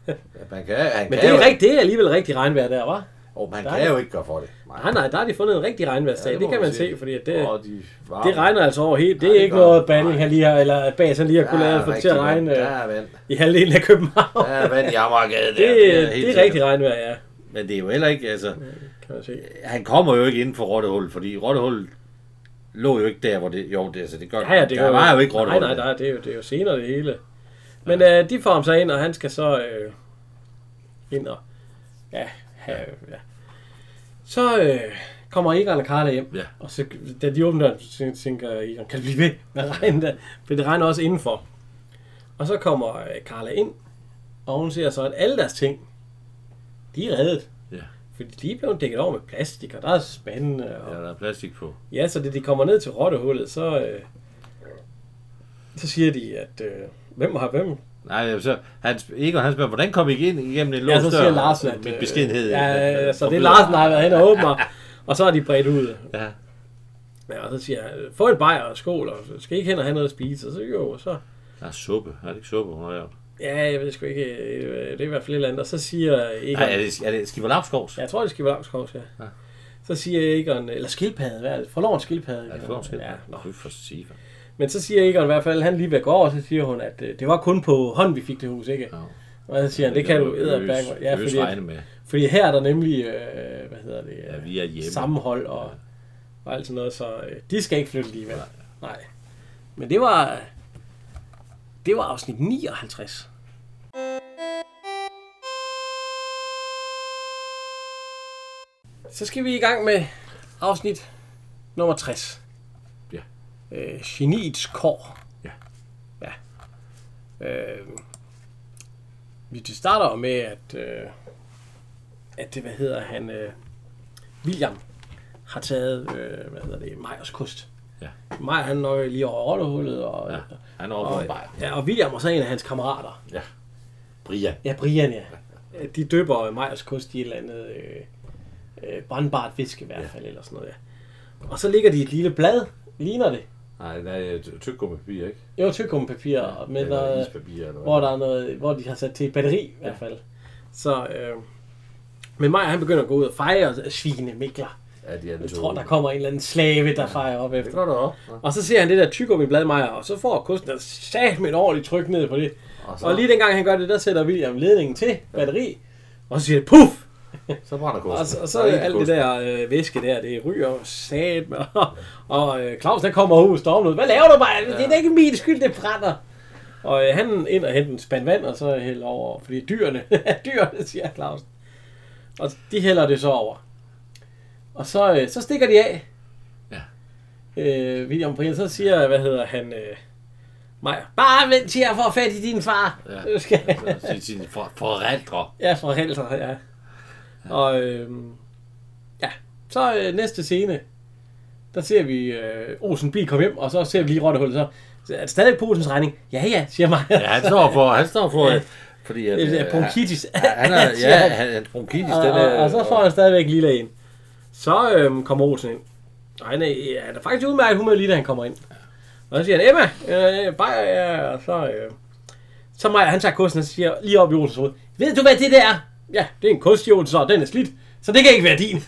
Speaker 4: Ja, man kan, han
Speaker 1: men
Speaker 4: kan
Speaker 1: det er,
Speaker 4: jo,
Speaker 1: rigt, det er alligevel rigtig regnvejr der, var.
Speaker 4: Og man
Speaker 1: Der
Speaker 4: kan
Speaker 1: er-
Speaker 4: jo ikke gøre for det. Nej,
Speaker 1: Nej, nej, der har de fundet en rigtig regnvejrsdag, det,
Speaker 4: må
Speaker 1: det kan man
Speaker 4: sige.
Speaker 1: se, fordi at det,
Speaker 4: Og de varme.
Speaker 1: det regner altså over helt. Det
Speaker 4: Ja,
Speaker 1: er
Speaker 4: det
Speaker 1: ikke
Speaker 4: gør
Speaker 1: noget,
Speaker 4: det.
Speaker 1: Balling
Speaker 4: Nej.
Speaker 1: han lige har, eller Bas han lige har
Speaker 4: Der
Speaker 1: kunnet
Speaker 4: er
Speaker 1: lave for til
Speaker 4: rigtig
Speaker 1: at
Speaker 4: vand.
Speaker 1: regne
Speaker 4: Der
Speaker 1: øh,
Speaker 4: er vand.
Speaker 1: i halvdelen af København.
Speaker 4: Der er vand i Amagergade der.
Speaker 1: Det,
Speaker 2: helt
Speaker 1: det
Speaker 2: sikkert.
Speaker 1: er rigtig regnvejr, ja,
Speaker 2: Men det er jo heller ikke, altså,
Speaker 1: kan man se.
Speaker 2: han kommer jo ikke inden for Rottehullet, fordi Rottehullet lå jo ikke der, hvor det, jo, det, altså, det gør,
Speaker 1: Ja, ja, det
Speaker 2: der
Speaker 1: er
Speaker 2: var jo ikke
Speaker 1: Nej,
Speaker 2: Rottehullet.
Speaker 1: nej, nej, det er jo, det er jo senere det hele. Men ja. øh, de får ham så ind, og han skal så øh, ind og... Ja, have, ja. Så øh, kommer Egon og Karla hjem,
Speaker 2: Ja.
Speaker 1: og så, da de åbner døren, så tænker Egon, kan det blive ved med at regne der? For det regner også indenfor. Og så kommer øh, Karla ind, og hun ser så, at alle deres ting, de er reddet.
Speaker 2: Ja.
Speaker 1: Fordi de er blevet dækket over med plastik, og der er spændende. Og...
Speaker 2: Ja, der er plastik på.
Speaker 1: Ja, så da de kommer ned til rottehullet, så, øh, så siger de, at øh, hvem har hvem?
Speaker 2: Nej, så han, Egon han spørger, hvordan kom I ikke ind igennem en
Speaker 1: Ja,
Speaker 2: låst
Speaker 1: så siger Larsen, at...
Speaker 2: med
Speaker 1: øh,
Speaker 2: beskedenhed.
Speaker 1: Ja, ja, så det er Larsen, der har været hen og åbner, og så er de bredt ud.
Speaker 2: Ja.
Speaker 1: Ja, og så siger han, få en bajer og skål, og skal I ikke hen og have noget at spise? Og så jo, og så...
Speaker 2: Der er suppe. Er det ikke suppe, hun har lavet?
Speaker 1: Ja, jeg ved sgu ikke, øh, det er i hvert fald et eller andet. Og så siger Egon...
Speaker 2: Nej, er det, er det Skipper Lapskovs?
Speaker 1: Ja, jeg tror, det skal være Lamskovs, ja.
Speaker 2: Ja.
Speaker 1: Så siger Egon, øh, eller skildpadde, hvad er det? Forlår en skildpadde.
Speaker 2: Ja, det får skidt.
Speaker 1: Ja,
Speaker 2: Ja,
Speaker 1: nå.
Speaker 2: for sifa.
Speaker 1: Men så siger Egon i hvert fald, han lige ved at gå over, så siger hun, at øh, det var kun på hånd, vi fik det hus, ikke?
Speaker 2: Ja.
Speaker 1: Og så siger han, det kan du edderbakke. Ja,
Speaker 2: fordi... regne
Speaker 1: fordi,
Speaker 2: med.
Speaker 1: fordi her er der nemlig, øh, hvad hedder det,
Speaker 2: Ja,
Speaker 1: øh,
Speaker 2: vi er hjemme.
Speaker 1: sammenhold og, og alt sådan noget, så øh, de skal ikke flytte alligevel. Nej. Men det var, det var afsnit 59. Så skal vi i gang med afsnit nummer 60.
Speaker 2: Ja.
Speaker 1: Øh, geniets kår.
Speaker 2: Ja.
Speaker 1: Ja. Øh, vi det starter jo med, at, øh, at det, hvad hedder han, øh, William har taget, øh, hvad hedder det, Majers kost.
Speaker 2: Ja.
Speaker 1: Majer, han når lige over rottehullet, og,
Speaker 2: Ja, han er over på
Speaker 1: og,
Speaker 2: en bajer.
Speaker 1: ja, og William og så en af hans kammerater.
Speaker 2: Ja.
Speaker 4: Brian.
Speaker 1: Ja, Brian, ja. De døber Majers kost i et eller andet øh, øh, brandbart fisk i hvert fald, eller sådan noget, ja. Og så ligger de i et lille blad, ligner det.
Speaker 4: Nej, det er et tyggegummi ikke?
Speaker 1: Jo, tykkumpapir, ja, men
Speaker 4: Eller
Speaker 1: der,
Speaker 4: ispapir eller
Speaker 1: øh, hvor
Speaker 4: hvad.
Speaker 1: der er noget, hvor de har sat til et batteri i hvert fald. Så, øh, men Maja, han begynder at gå ud og fejre og svine Mikler.
Speaker 4: Ja, de er
Speaker 1: Jeg tror, der kommer en eller anden slave, der fejrer op
Speaker 4: Det
Speaker 1: efter.
Speaker 4: gør der også.
Speaker 1: Og så ser han det der tyggegummi blad Maja, og så får kusten der sat med et ordentligt tryk ned på det.
Speaker 4: Og
Speaker 1: Og
Speaker 4: så,
Speaker 1: lige dengang han gør det, der sætter William ledningen til batteri, og så siger det, puff!
Speaker 4: så brænder kosten.
Speaker 1: Og så, og så
Speaker 4: Der er ikke
Speaker 1: alt det
Speaker 4: kosten.
Speaker 1: der øh, væske der, det ryger og sat med. Og, og øh, Claus, der kommer ud og stormer ud. Hvad laver du bare? Det er da ikke min skyld, det brænder. Og øh, han ind og henter en spand vand, og så hælder over. Fordi dyrene, dyrene, siger Claus. Og de hælder det så over. Og så, øh, så stikker de af.
Speaker 2: Ja.
Speaker 1: Øh, William Brian, så siger, hvad hedder han, øh, Maja, bare vent til jeg får fat i din far.
Speaker 2: Ja.
Speaker 1: Du skal-
Speaker 2: Altså, sin- Sine for, forældre.
Speaker 1: Ja, forældre, ja. Og øhm, ja, så øh, næste scene, der ser vi øh, Olsen bil komme hjem, og så ser vi lige rottehullet så. så. Er det stadig på Olsens regning? Ja, ja, siger mig.
Speaker 2: Ja, han står for, han står for, øh, fordi at,
Speaker 1: det
Speaker 2: øh,
Speaker 1: er bronkitis.
Speaker 2: han- Han er,
Speaker 1: siger
Speaker 2: ja,
Speaker 1: han.
Speaker 2: han, hans bronkitis,
Speaker 1: og,
Speaker 2: den
Speaker 1: og,
Speaker 2: er...
Speaker 1: og, så får han stadigvæk lille ind. Så øhm, kommer Olsen ind. Og han er, ja, han er faktisk i udmærket humør lige da han kommer ind. Og så siger han, Emma, øh, bare, ja, og så... Øh, så Maja, han tager kosten og siger lige op i Olsens hoved, ved du hvad det der er? Ja, det er en kost i Olsen, og den er slidt, så det kan ikke være din.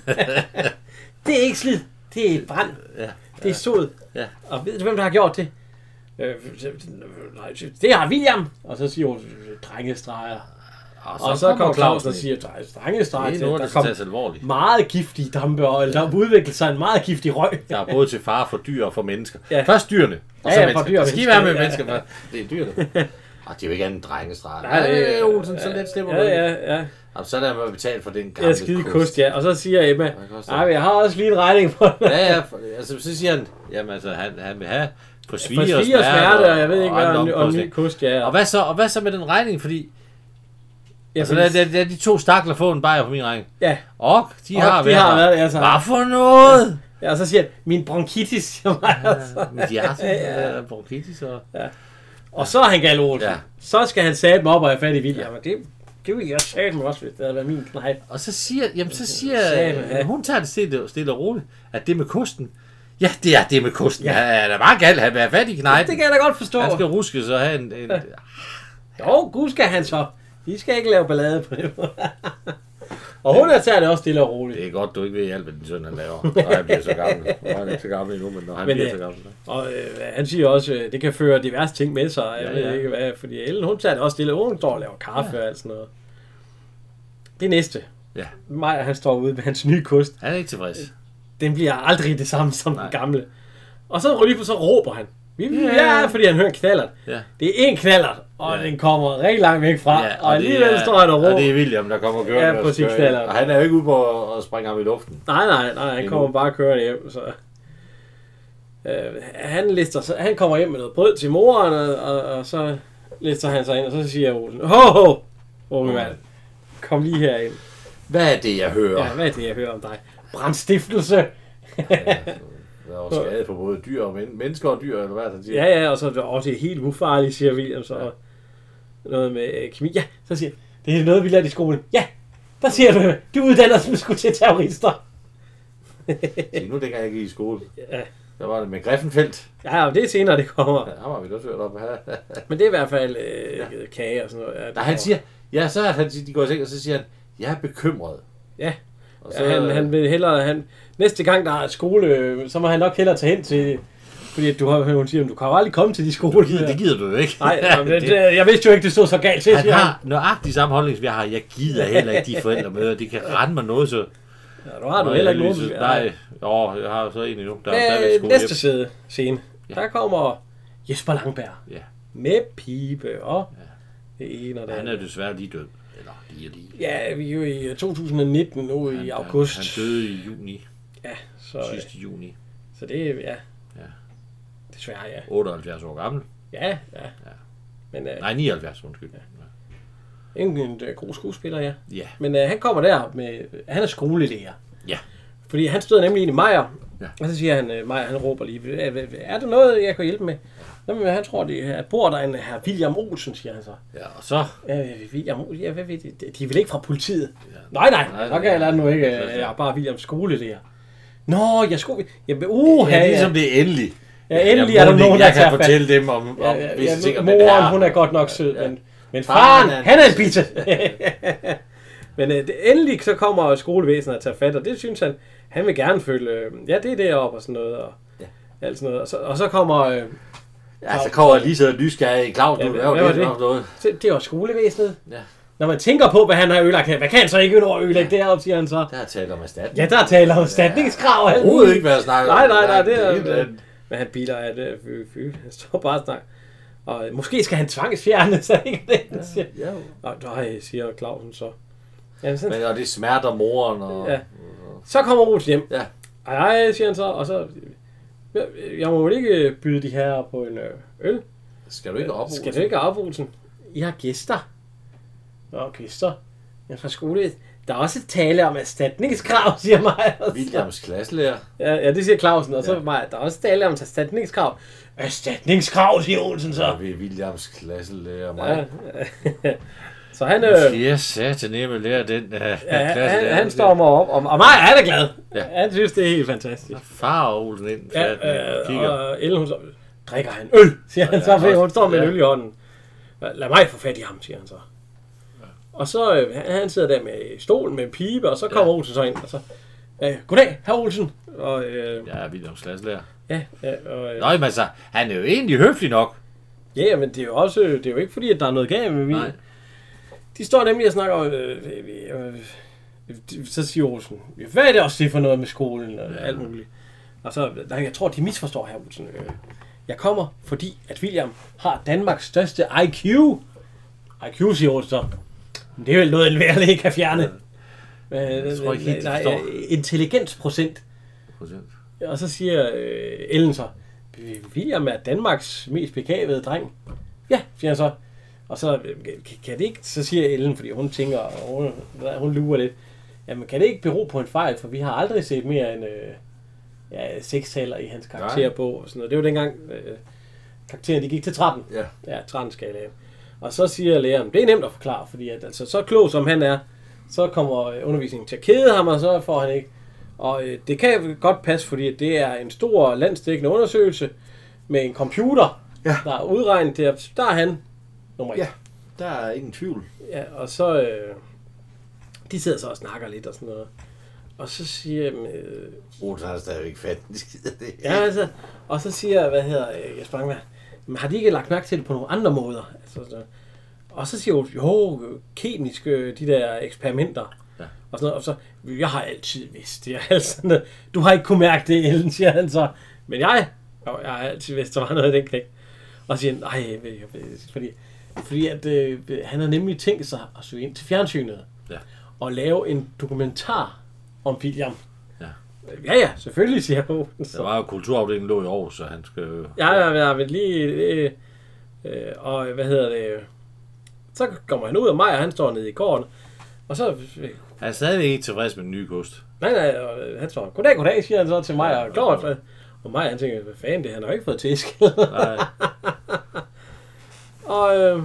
Speaker 1: det er ikke slidt, det er brand.
Speaker 2: Ja.
Speaker 1: Det er sod.
Speaker 2: Ja.
Speaker 1: Og ved du, hvem der har gjort det? Øh, nej, det har William. Og så siger Olsen, drengestreger. Og så, kommer Claus og
Speaker 2: ind.
Speaker 1: siger, "Drej- drengestreger,
Speaker 2: det er noget,
Speaker 1: der
Speaker 2: der skal
Speaker 1: kom
Speaker 2: tages alvorligt.
Speaker 1: meget giftige dampe, og eller der udviklede sig en meget giftig røg.
Speaker 2: Der er både til fare for dyr og for mennesker.
Speaker 1: Ja.
Speaker 2: Først dyrene, og
Speaker 1: Ja,
Speaker 2: så
Speaker 1: ja, for
Speaker 2: mennesker.
Speaker 1: dyr og
Speaker 2: det skal I
Speaker 1: mennesker.
Speaker 2: være med
Speaker 1: Ja,
Speaker 2: mennesker. først. Det er dyrene.
Speaker 4: Og det er jo ikke andet en drengestreg.
Speaker 1: Nej, det-
Speaker 4: er Olsen, så let slipper
Speaker 1: Ja,
Speaker 4: du ja.
Speaker 1: ja, ja.
Speaker 4: Jamen, så er der betalt for den
Speaker 1: Det er
Speaker 4: gamle
Speaker 1: skide kost, ja. Og så siger Emma,
Speaker 4: Hvad koster
Speaker 1: nej, jeg har også lige en regning for den.
Speaker 4: Ja, ja, for, altså, så siger han, jamen altså, han, han vil have på svir
Speaker 1: For
Speaker 4: og smerte,
Speaker 1: svig og smerte, og jeg ved ikke, hvad
Speaker 4: andre
Speaker 1: om, om ny
Speaker 4: omkostninger.
Speaker 1: kost, ja.
Speaker 4: Og hvad så, og hvad så med den regning, fordi
Speaker 1: Jeg
Speaker 4: altså,
Speaker 1: synes-
Speaker 4: der, der, der, de to stakler får en bajer på min regning.
Speaker 1: Ja,
Speaker 4: Og de
Speaker 1: Og
Speaker 4: har
Speaker 1: de har været der, altså.
Speaker 4: Hvad for noget?
Speaker 1: ja, og så siger han, min bronkitis. siger han altså.
Speaker 4: Men de har sådan øh, en bronkitis og...
Speaker 1: og så er han gal Olsen.
Speaker 4: Ja.
Speaker 1: Så skal han sætte mig op og have fat i William. Og det, det ville jeg sætte mig også, hvis det havde været min knejp.
Speaker 4: Og så siger, jamen så siger,
Speaker 1: Satan, ja.
Speaker 4: øh, hun tager det stille, stille og roligt, at det med kosten. Ja, det er det med kosten. Ja. Han er da bare gal, han vil have fat i
Speaker 1: Nej, det
Speaker 4: knejten.
Speaker 1: kan jeg da godt forstå.
Speaker 4: Han skal ruske så have en... en
Speaker 1: Jo, gud skal han så. De skal ikke lave ballade på det. og hun er tager det også stille og roligt.
Speaker 4: det er godt, du ikke ved alt, hvad din søn han laver, når han bliver så gammel. Nu er han ikke så gammel endnu, men når han
Speaker 1: Men,
Speaker 4: men, bliver
Speaker 1: øh,
Speaker 4: så gammel. så-
Speaker 1: Og øh, han siger også, øh, det kan føre diverse ting med sig. Jeg ja,
Speaker 4: Ja,
Speaker 1: ved
Speaker 4: ja.
Speaker 1: ikke hvad, fordi Ellen hun tager det også stille. Hun står og laver kaffe ja. og alt sådan noget. Det næste.
Speaker 4: Ja.
Speaker 1: Maja, han står ude med hans nye kost.
Speaker 4: Han er ikke tilfreds.
Speaker 1: Den bliver aldrig det samme som Nej.
Speaker 4: Nej.
Speaker 1: den gamle. Og så lige på, så råber han. Ja, fordi han hører en knallert.
Speaker 4: Ja.
Speaker 1: Det er en knallert, og
Speaker 4: Ja.
Speaker 1: den kommer rigtig langt væk fra. Ja, og, og alligevel
Speaker 4: det er,
Speaker 1: står han og råber.
Speaker 4: Og det er William, der kommer og kører.
Speaker 1: Ja, præcis, knallert.
Speaker 4: Og han er jo ikke ude på at springe ham i luften.
Speaker 1: Nej, nej, nej, han
Speaker 4: Endnu.
Speaker 1: kommer bare kørende hjem, så... Øh, han, lister, så han kommer hjem med noget brød til moren, og, og, og så lister han sig ind, og så siger Olsen, ho, ho, unge mand, kom lige herind.
Speaker 4: Hvad er det, jeg hører?
Speaker 1: Ja, hvad er det, jeg hører om dig? Brandstiftelse!
Speaker 4: Der er jo skade på både dyr og men- mennesker og dyr, eller hvad han siger.
Speaker 1: Ja, ja, og så er det også helt ufarligt, siger William, så noget med øh, kemi. Ja, så siger han, det er noget, vi lærte i skolen. Ja, der siger du, du uddanner som skulle til terrorister.
Speaker 4: Se, nu dengang jeg gik i skole,
Speaker 1: Ja,
Speaker 4: der var det med Greffenfeldt.
Speaker 1: ja, og det er senere, det kommer.
Speaker 4: Ja, ham har vi da også hørt om.
Speaker 1: Men det er i hvert fald øh, ja. kage og sådan noget. Ja, det
Speaker 4: Nej, han
Speaker 1: kommer.
Speaker 4: siger, ja, så er han, de går i seng, og så siger han, jeg er bekymret.
Speaker 1: Ja.
Speaker 4: Og
Speaker 1: Så, han, han vil hellere, han, næste gang der er skole, øh, så må han nok hellere tage hen til, fordi at du har, hun siger, "Men du kan jo aldrig komme til de skoler.
Speaker 4: det, gider, det gider du jo ikke.
Speaker 1: Nej, jamen, det, det, jeg vidste jo ikke, det stod så galt til.
Speaker 4: han
Speaker 1: siger
Speaker 4: har nøjagtig samme holdning, som jeg har. Jeg gider heller ikke de forældre med, og det kan rende mig noget, så...
Speaker 1: Ja, du har du heller ikke
Speaker 4: Jeg
Speaker 1: nogen.
Speaker 4: lyser- Nej, jo, jeg har så en endnu. Der, der er lidt
Speaker 1: Øh,
Speaker 4: skole
Speaker 1: næste
Speaker 4: hjem.
Speaker 1: side, scene, der kommer Jesper Langberg
Speaker 4: Ja.
Speaker 1: med pibe og det ene og det
Speaker 4: Han
Speaker 1: andet.
Speaker 4: er desværre lige død. Eller lige og lige.
Speaker 1: Ja, vi er jo i øh, 2019 nu i august.
Speaker 4: Han, han døde i juni.
Speaker 1: Ja, så, øh,
Speaker 4: Sidste juni.
Speaker 1: så det er, ja.
Speaker 4: Ja.
Speaker 1: Desværre, ja.
Speaker 4: 78 år gammel.
Speaker 1: Ja, ja. Men øh,
Speaker 4: Nej, 79, undskyld.
Speaker 1: en, en, en god skuespiller, ja.
Speaker 4: Ja.
Speaker 1: Men øh, han kommer der med... Han er skolelærer.
Speaker 4: Ja.
Speaker 1: Fordi han støder nemlig ind i Meier. Ja.
Speaker 4: Ja.
Speaker 1: Og så siger han, øh, Meier, han råber lige, "Øh, øh, er der noget, jeg kan hjælpe med? Jamen, han tror, det er, bor der en her William Olsen, siger han så.
Speaker 4: Ja, og så...
Speaker 1: Øh, William Olsen, ja, hvad ved det? De er vel ikke fra politiet? Ja. Nej, nej, nej,
Speaker 4: Nej,
Speaker 1: så kan jeg lade nu ikke.
Speaker 4: Så-
Speaker 1: øh,
Speaker 4: så-
Speaker 1: Jeg er bare Williams skolelærer. Nå, jeg skulle... Jamen, uh, ja,
Speaker 4: ligesom
Speaker 1: ja.
Speaker 4: det er endelig.
Speaker 1: Ja, endelig er
Speaker 4: jeg
Speaker 1: der
Speaker 4: må
Speaker 1: nogen,
Speaker 4: ikke-
Speaker 1: der
Speaker 4: Jeg
Speaker 1: tager
Speaker 4: kan
Speaker 1: fat.
Speaker 4: fortælle dem om, om
Speaker 1: ja,
Speaker 4: visse ting
Speaker 1: ja,
Speaker 4: om det
Speaker 1: moren,
Speaker 4: der.
Speaker 1: hun er godt nok sød, ja. men, men faren,
Speaker 4: Faren
Speaker 1: han,
Speaker 4: er-
Speaker 1: er en bitte. men øh, det, endelig så kommer skolevæsenet at tage fat, og det synes han, han vil gerne følge, øh, ja, det er deroppe og sådan noget, og, ja.
Speaker 4: Ja.
Speaker 1: alt sådan noget. Og så, og så kommer, øh,
Speaker 4: Ja, Altså, så kommer jeg lige så nysgerrig. Claus,
Speaker 1: Ja,
Speaker 4: du
Speaker 1: hvad-
Speaker 4: laver
Speaker 1: hvad var
Speaker 4: det,
Speaker 1: det?
Speaker 4: det? Nok noget.
Speaker 1: så, det er jo skolevæsenet.
Speaker 4: Ja.
Speaker 1: Når man tænker på, hvad han har ødelagt her, hvad kan han så ikke nå at ødelægge deroppe, siger han så.
Speaker 4: Der er talt om erstatning.
Speaker 1: Ja, der taler om statningskrav. Ja,
Speaker 4: Overhovedet ikke, hvad jeg snakker
Speaker 1: Nej,
Speaker 4: om.
Speaker 1: nej, nej, det
Speaker 4: det
Speaker 1: er...
Speaker 4: er helt
Speaker 1: øh,
Speaker 4: andet.
Speaker 1: Men han biler af det, fy, fy, han står bare og snakker. Og øh, måske skal han tvangsfjernes, er ikke det, han siger?
Speaker 4: Ja,
Speaker 1: Nå, nej, siger Clausen så. Jamen, sådan,
Speaker 4: men, og det smerter moren. Og,
Speaker 1: Ja. så kommer Rus hjem.
Speaker 4: Ja.
Speaker 1: Ej, ej, siger han så, og så... Jeg, jeg må vel ikke øh, byde de her på en øh, øl?
Speaker 4: Skal du ikke op?
Speaker 1: Skal du ikke op, Olsen? I har gæster. Nå, gæster. Jeg er fra skole. Der er også tale om erstatningskrav, siger mig.
Speaker 4: Williams klasselærer.
Speaker 1: Ja, ja, det siger Clausen, og så ja. mig. Der er også tale om erstatningskrav. Erstatningskrav, siger Olsen
Speaker 4: Ja,
Speaker 1: så.
Speaker 4: vi er Williams klasselærer. Mig.
Speaker 1: Ja. så han, øh,
Speaker 4: Ja, satan, jeg vil lære den
Speaker 2: øh,
Speaker 4: uh,
Speaker 1: Ja, han, han stormer op, og, og mig er da glad. Ja. Han synes, det er helt fantastisk.
Speaker 4: Far og Olsen ind,
Speaker 1: Ja,
Speaker 4: ja, øh,
Speaker 1: øh,
Speaker 4: kigger.
Speaker 1: og Ellen, hun så, drikker han øl, siger han så, fordi hun står med en
Speaker 4: Ja.
Speaker 1: øl i hånden. Lad mig få fat i ham, siger han så. Og så, øh, han, han sidder der med stolen med en pibe, og så kommer ja. Olsen så ind, og så, øh, goddag, herr Olsen. Og, øh,
Speaker 4: Ja, Williams klasselærer.
Speaker 1: ja, ja, og, øh,
Speaker 2: Nå, men altså, han er jo egentlig høflig nok.
Speaker 1: ja, men det er jo også, det er jo ikke fordi, at der er noget galt med vin.
Speaker 4: Nej.
Speaker 1: De står nemlig og snakker om, øh, øh, øh, øh, så siger Olsen, hvad er det også det for noget med skolen og alt muligt. Og så, nej, jeg tror, de misforstår her, Olsen. Øh, Jeg kommer, fordi at William har Danmarks største IQ. IQ, siger Olsen så. Men det er vel noget, en værlig ikke kan fjerne. Jeg
Speaker 2: tror ikke helt,
Speaker 1: nej,
Speaker 2: jeg forstår.
Speaker 1: intelligensprocent. Og så siger øh, Ellen så, "Øh, William er Danmarks mest begavede dreng. Ja, siger han så. Og så, øh, kan, kan det ikke, så siger Ellen, fordi hun tænker, og hun, hun lurer lidt, jamen kan det ikke bero på en fejl, for vi har aldrig set mere end øh, ja, 6 taler i hans karakterbog. Og sådan noget. Det var dengang, øh, karaktererne de gik til 13.
Speaker 2: Ja.
Speaker 1: Ja, 13 skala. Og så siger læreren, det er nemt at forklare, fordi at, altså, så klog som han er, så kommer øh, undervisningen til at kede ham, og så får han ikke. Og øh, det kan jo godt passe, fordi at det er en stor landstækkende undersøgelse med en computer,
Speaker 2: Ja.
Speaker 1: der er udregnet til, at der er han nummer 1.
Speaker 2: Ja, der er ingen tvivl.
Speaker 1: Ja, og så... Øh, de sidder så og snakker lidt og sådan noget. Og så siger... Øh,
Speaker 4: Rosen har stadigvæk fat i en skid af det.
Speaker 1: ja, altså, og så siger, hvad hedder øh, Jesper Langberg, men har de ikke lagt mærke til det på nogle andre måder? Altså, så, og så siger Olsen, jo, kemiske, øh, de der eksperimenter. Ja. Og, sådan noget, og så, jeg har altid vidst det. Altså, du har ikke kunne mærke det, Ellen, siger han så. Men jeg, jo, jeg har altid vidst, der var noget i den knæk. Og så siger han, nej, jeg ved- jeg ved- fordi, fordi at, øh, han har nemlig tænkt sig at søge ind til fjernsynet.
Speaker 2: Ja.
Speaker 1: Og lave en dokumentar om William.
Speaker 2: Ja.
Speaker 1: ja, ja, selvfølgelig, siger Olsen. Så.
Speaker 2: Der var jo kulturafdelingen lå i Aarhus, så han skal jo...
Speaker 1: Ja, ja, ja, men lige... Øh, øh, og hvad hedder det? Så kommer han ud af mig, og han står nede i gården. Og så... Øh,
Speaker 2: Han er stadigvæk ikke tilfreds med den nye kost.
Speaker 1: nej, nej, og, øh, han står, goddag, goddag, siger han så til mig, og Claus, hvad- og mig, han tænker, hvad fanden, det han har jo ikke fået tæsk.
Speaker 2: Nej,
Speaker 1: og øh,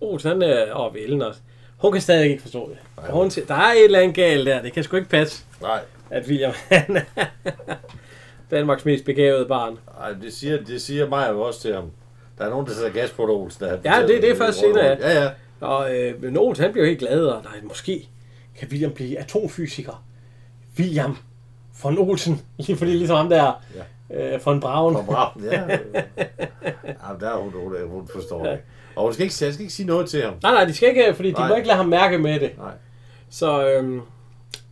Speaker 1: Olsen, han er øh, oppe i Ellen også. Hun kan stadig ikke forstå det. Og hun siger, der er et eller andet galt der, det kan sgu ikke passe,
Speaker 4: Nej,
Speaker 1: at William han er Danmarks mest begavede barn.
Speaker 4: nej, det siger, det siger mig jo også til ham. Der er nogen, der sætter gas på det, Olsen. Der
Speaker 1: Ja, det- det er først senere, ja.
Speaker 4: Ja, ja.
Speaker 1: Og øh, men Olsen, han bliver helt glad, og nej, måske kan William blive atomfysiker. William von Olsen, lige fordi ligesom ham der ja. øh, von Braun.
Speaker 4: Fra Braven, ja. ja men der er hun, hun, hun forstår det. Og hun skal ikke, jeg skal ikke sige noget til ham.
Speaker 1: Nej, nej, de skal ikke, øh, fordi de
Speaker 4: Nej.
Speaker 1: må ikke lade ham mærke med det.
Speaker 4: Nej.
Speaker 1: Så, øhm,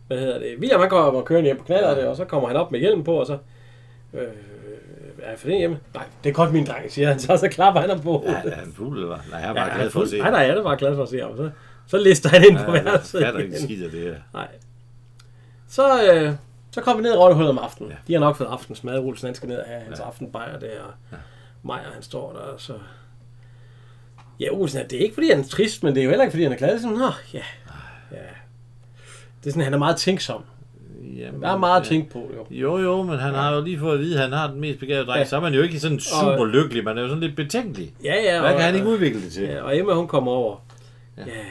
Speaker 1: hvad hedder det, William han kommer og kører hjem på knaller det, og så kommer han op med hjelm på, og så, øh, er jeg for det hjemme? Nej, det er godt min dreng, siger han, så, og så klapper han ham på.
Speaker 2: ja, er han fuld, eller hvad? Nej, jeg er bare glad for at se.
Speaker 1: Nej, nej, jeg er da bare glad for at se ham. Så, så lister han ind på
Speaker 2: Ja, jeg
Speaker 1: værelset.
Speaker 2: fatter
Speaker 1: igen.
Speaker 2: ikke skidt af det her.
Speaker 1: Nej. Så, øh, så kom vi ned i Rottehullet om aftenen. Ja. De har nok fået aftensmad. Rulsen han skal ned og have hans ja. aftenbajer der. Og ja. Majer, han står der. og Så... Ja, Olsen, det er ikke fordi, han er trist, men det er jo heller ikke fordi, han er glad. Det er sådan, Nå, ja. ja. Det er sådan, han er meget tænksom.
Speaker 2: Jamen,
Speaker 1: Der er meget at tænke på, jo.
Speaker 2: Jo, jo, men han har jo lige fået at vide, at han har den mest begavede dreng.
Speaker 1: Ja.
Speaker 2: Ja. Så er man jo ikke sådan super lykkelig, man er jo sådan lidt betænkelig.
Speaker 1: Ja, ja.
Speaker 2: Hvad
Speaker 1: og-
Speaker 2: kan han ikke udvikle det til?
Speaker 1: Ja, og Emma, hun kommer over. Ja. ja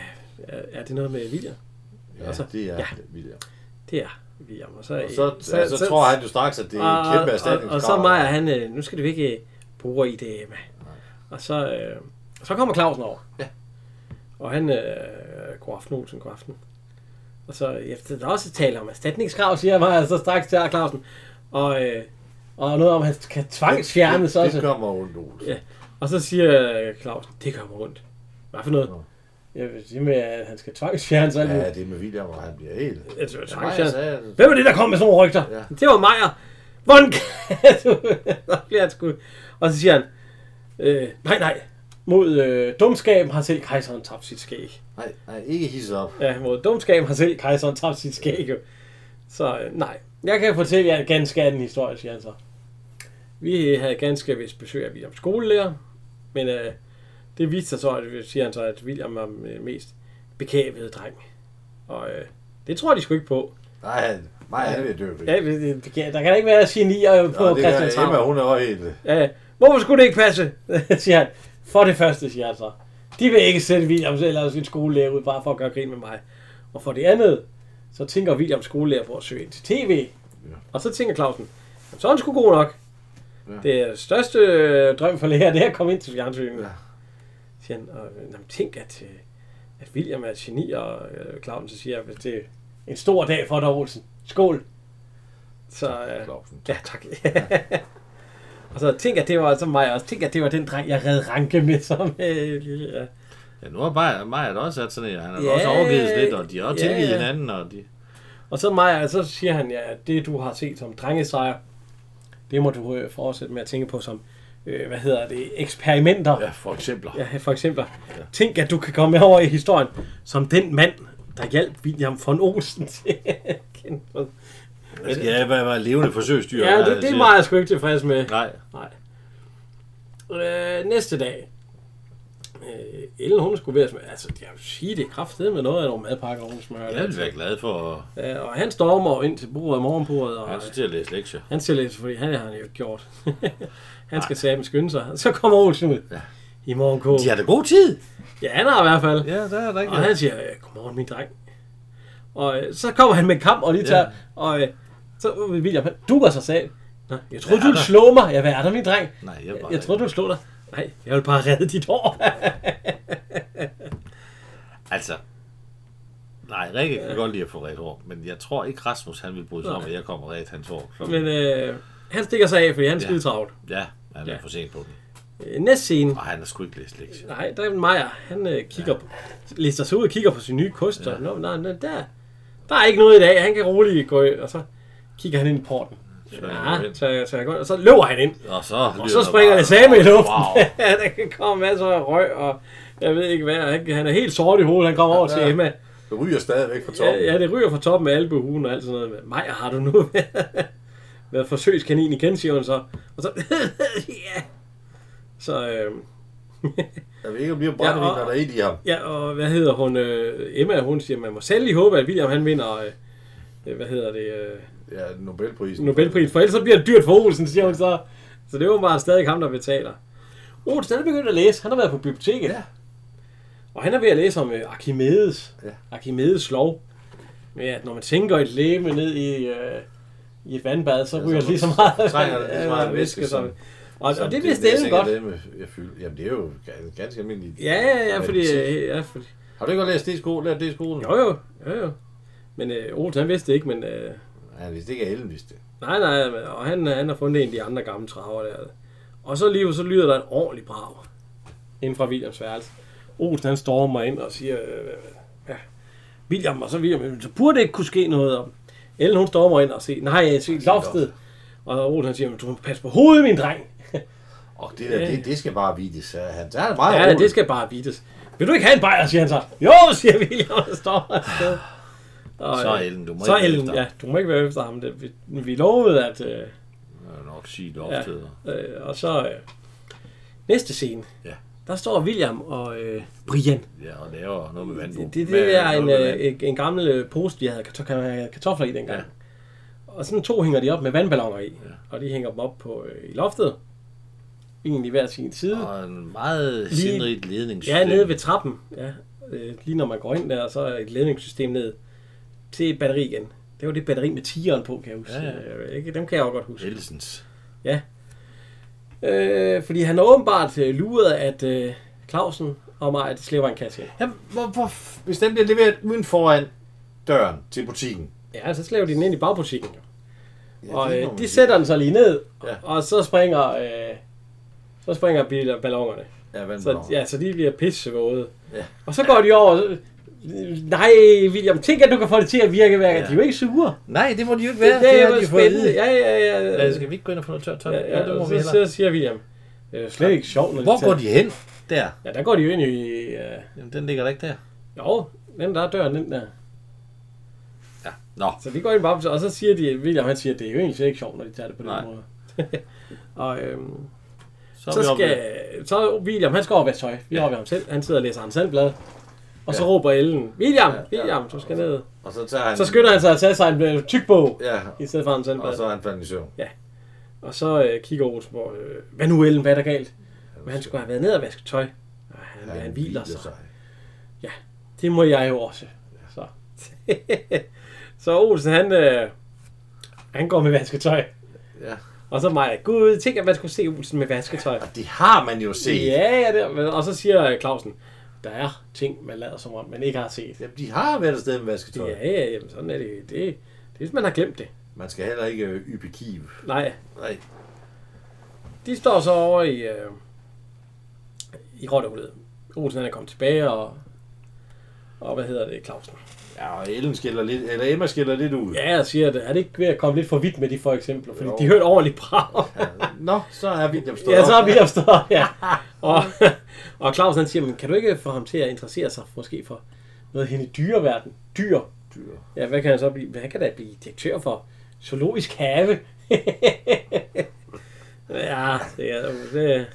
Speaker 1: er det noget med William?
Speaker 4: Ja,
Speaker 1: Og så-
Speaker 4: det er
Speaker 1: ja.
Speaker 4: ja. William.
Speaker 1: Det er William. Og så,
Speaker 4: Og så, så, altså, så, tror han jo straks, at det er et kæmpe erstatningskrav.
Speaker 1: Og, og så Maja, han, øh, nu skal du ikke bruge i det, Emma. Og så, øh, så kommer Clausen over.
Speaker 4: Ja.
Speaker 1: Og han, øh, god aften Olsen, god aften. Og så, efter der er også tale om erstatningskrav, siger Maja, så straks til Clausen. Og, øh, og noget om, at han kan tvangsfjernes
Speaker 4: det,
Speaker 1: også.
Speaker 4: det kommer ondt, Olsen.
Speaker 1: Ja. Og så siger øh, Clausen, det gør mig ondt. Hvad for noget? Jeg vil sige med, at han skal tvangsfjernes. Ja,
Speaker 4: Ja, det er med William, og han bliver helt... altså,
Speaker 1: det er
Speaker 4: Maja sagde, at-
Speaker 1: Hvem var det, der kom med sådan nogle rygter? Ja.
Speaker 4: Ja.
Speaker 1: Det var Meyer. Hvordan kan du? Der bliver han sgu... Og så siger han, øh, nej, nej, mod øh, dumskab har selv kejseren tabt sit skæg.
Speaker 4: Nej, nej, ikke hisse op.
Speaker 1: Ja, mod dumskab har selv kejseren tabt sit skæg. Jo. Så øh, nej, jeg kan fortælle jer en ganske anden historie, siger han så. Vi havde ganske vist besøg af Williams skolelærer, men øh, det viste sig så, at, siger han så, at William var den, øh, mest bekavede dreng. Og øh, det tror de sgu ikke på.
Speaker 4: Nej, han, Maja, han vil dø.
Speaker 1: Ja, det- det- det kan- der kan ikke være genier på
Speaker 4: Nå,
Speaker 1: Nå,
Speaker 4: det er
Speaker 1: Christianshavn.
Speaker 4: Emma, hun er også helt...
Speaker 1: Ja, hvorfor skulle det ikke passe, siger han. For det første, siger han så. De vil ikke sætte William eller sin skolelærer ud, bare for at gøre grin med mig. Og for det andet, så tænker Williams skolelærer på at søge ind til tv. Ja. Og så tænker Clausen, "Jamen, så er han sgu god nok. Ja.
Speaker 4: Ja.
Speaker 1: Det er største øh, drøm for lærer, det er at komme ind til fjernsynet. Ja.
Speaker 4: Ja.
Speaker 1: Siger han, og, øh, "Jamen, tænk, at, øh, at William er et geni, og øh, Clausen så siger, at det er en stor dag for dig, Olsen. Skål. Så, øh,
Speaker 4: Clausen.
Speaker 1: Ja, tak. og så tænk, at det var altså mig også. Tænk, at det var den dreng, jeg red ranke med som øh, lille. Ja.
Speaker 2: Ja, nu har Maja, Maja da også sat sådan en, han har
Speaker 1: Ja,
Speaker 2: yeah, også overgivet sig lidt, og de har også
Speaker 1: ja,
Speaker 2: yeah, tilgivet
Speaker 1: ja.
Speaker 2: hinanden, og de...
Speaker 1: Og så Maja, så siger han, ja, at det du har set som drengesejr, det må du øh, fortsætte med at tænke på som øh, hvad hedder det, eksperimenter.
Speaker 4: Ja, for eksempler.
Speaker 1: Ja, for eksempel. Ja. Tænk, at du kan komme med over i historien som den mand, der hjalp William von Olsen til at kæmpe.
Speaker 2: Jeg skal jeg være, være levende forsøgsdyr.
Speaker 1: Ja, det, det er
Speaker 2: siger-
Speaker 1: meget jeg sgu ikke tilfreds med.
Speaker 2: Nej.
Speaker 1: Nej. Øh, næste dag. Øh, Ellen, hun skulle ved at smøre. Altså, jeg vil sige, det er kraftedet med noget af nogle madpakker, hun smører.
Speaker 2: Jeg vil være glad for
Speaker 1: Øh, og han stormer over ind til bordet af morgenbordet, og
Speaker 2: at
Speaker 1: han,
Speaker 2: altså, til at læse lektier.
Speaker 1: han ser lidt, fordi han har han jo ikke gjort. han skal sammen skynde sig. Så kommer Olsen ud. Ja. I morgen K.
Speaker 2: De har da god tid.
Speaker 1: Ja, han har i hvert fald.
Speaker 2: Ja, der er der ikke.
Speaker 1: Og han siger, øh, godmorgen min dreng. Og øh, så kommer han med en kamp og lige tager, og øh, så vil William, han dukker sig selv. Nå, jeg troede, du ville slå mig. Jeg vil er der, min dreng.
Speaker 2: Nej, jeg,
Speaker 1: Jeg,
Speaker 2: bare,
Speaker 1: jeg troede, du ville slå dig. Nej, jeg vil bare redde dit hår.
Speaker 2: Altså, nej, Rikke kan godt lide at få ret hår, men jeg tror ikke Rasmus, han vil bryde sig om,
Speaker 1: Nej.
Speaker 2: at jeg kommer ret hans hår. klokken-
Speaker 1: Men øh, han stikker sig af, fordi han er
Speaker 2: Ja.
Speaker 1: skide travlt.
Speaker 2: Ja, han er
Speaker 1: Ja.
Speaker 2: for sent på den.
Speaker 1: Øh, næste scene.
Speaker 2: Og han har sgu ikke læst lektier.
Speaker 1: Nej, der er Maja. Han øh, kigger på, lister sig ud og kigger på sin nye kost. Ja. Nå, nej, nej, der, der er ikke noget i dag. Han kan roligt gå ind. Og så kigger han ind i porten.
Speaker 2: han
Speaker 1: Ja,
Speaker 2: ind.
Speaker 1: så, så jeg går, ind, og så løber han ind.
Speaker 2: Og så,
Speaker 1: Og så springer det samme i luften.
Speaker 2: Wow.
Speaker 1: ja, der kan komme masser af røg, og jeg ved ikke hvad. Han, han er helt sort i hovedet, han kommer over
Speaker 6: Ja,
Speaker 1: til
Speaker 6: ja.
Speaker 1: Emma.
Speaker 6: Det ryger stadigvæk fra
Speaker 1: Ja,
Speaker 6: toppen.
Speaker 1: ja, det ryger fra toppen af albuehugen og alt sådan noget. Maja, har du nu været- været forsøgskanin igen, siger hun så. Og så, ja. Så, øh,
Speaker 6: Jeg ved ikke, om de har brændvin,
Speaker 1: Ja, og-
Speaker 6: når der er ild i ham.
Speaker 1: ja, og hvad hedder hun? Øh, Emma, hun siger, man må selv lige håbe, at William han vinder, øh, øh, hvad hedder det, øh,
Speaker 6: Ja, Nobelprisen.
Speaker 1: Nobelpris, for ellers så bliver det dyrt for Olsen, siger hun så. Så det er åbenbart stadig ham, der betaler. Olsen, han er begyndt at læse. Han har været på biblioteket.
Speaker 6: Ja.
Speaker 1: Og han er ved at læse om øh, Archimedes.
Speaker 6: Ja.
Speaker 1: Archimedes lov. Med at når man tænker et læme ned i, øh, i et vandbad, så ryger det lige så meget.
Speaker 6: trænger det lige så meget væske,
Speaker 1: væske
Speaker 6: som-
Speaker 1: som- Og, og det vidste Ellen godt.
Speaker 6: Det med, jeg føler, jamen, det er jo gans- ganske almindeligt.
Speaker 1: Ja, ja, ja, fordi,
Speaker 6: matematik.
Speaker 1: øh, ja, fordi...
Speaker 6: Har du ikke lært det i skolen? Lært det i skolen?
Speaker 1: Jo, jo, jo, jo. Men øh, Olsen, han vidste det ikke, men... Øh,
Speaker 6: Ja, hvis det ikke er Ellen, hvis det.
Speaker 1: Nej, nej, men- og han, øh, han har fundet en af de andre gamle traver der. Og så lige så lyder der et ordentligt brag inden fra Williams værelse. Olsen han stormer ind og siger, øh, ja, William, og så William, så burde det ikke kunne ske noget om. Ellen hun stormer ind og siger, nej, jeg siger loftet. Og Olsen han siger, "Men du må passe på hovedet, min dreng.
Speaker 6: Og det der, det, det skal bare vides. Så han tager det meget
Speaker 1: Ja,
Speaker 6: roligt.
Speaker 1: det skal bare vides. Vil du ikke have en bajer, siger han så. Jo, siger William og stormer afsted. Og,
Speaker 2: Så
Speaker 1: øh,
Speaker 2: Ellen, du må
Speaker 1: så
Speaker 2: ikke
Speaker 1: Ellen,
Speaker 2: efter.
Speaker 1: ja, du må ikke være efter ham. Det, vi, vi lovede, at... Øh,
Speaker 2: Jeg vil nok sige det
Speaker 1: Ja.
Speaker 2: ofte. Ja.
Speaker 1: Øh, og så øh, næste scene.
Speaker 2: Ja.
Speaker 1: Der står William og øh, Brian.
Speaker 2: ja, og laver noget med vand.
Speaker 1: Det, det, det er en, øh, en- en gammel øh, pose, de havde karto- kan- kartofler i dengang. Ja.
Speaker 2: Ja.
Speaker 1: Og sådan to hænger de op med vandballoner i. Ja. Og de hænger dem op på øh, i loftet. Egentlig hver sin side.
Speaker 2: Og en meget
Speaker 1: Lige-
Speaker 2: sindrigt ledningssystem.
Speaker 1: Ja, nede ved trappen. Ja. Øh, lige når man går ind der, så er et ledningssystem ned til et batteri igen. Det var det batteri med tigeren på, kan jeg huske.
Speaker 2: Ja,
Speaker 1: Ja,
Speaker 2: ja.
Speaker 1: ja. Øh, dem kan jeg jo godt huske.
Speaker 2: Elsens.
Speaker 1: Øh, fordi han har åbenbart øh, luret, at øh, Clausen og mig, det slæber en kasse ind.
Speaker 6: Jamen, hvor, hvor, hvis den bliver leveret uden foran døren til butikken.
Speaker 1: Ja, altså, så slæber de den ind i bagbutikken. jo.
Speaker 6: Ja,
Speaker 1: Og
Speaker 6: det
Speaker 1: øh,
Speaker 6: må
Speaker 1: de
Speaker 6: man
Speaker 1: sætter den så lige ned,
Speaker 6: Ja.
Speaker 1: og så springer, øh, så springer bil- ballongerne.
Speaker 6: sige. Ja, vand
Speaker 1: Så, ja, så de bliver pissevåde.
Speaker 6: Ja.
Speaker 1: Og så går de over, og så- nej William, tænk at du kan få det til at virke hver gang.
Speaker 2: Ja.
Speaker 1: De er jo ikke sure.
Speaker 2: Nej, det må de jo ikke være. Det,
Speaker 1: er
Speaker 2: det
Speaker 1: jo
Speaker 2: har de fået at vide.
Speaker 1: Ja, ja, ja.
Speaker 2: Ja,
Speaker 1: ja,
Speaker 2: skal vi ikke gå ind og få noget tørt tøj?
Speaker 1: ja,
Speaker 2: det må
Speaker 1: og
Speaker 2: vi
Speaker 1: så,
Speaker 2: hellere.
Speaker 1: så siger William, det er jo slet ikke sjovt. Når
Speaker 2: Hvor
Speaker 1: tager-
Speaker 2: går de hen? Der.
Speaker 1: Ja, der går de jo ind i... Øh,
Speaker 2: Jamen, den ligger da ikke der.
Speaker 1: jo, den der er døren, den der.
Speaker 2: Ja. Nå.
Speaker 1: Så de går ind bare, og så siger de, William han siger, det er jo egentlig ikke sjovt, når de tager det på den
Speaker 2: Nej.
Speaker 1: måde. og øhm,
Speaker 2: Så,
Speaker 1: så,
Speaker 2: er vi
Speaker 1: så,
Speaker 2: oppe ved-
Speaker 1: skal, så William, han skal op og vaske tøj. Vi er oppe ved ham selv. Han sidder og læser hans sandblad. Og så råber Ellen, William,
Speaker 6: Ja, ja.
Speaker 1: William, du skal ned.
Speaker 6: Og så tager han...
Speaker 1: Så skynder han sig at tage sig en øh, tyk bog,
Speaker 6: Ja,
Speaker 1: i stedet for en
Speaker 6: og
Speaker 1: sandblad.
Speaker 6: så er han faldet i søvn.
Speaker 1: Og så øh, kigger Olsen på, øh, hvad nu Ellen, hvad er der galt? Men han skulle have været ned og vaske tøj. Og han, han, han hviler sig. Det må jeg jo også. Så, så Olsen, han, øh, han går med vasketøj.
Speaker 6: Ja.
Speaker 1: Og så Maja, gud, tænk at man skulle se Olsen med vasketøj.
Speaker 6: Og det har man jo set. Ja.
Speaker 1: Ja, ja, det, og så siger øh, Clausen, der er ting, man lader som om, man ikke har set.
Speaker 6: Jamen, de har været afsted med vasketøj.
Speaker 1: Ja, ja, jamen, sådan er det. Det, det er, hvis man har glemt det.
Speaker 6: Man skal heller ikke øh, yppe kiv.
Speaker 1: Nej,
Speaker 6: Nej.
Speaker 1: de står så over i, øh, i Rottehullet. Olsen han er kommet tilbage, og, og hvad hedder det, Clausen.
Speaker 6: Ja, og Ellen skiller lidt, eller Emma skiller lidt ud.
Speaker 1: Ja, jeg siger, at er det ikke ved at komme lidt for vidt med de for eksempler? Fordi jo. de hørte ordentligt brav.
Speaker 6: Nå, så er vi dem stået
Speaker 1: Ja, så
Speaker 6: op.
Speaker 1: er vi opstået, ja. Og, og Claus han siger, men kan du ikke få ham til at interessere sig måske for noget hen i dyreverden? Dyr.
Speaker 6: Dyr.
Speaker 1: Ja, hvad kan han så blive? Hvad kan da blive direktør for? Zoologisk have. ja, det er det.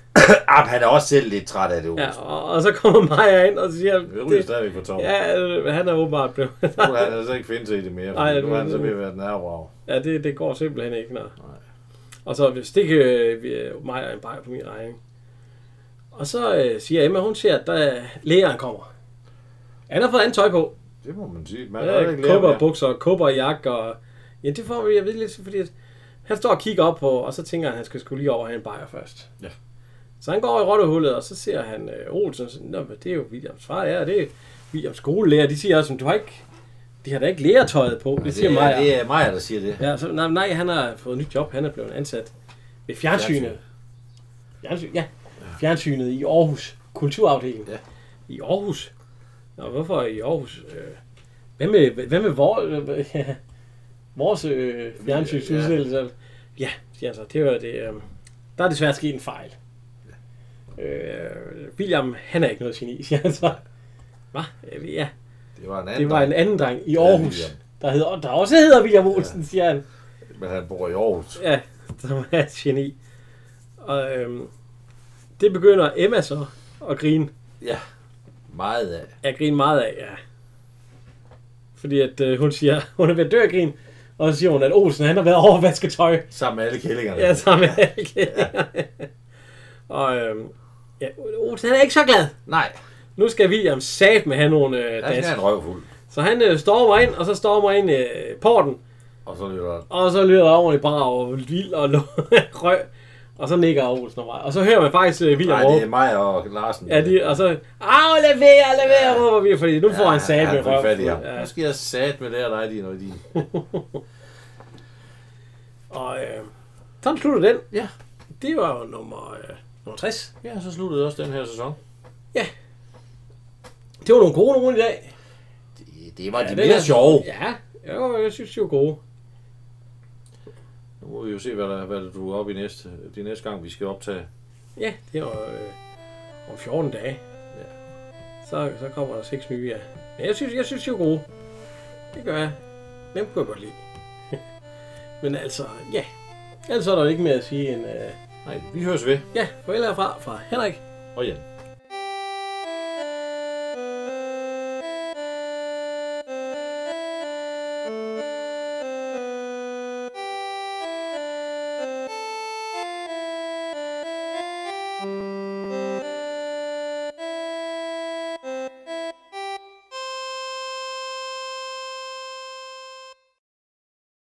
Speaker 6: Ab, han er også selv lidt træt af det. Ja.
Speaker 1: Ja, og, og, så kommer Maja ind og siger,
Speaker 4: Vi ryger
Speaker 1: det,
Speaker 4: stadigvæk på toppen. Ja.
Speaker 1: ja, øh, han er åbenbart blevet.
Speaker 4: Nu er han altså ikke finde til i det mere, for
Speaker 1: Nej,
Speaker 4: nu er han
Speaker 1: men-
Speaker 4: så ved at være den nærvrav.
Speaker 1: ja, det, det går simpelthen ikke, nej. Og så vil stikke øh, vi- Maja en bajer på min regning. Og så øh, siger Emma, hun ser, at der lægeren kommer. Han har fået andet tøj på.
Speaker 4: Det må man sige. Man er ikke
Speaker 1: Ja,
Speaker 4: lærer
Speaker 1: kåber
Speaker 4: mere.
Speaker 1: og bukser, kåber og jakke, og... Ja, det får vi, jeg ved lidt, fordi at han står og kigger op på, og så tænker han, at han skal skulle lige over og have en bajer først.
Speaker 4: Ja.
Speaker 1: Så han går over i rottehullet, og så ser han øh, Olsen, og så, Nå, men det er jo Williams far, ja, det er Williams skolelærer. De siger også, "Men du har ikke, de har da ikke læretøjet på, det siger
Speaker 6: Det,
Speaker 1: mig.
Speaker 6: er, det er Maja, der siger det.
Speaker 1: Ja, så, nej, nej, han har fået nyt job, han er blevet ansat ved fjernsynet. Fjernsyn, ja. Fjernsynet i Aarhus, kulturafdelingen.
Speaker 6: Ja.
Speaker 1: I Aarhus? Nå, hvorfor i Aarhus? Øh, Hvad med, hvad med vores, vores øh, fjernsynsudsendelse? Ja. ja, siger han så. Det var det. Øh, der er desværre sket en fejl. Øh, William, han er ikke noget geni, siger han så. Hva? Øh, Ja,
Speaker 4: Det var en anden,
Speaker 1: det var en
Speaker 4: dreng,
Speaker 1: anden dreng i Aarhus,
Speaker 4: William.
Speaker 1: der, hedder, der også hedder William Olsen, siger han.
Speaker 4: men han bor i Aarhus.
Speaker 1: Ja, som er et geni. Og øhm, det begynder Emma så at grine.
Speaker 6: Meget øh, af.
Speaker 1: Jeg griner meget af, ja. Fordi at øh, hun siger, hun er ved at dø af grin. Og så siger hun, at Olsen han har været over vasketøj.
Speaker 4: Sammen med alle kællingerne.
Speaker 1: Ja, sammen med alle Og øhm, ja, Olsen han er ikke så glad.
Speaker 6: Nej,
Speaker 1: Nu skal William sat med have nogle øh,
Speaker 6: han
Speaker 1: das.
Speaker 6: er en røvfuld.
Speaker 1: Så han øh, stormer ind, og så stormer ind øh, porten.
Speaker 4: Og så lyder der,
Speaker 1: Og så lyder der ordentligt brav og vild og lo- røg. Og så nikker Olsen og mig. Og så hører man faktisk øh, William
Speaker 4: nej,
Speaker 1: råbe.
Speaker 4: det er mig og Larsen.
Speaker 1: Ja, de, og så, au, lever, lever, ja. råber vi, fordi nu får han sat med
Speaker 4: han fik fat i ham.
Speaker 1: Ja.
Speaker 4: Nu skal jeg sat med det her dig, din og din.
Speaker 1: Og øh, sådan slutter den.
Speaker 4: Ja.
Speaker 1: Det var jo nummer, øh, nummer 60.
Speaker 4: Ja, så sluttede også den her sæson.
Speaker 1: Det var nogle gode nogen i dag.
Speaker 6: Det, det var ja, de
Speaker 1: den
Speaker 6: mere sjove.
Speaker 1: Ja, jo, jeg synes, de var gode.
Speaker 4: Nu må vi jo se, hvad, der, hvad der duer op i næste, de næste gang, vi skal optage.
Speaker 1: Ja, det var øh, om 14 dage. Så, så kommer der seks nye, ja. Men jeg synes, jeg synes, de var gode. Det gør jeg. Dem kunne jeg godt lide. Men altså, ja. Altså, Ellers er der jo ikke mere at sige end, øh,
Speaker 4: Nej, vi høres ved.
Speaker 1: ja, farvel herfra fra Henrik
Speaker 4: Og Jan.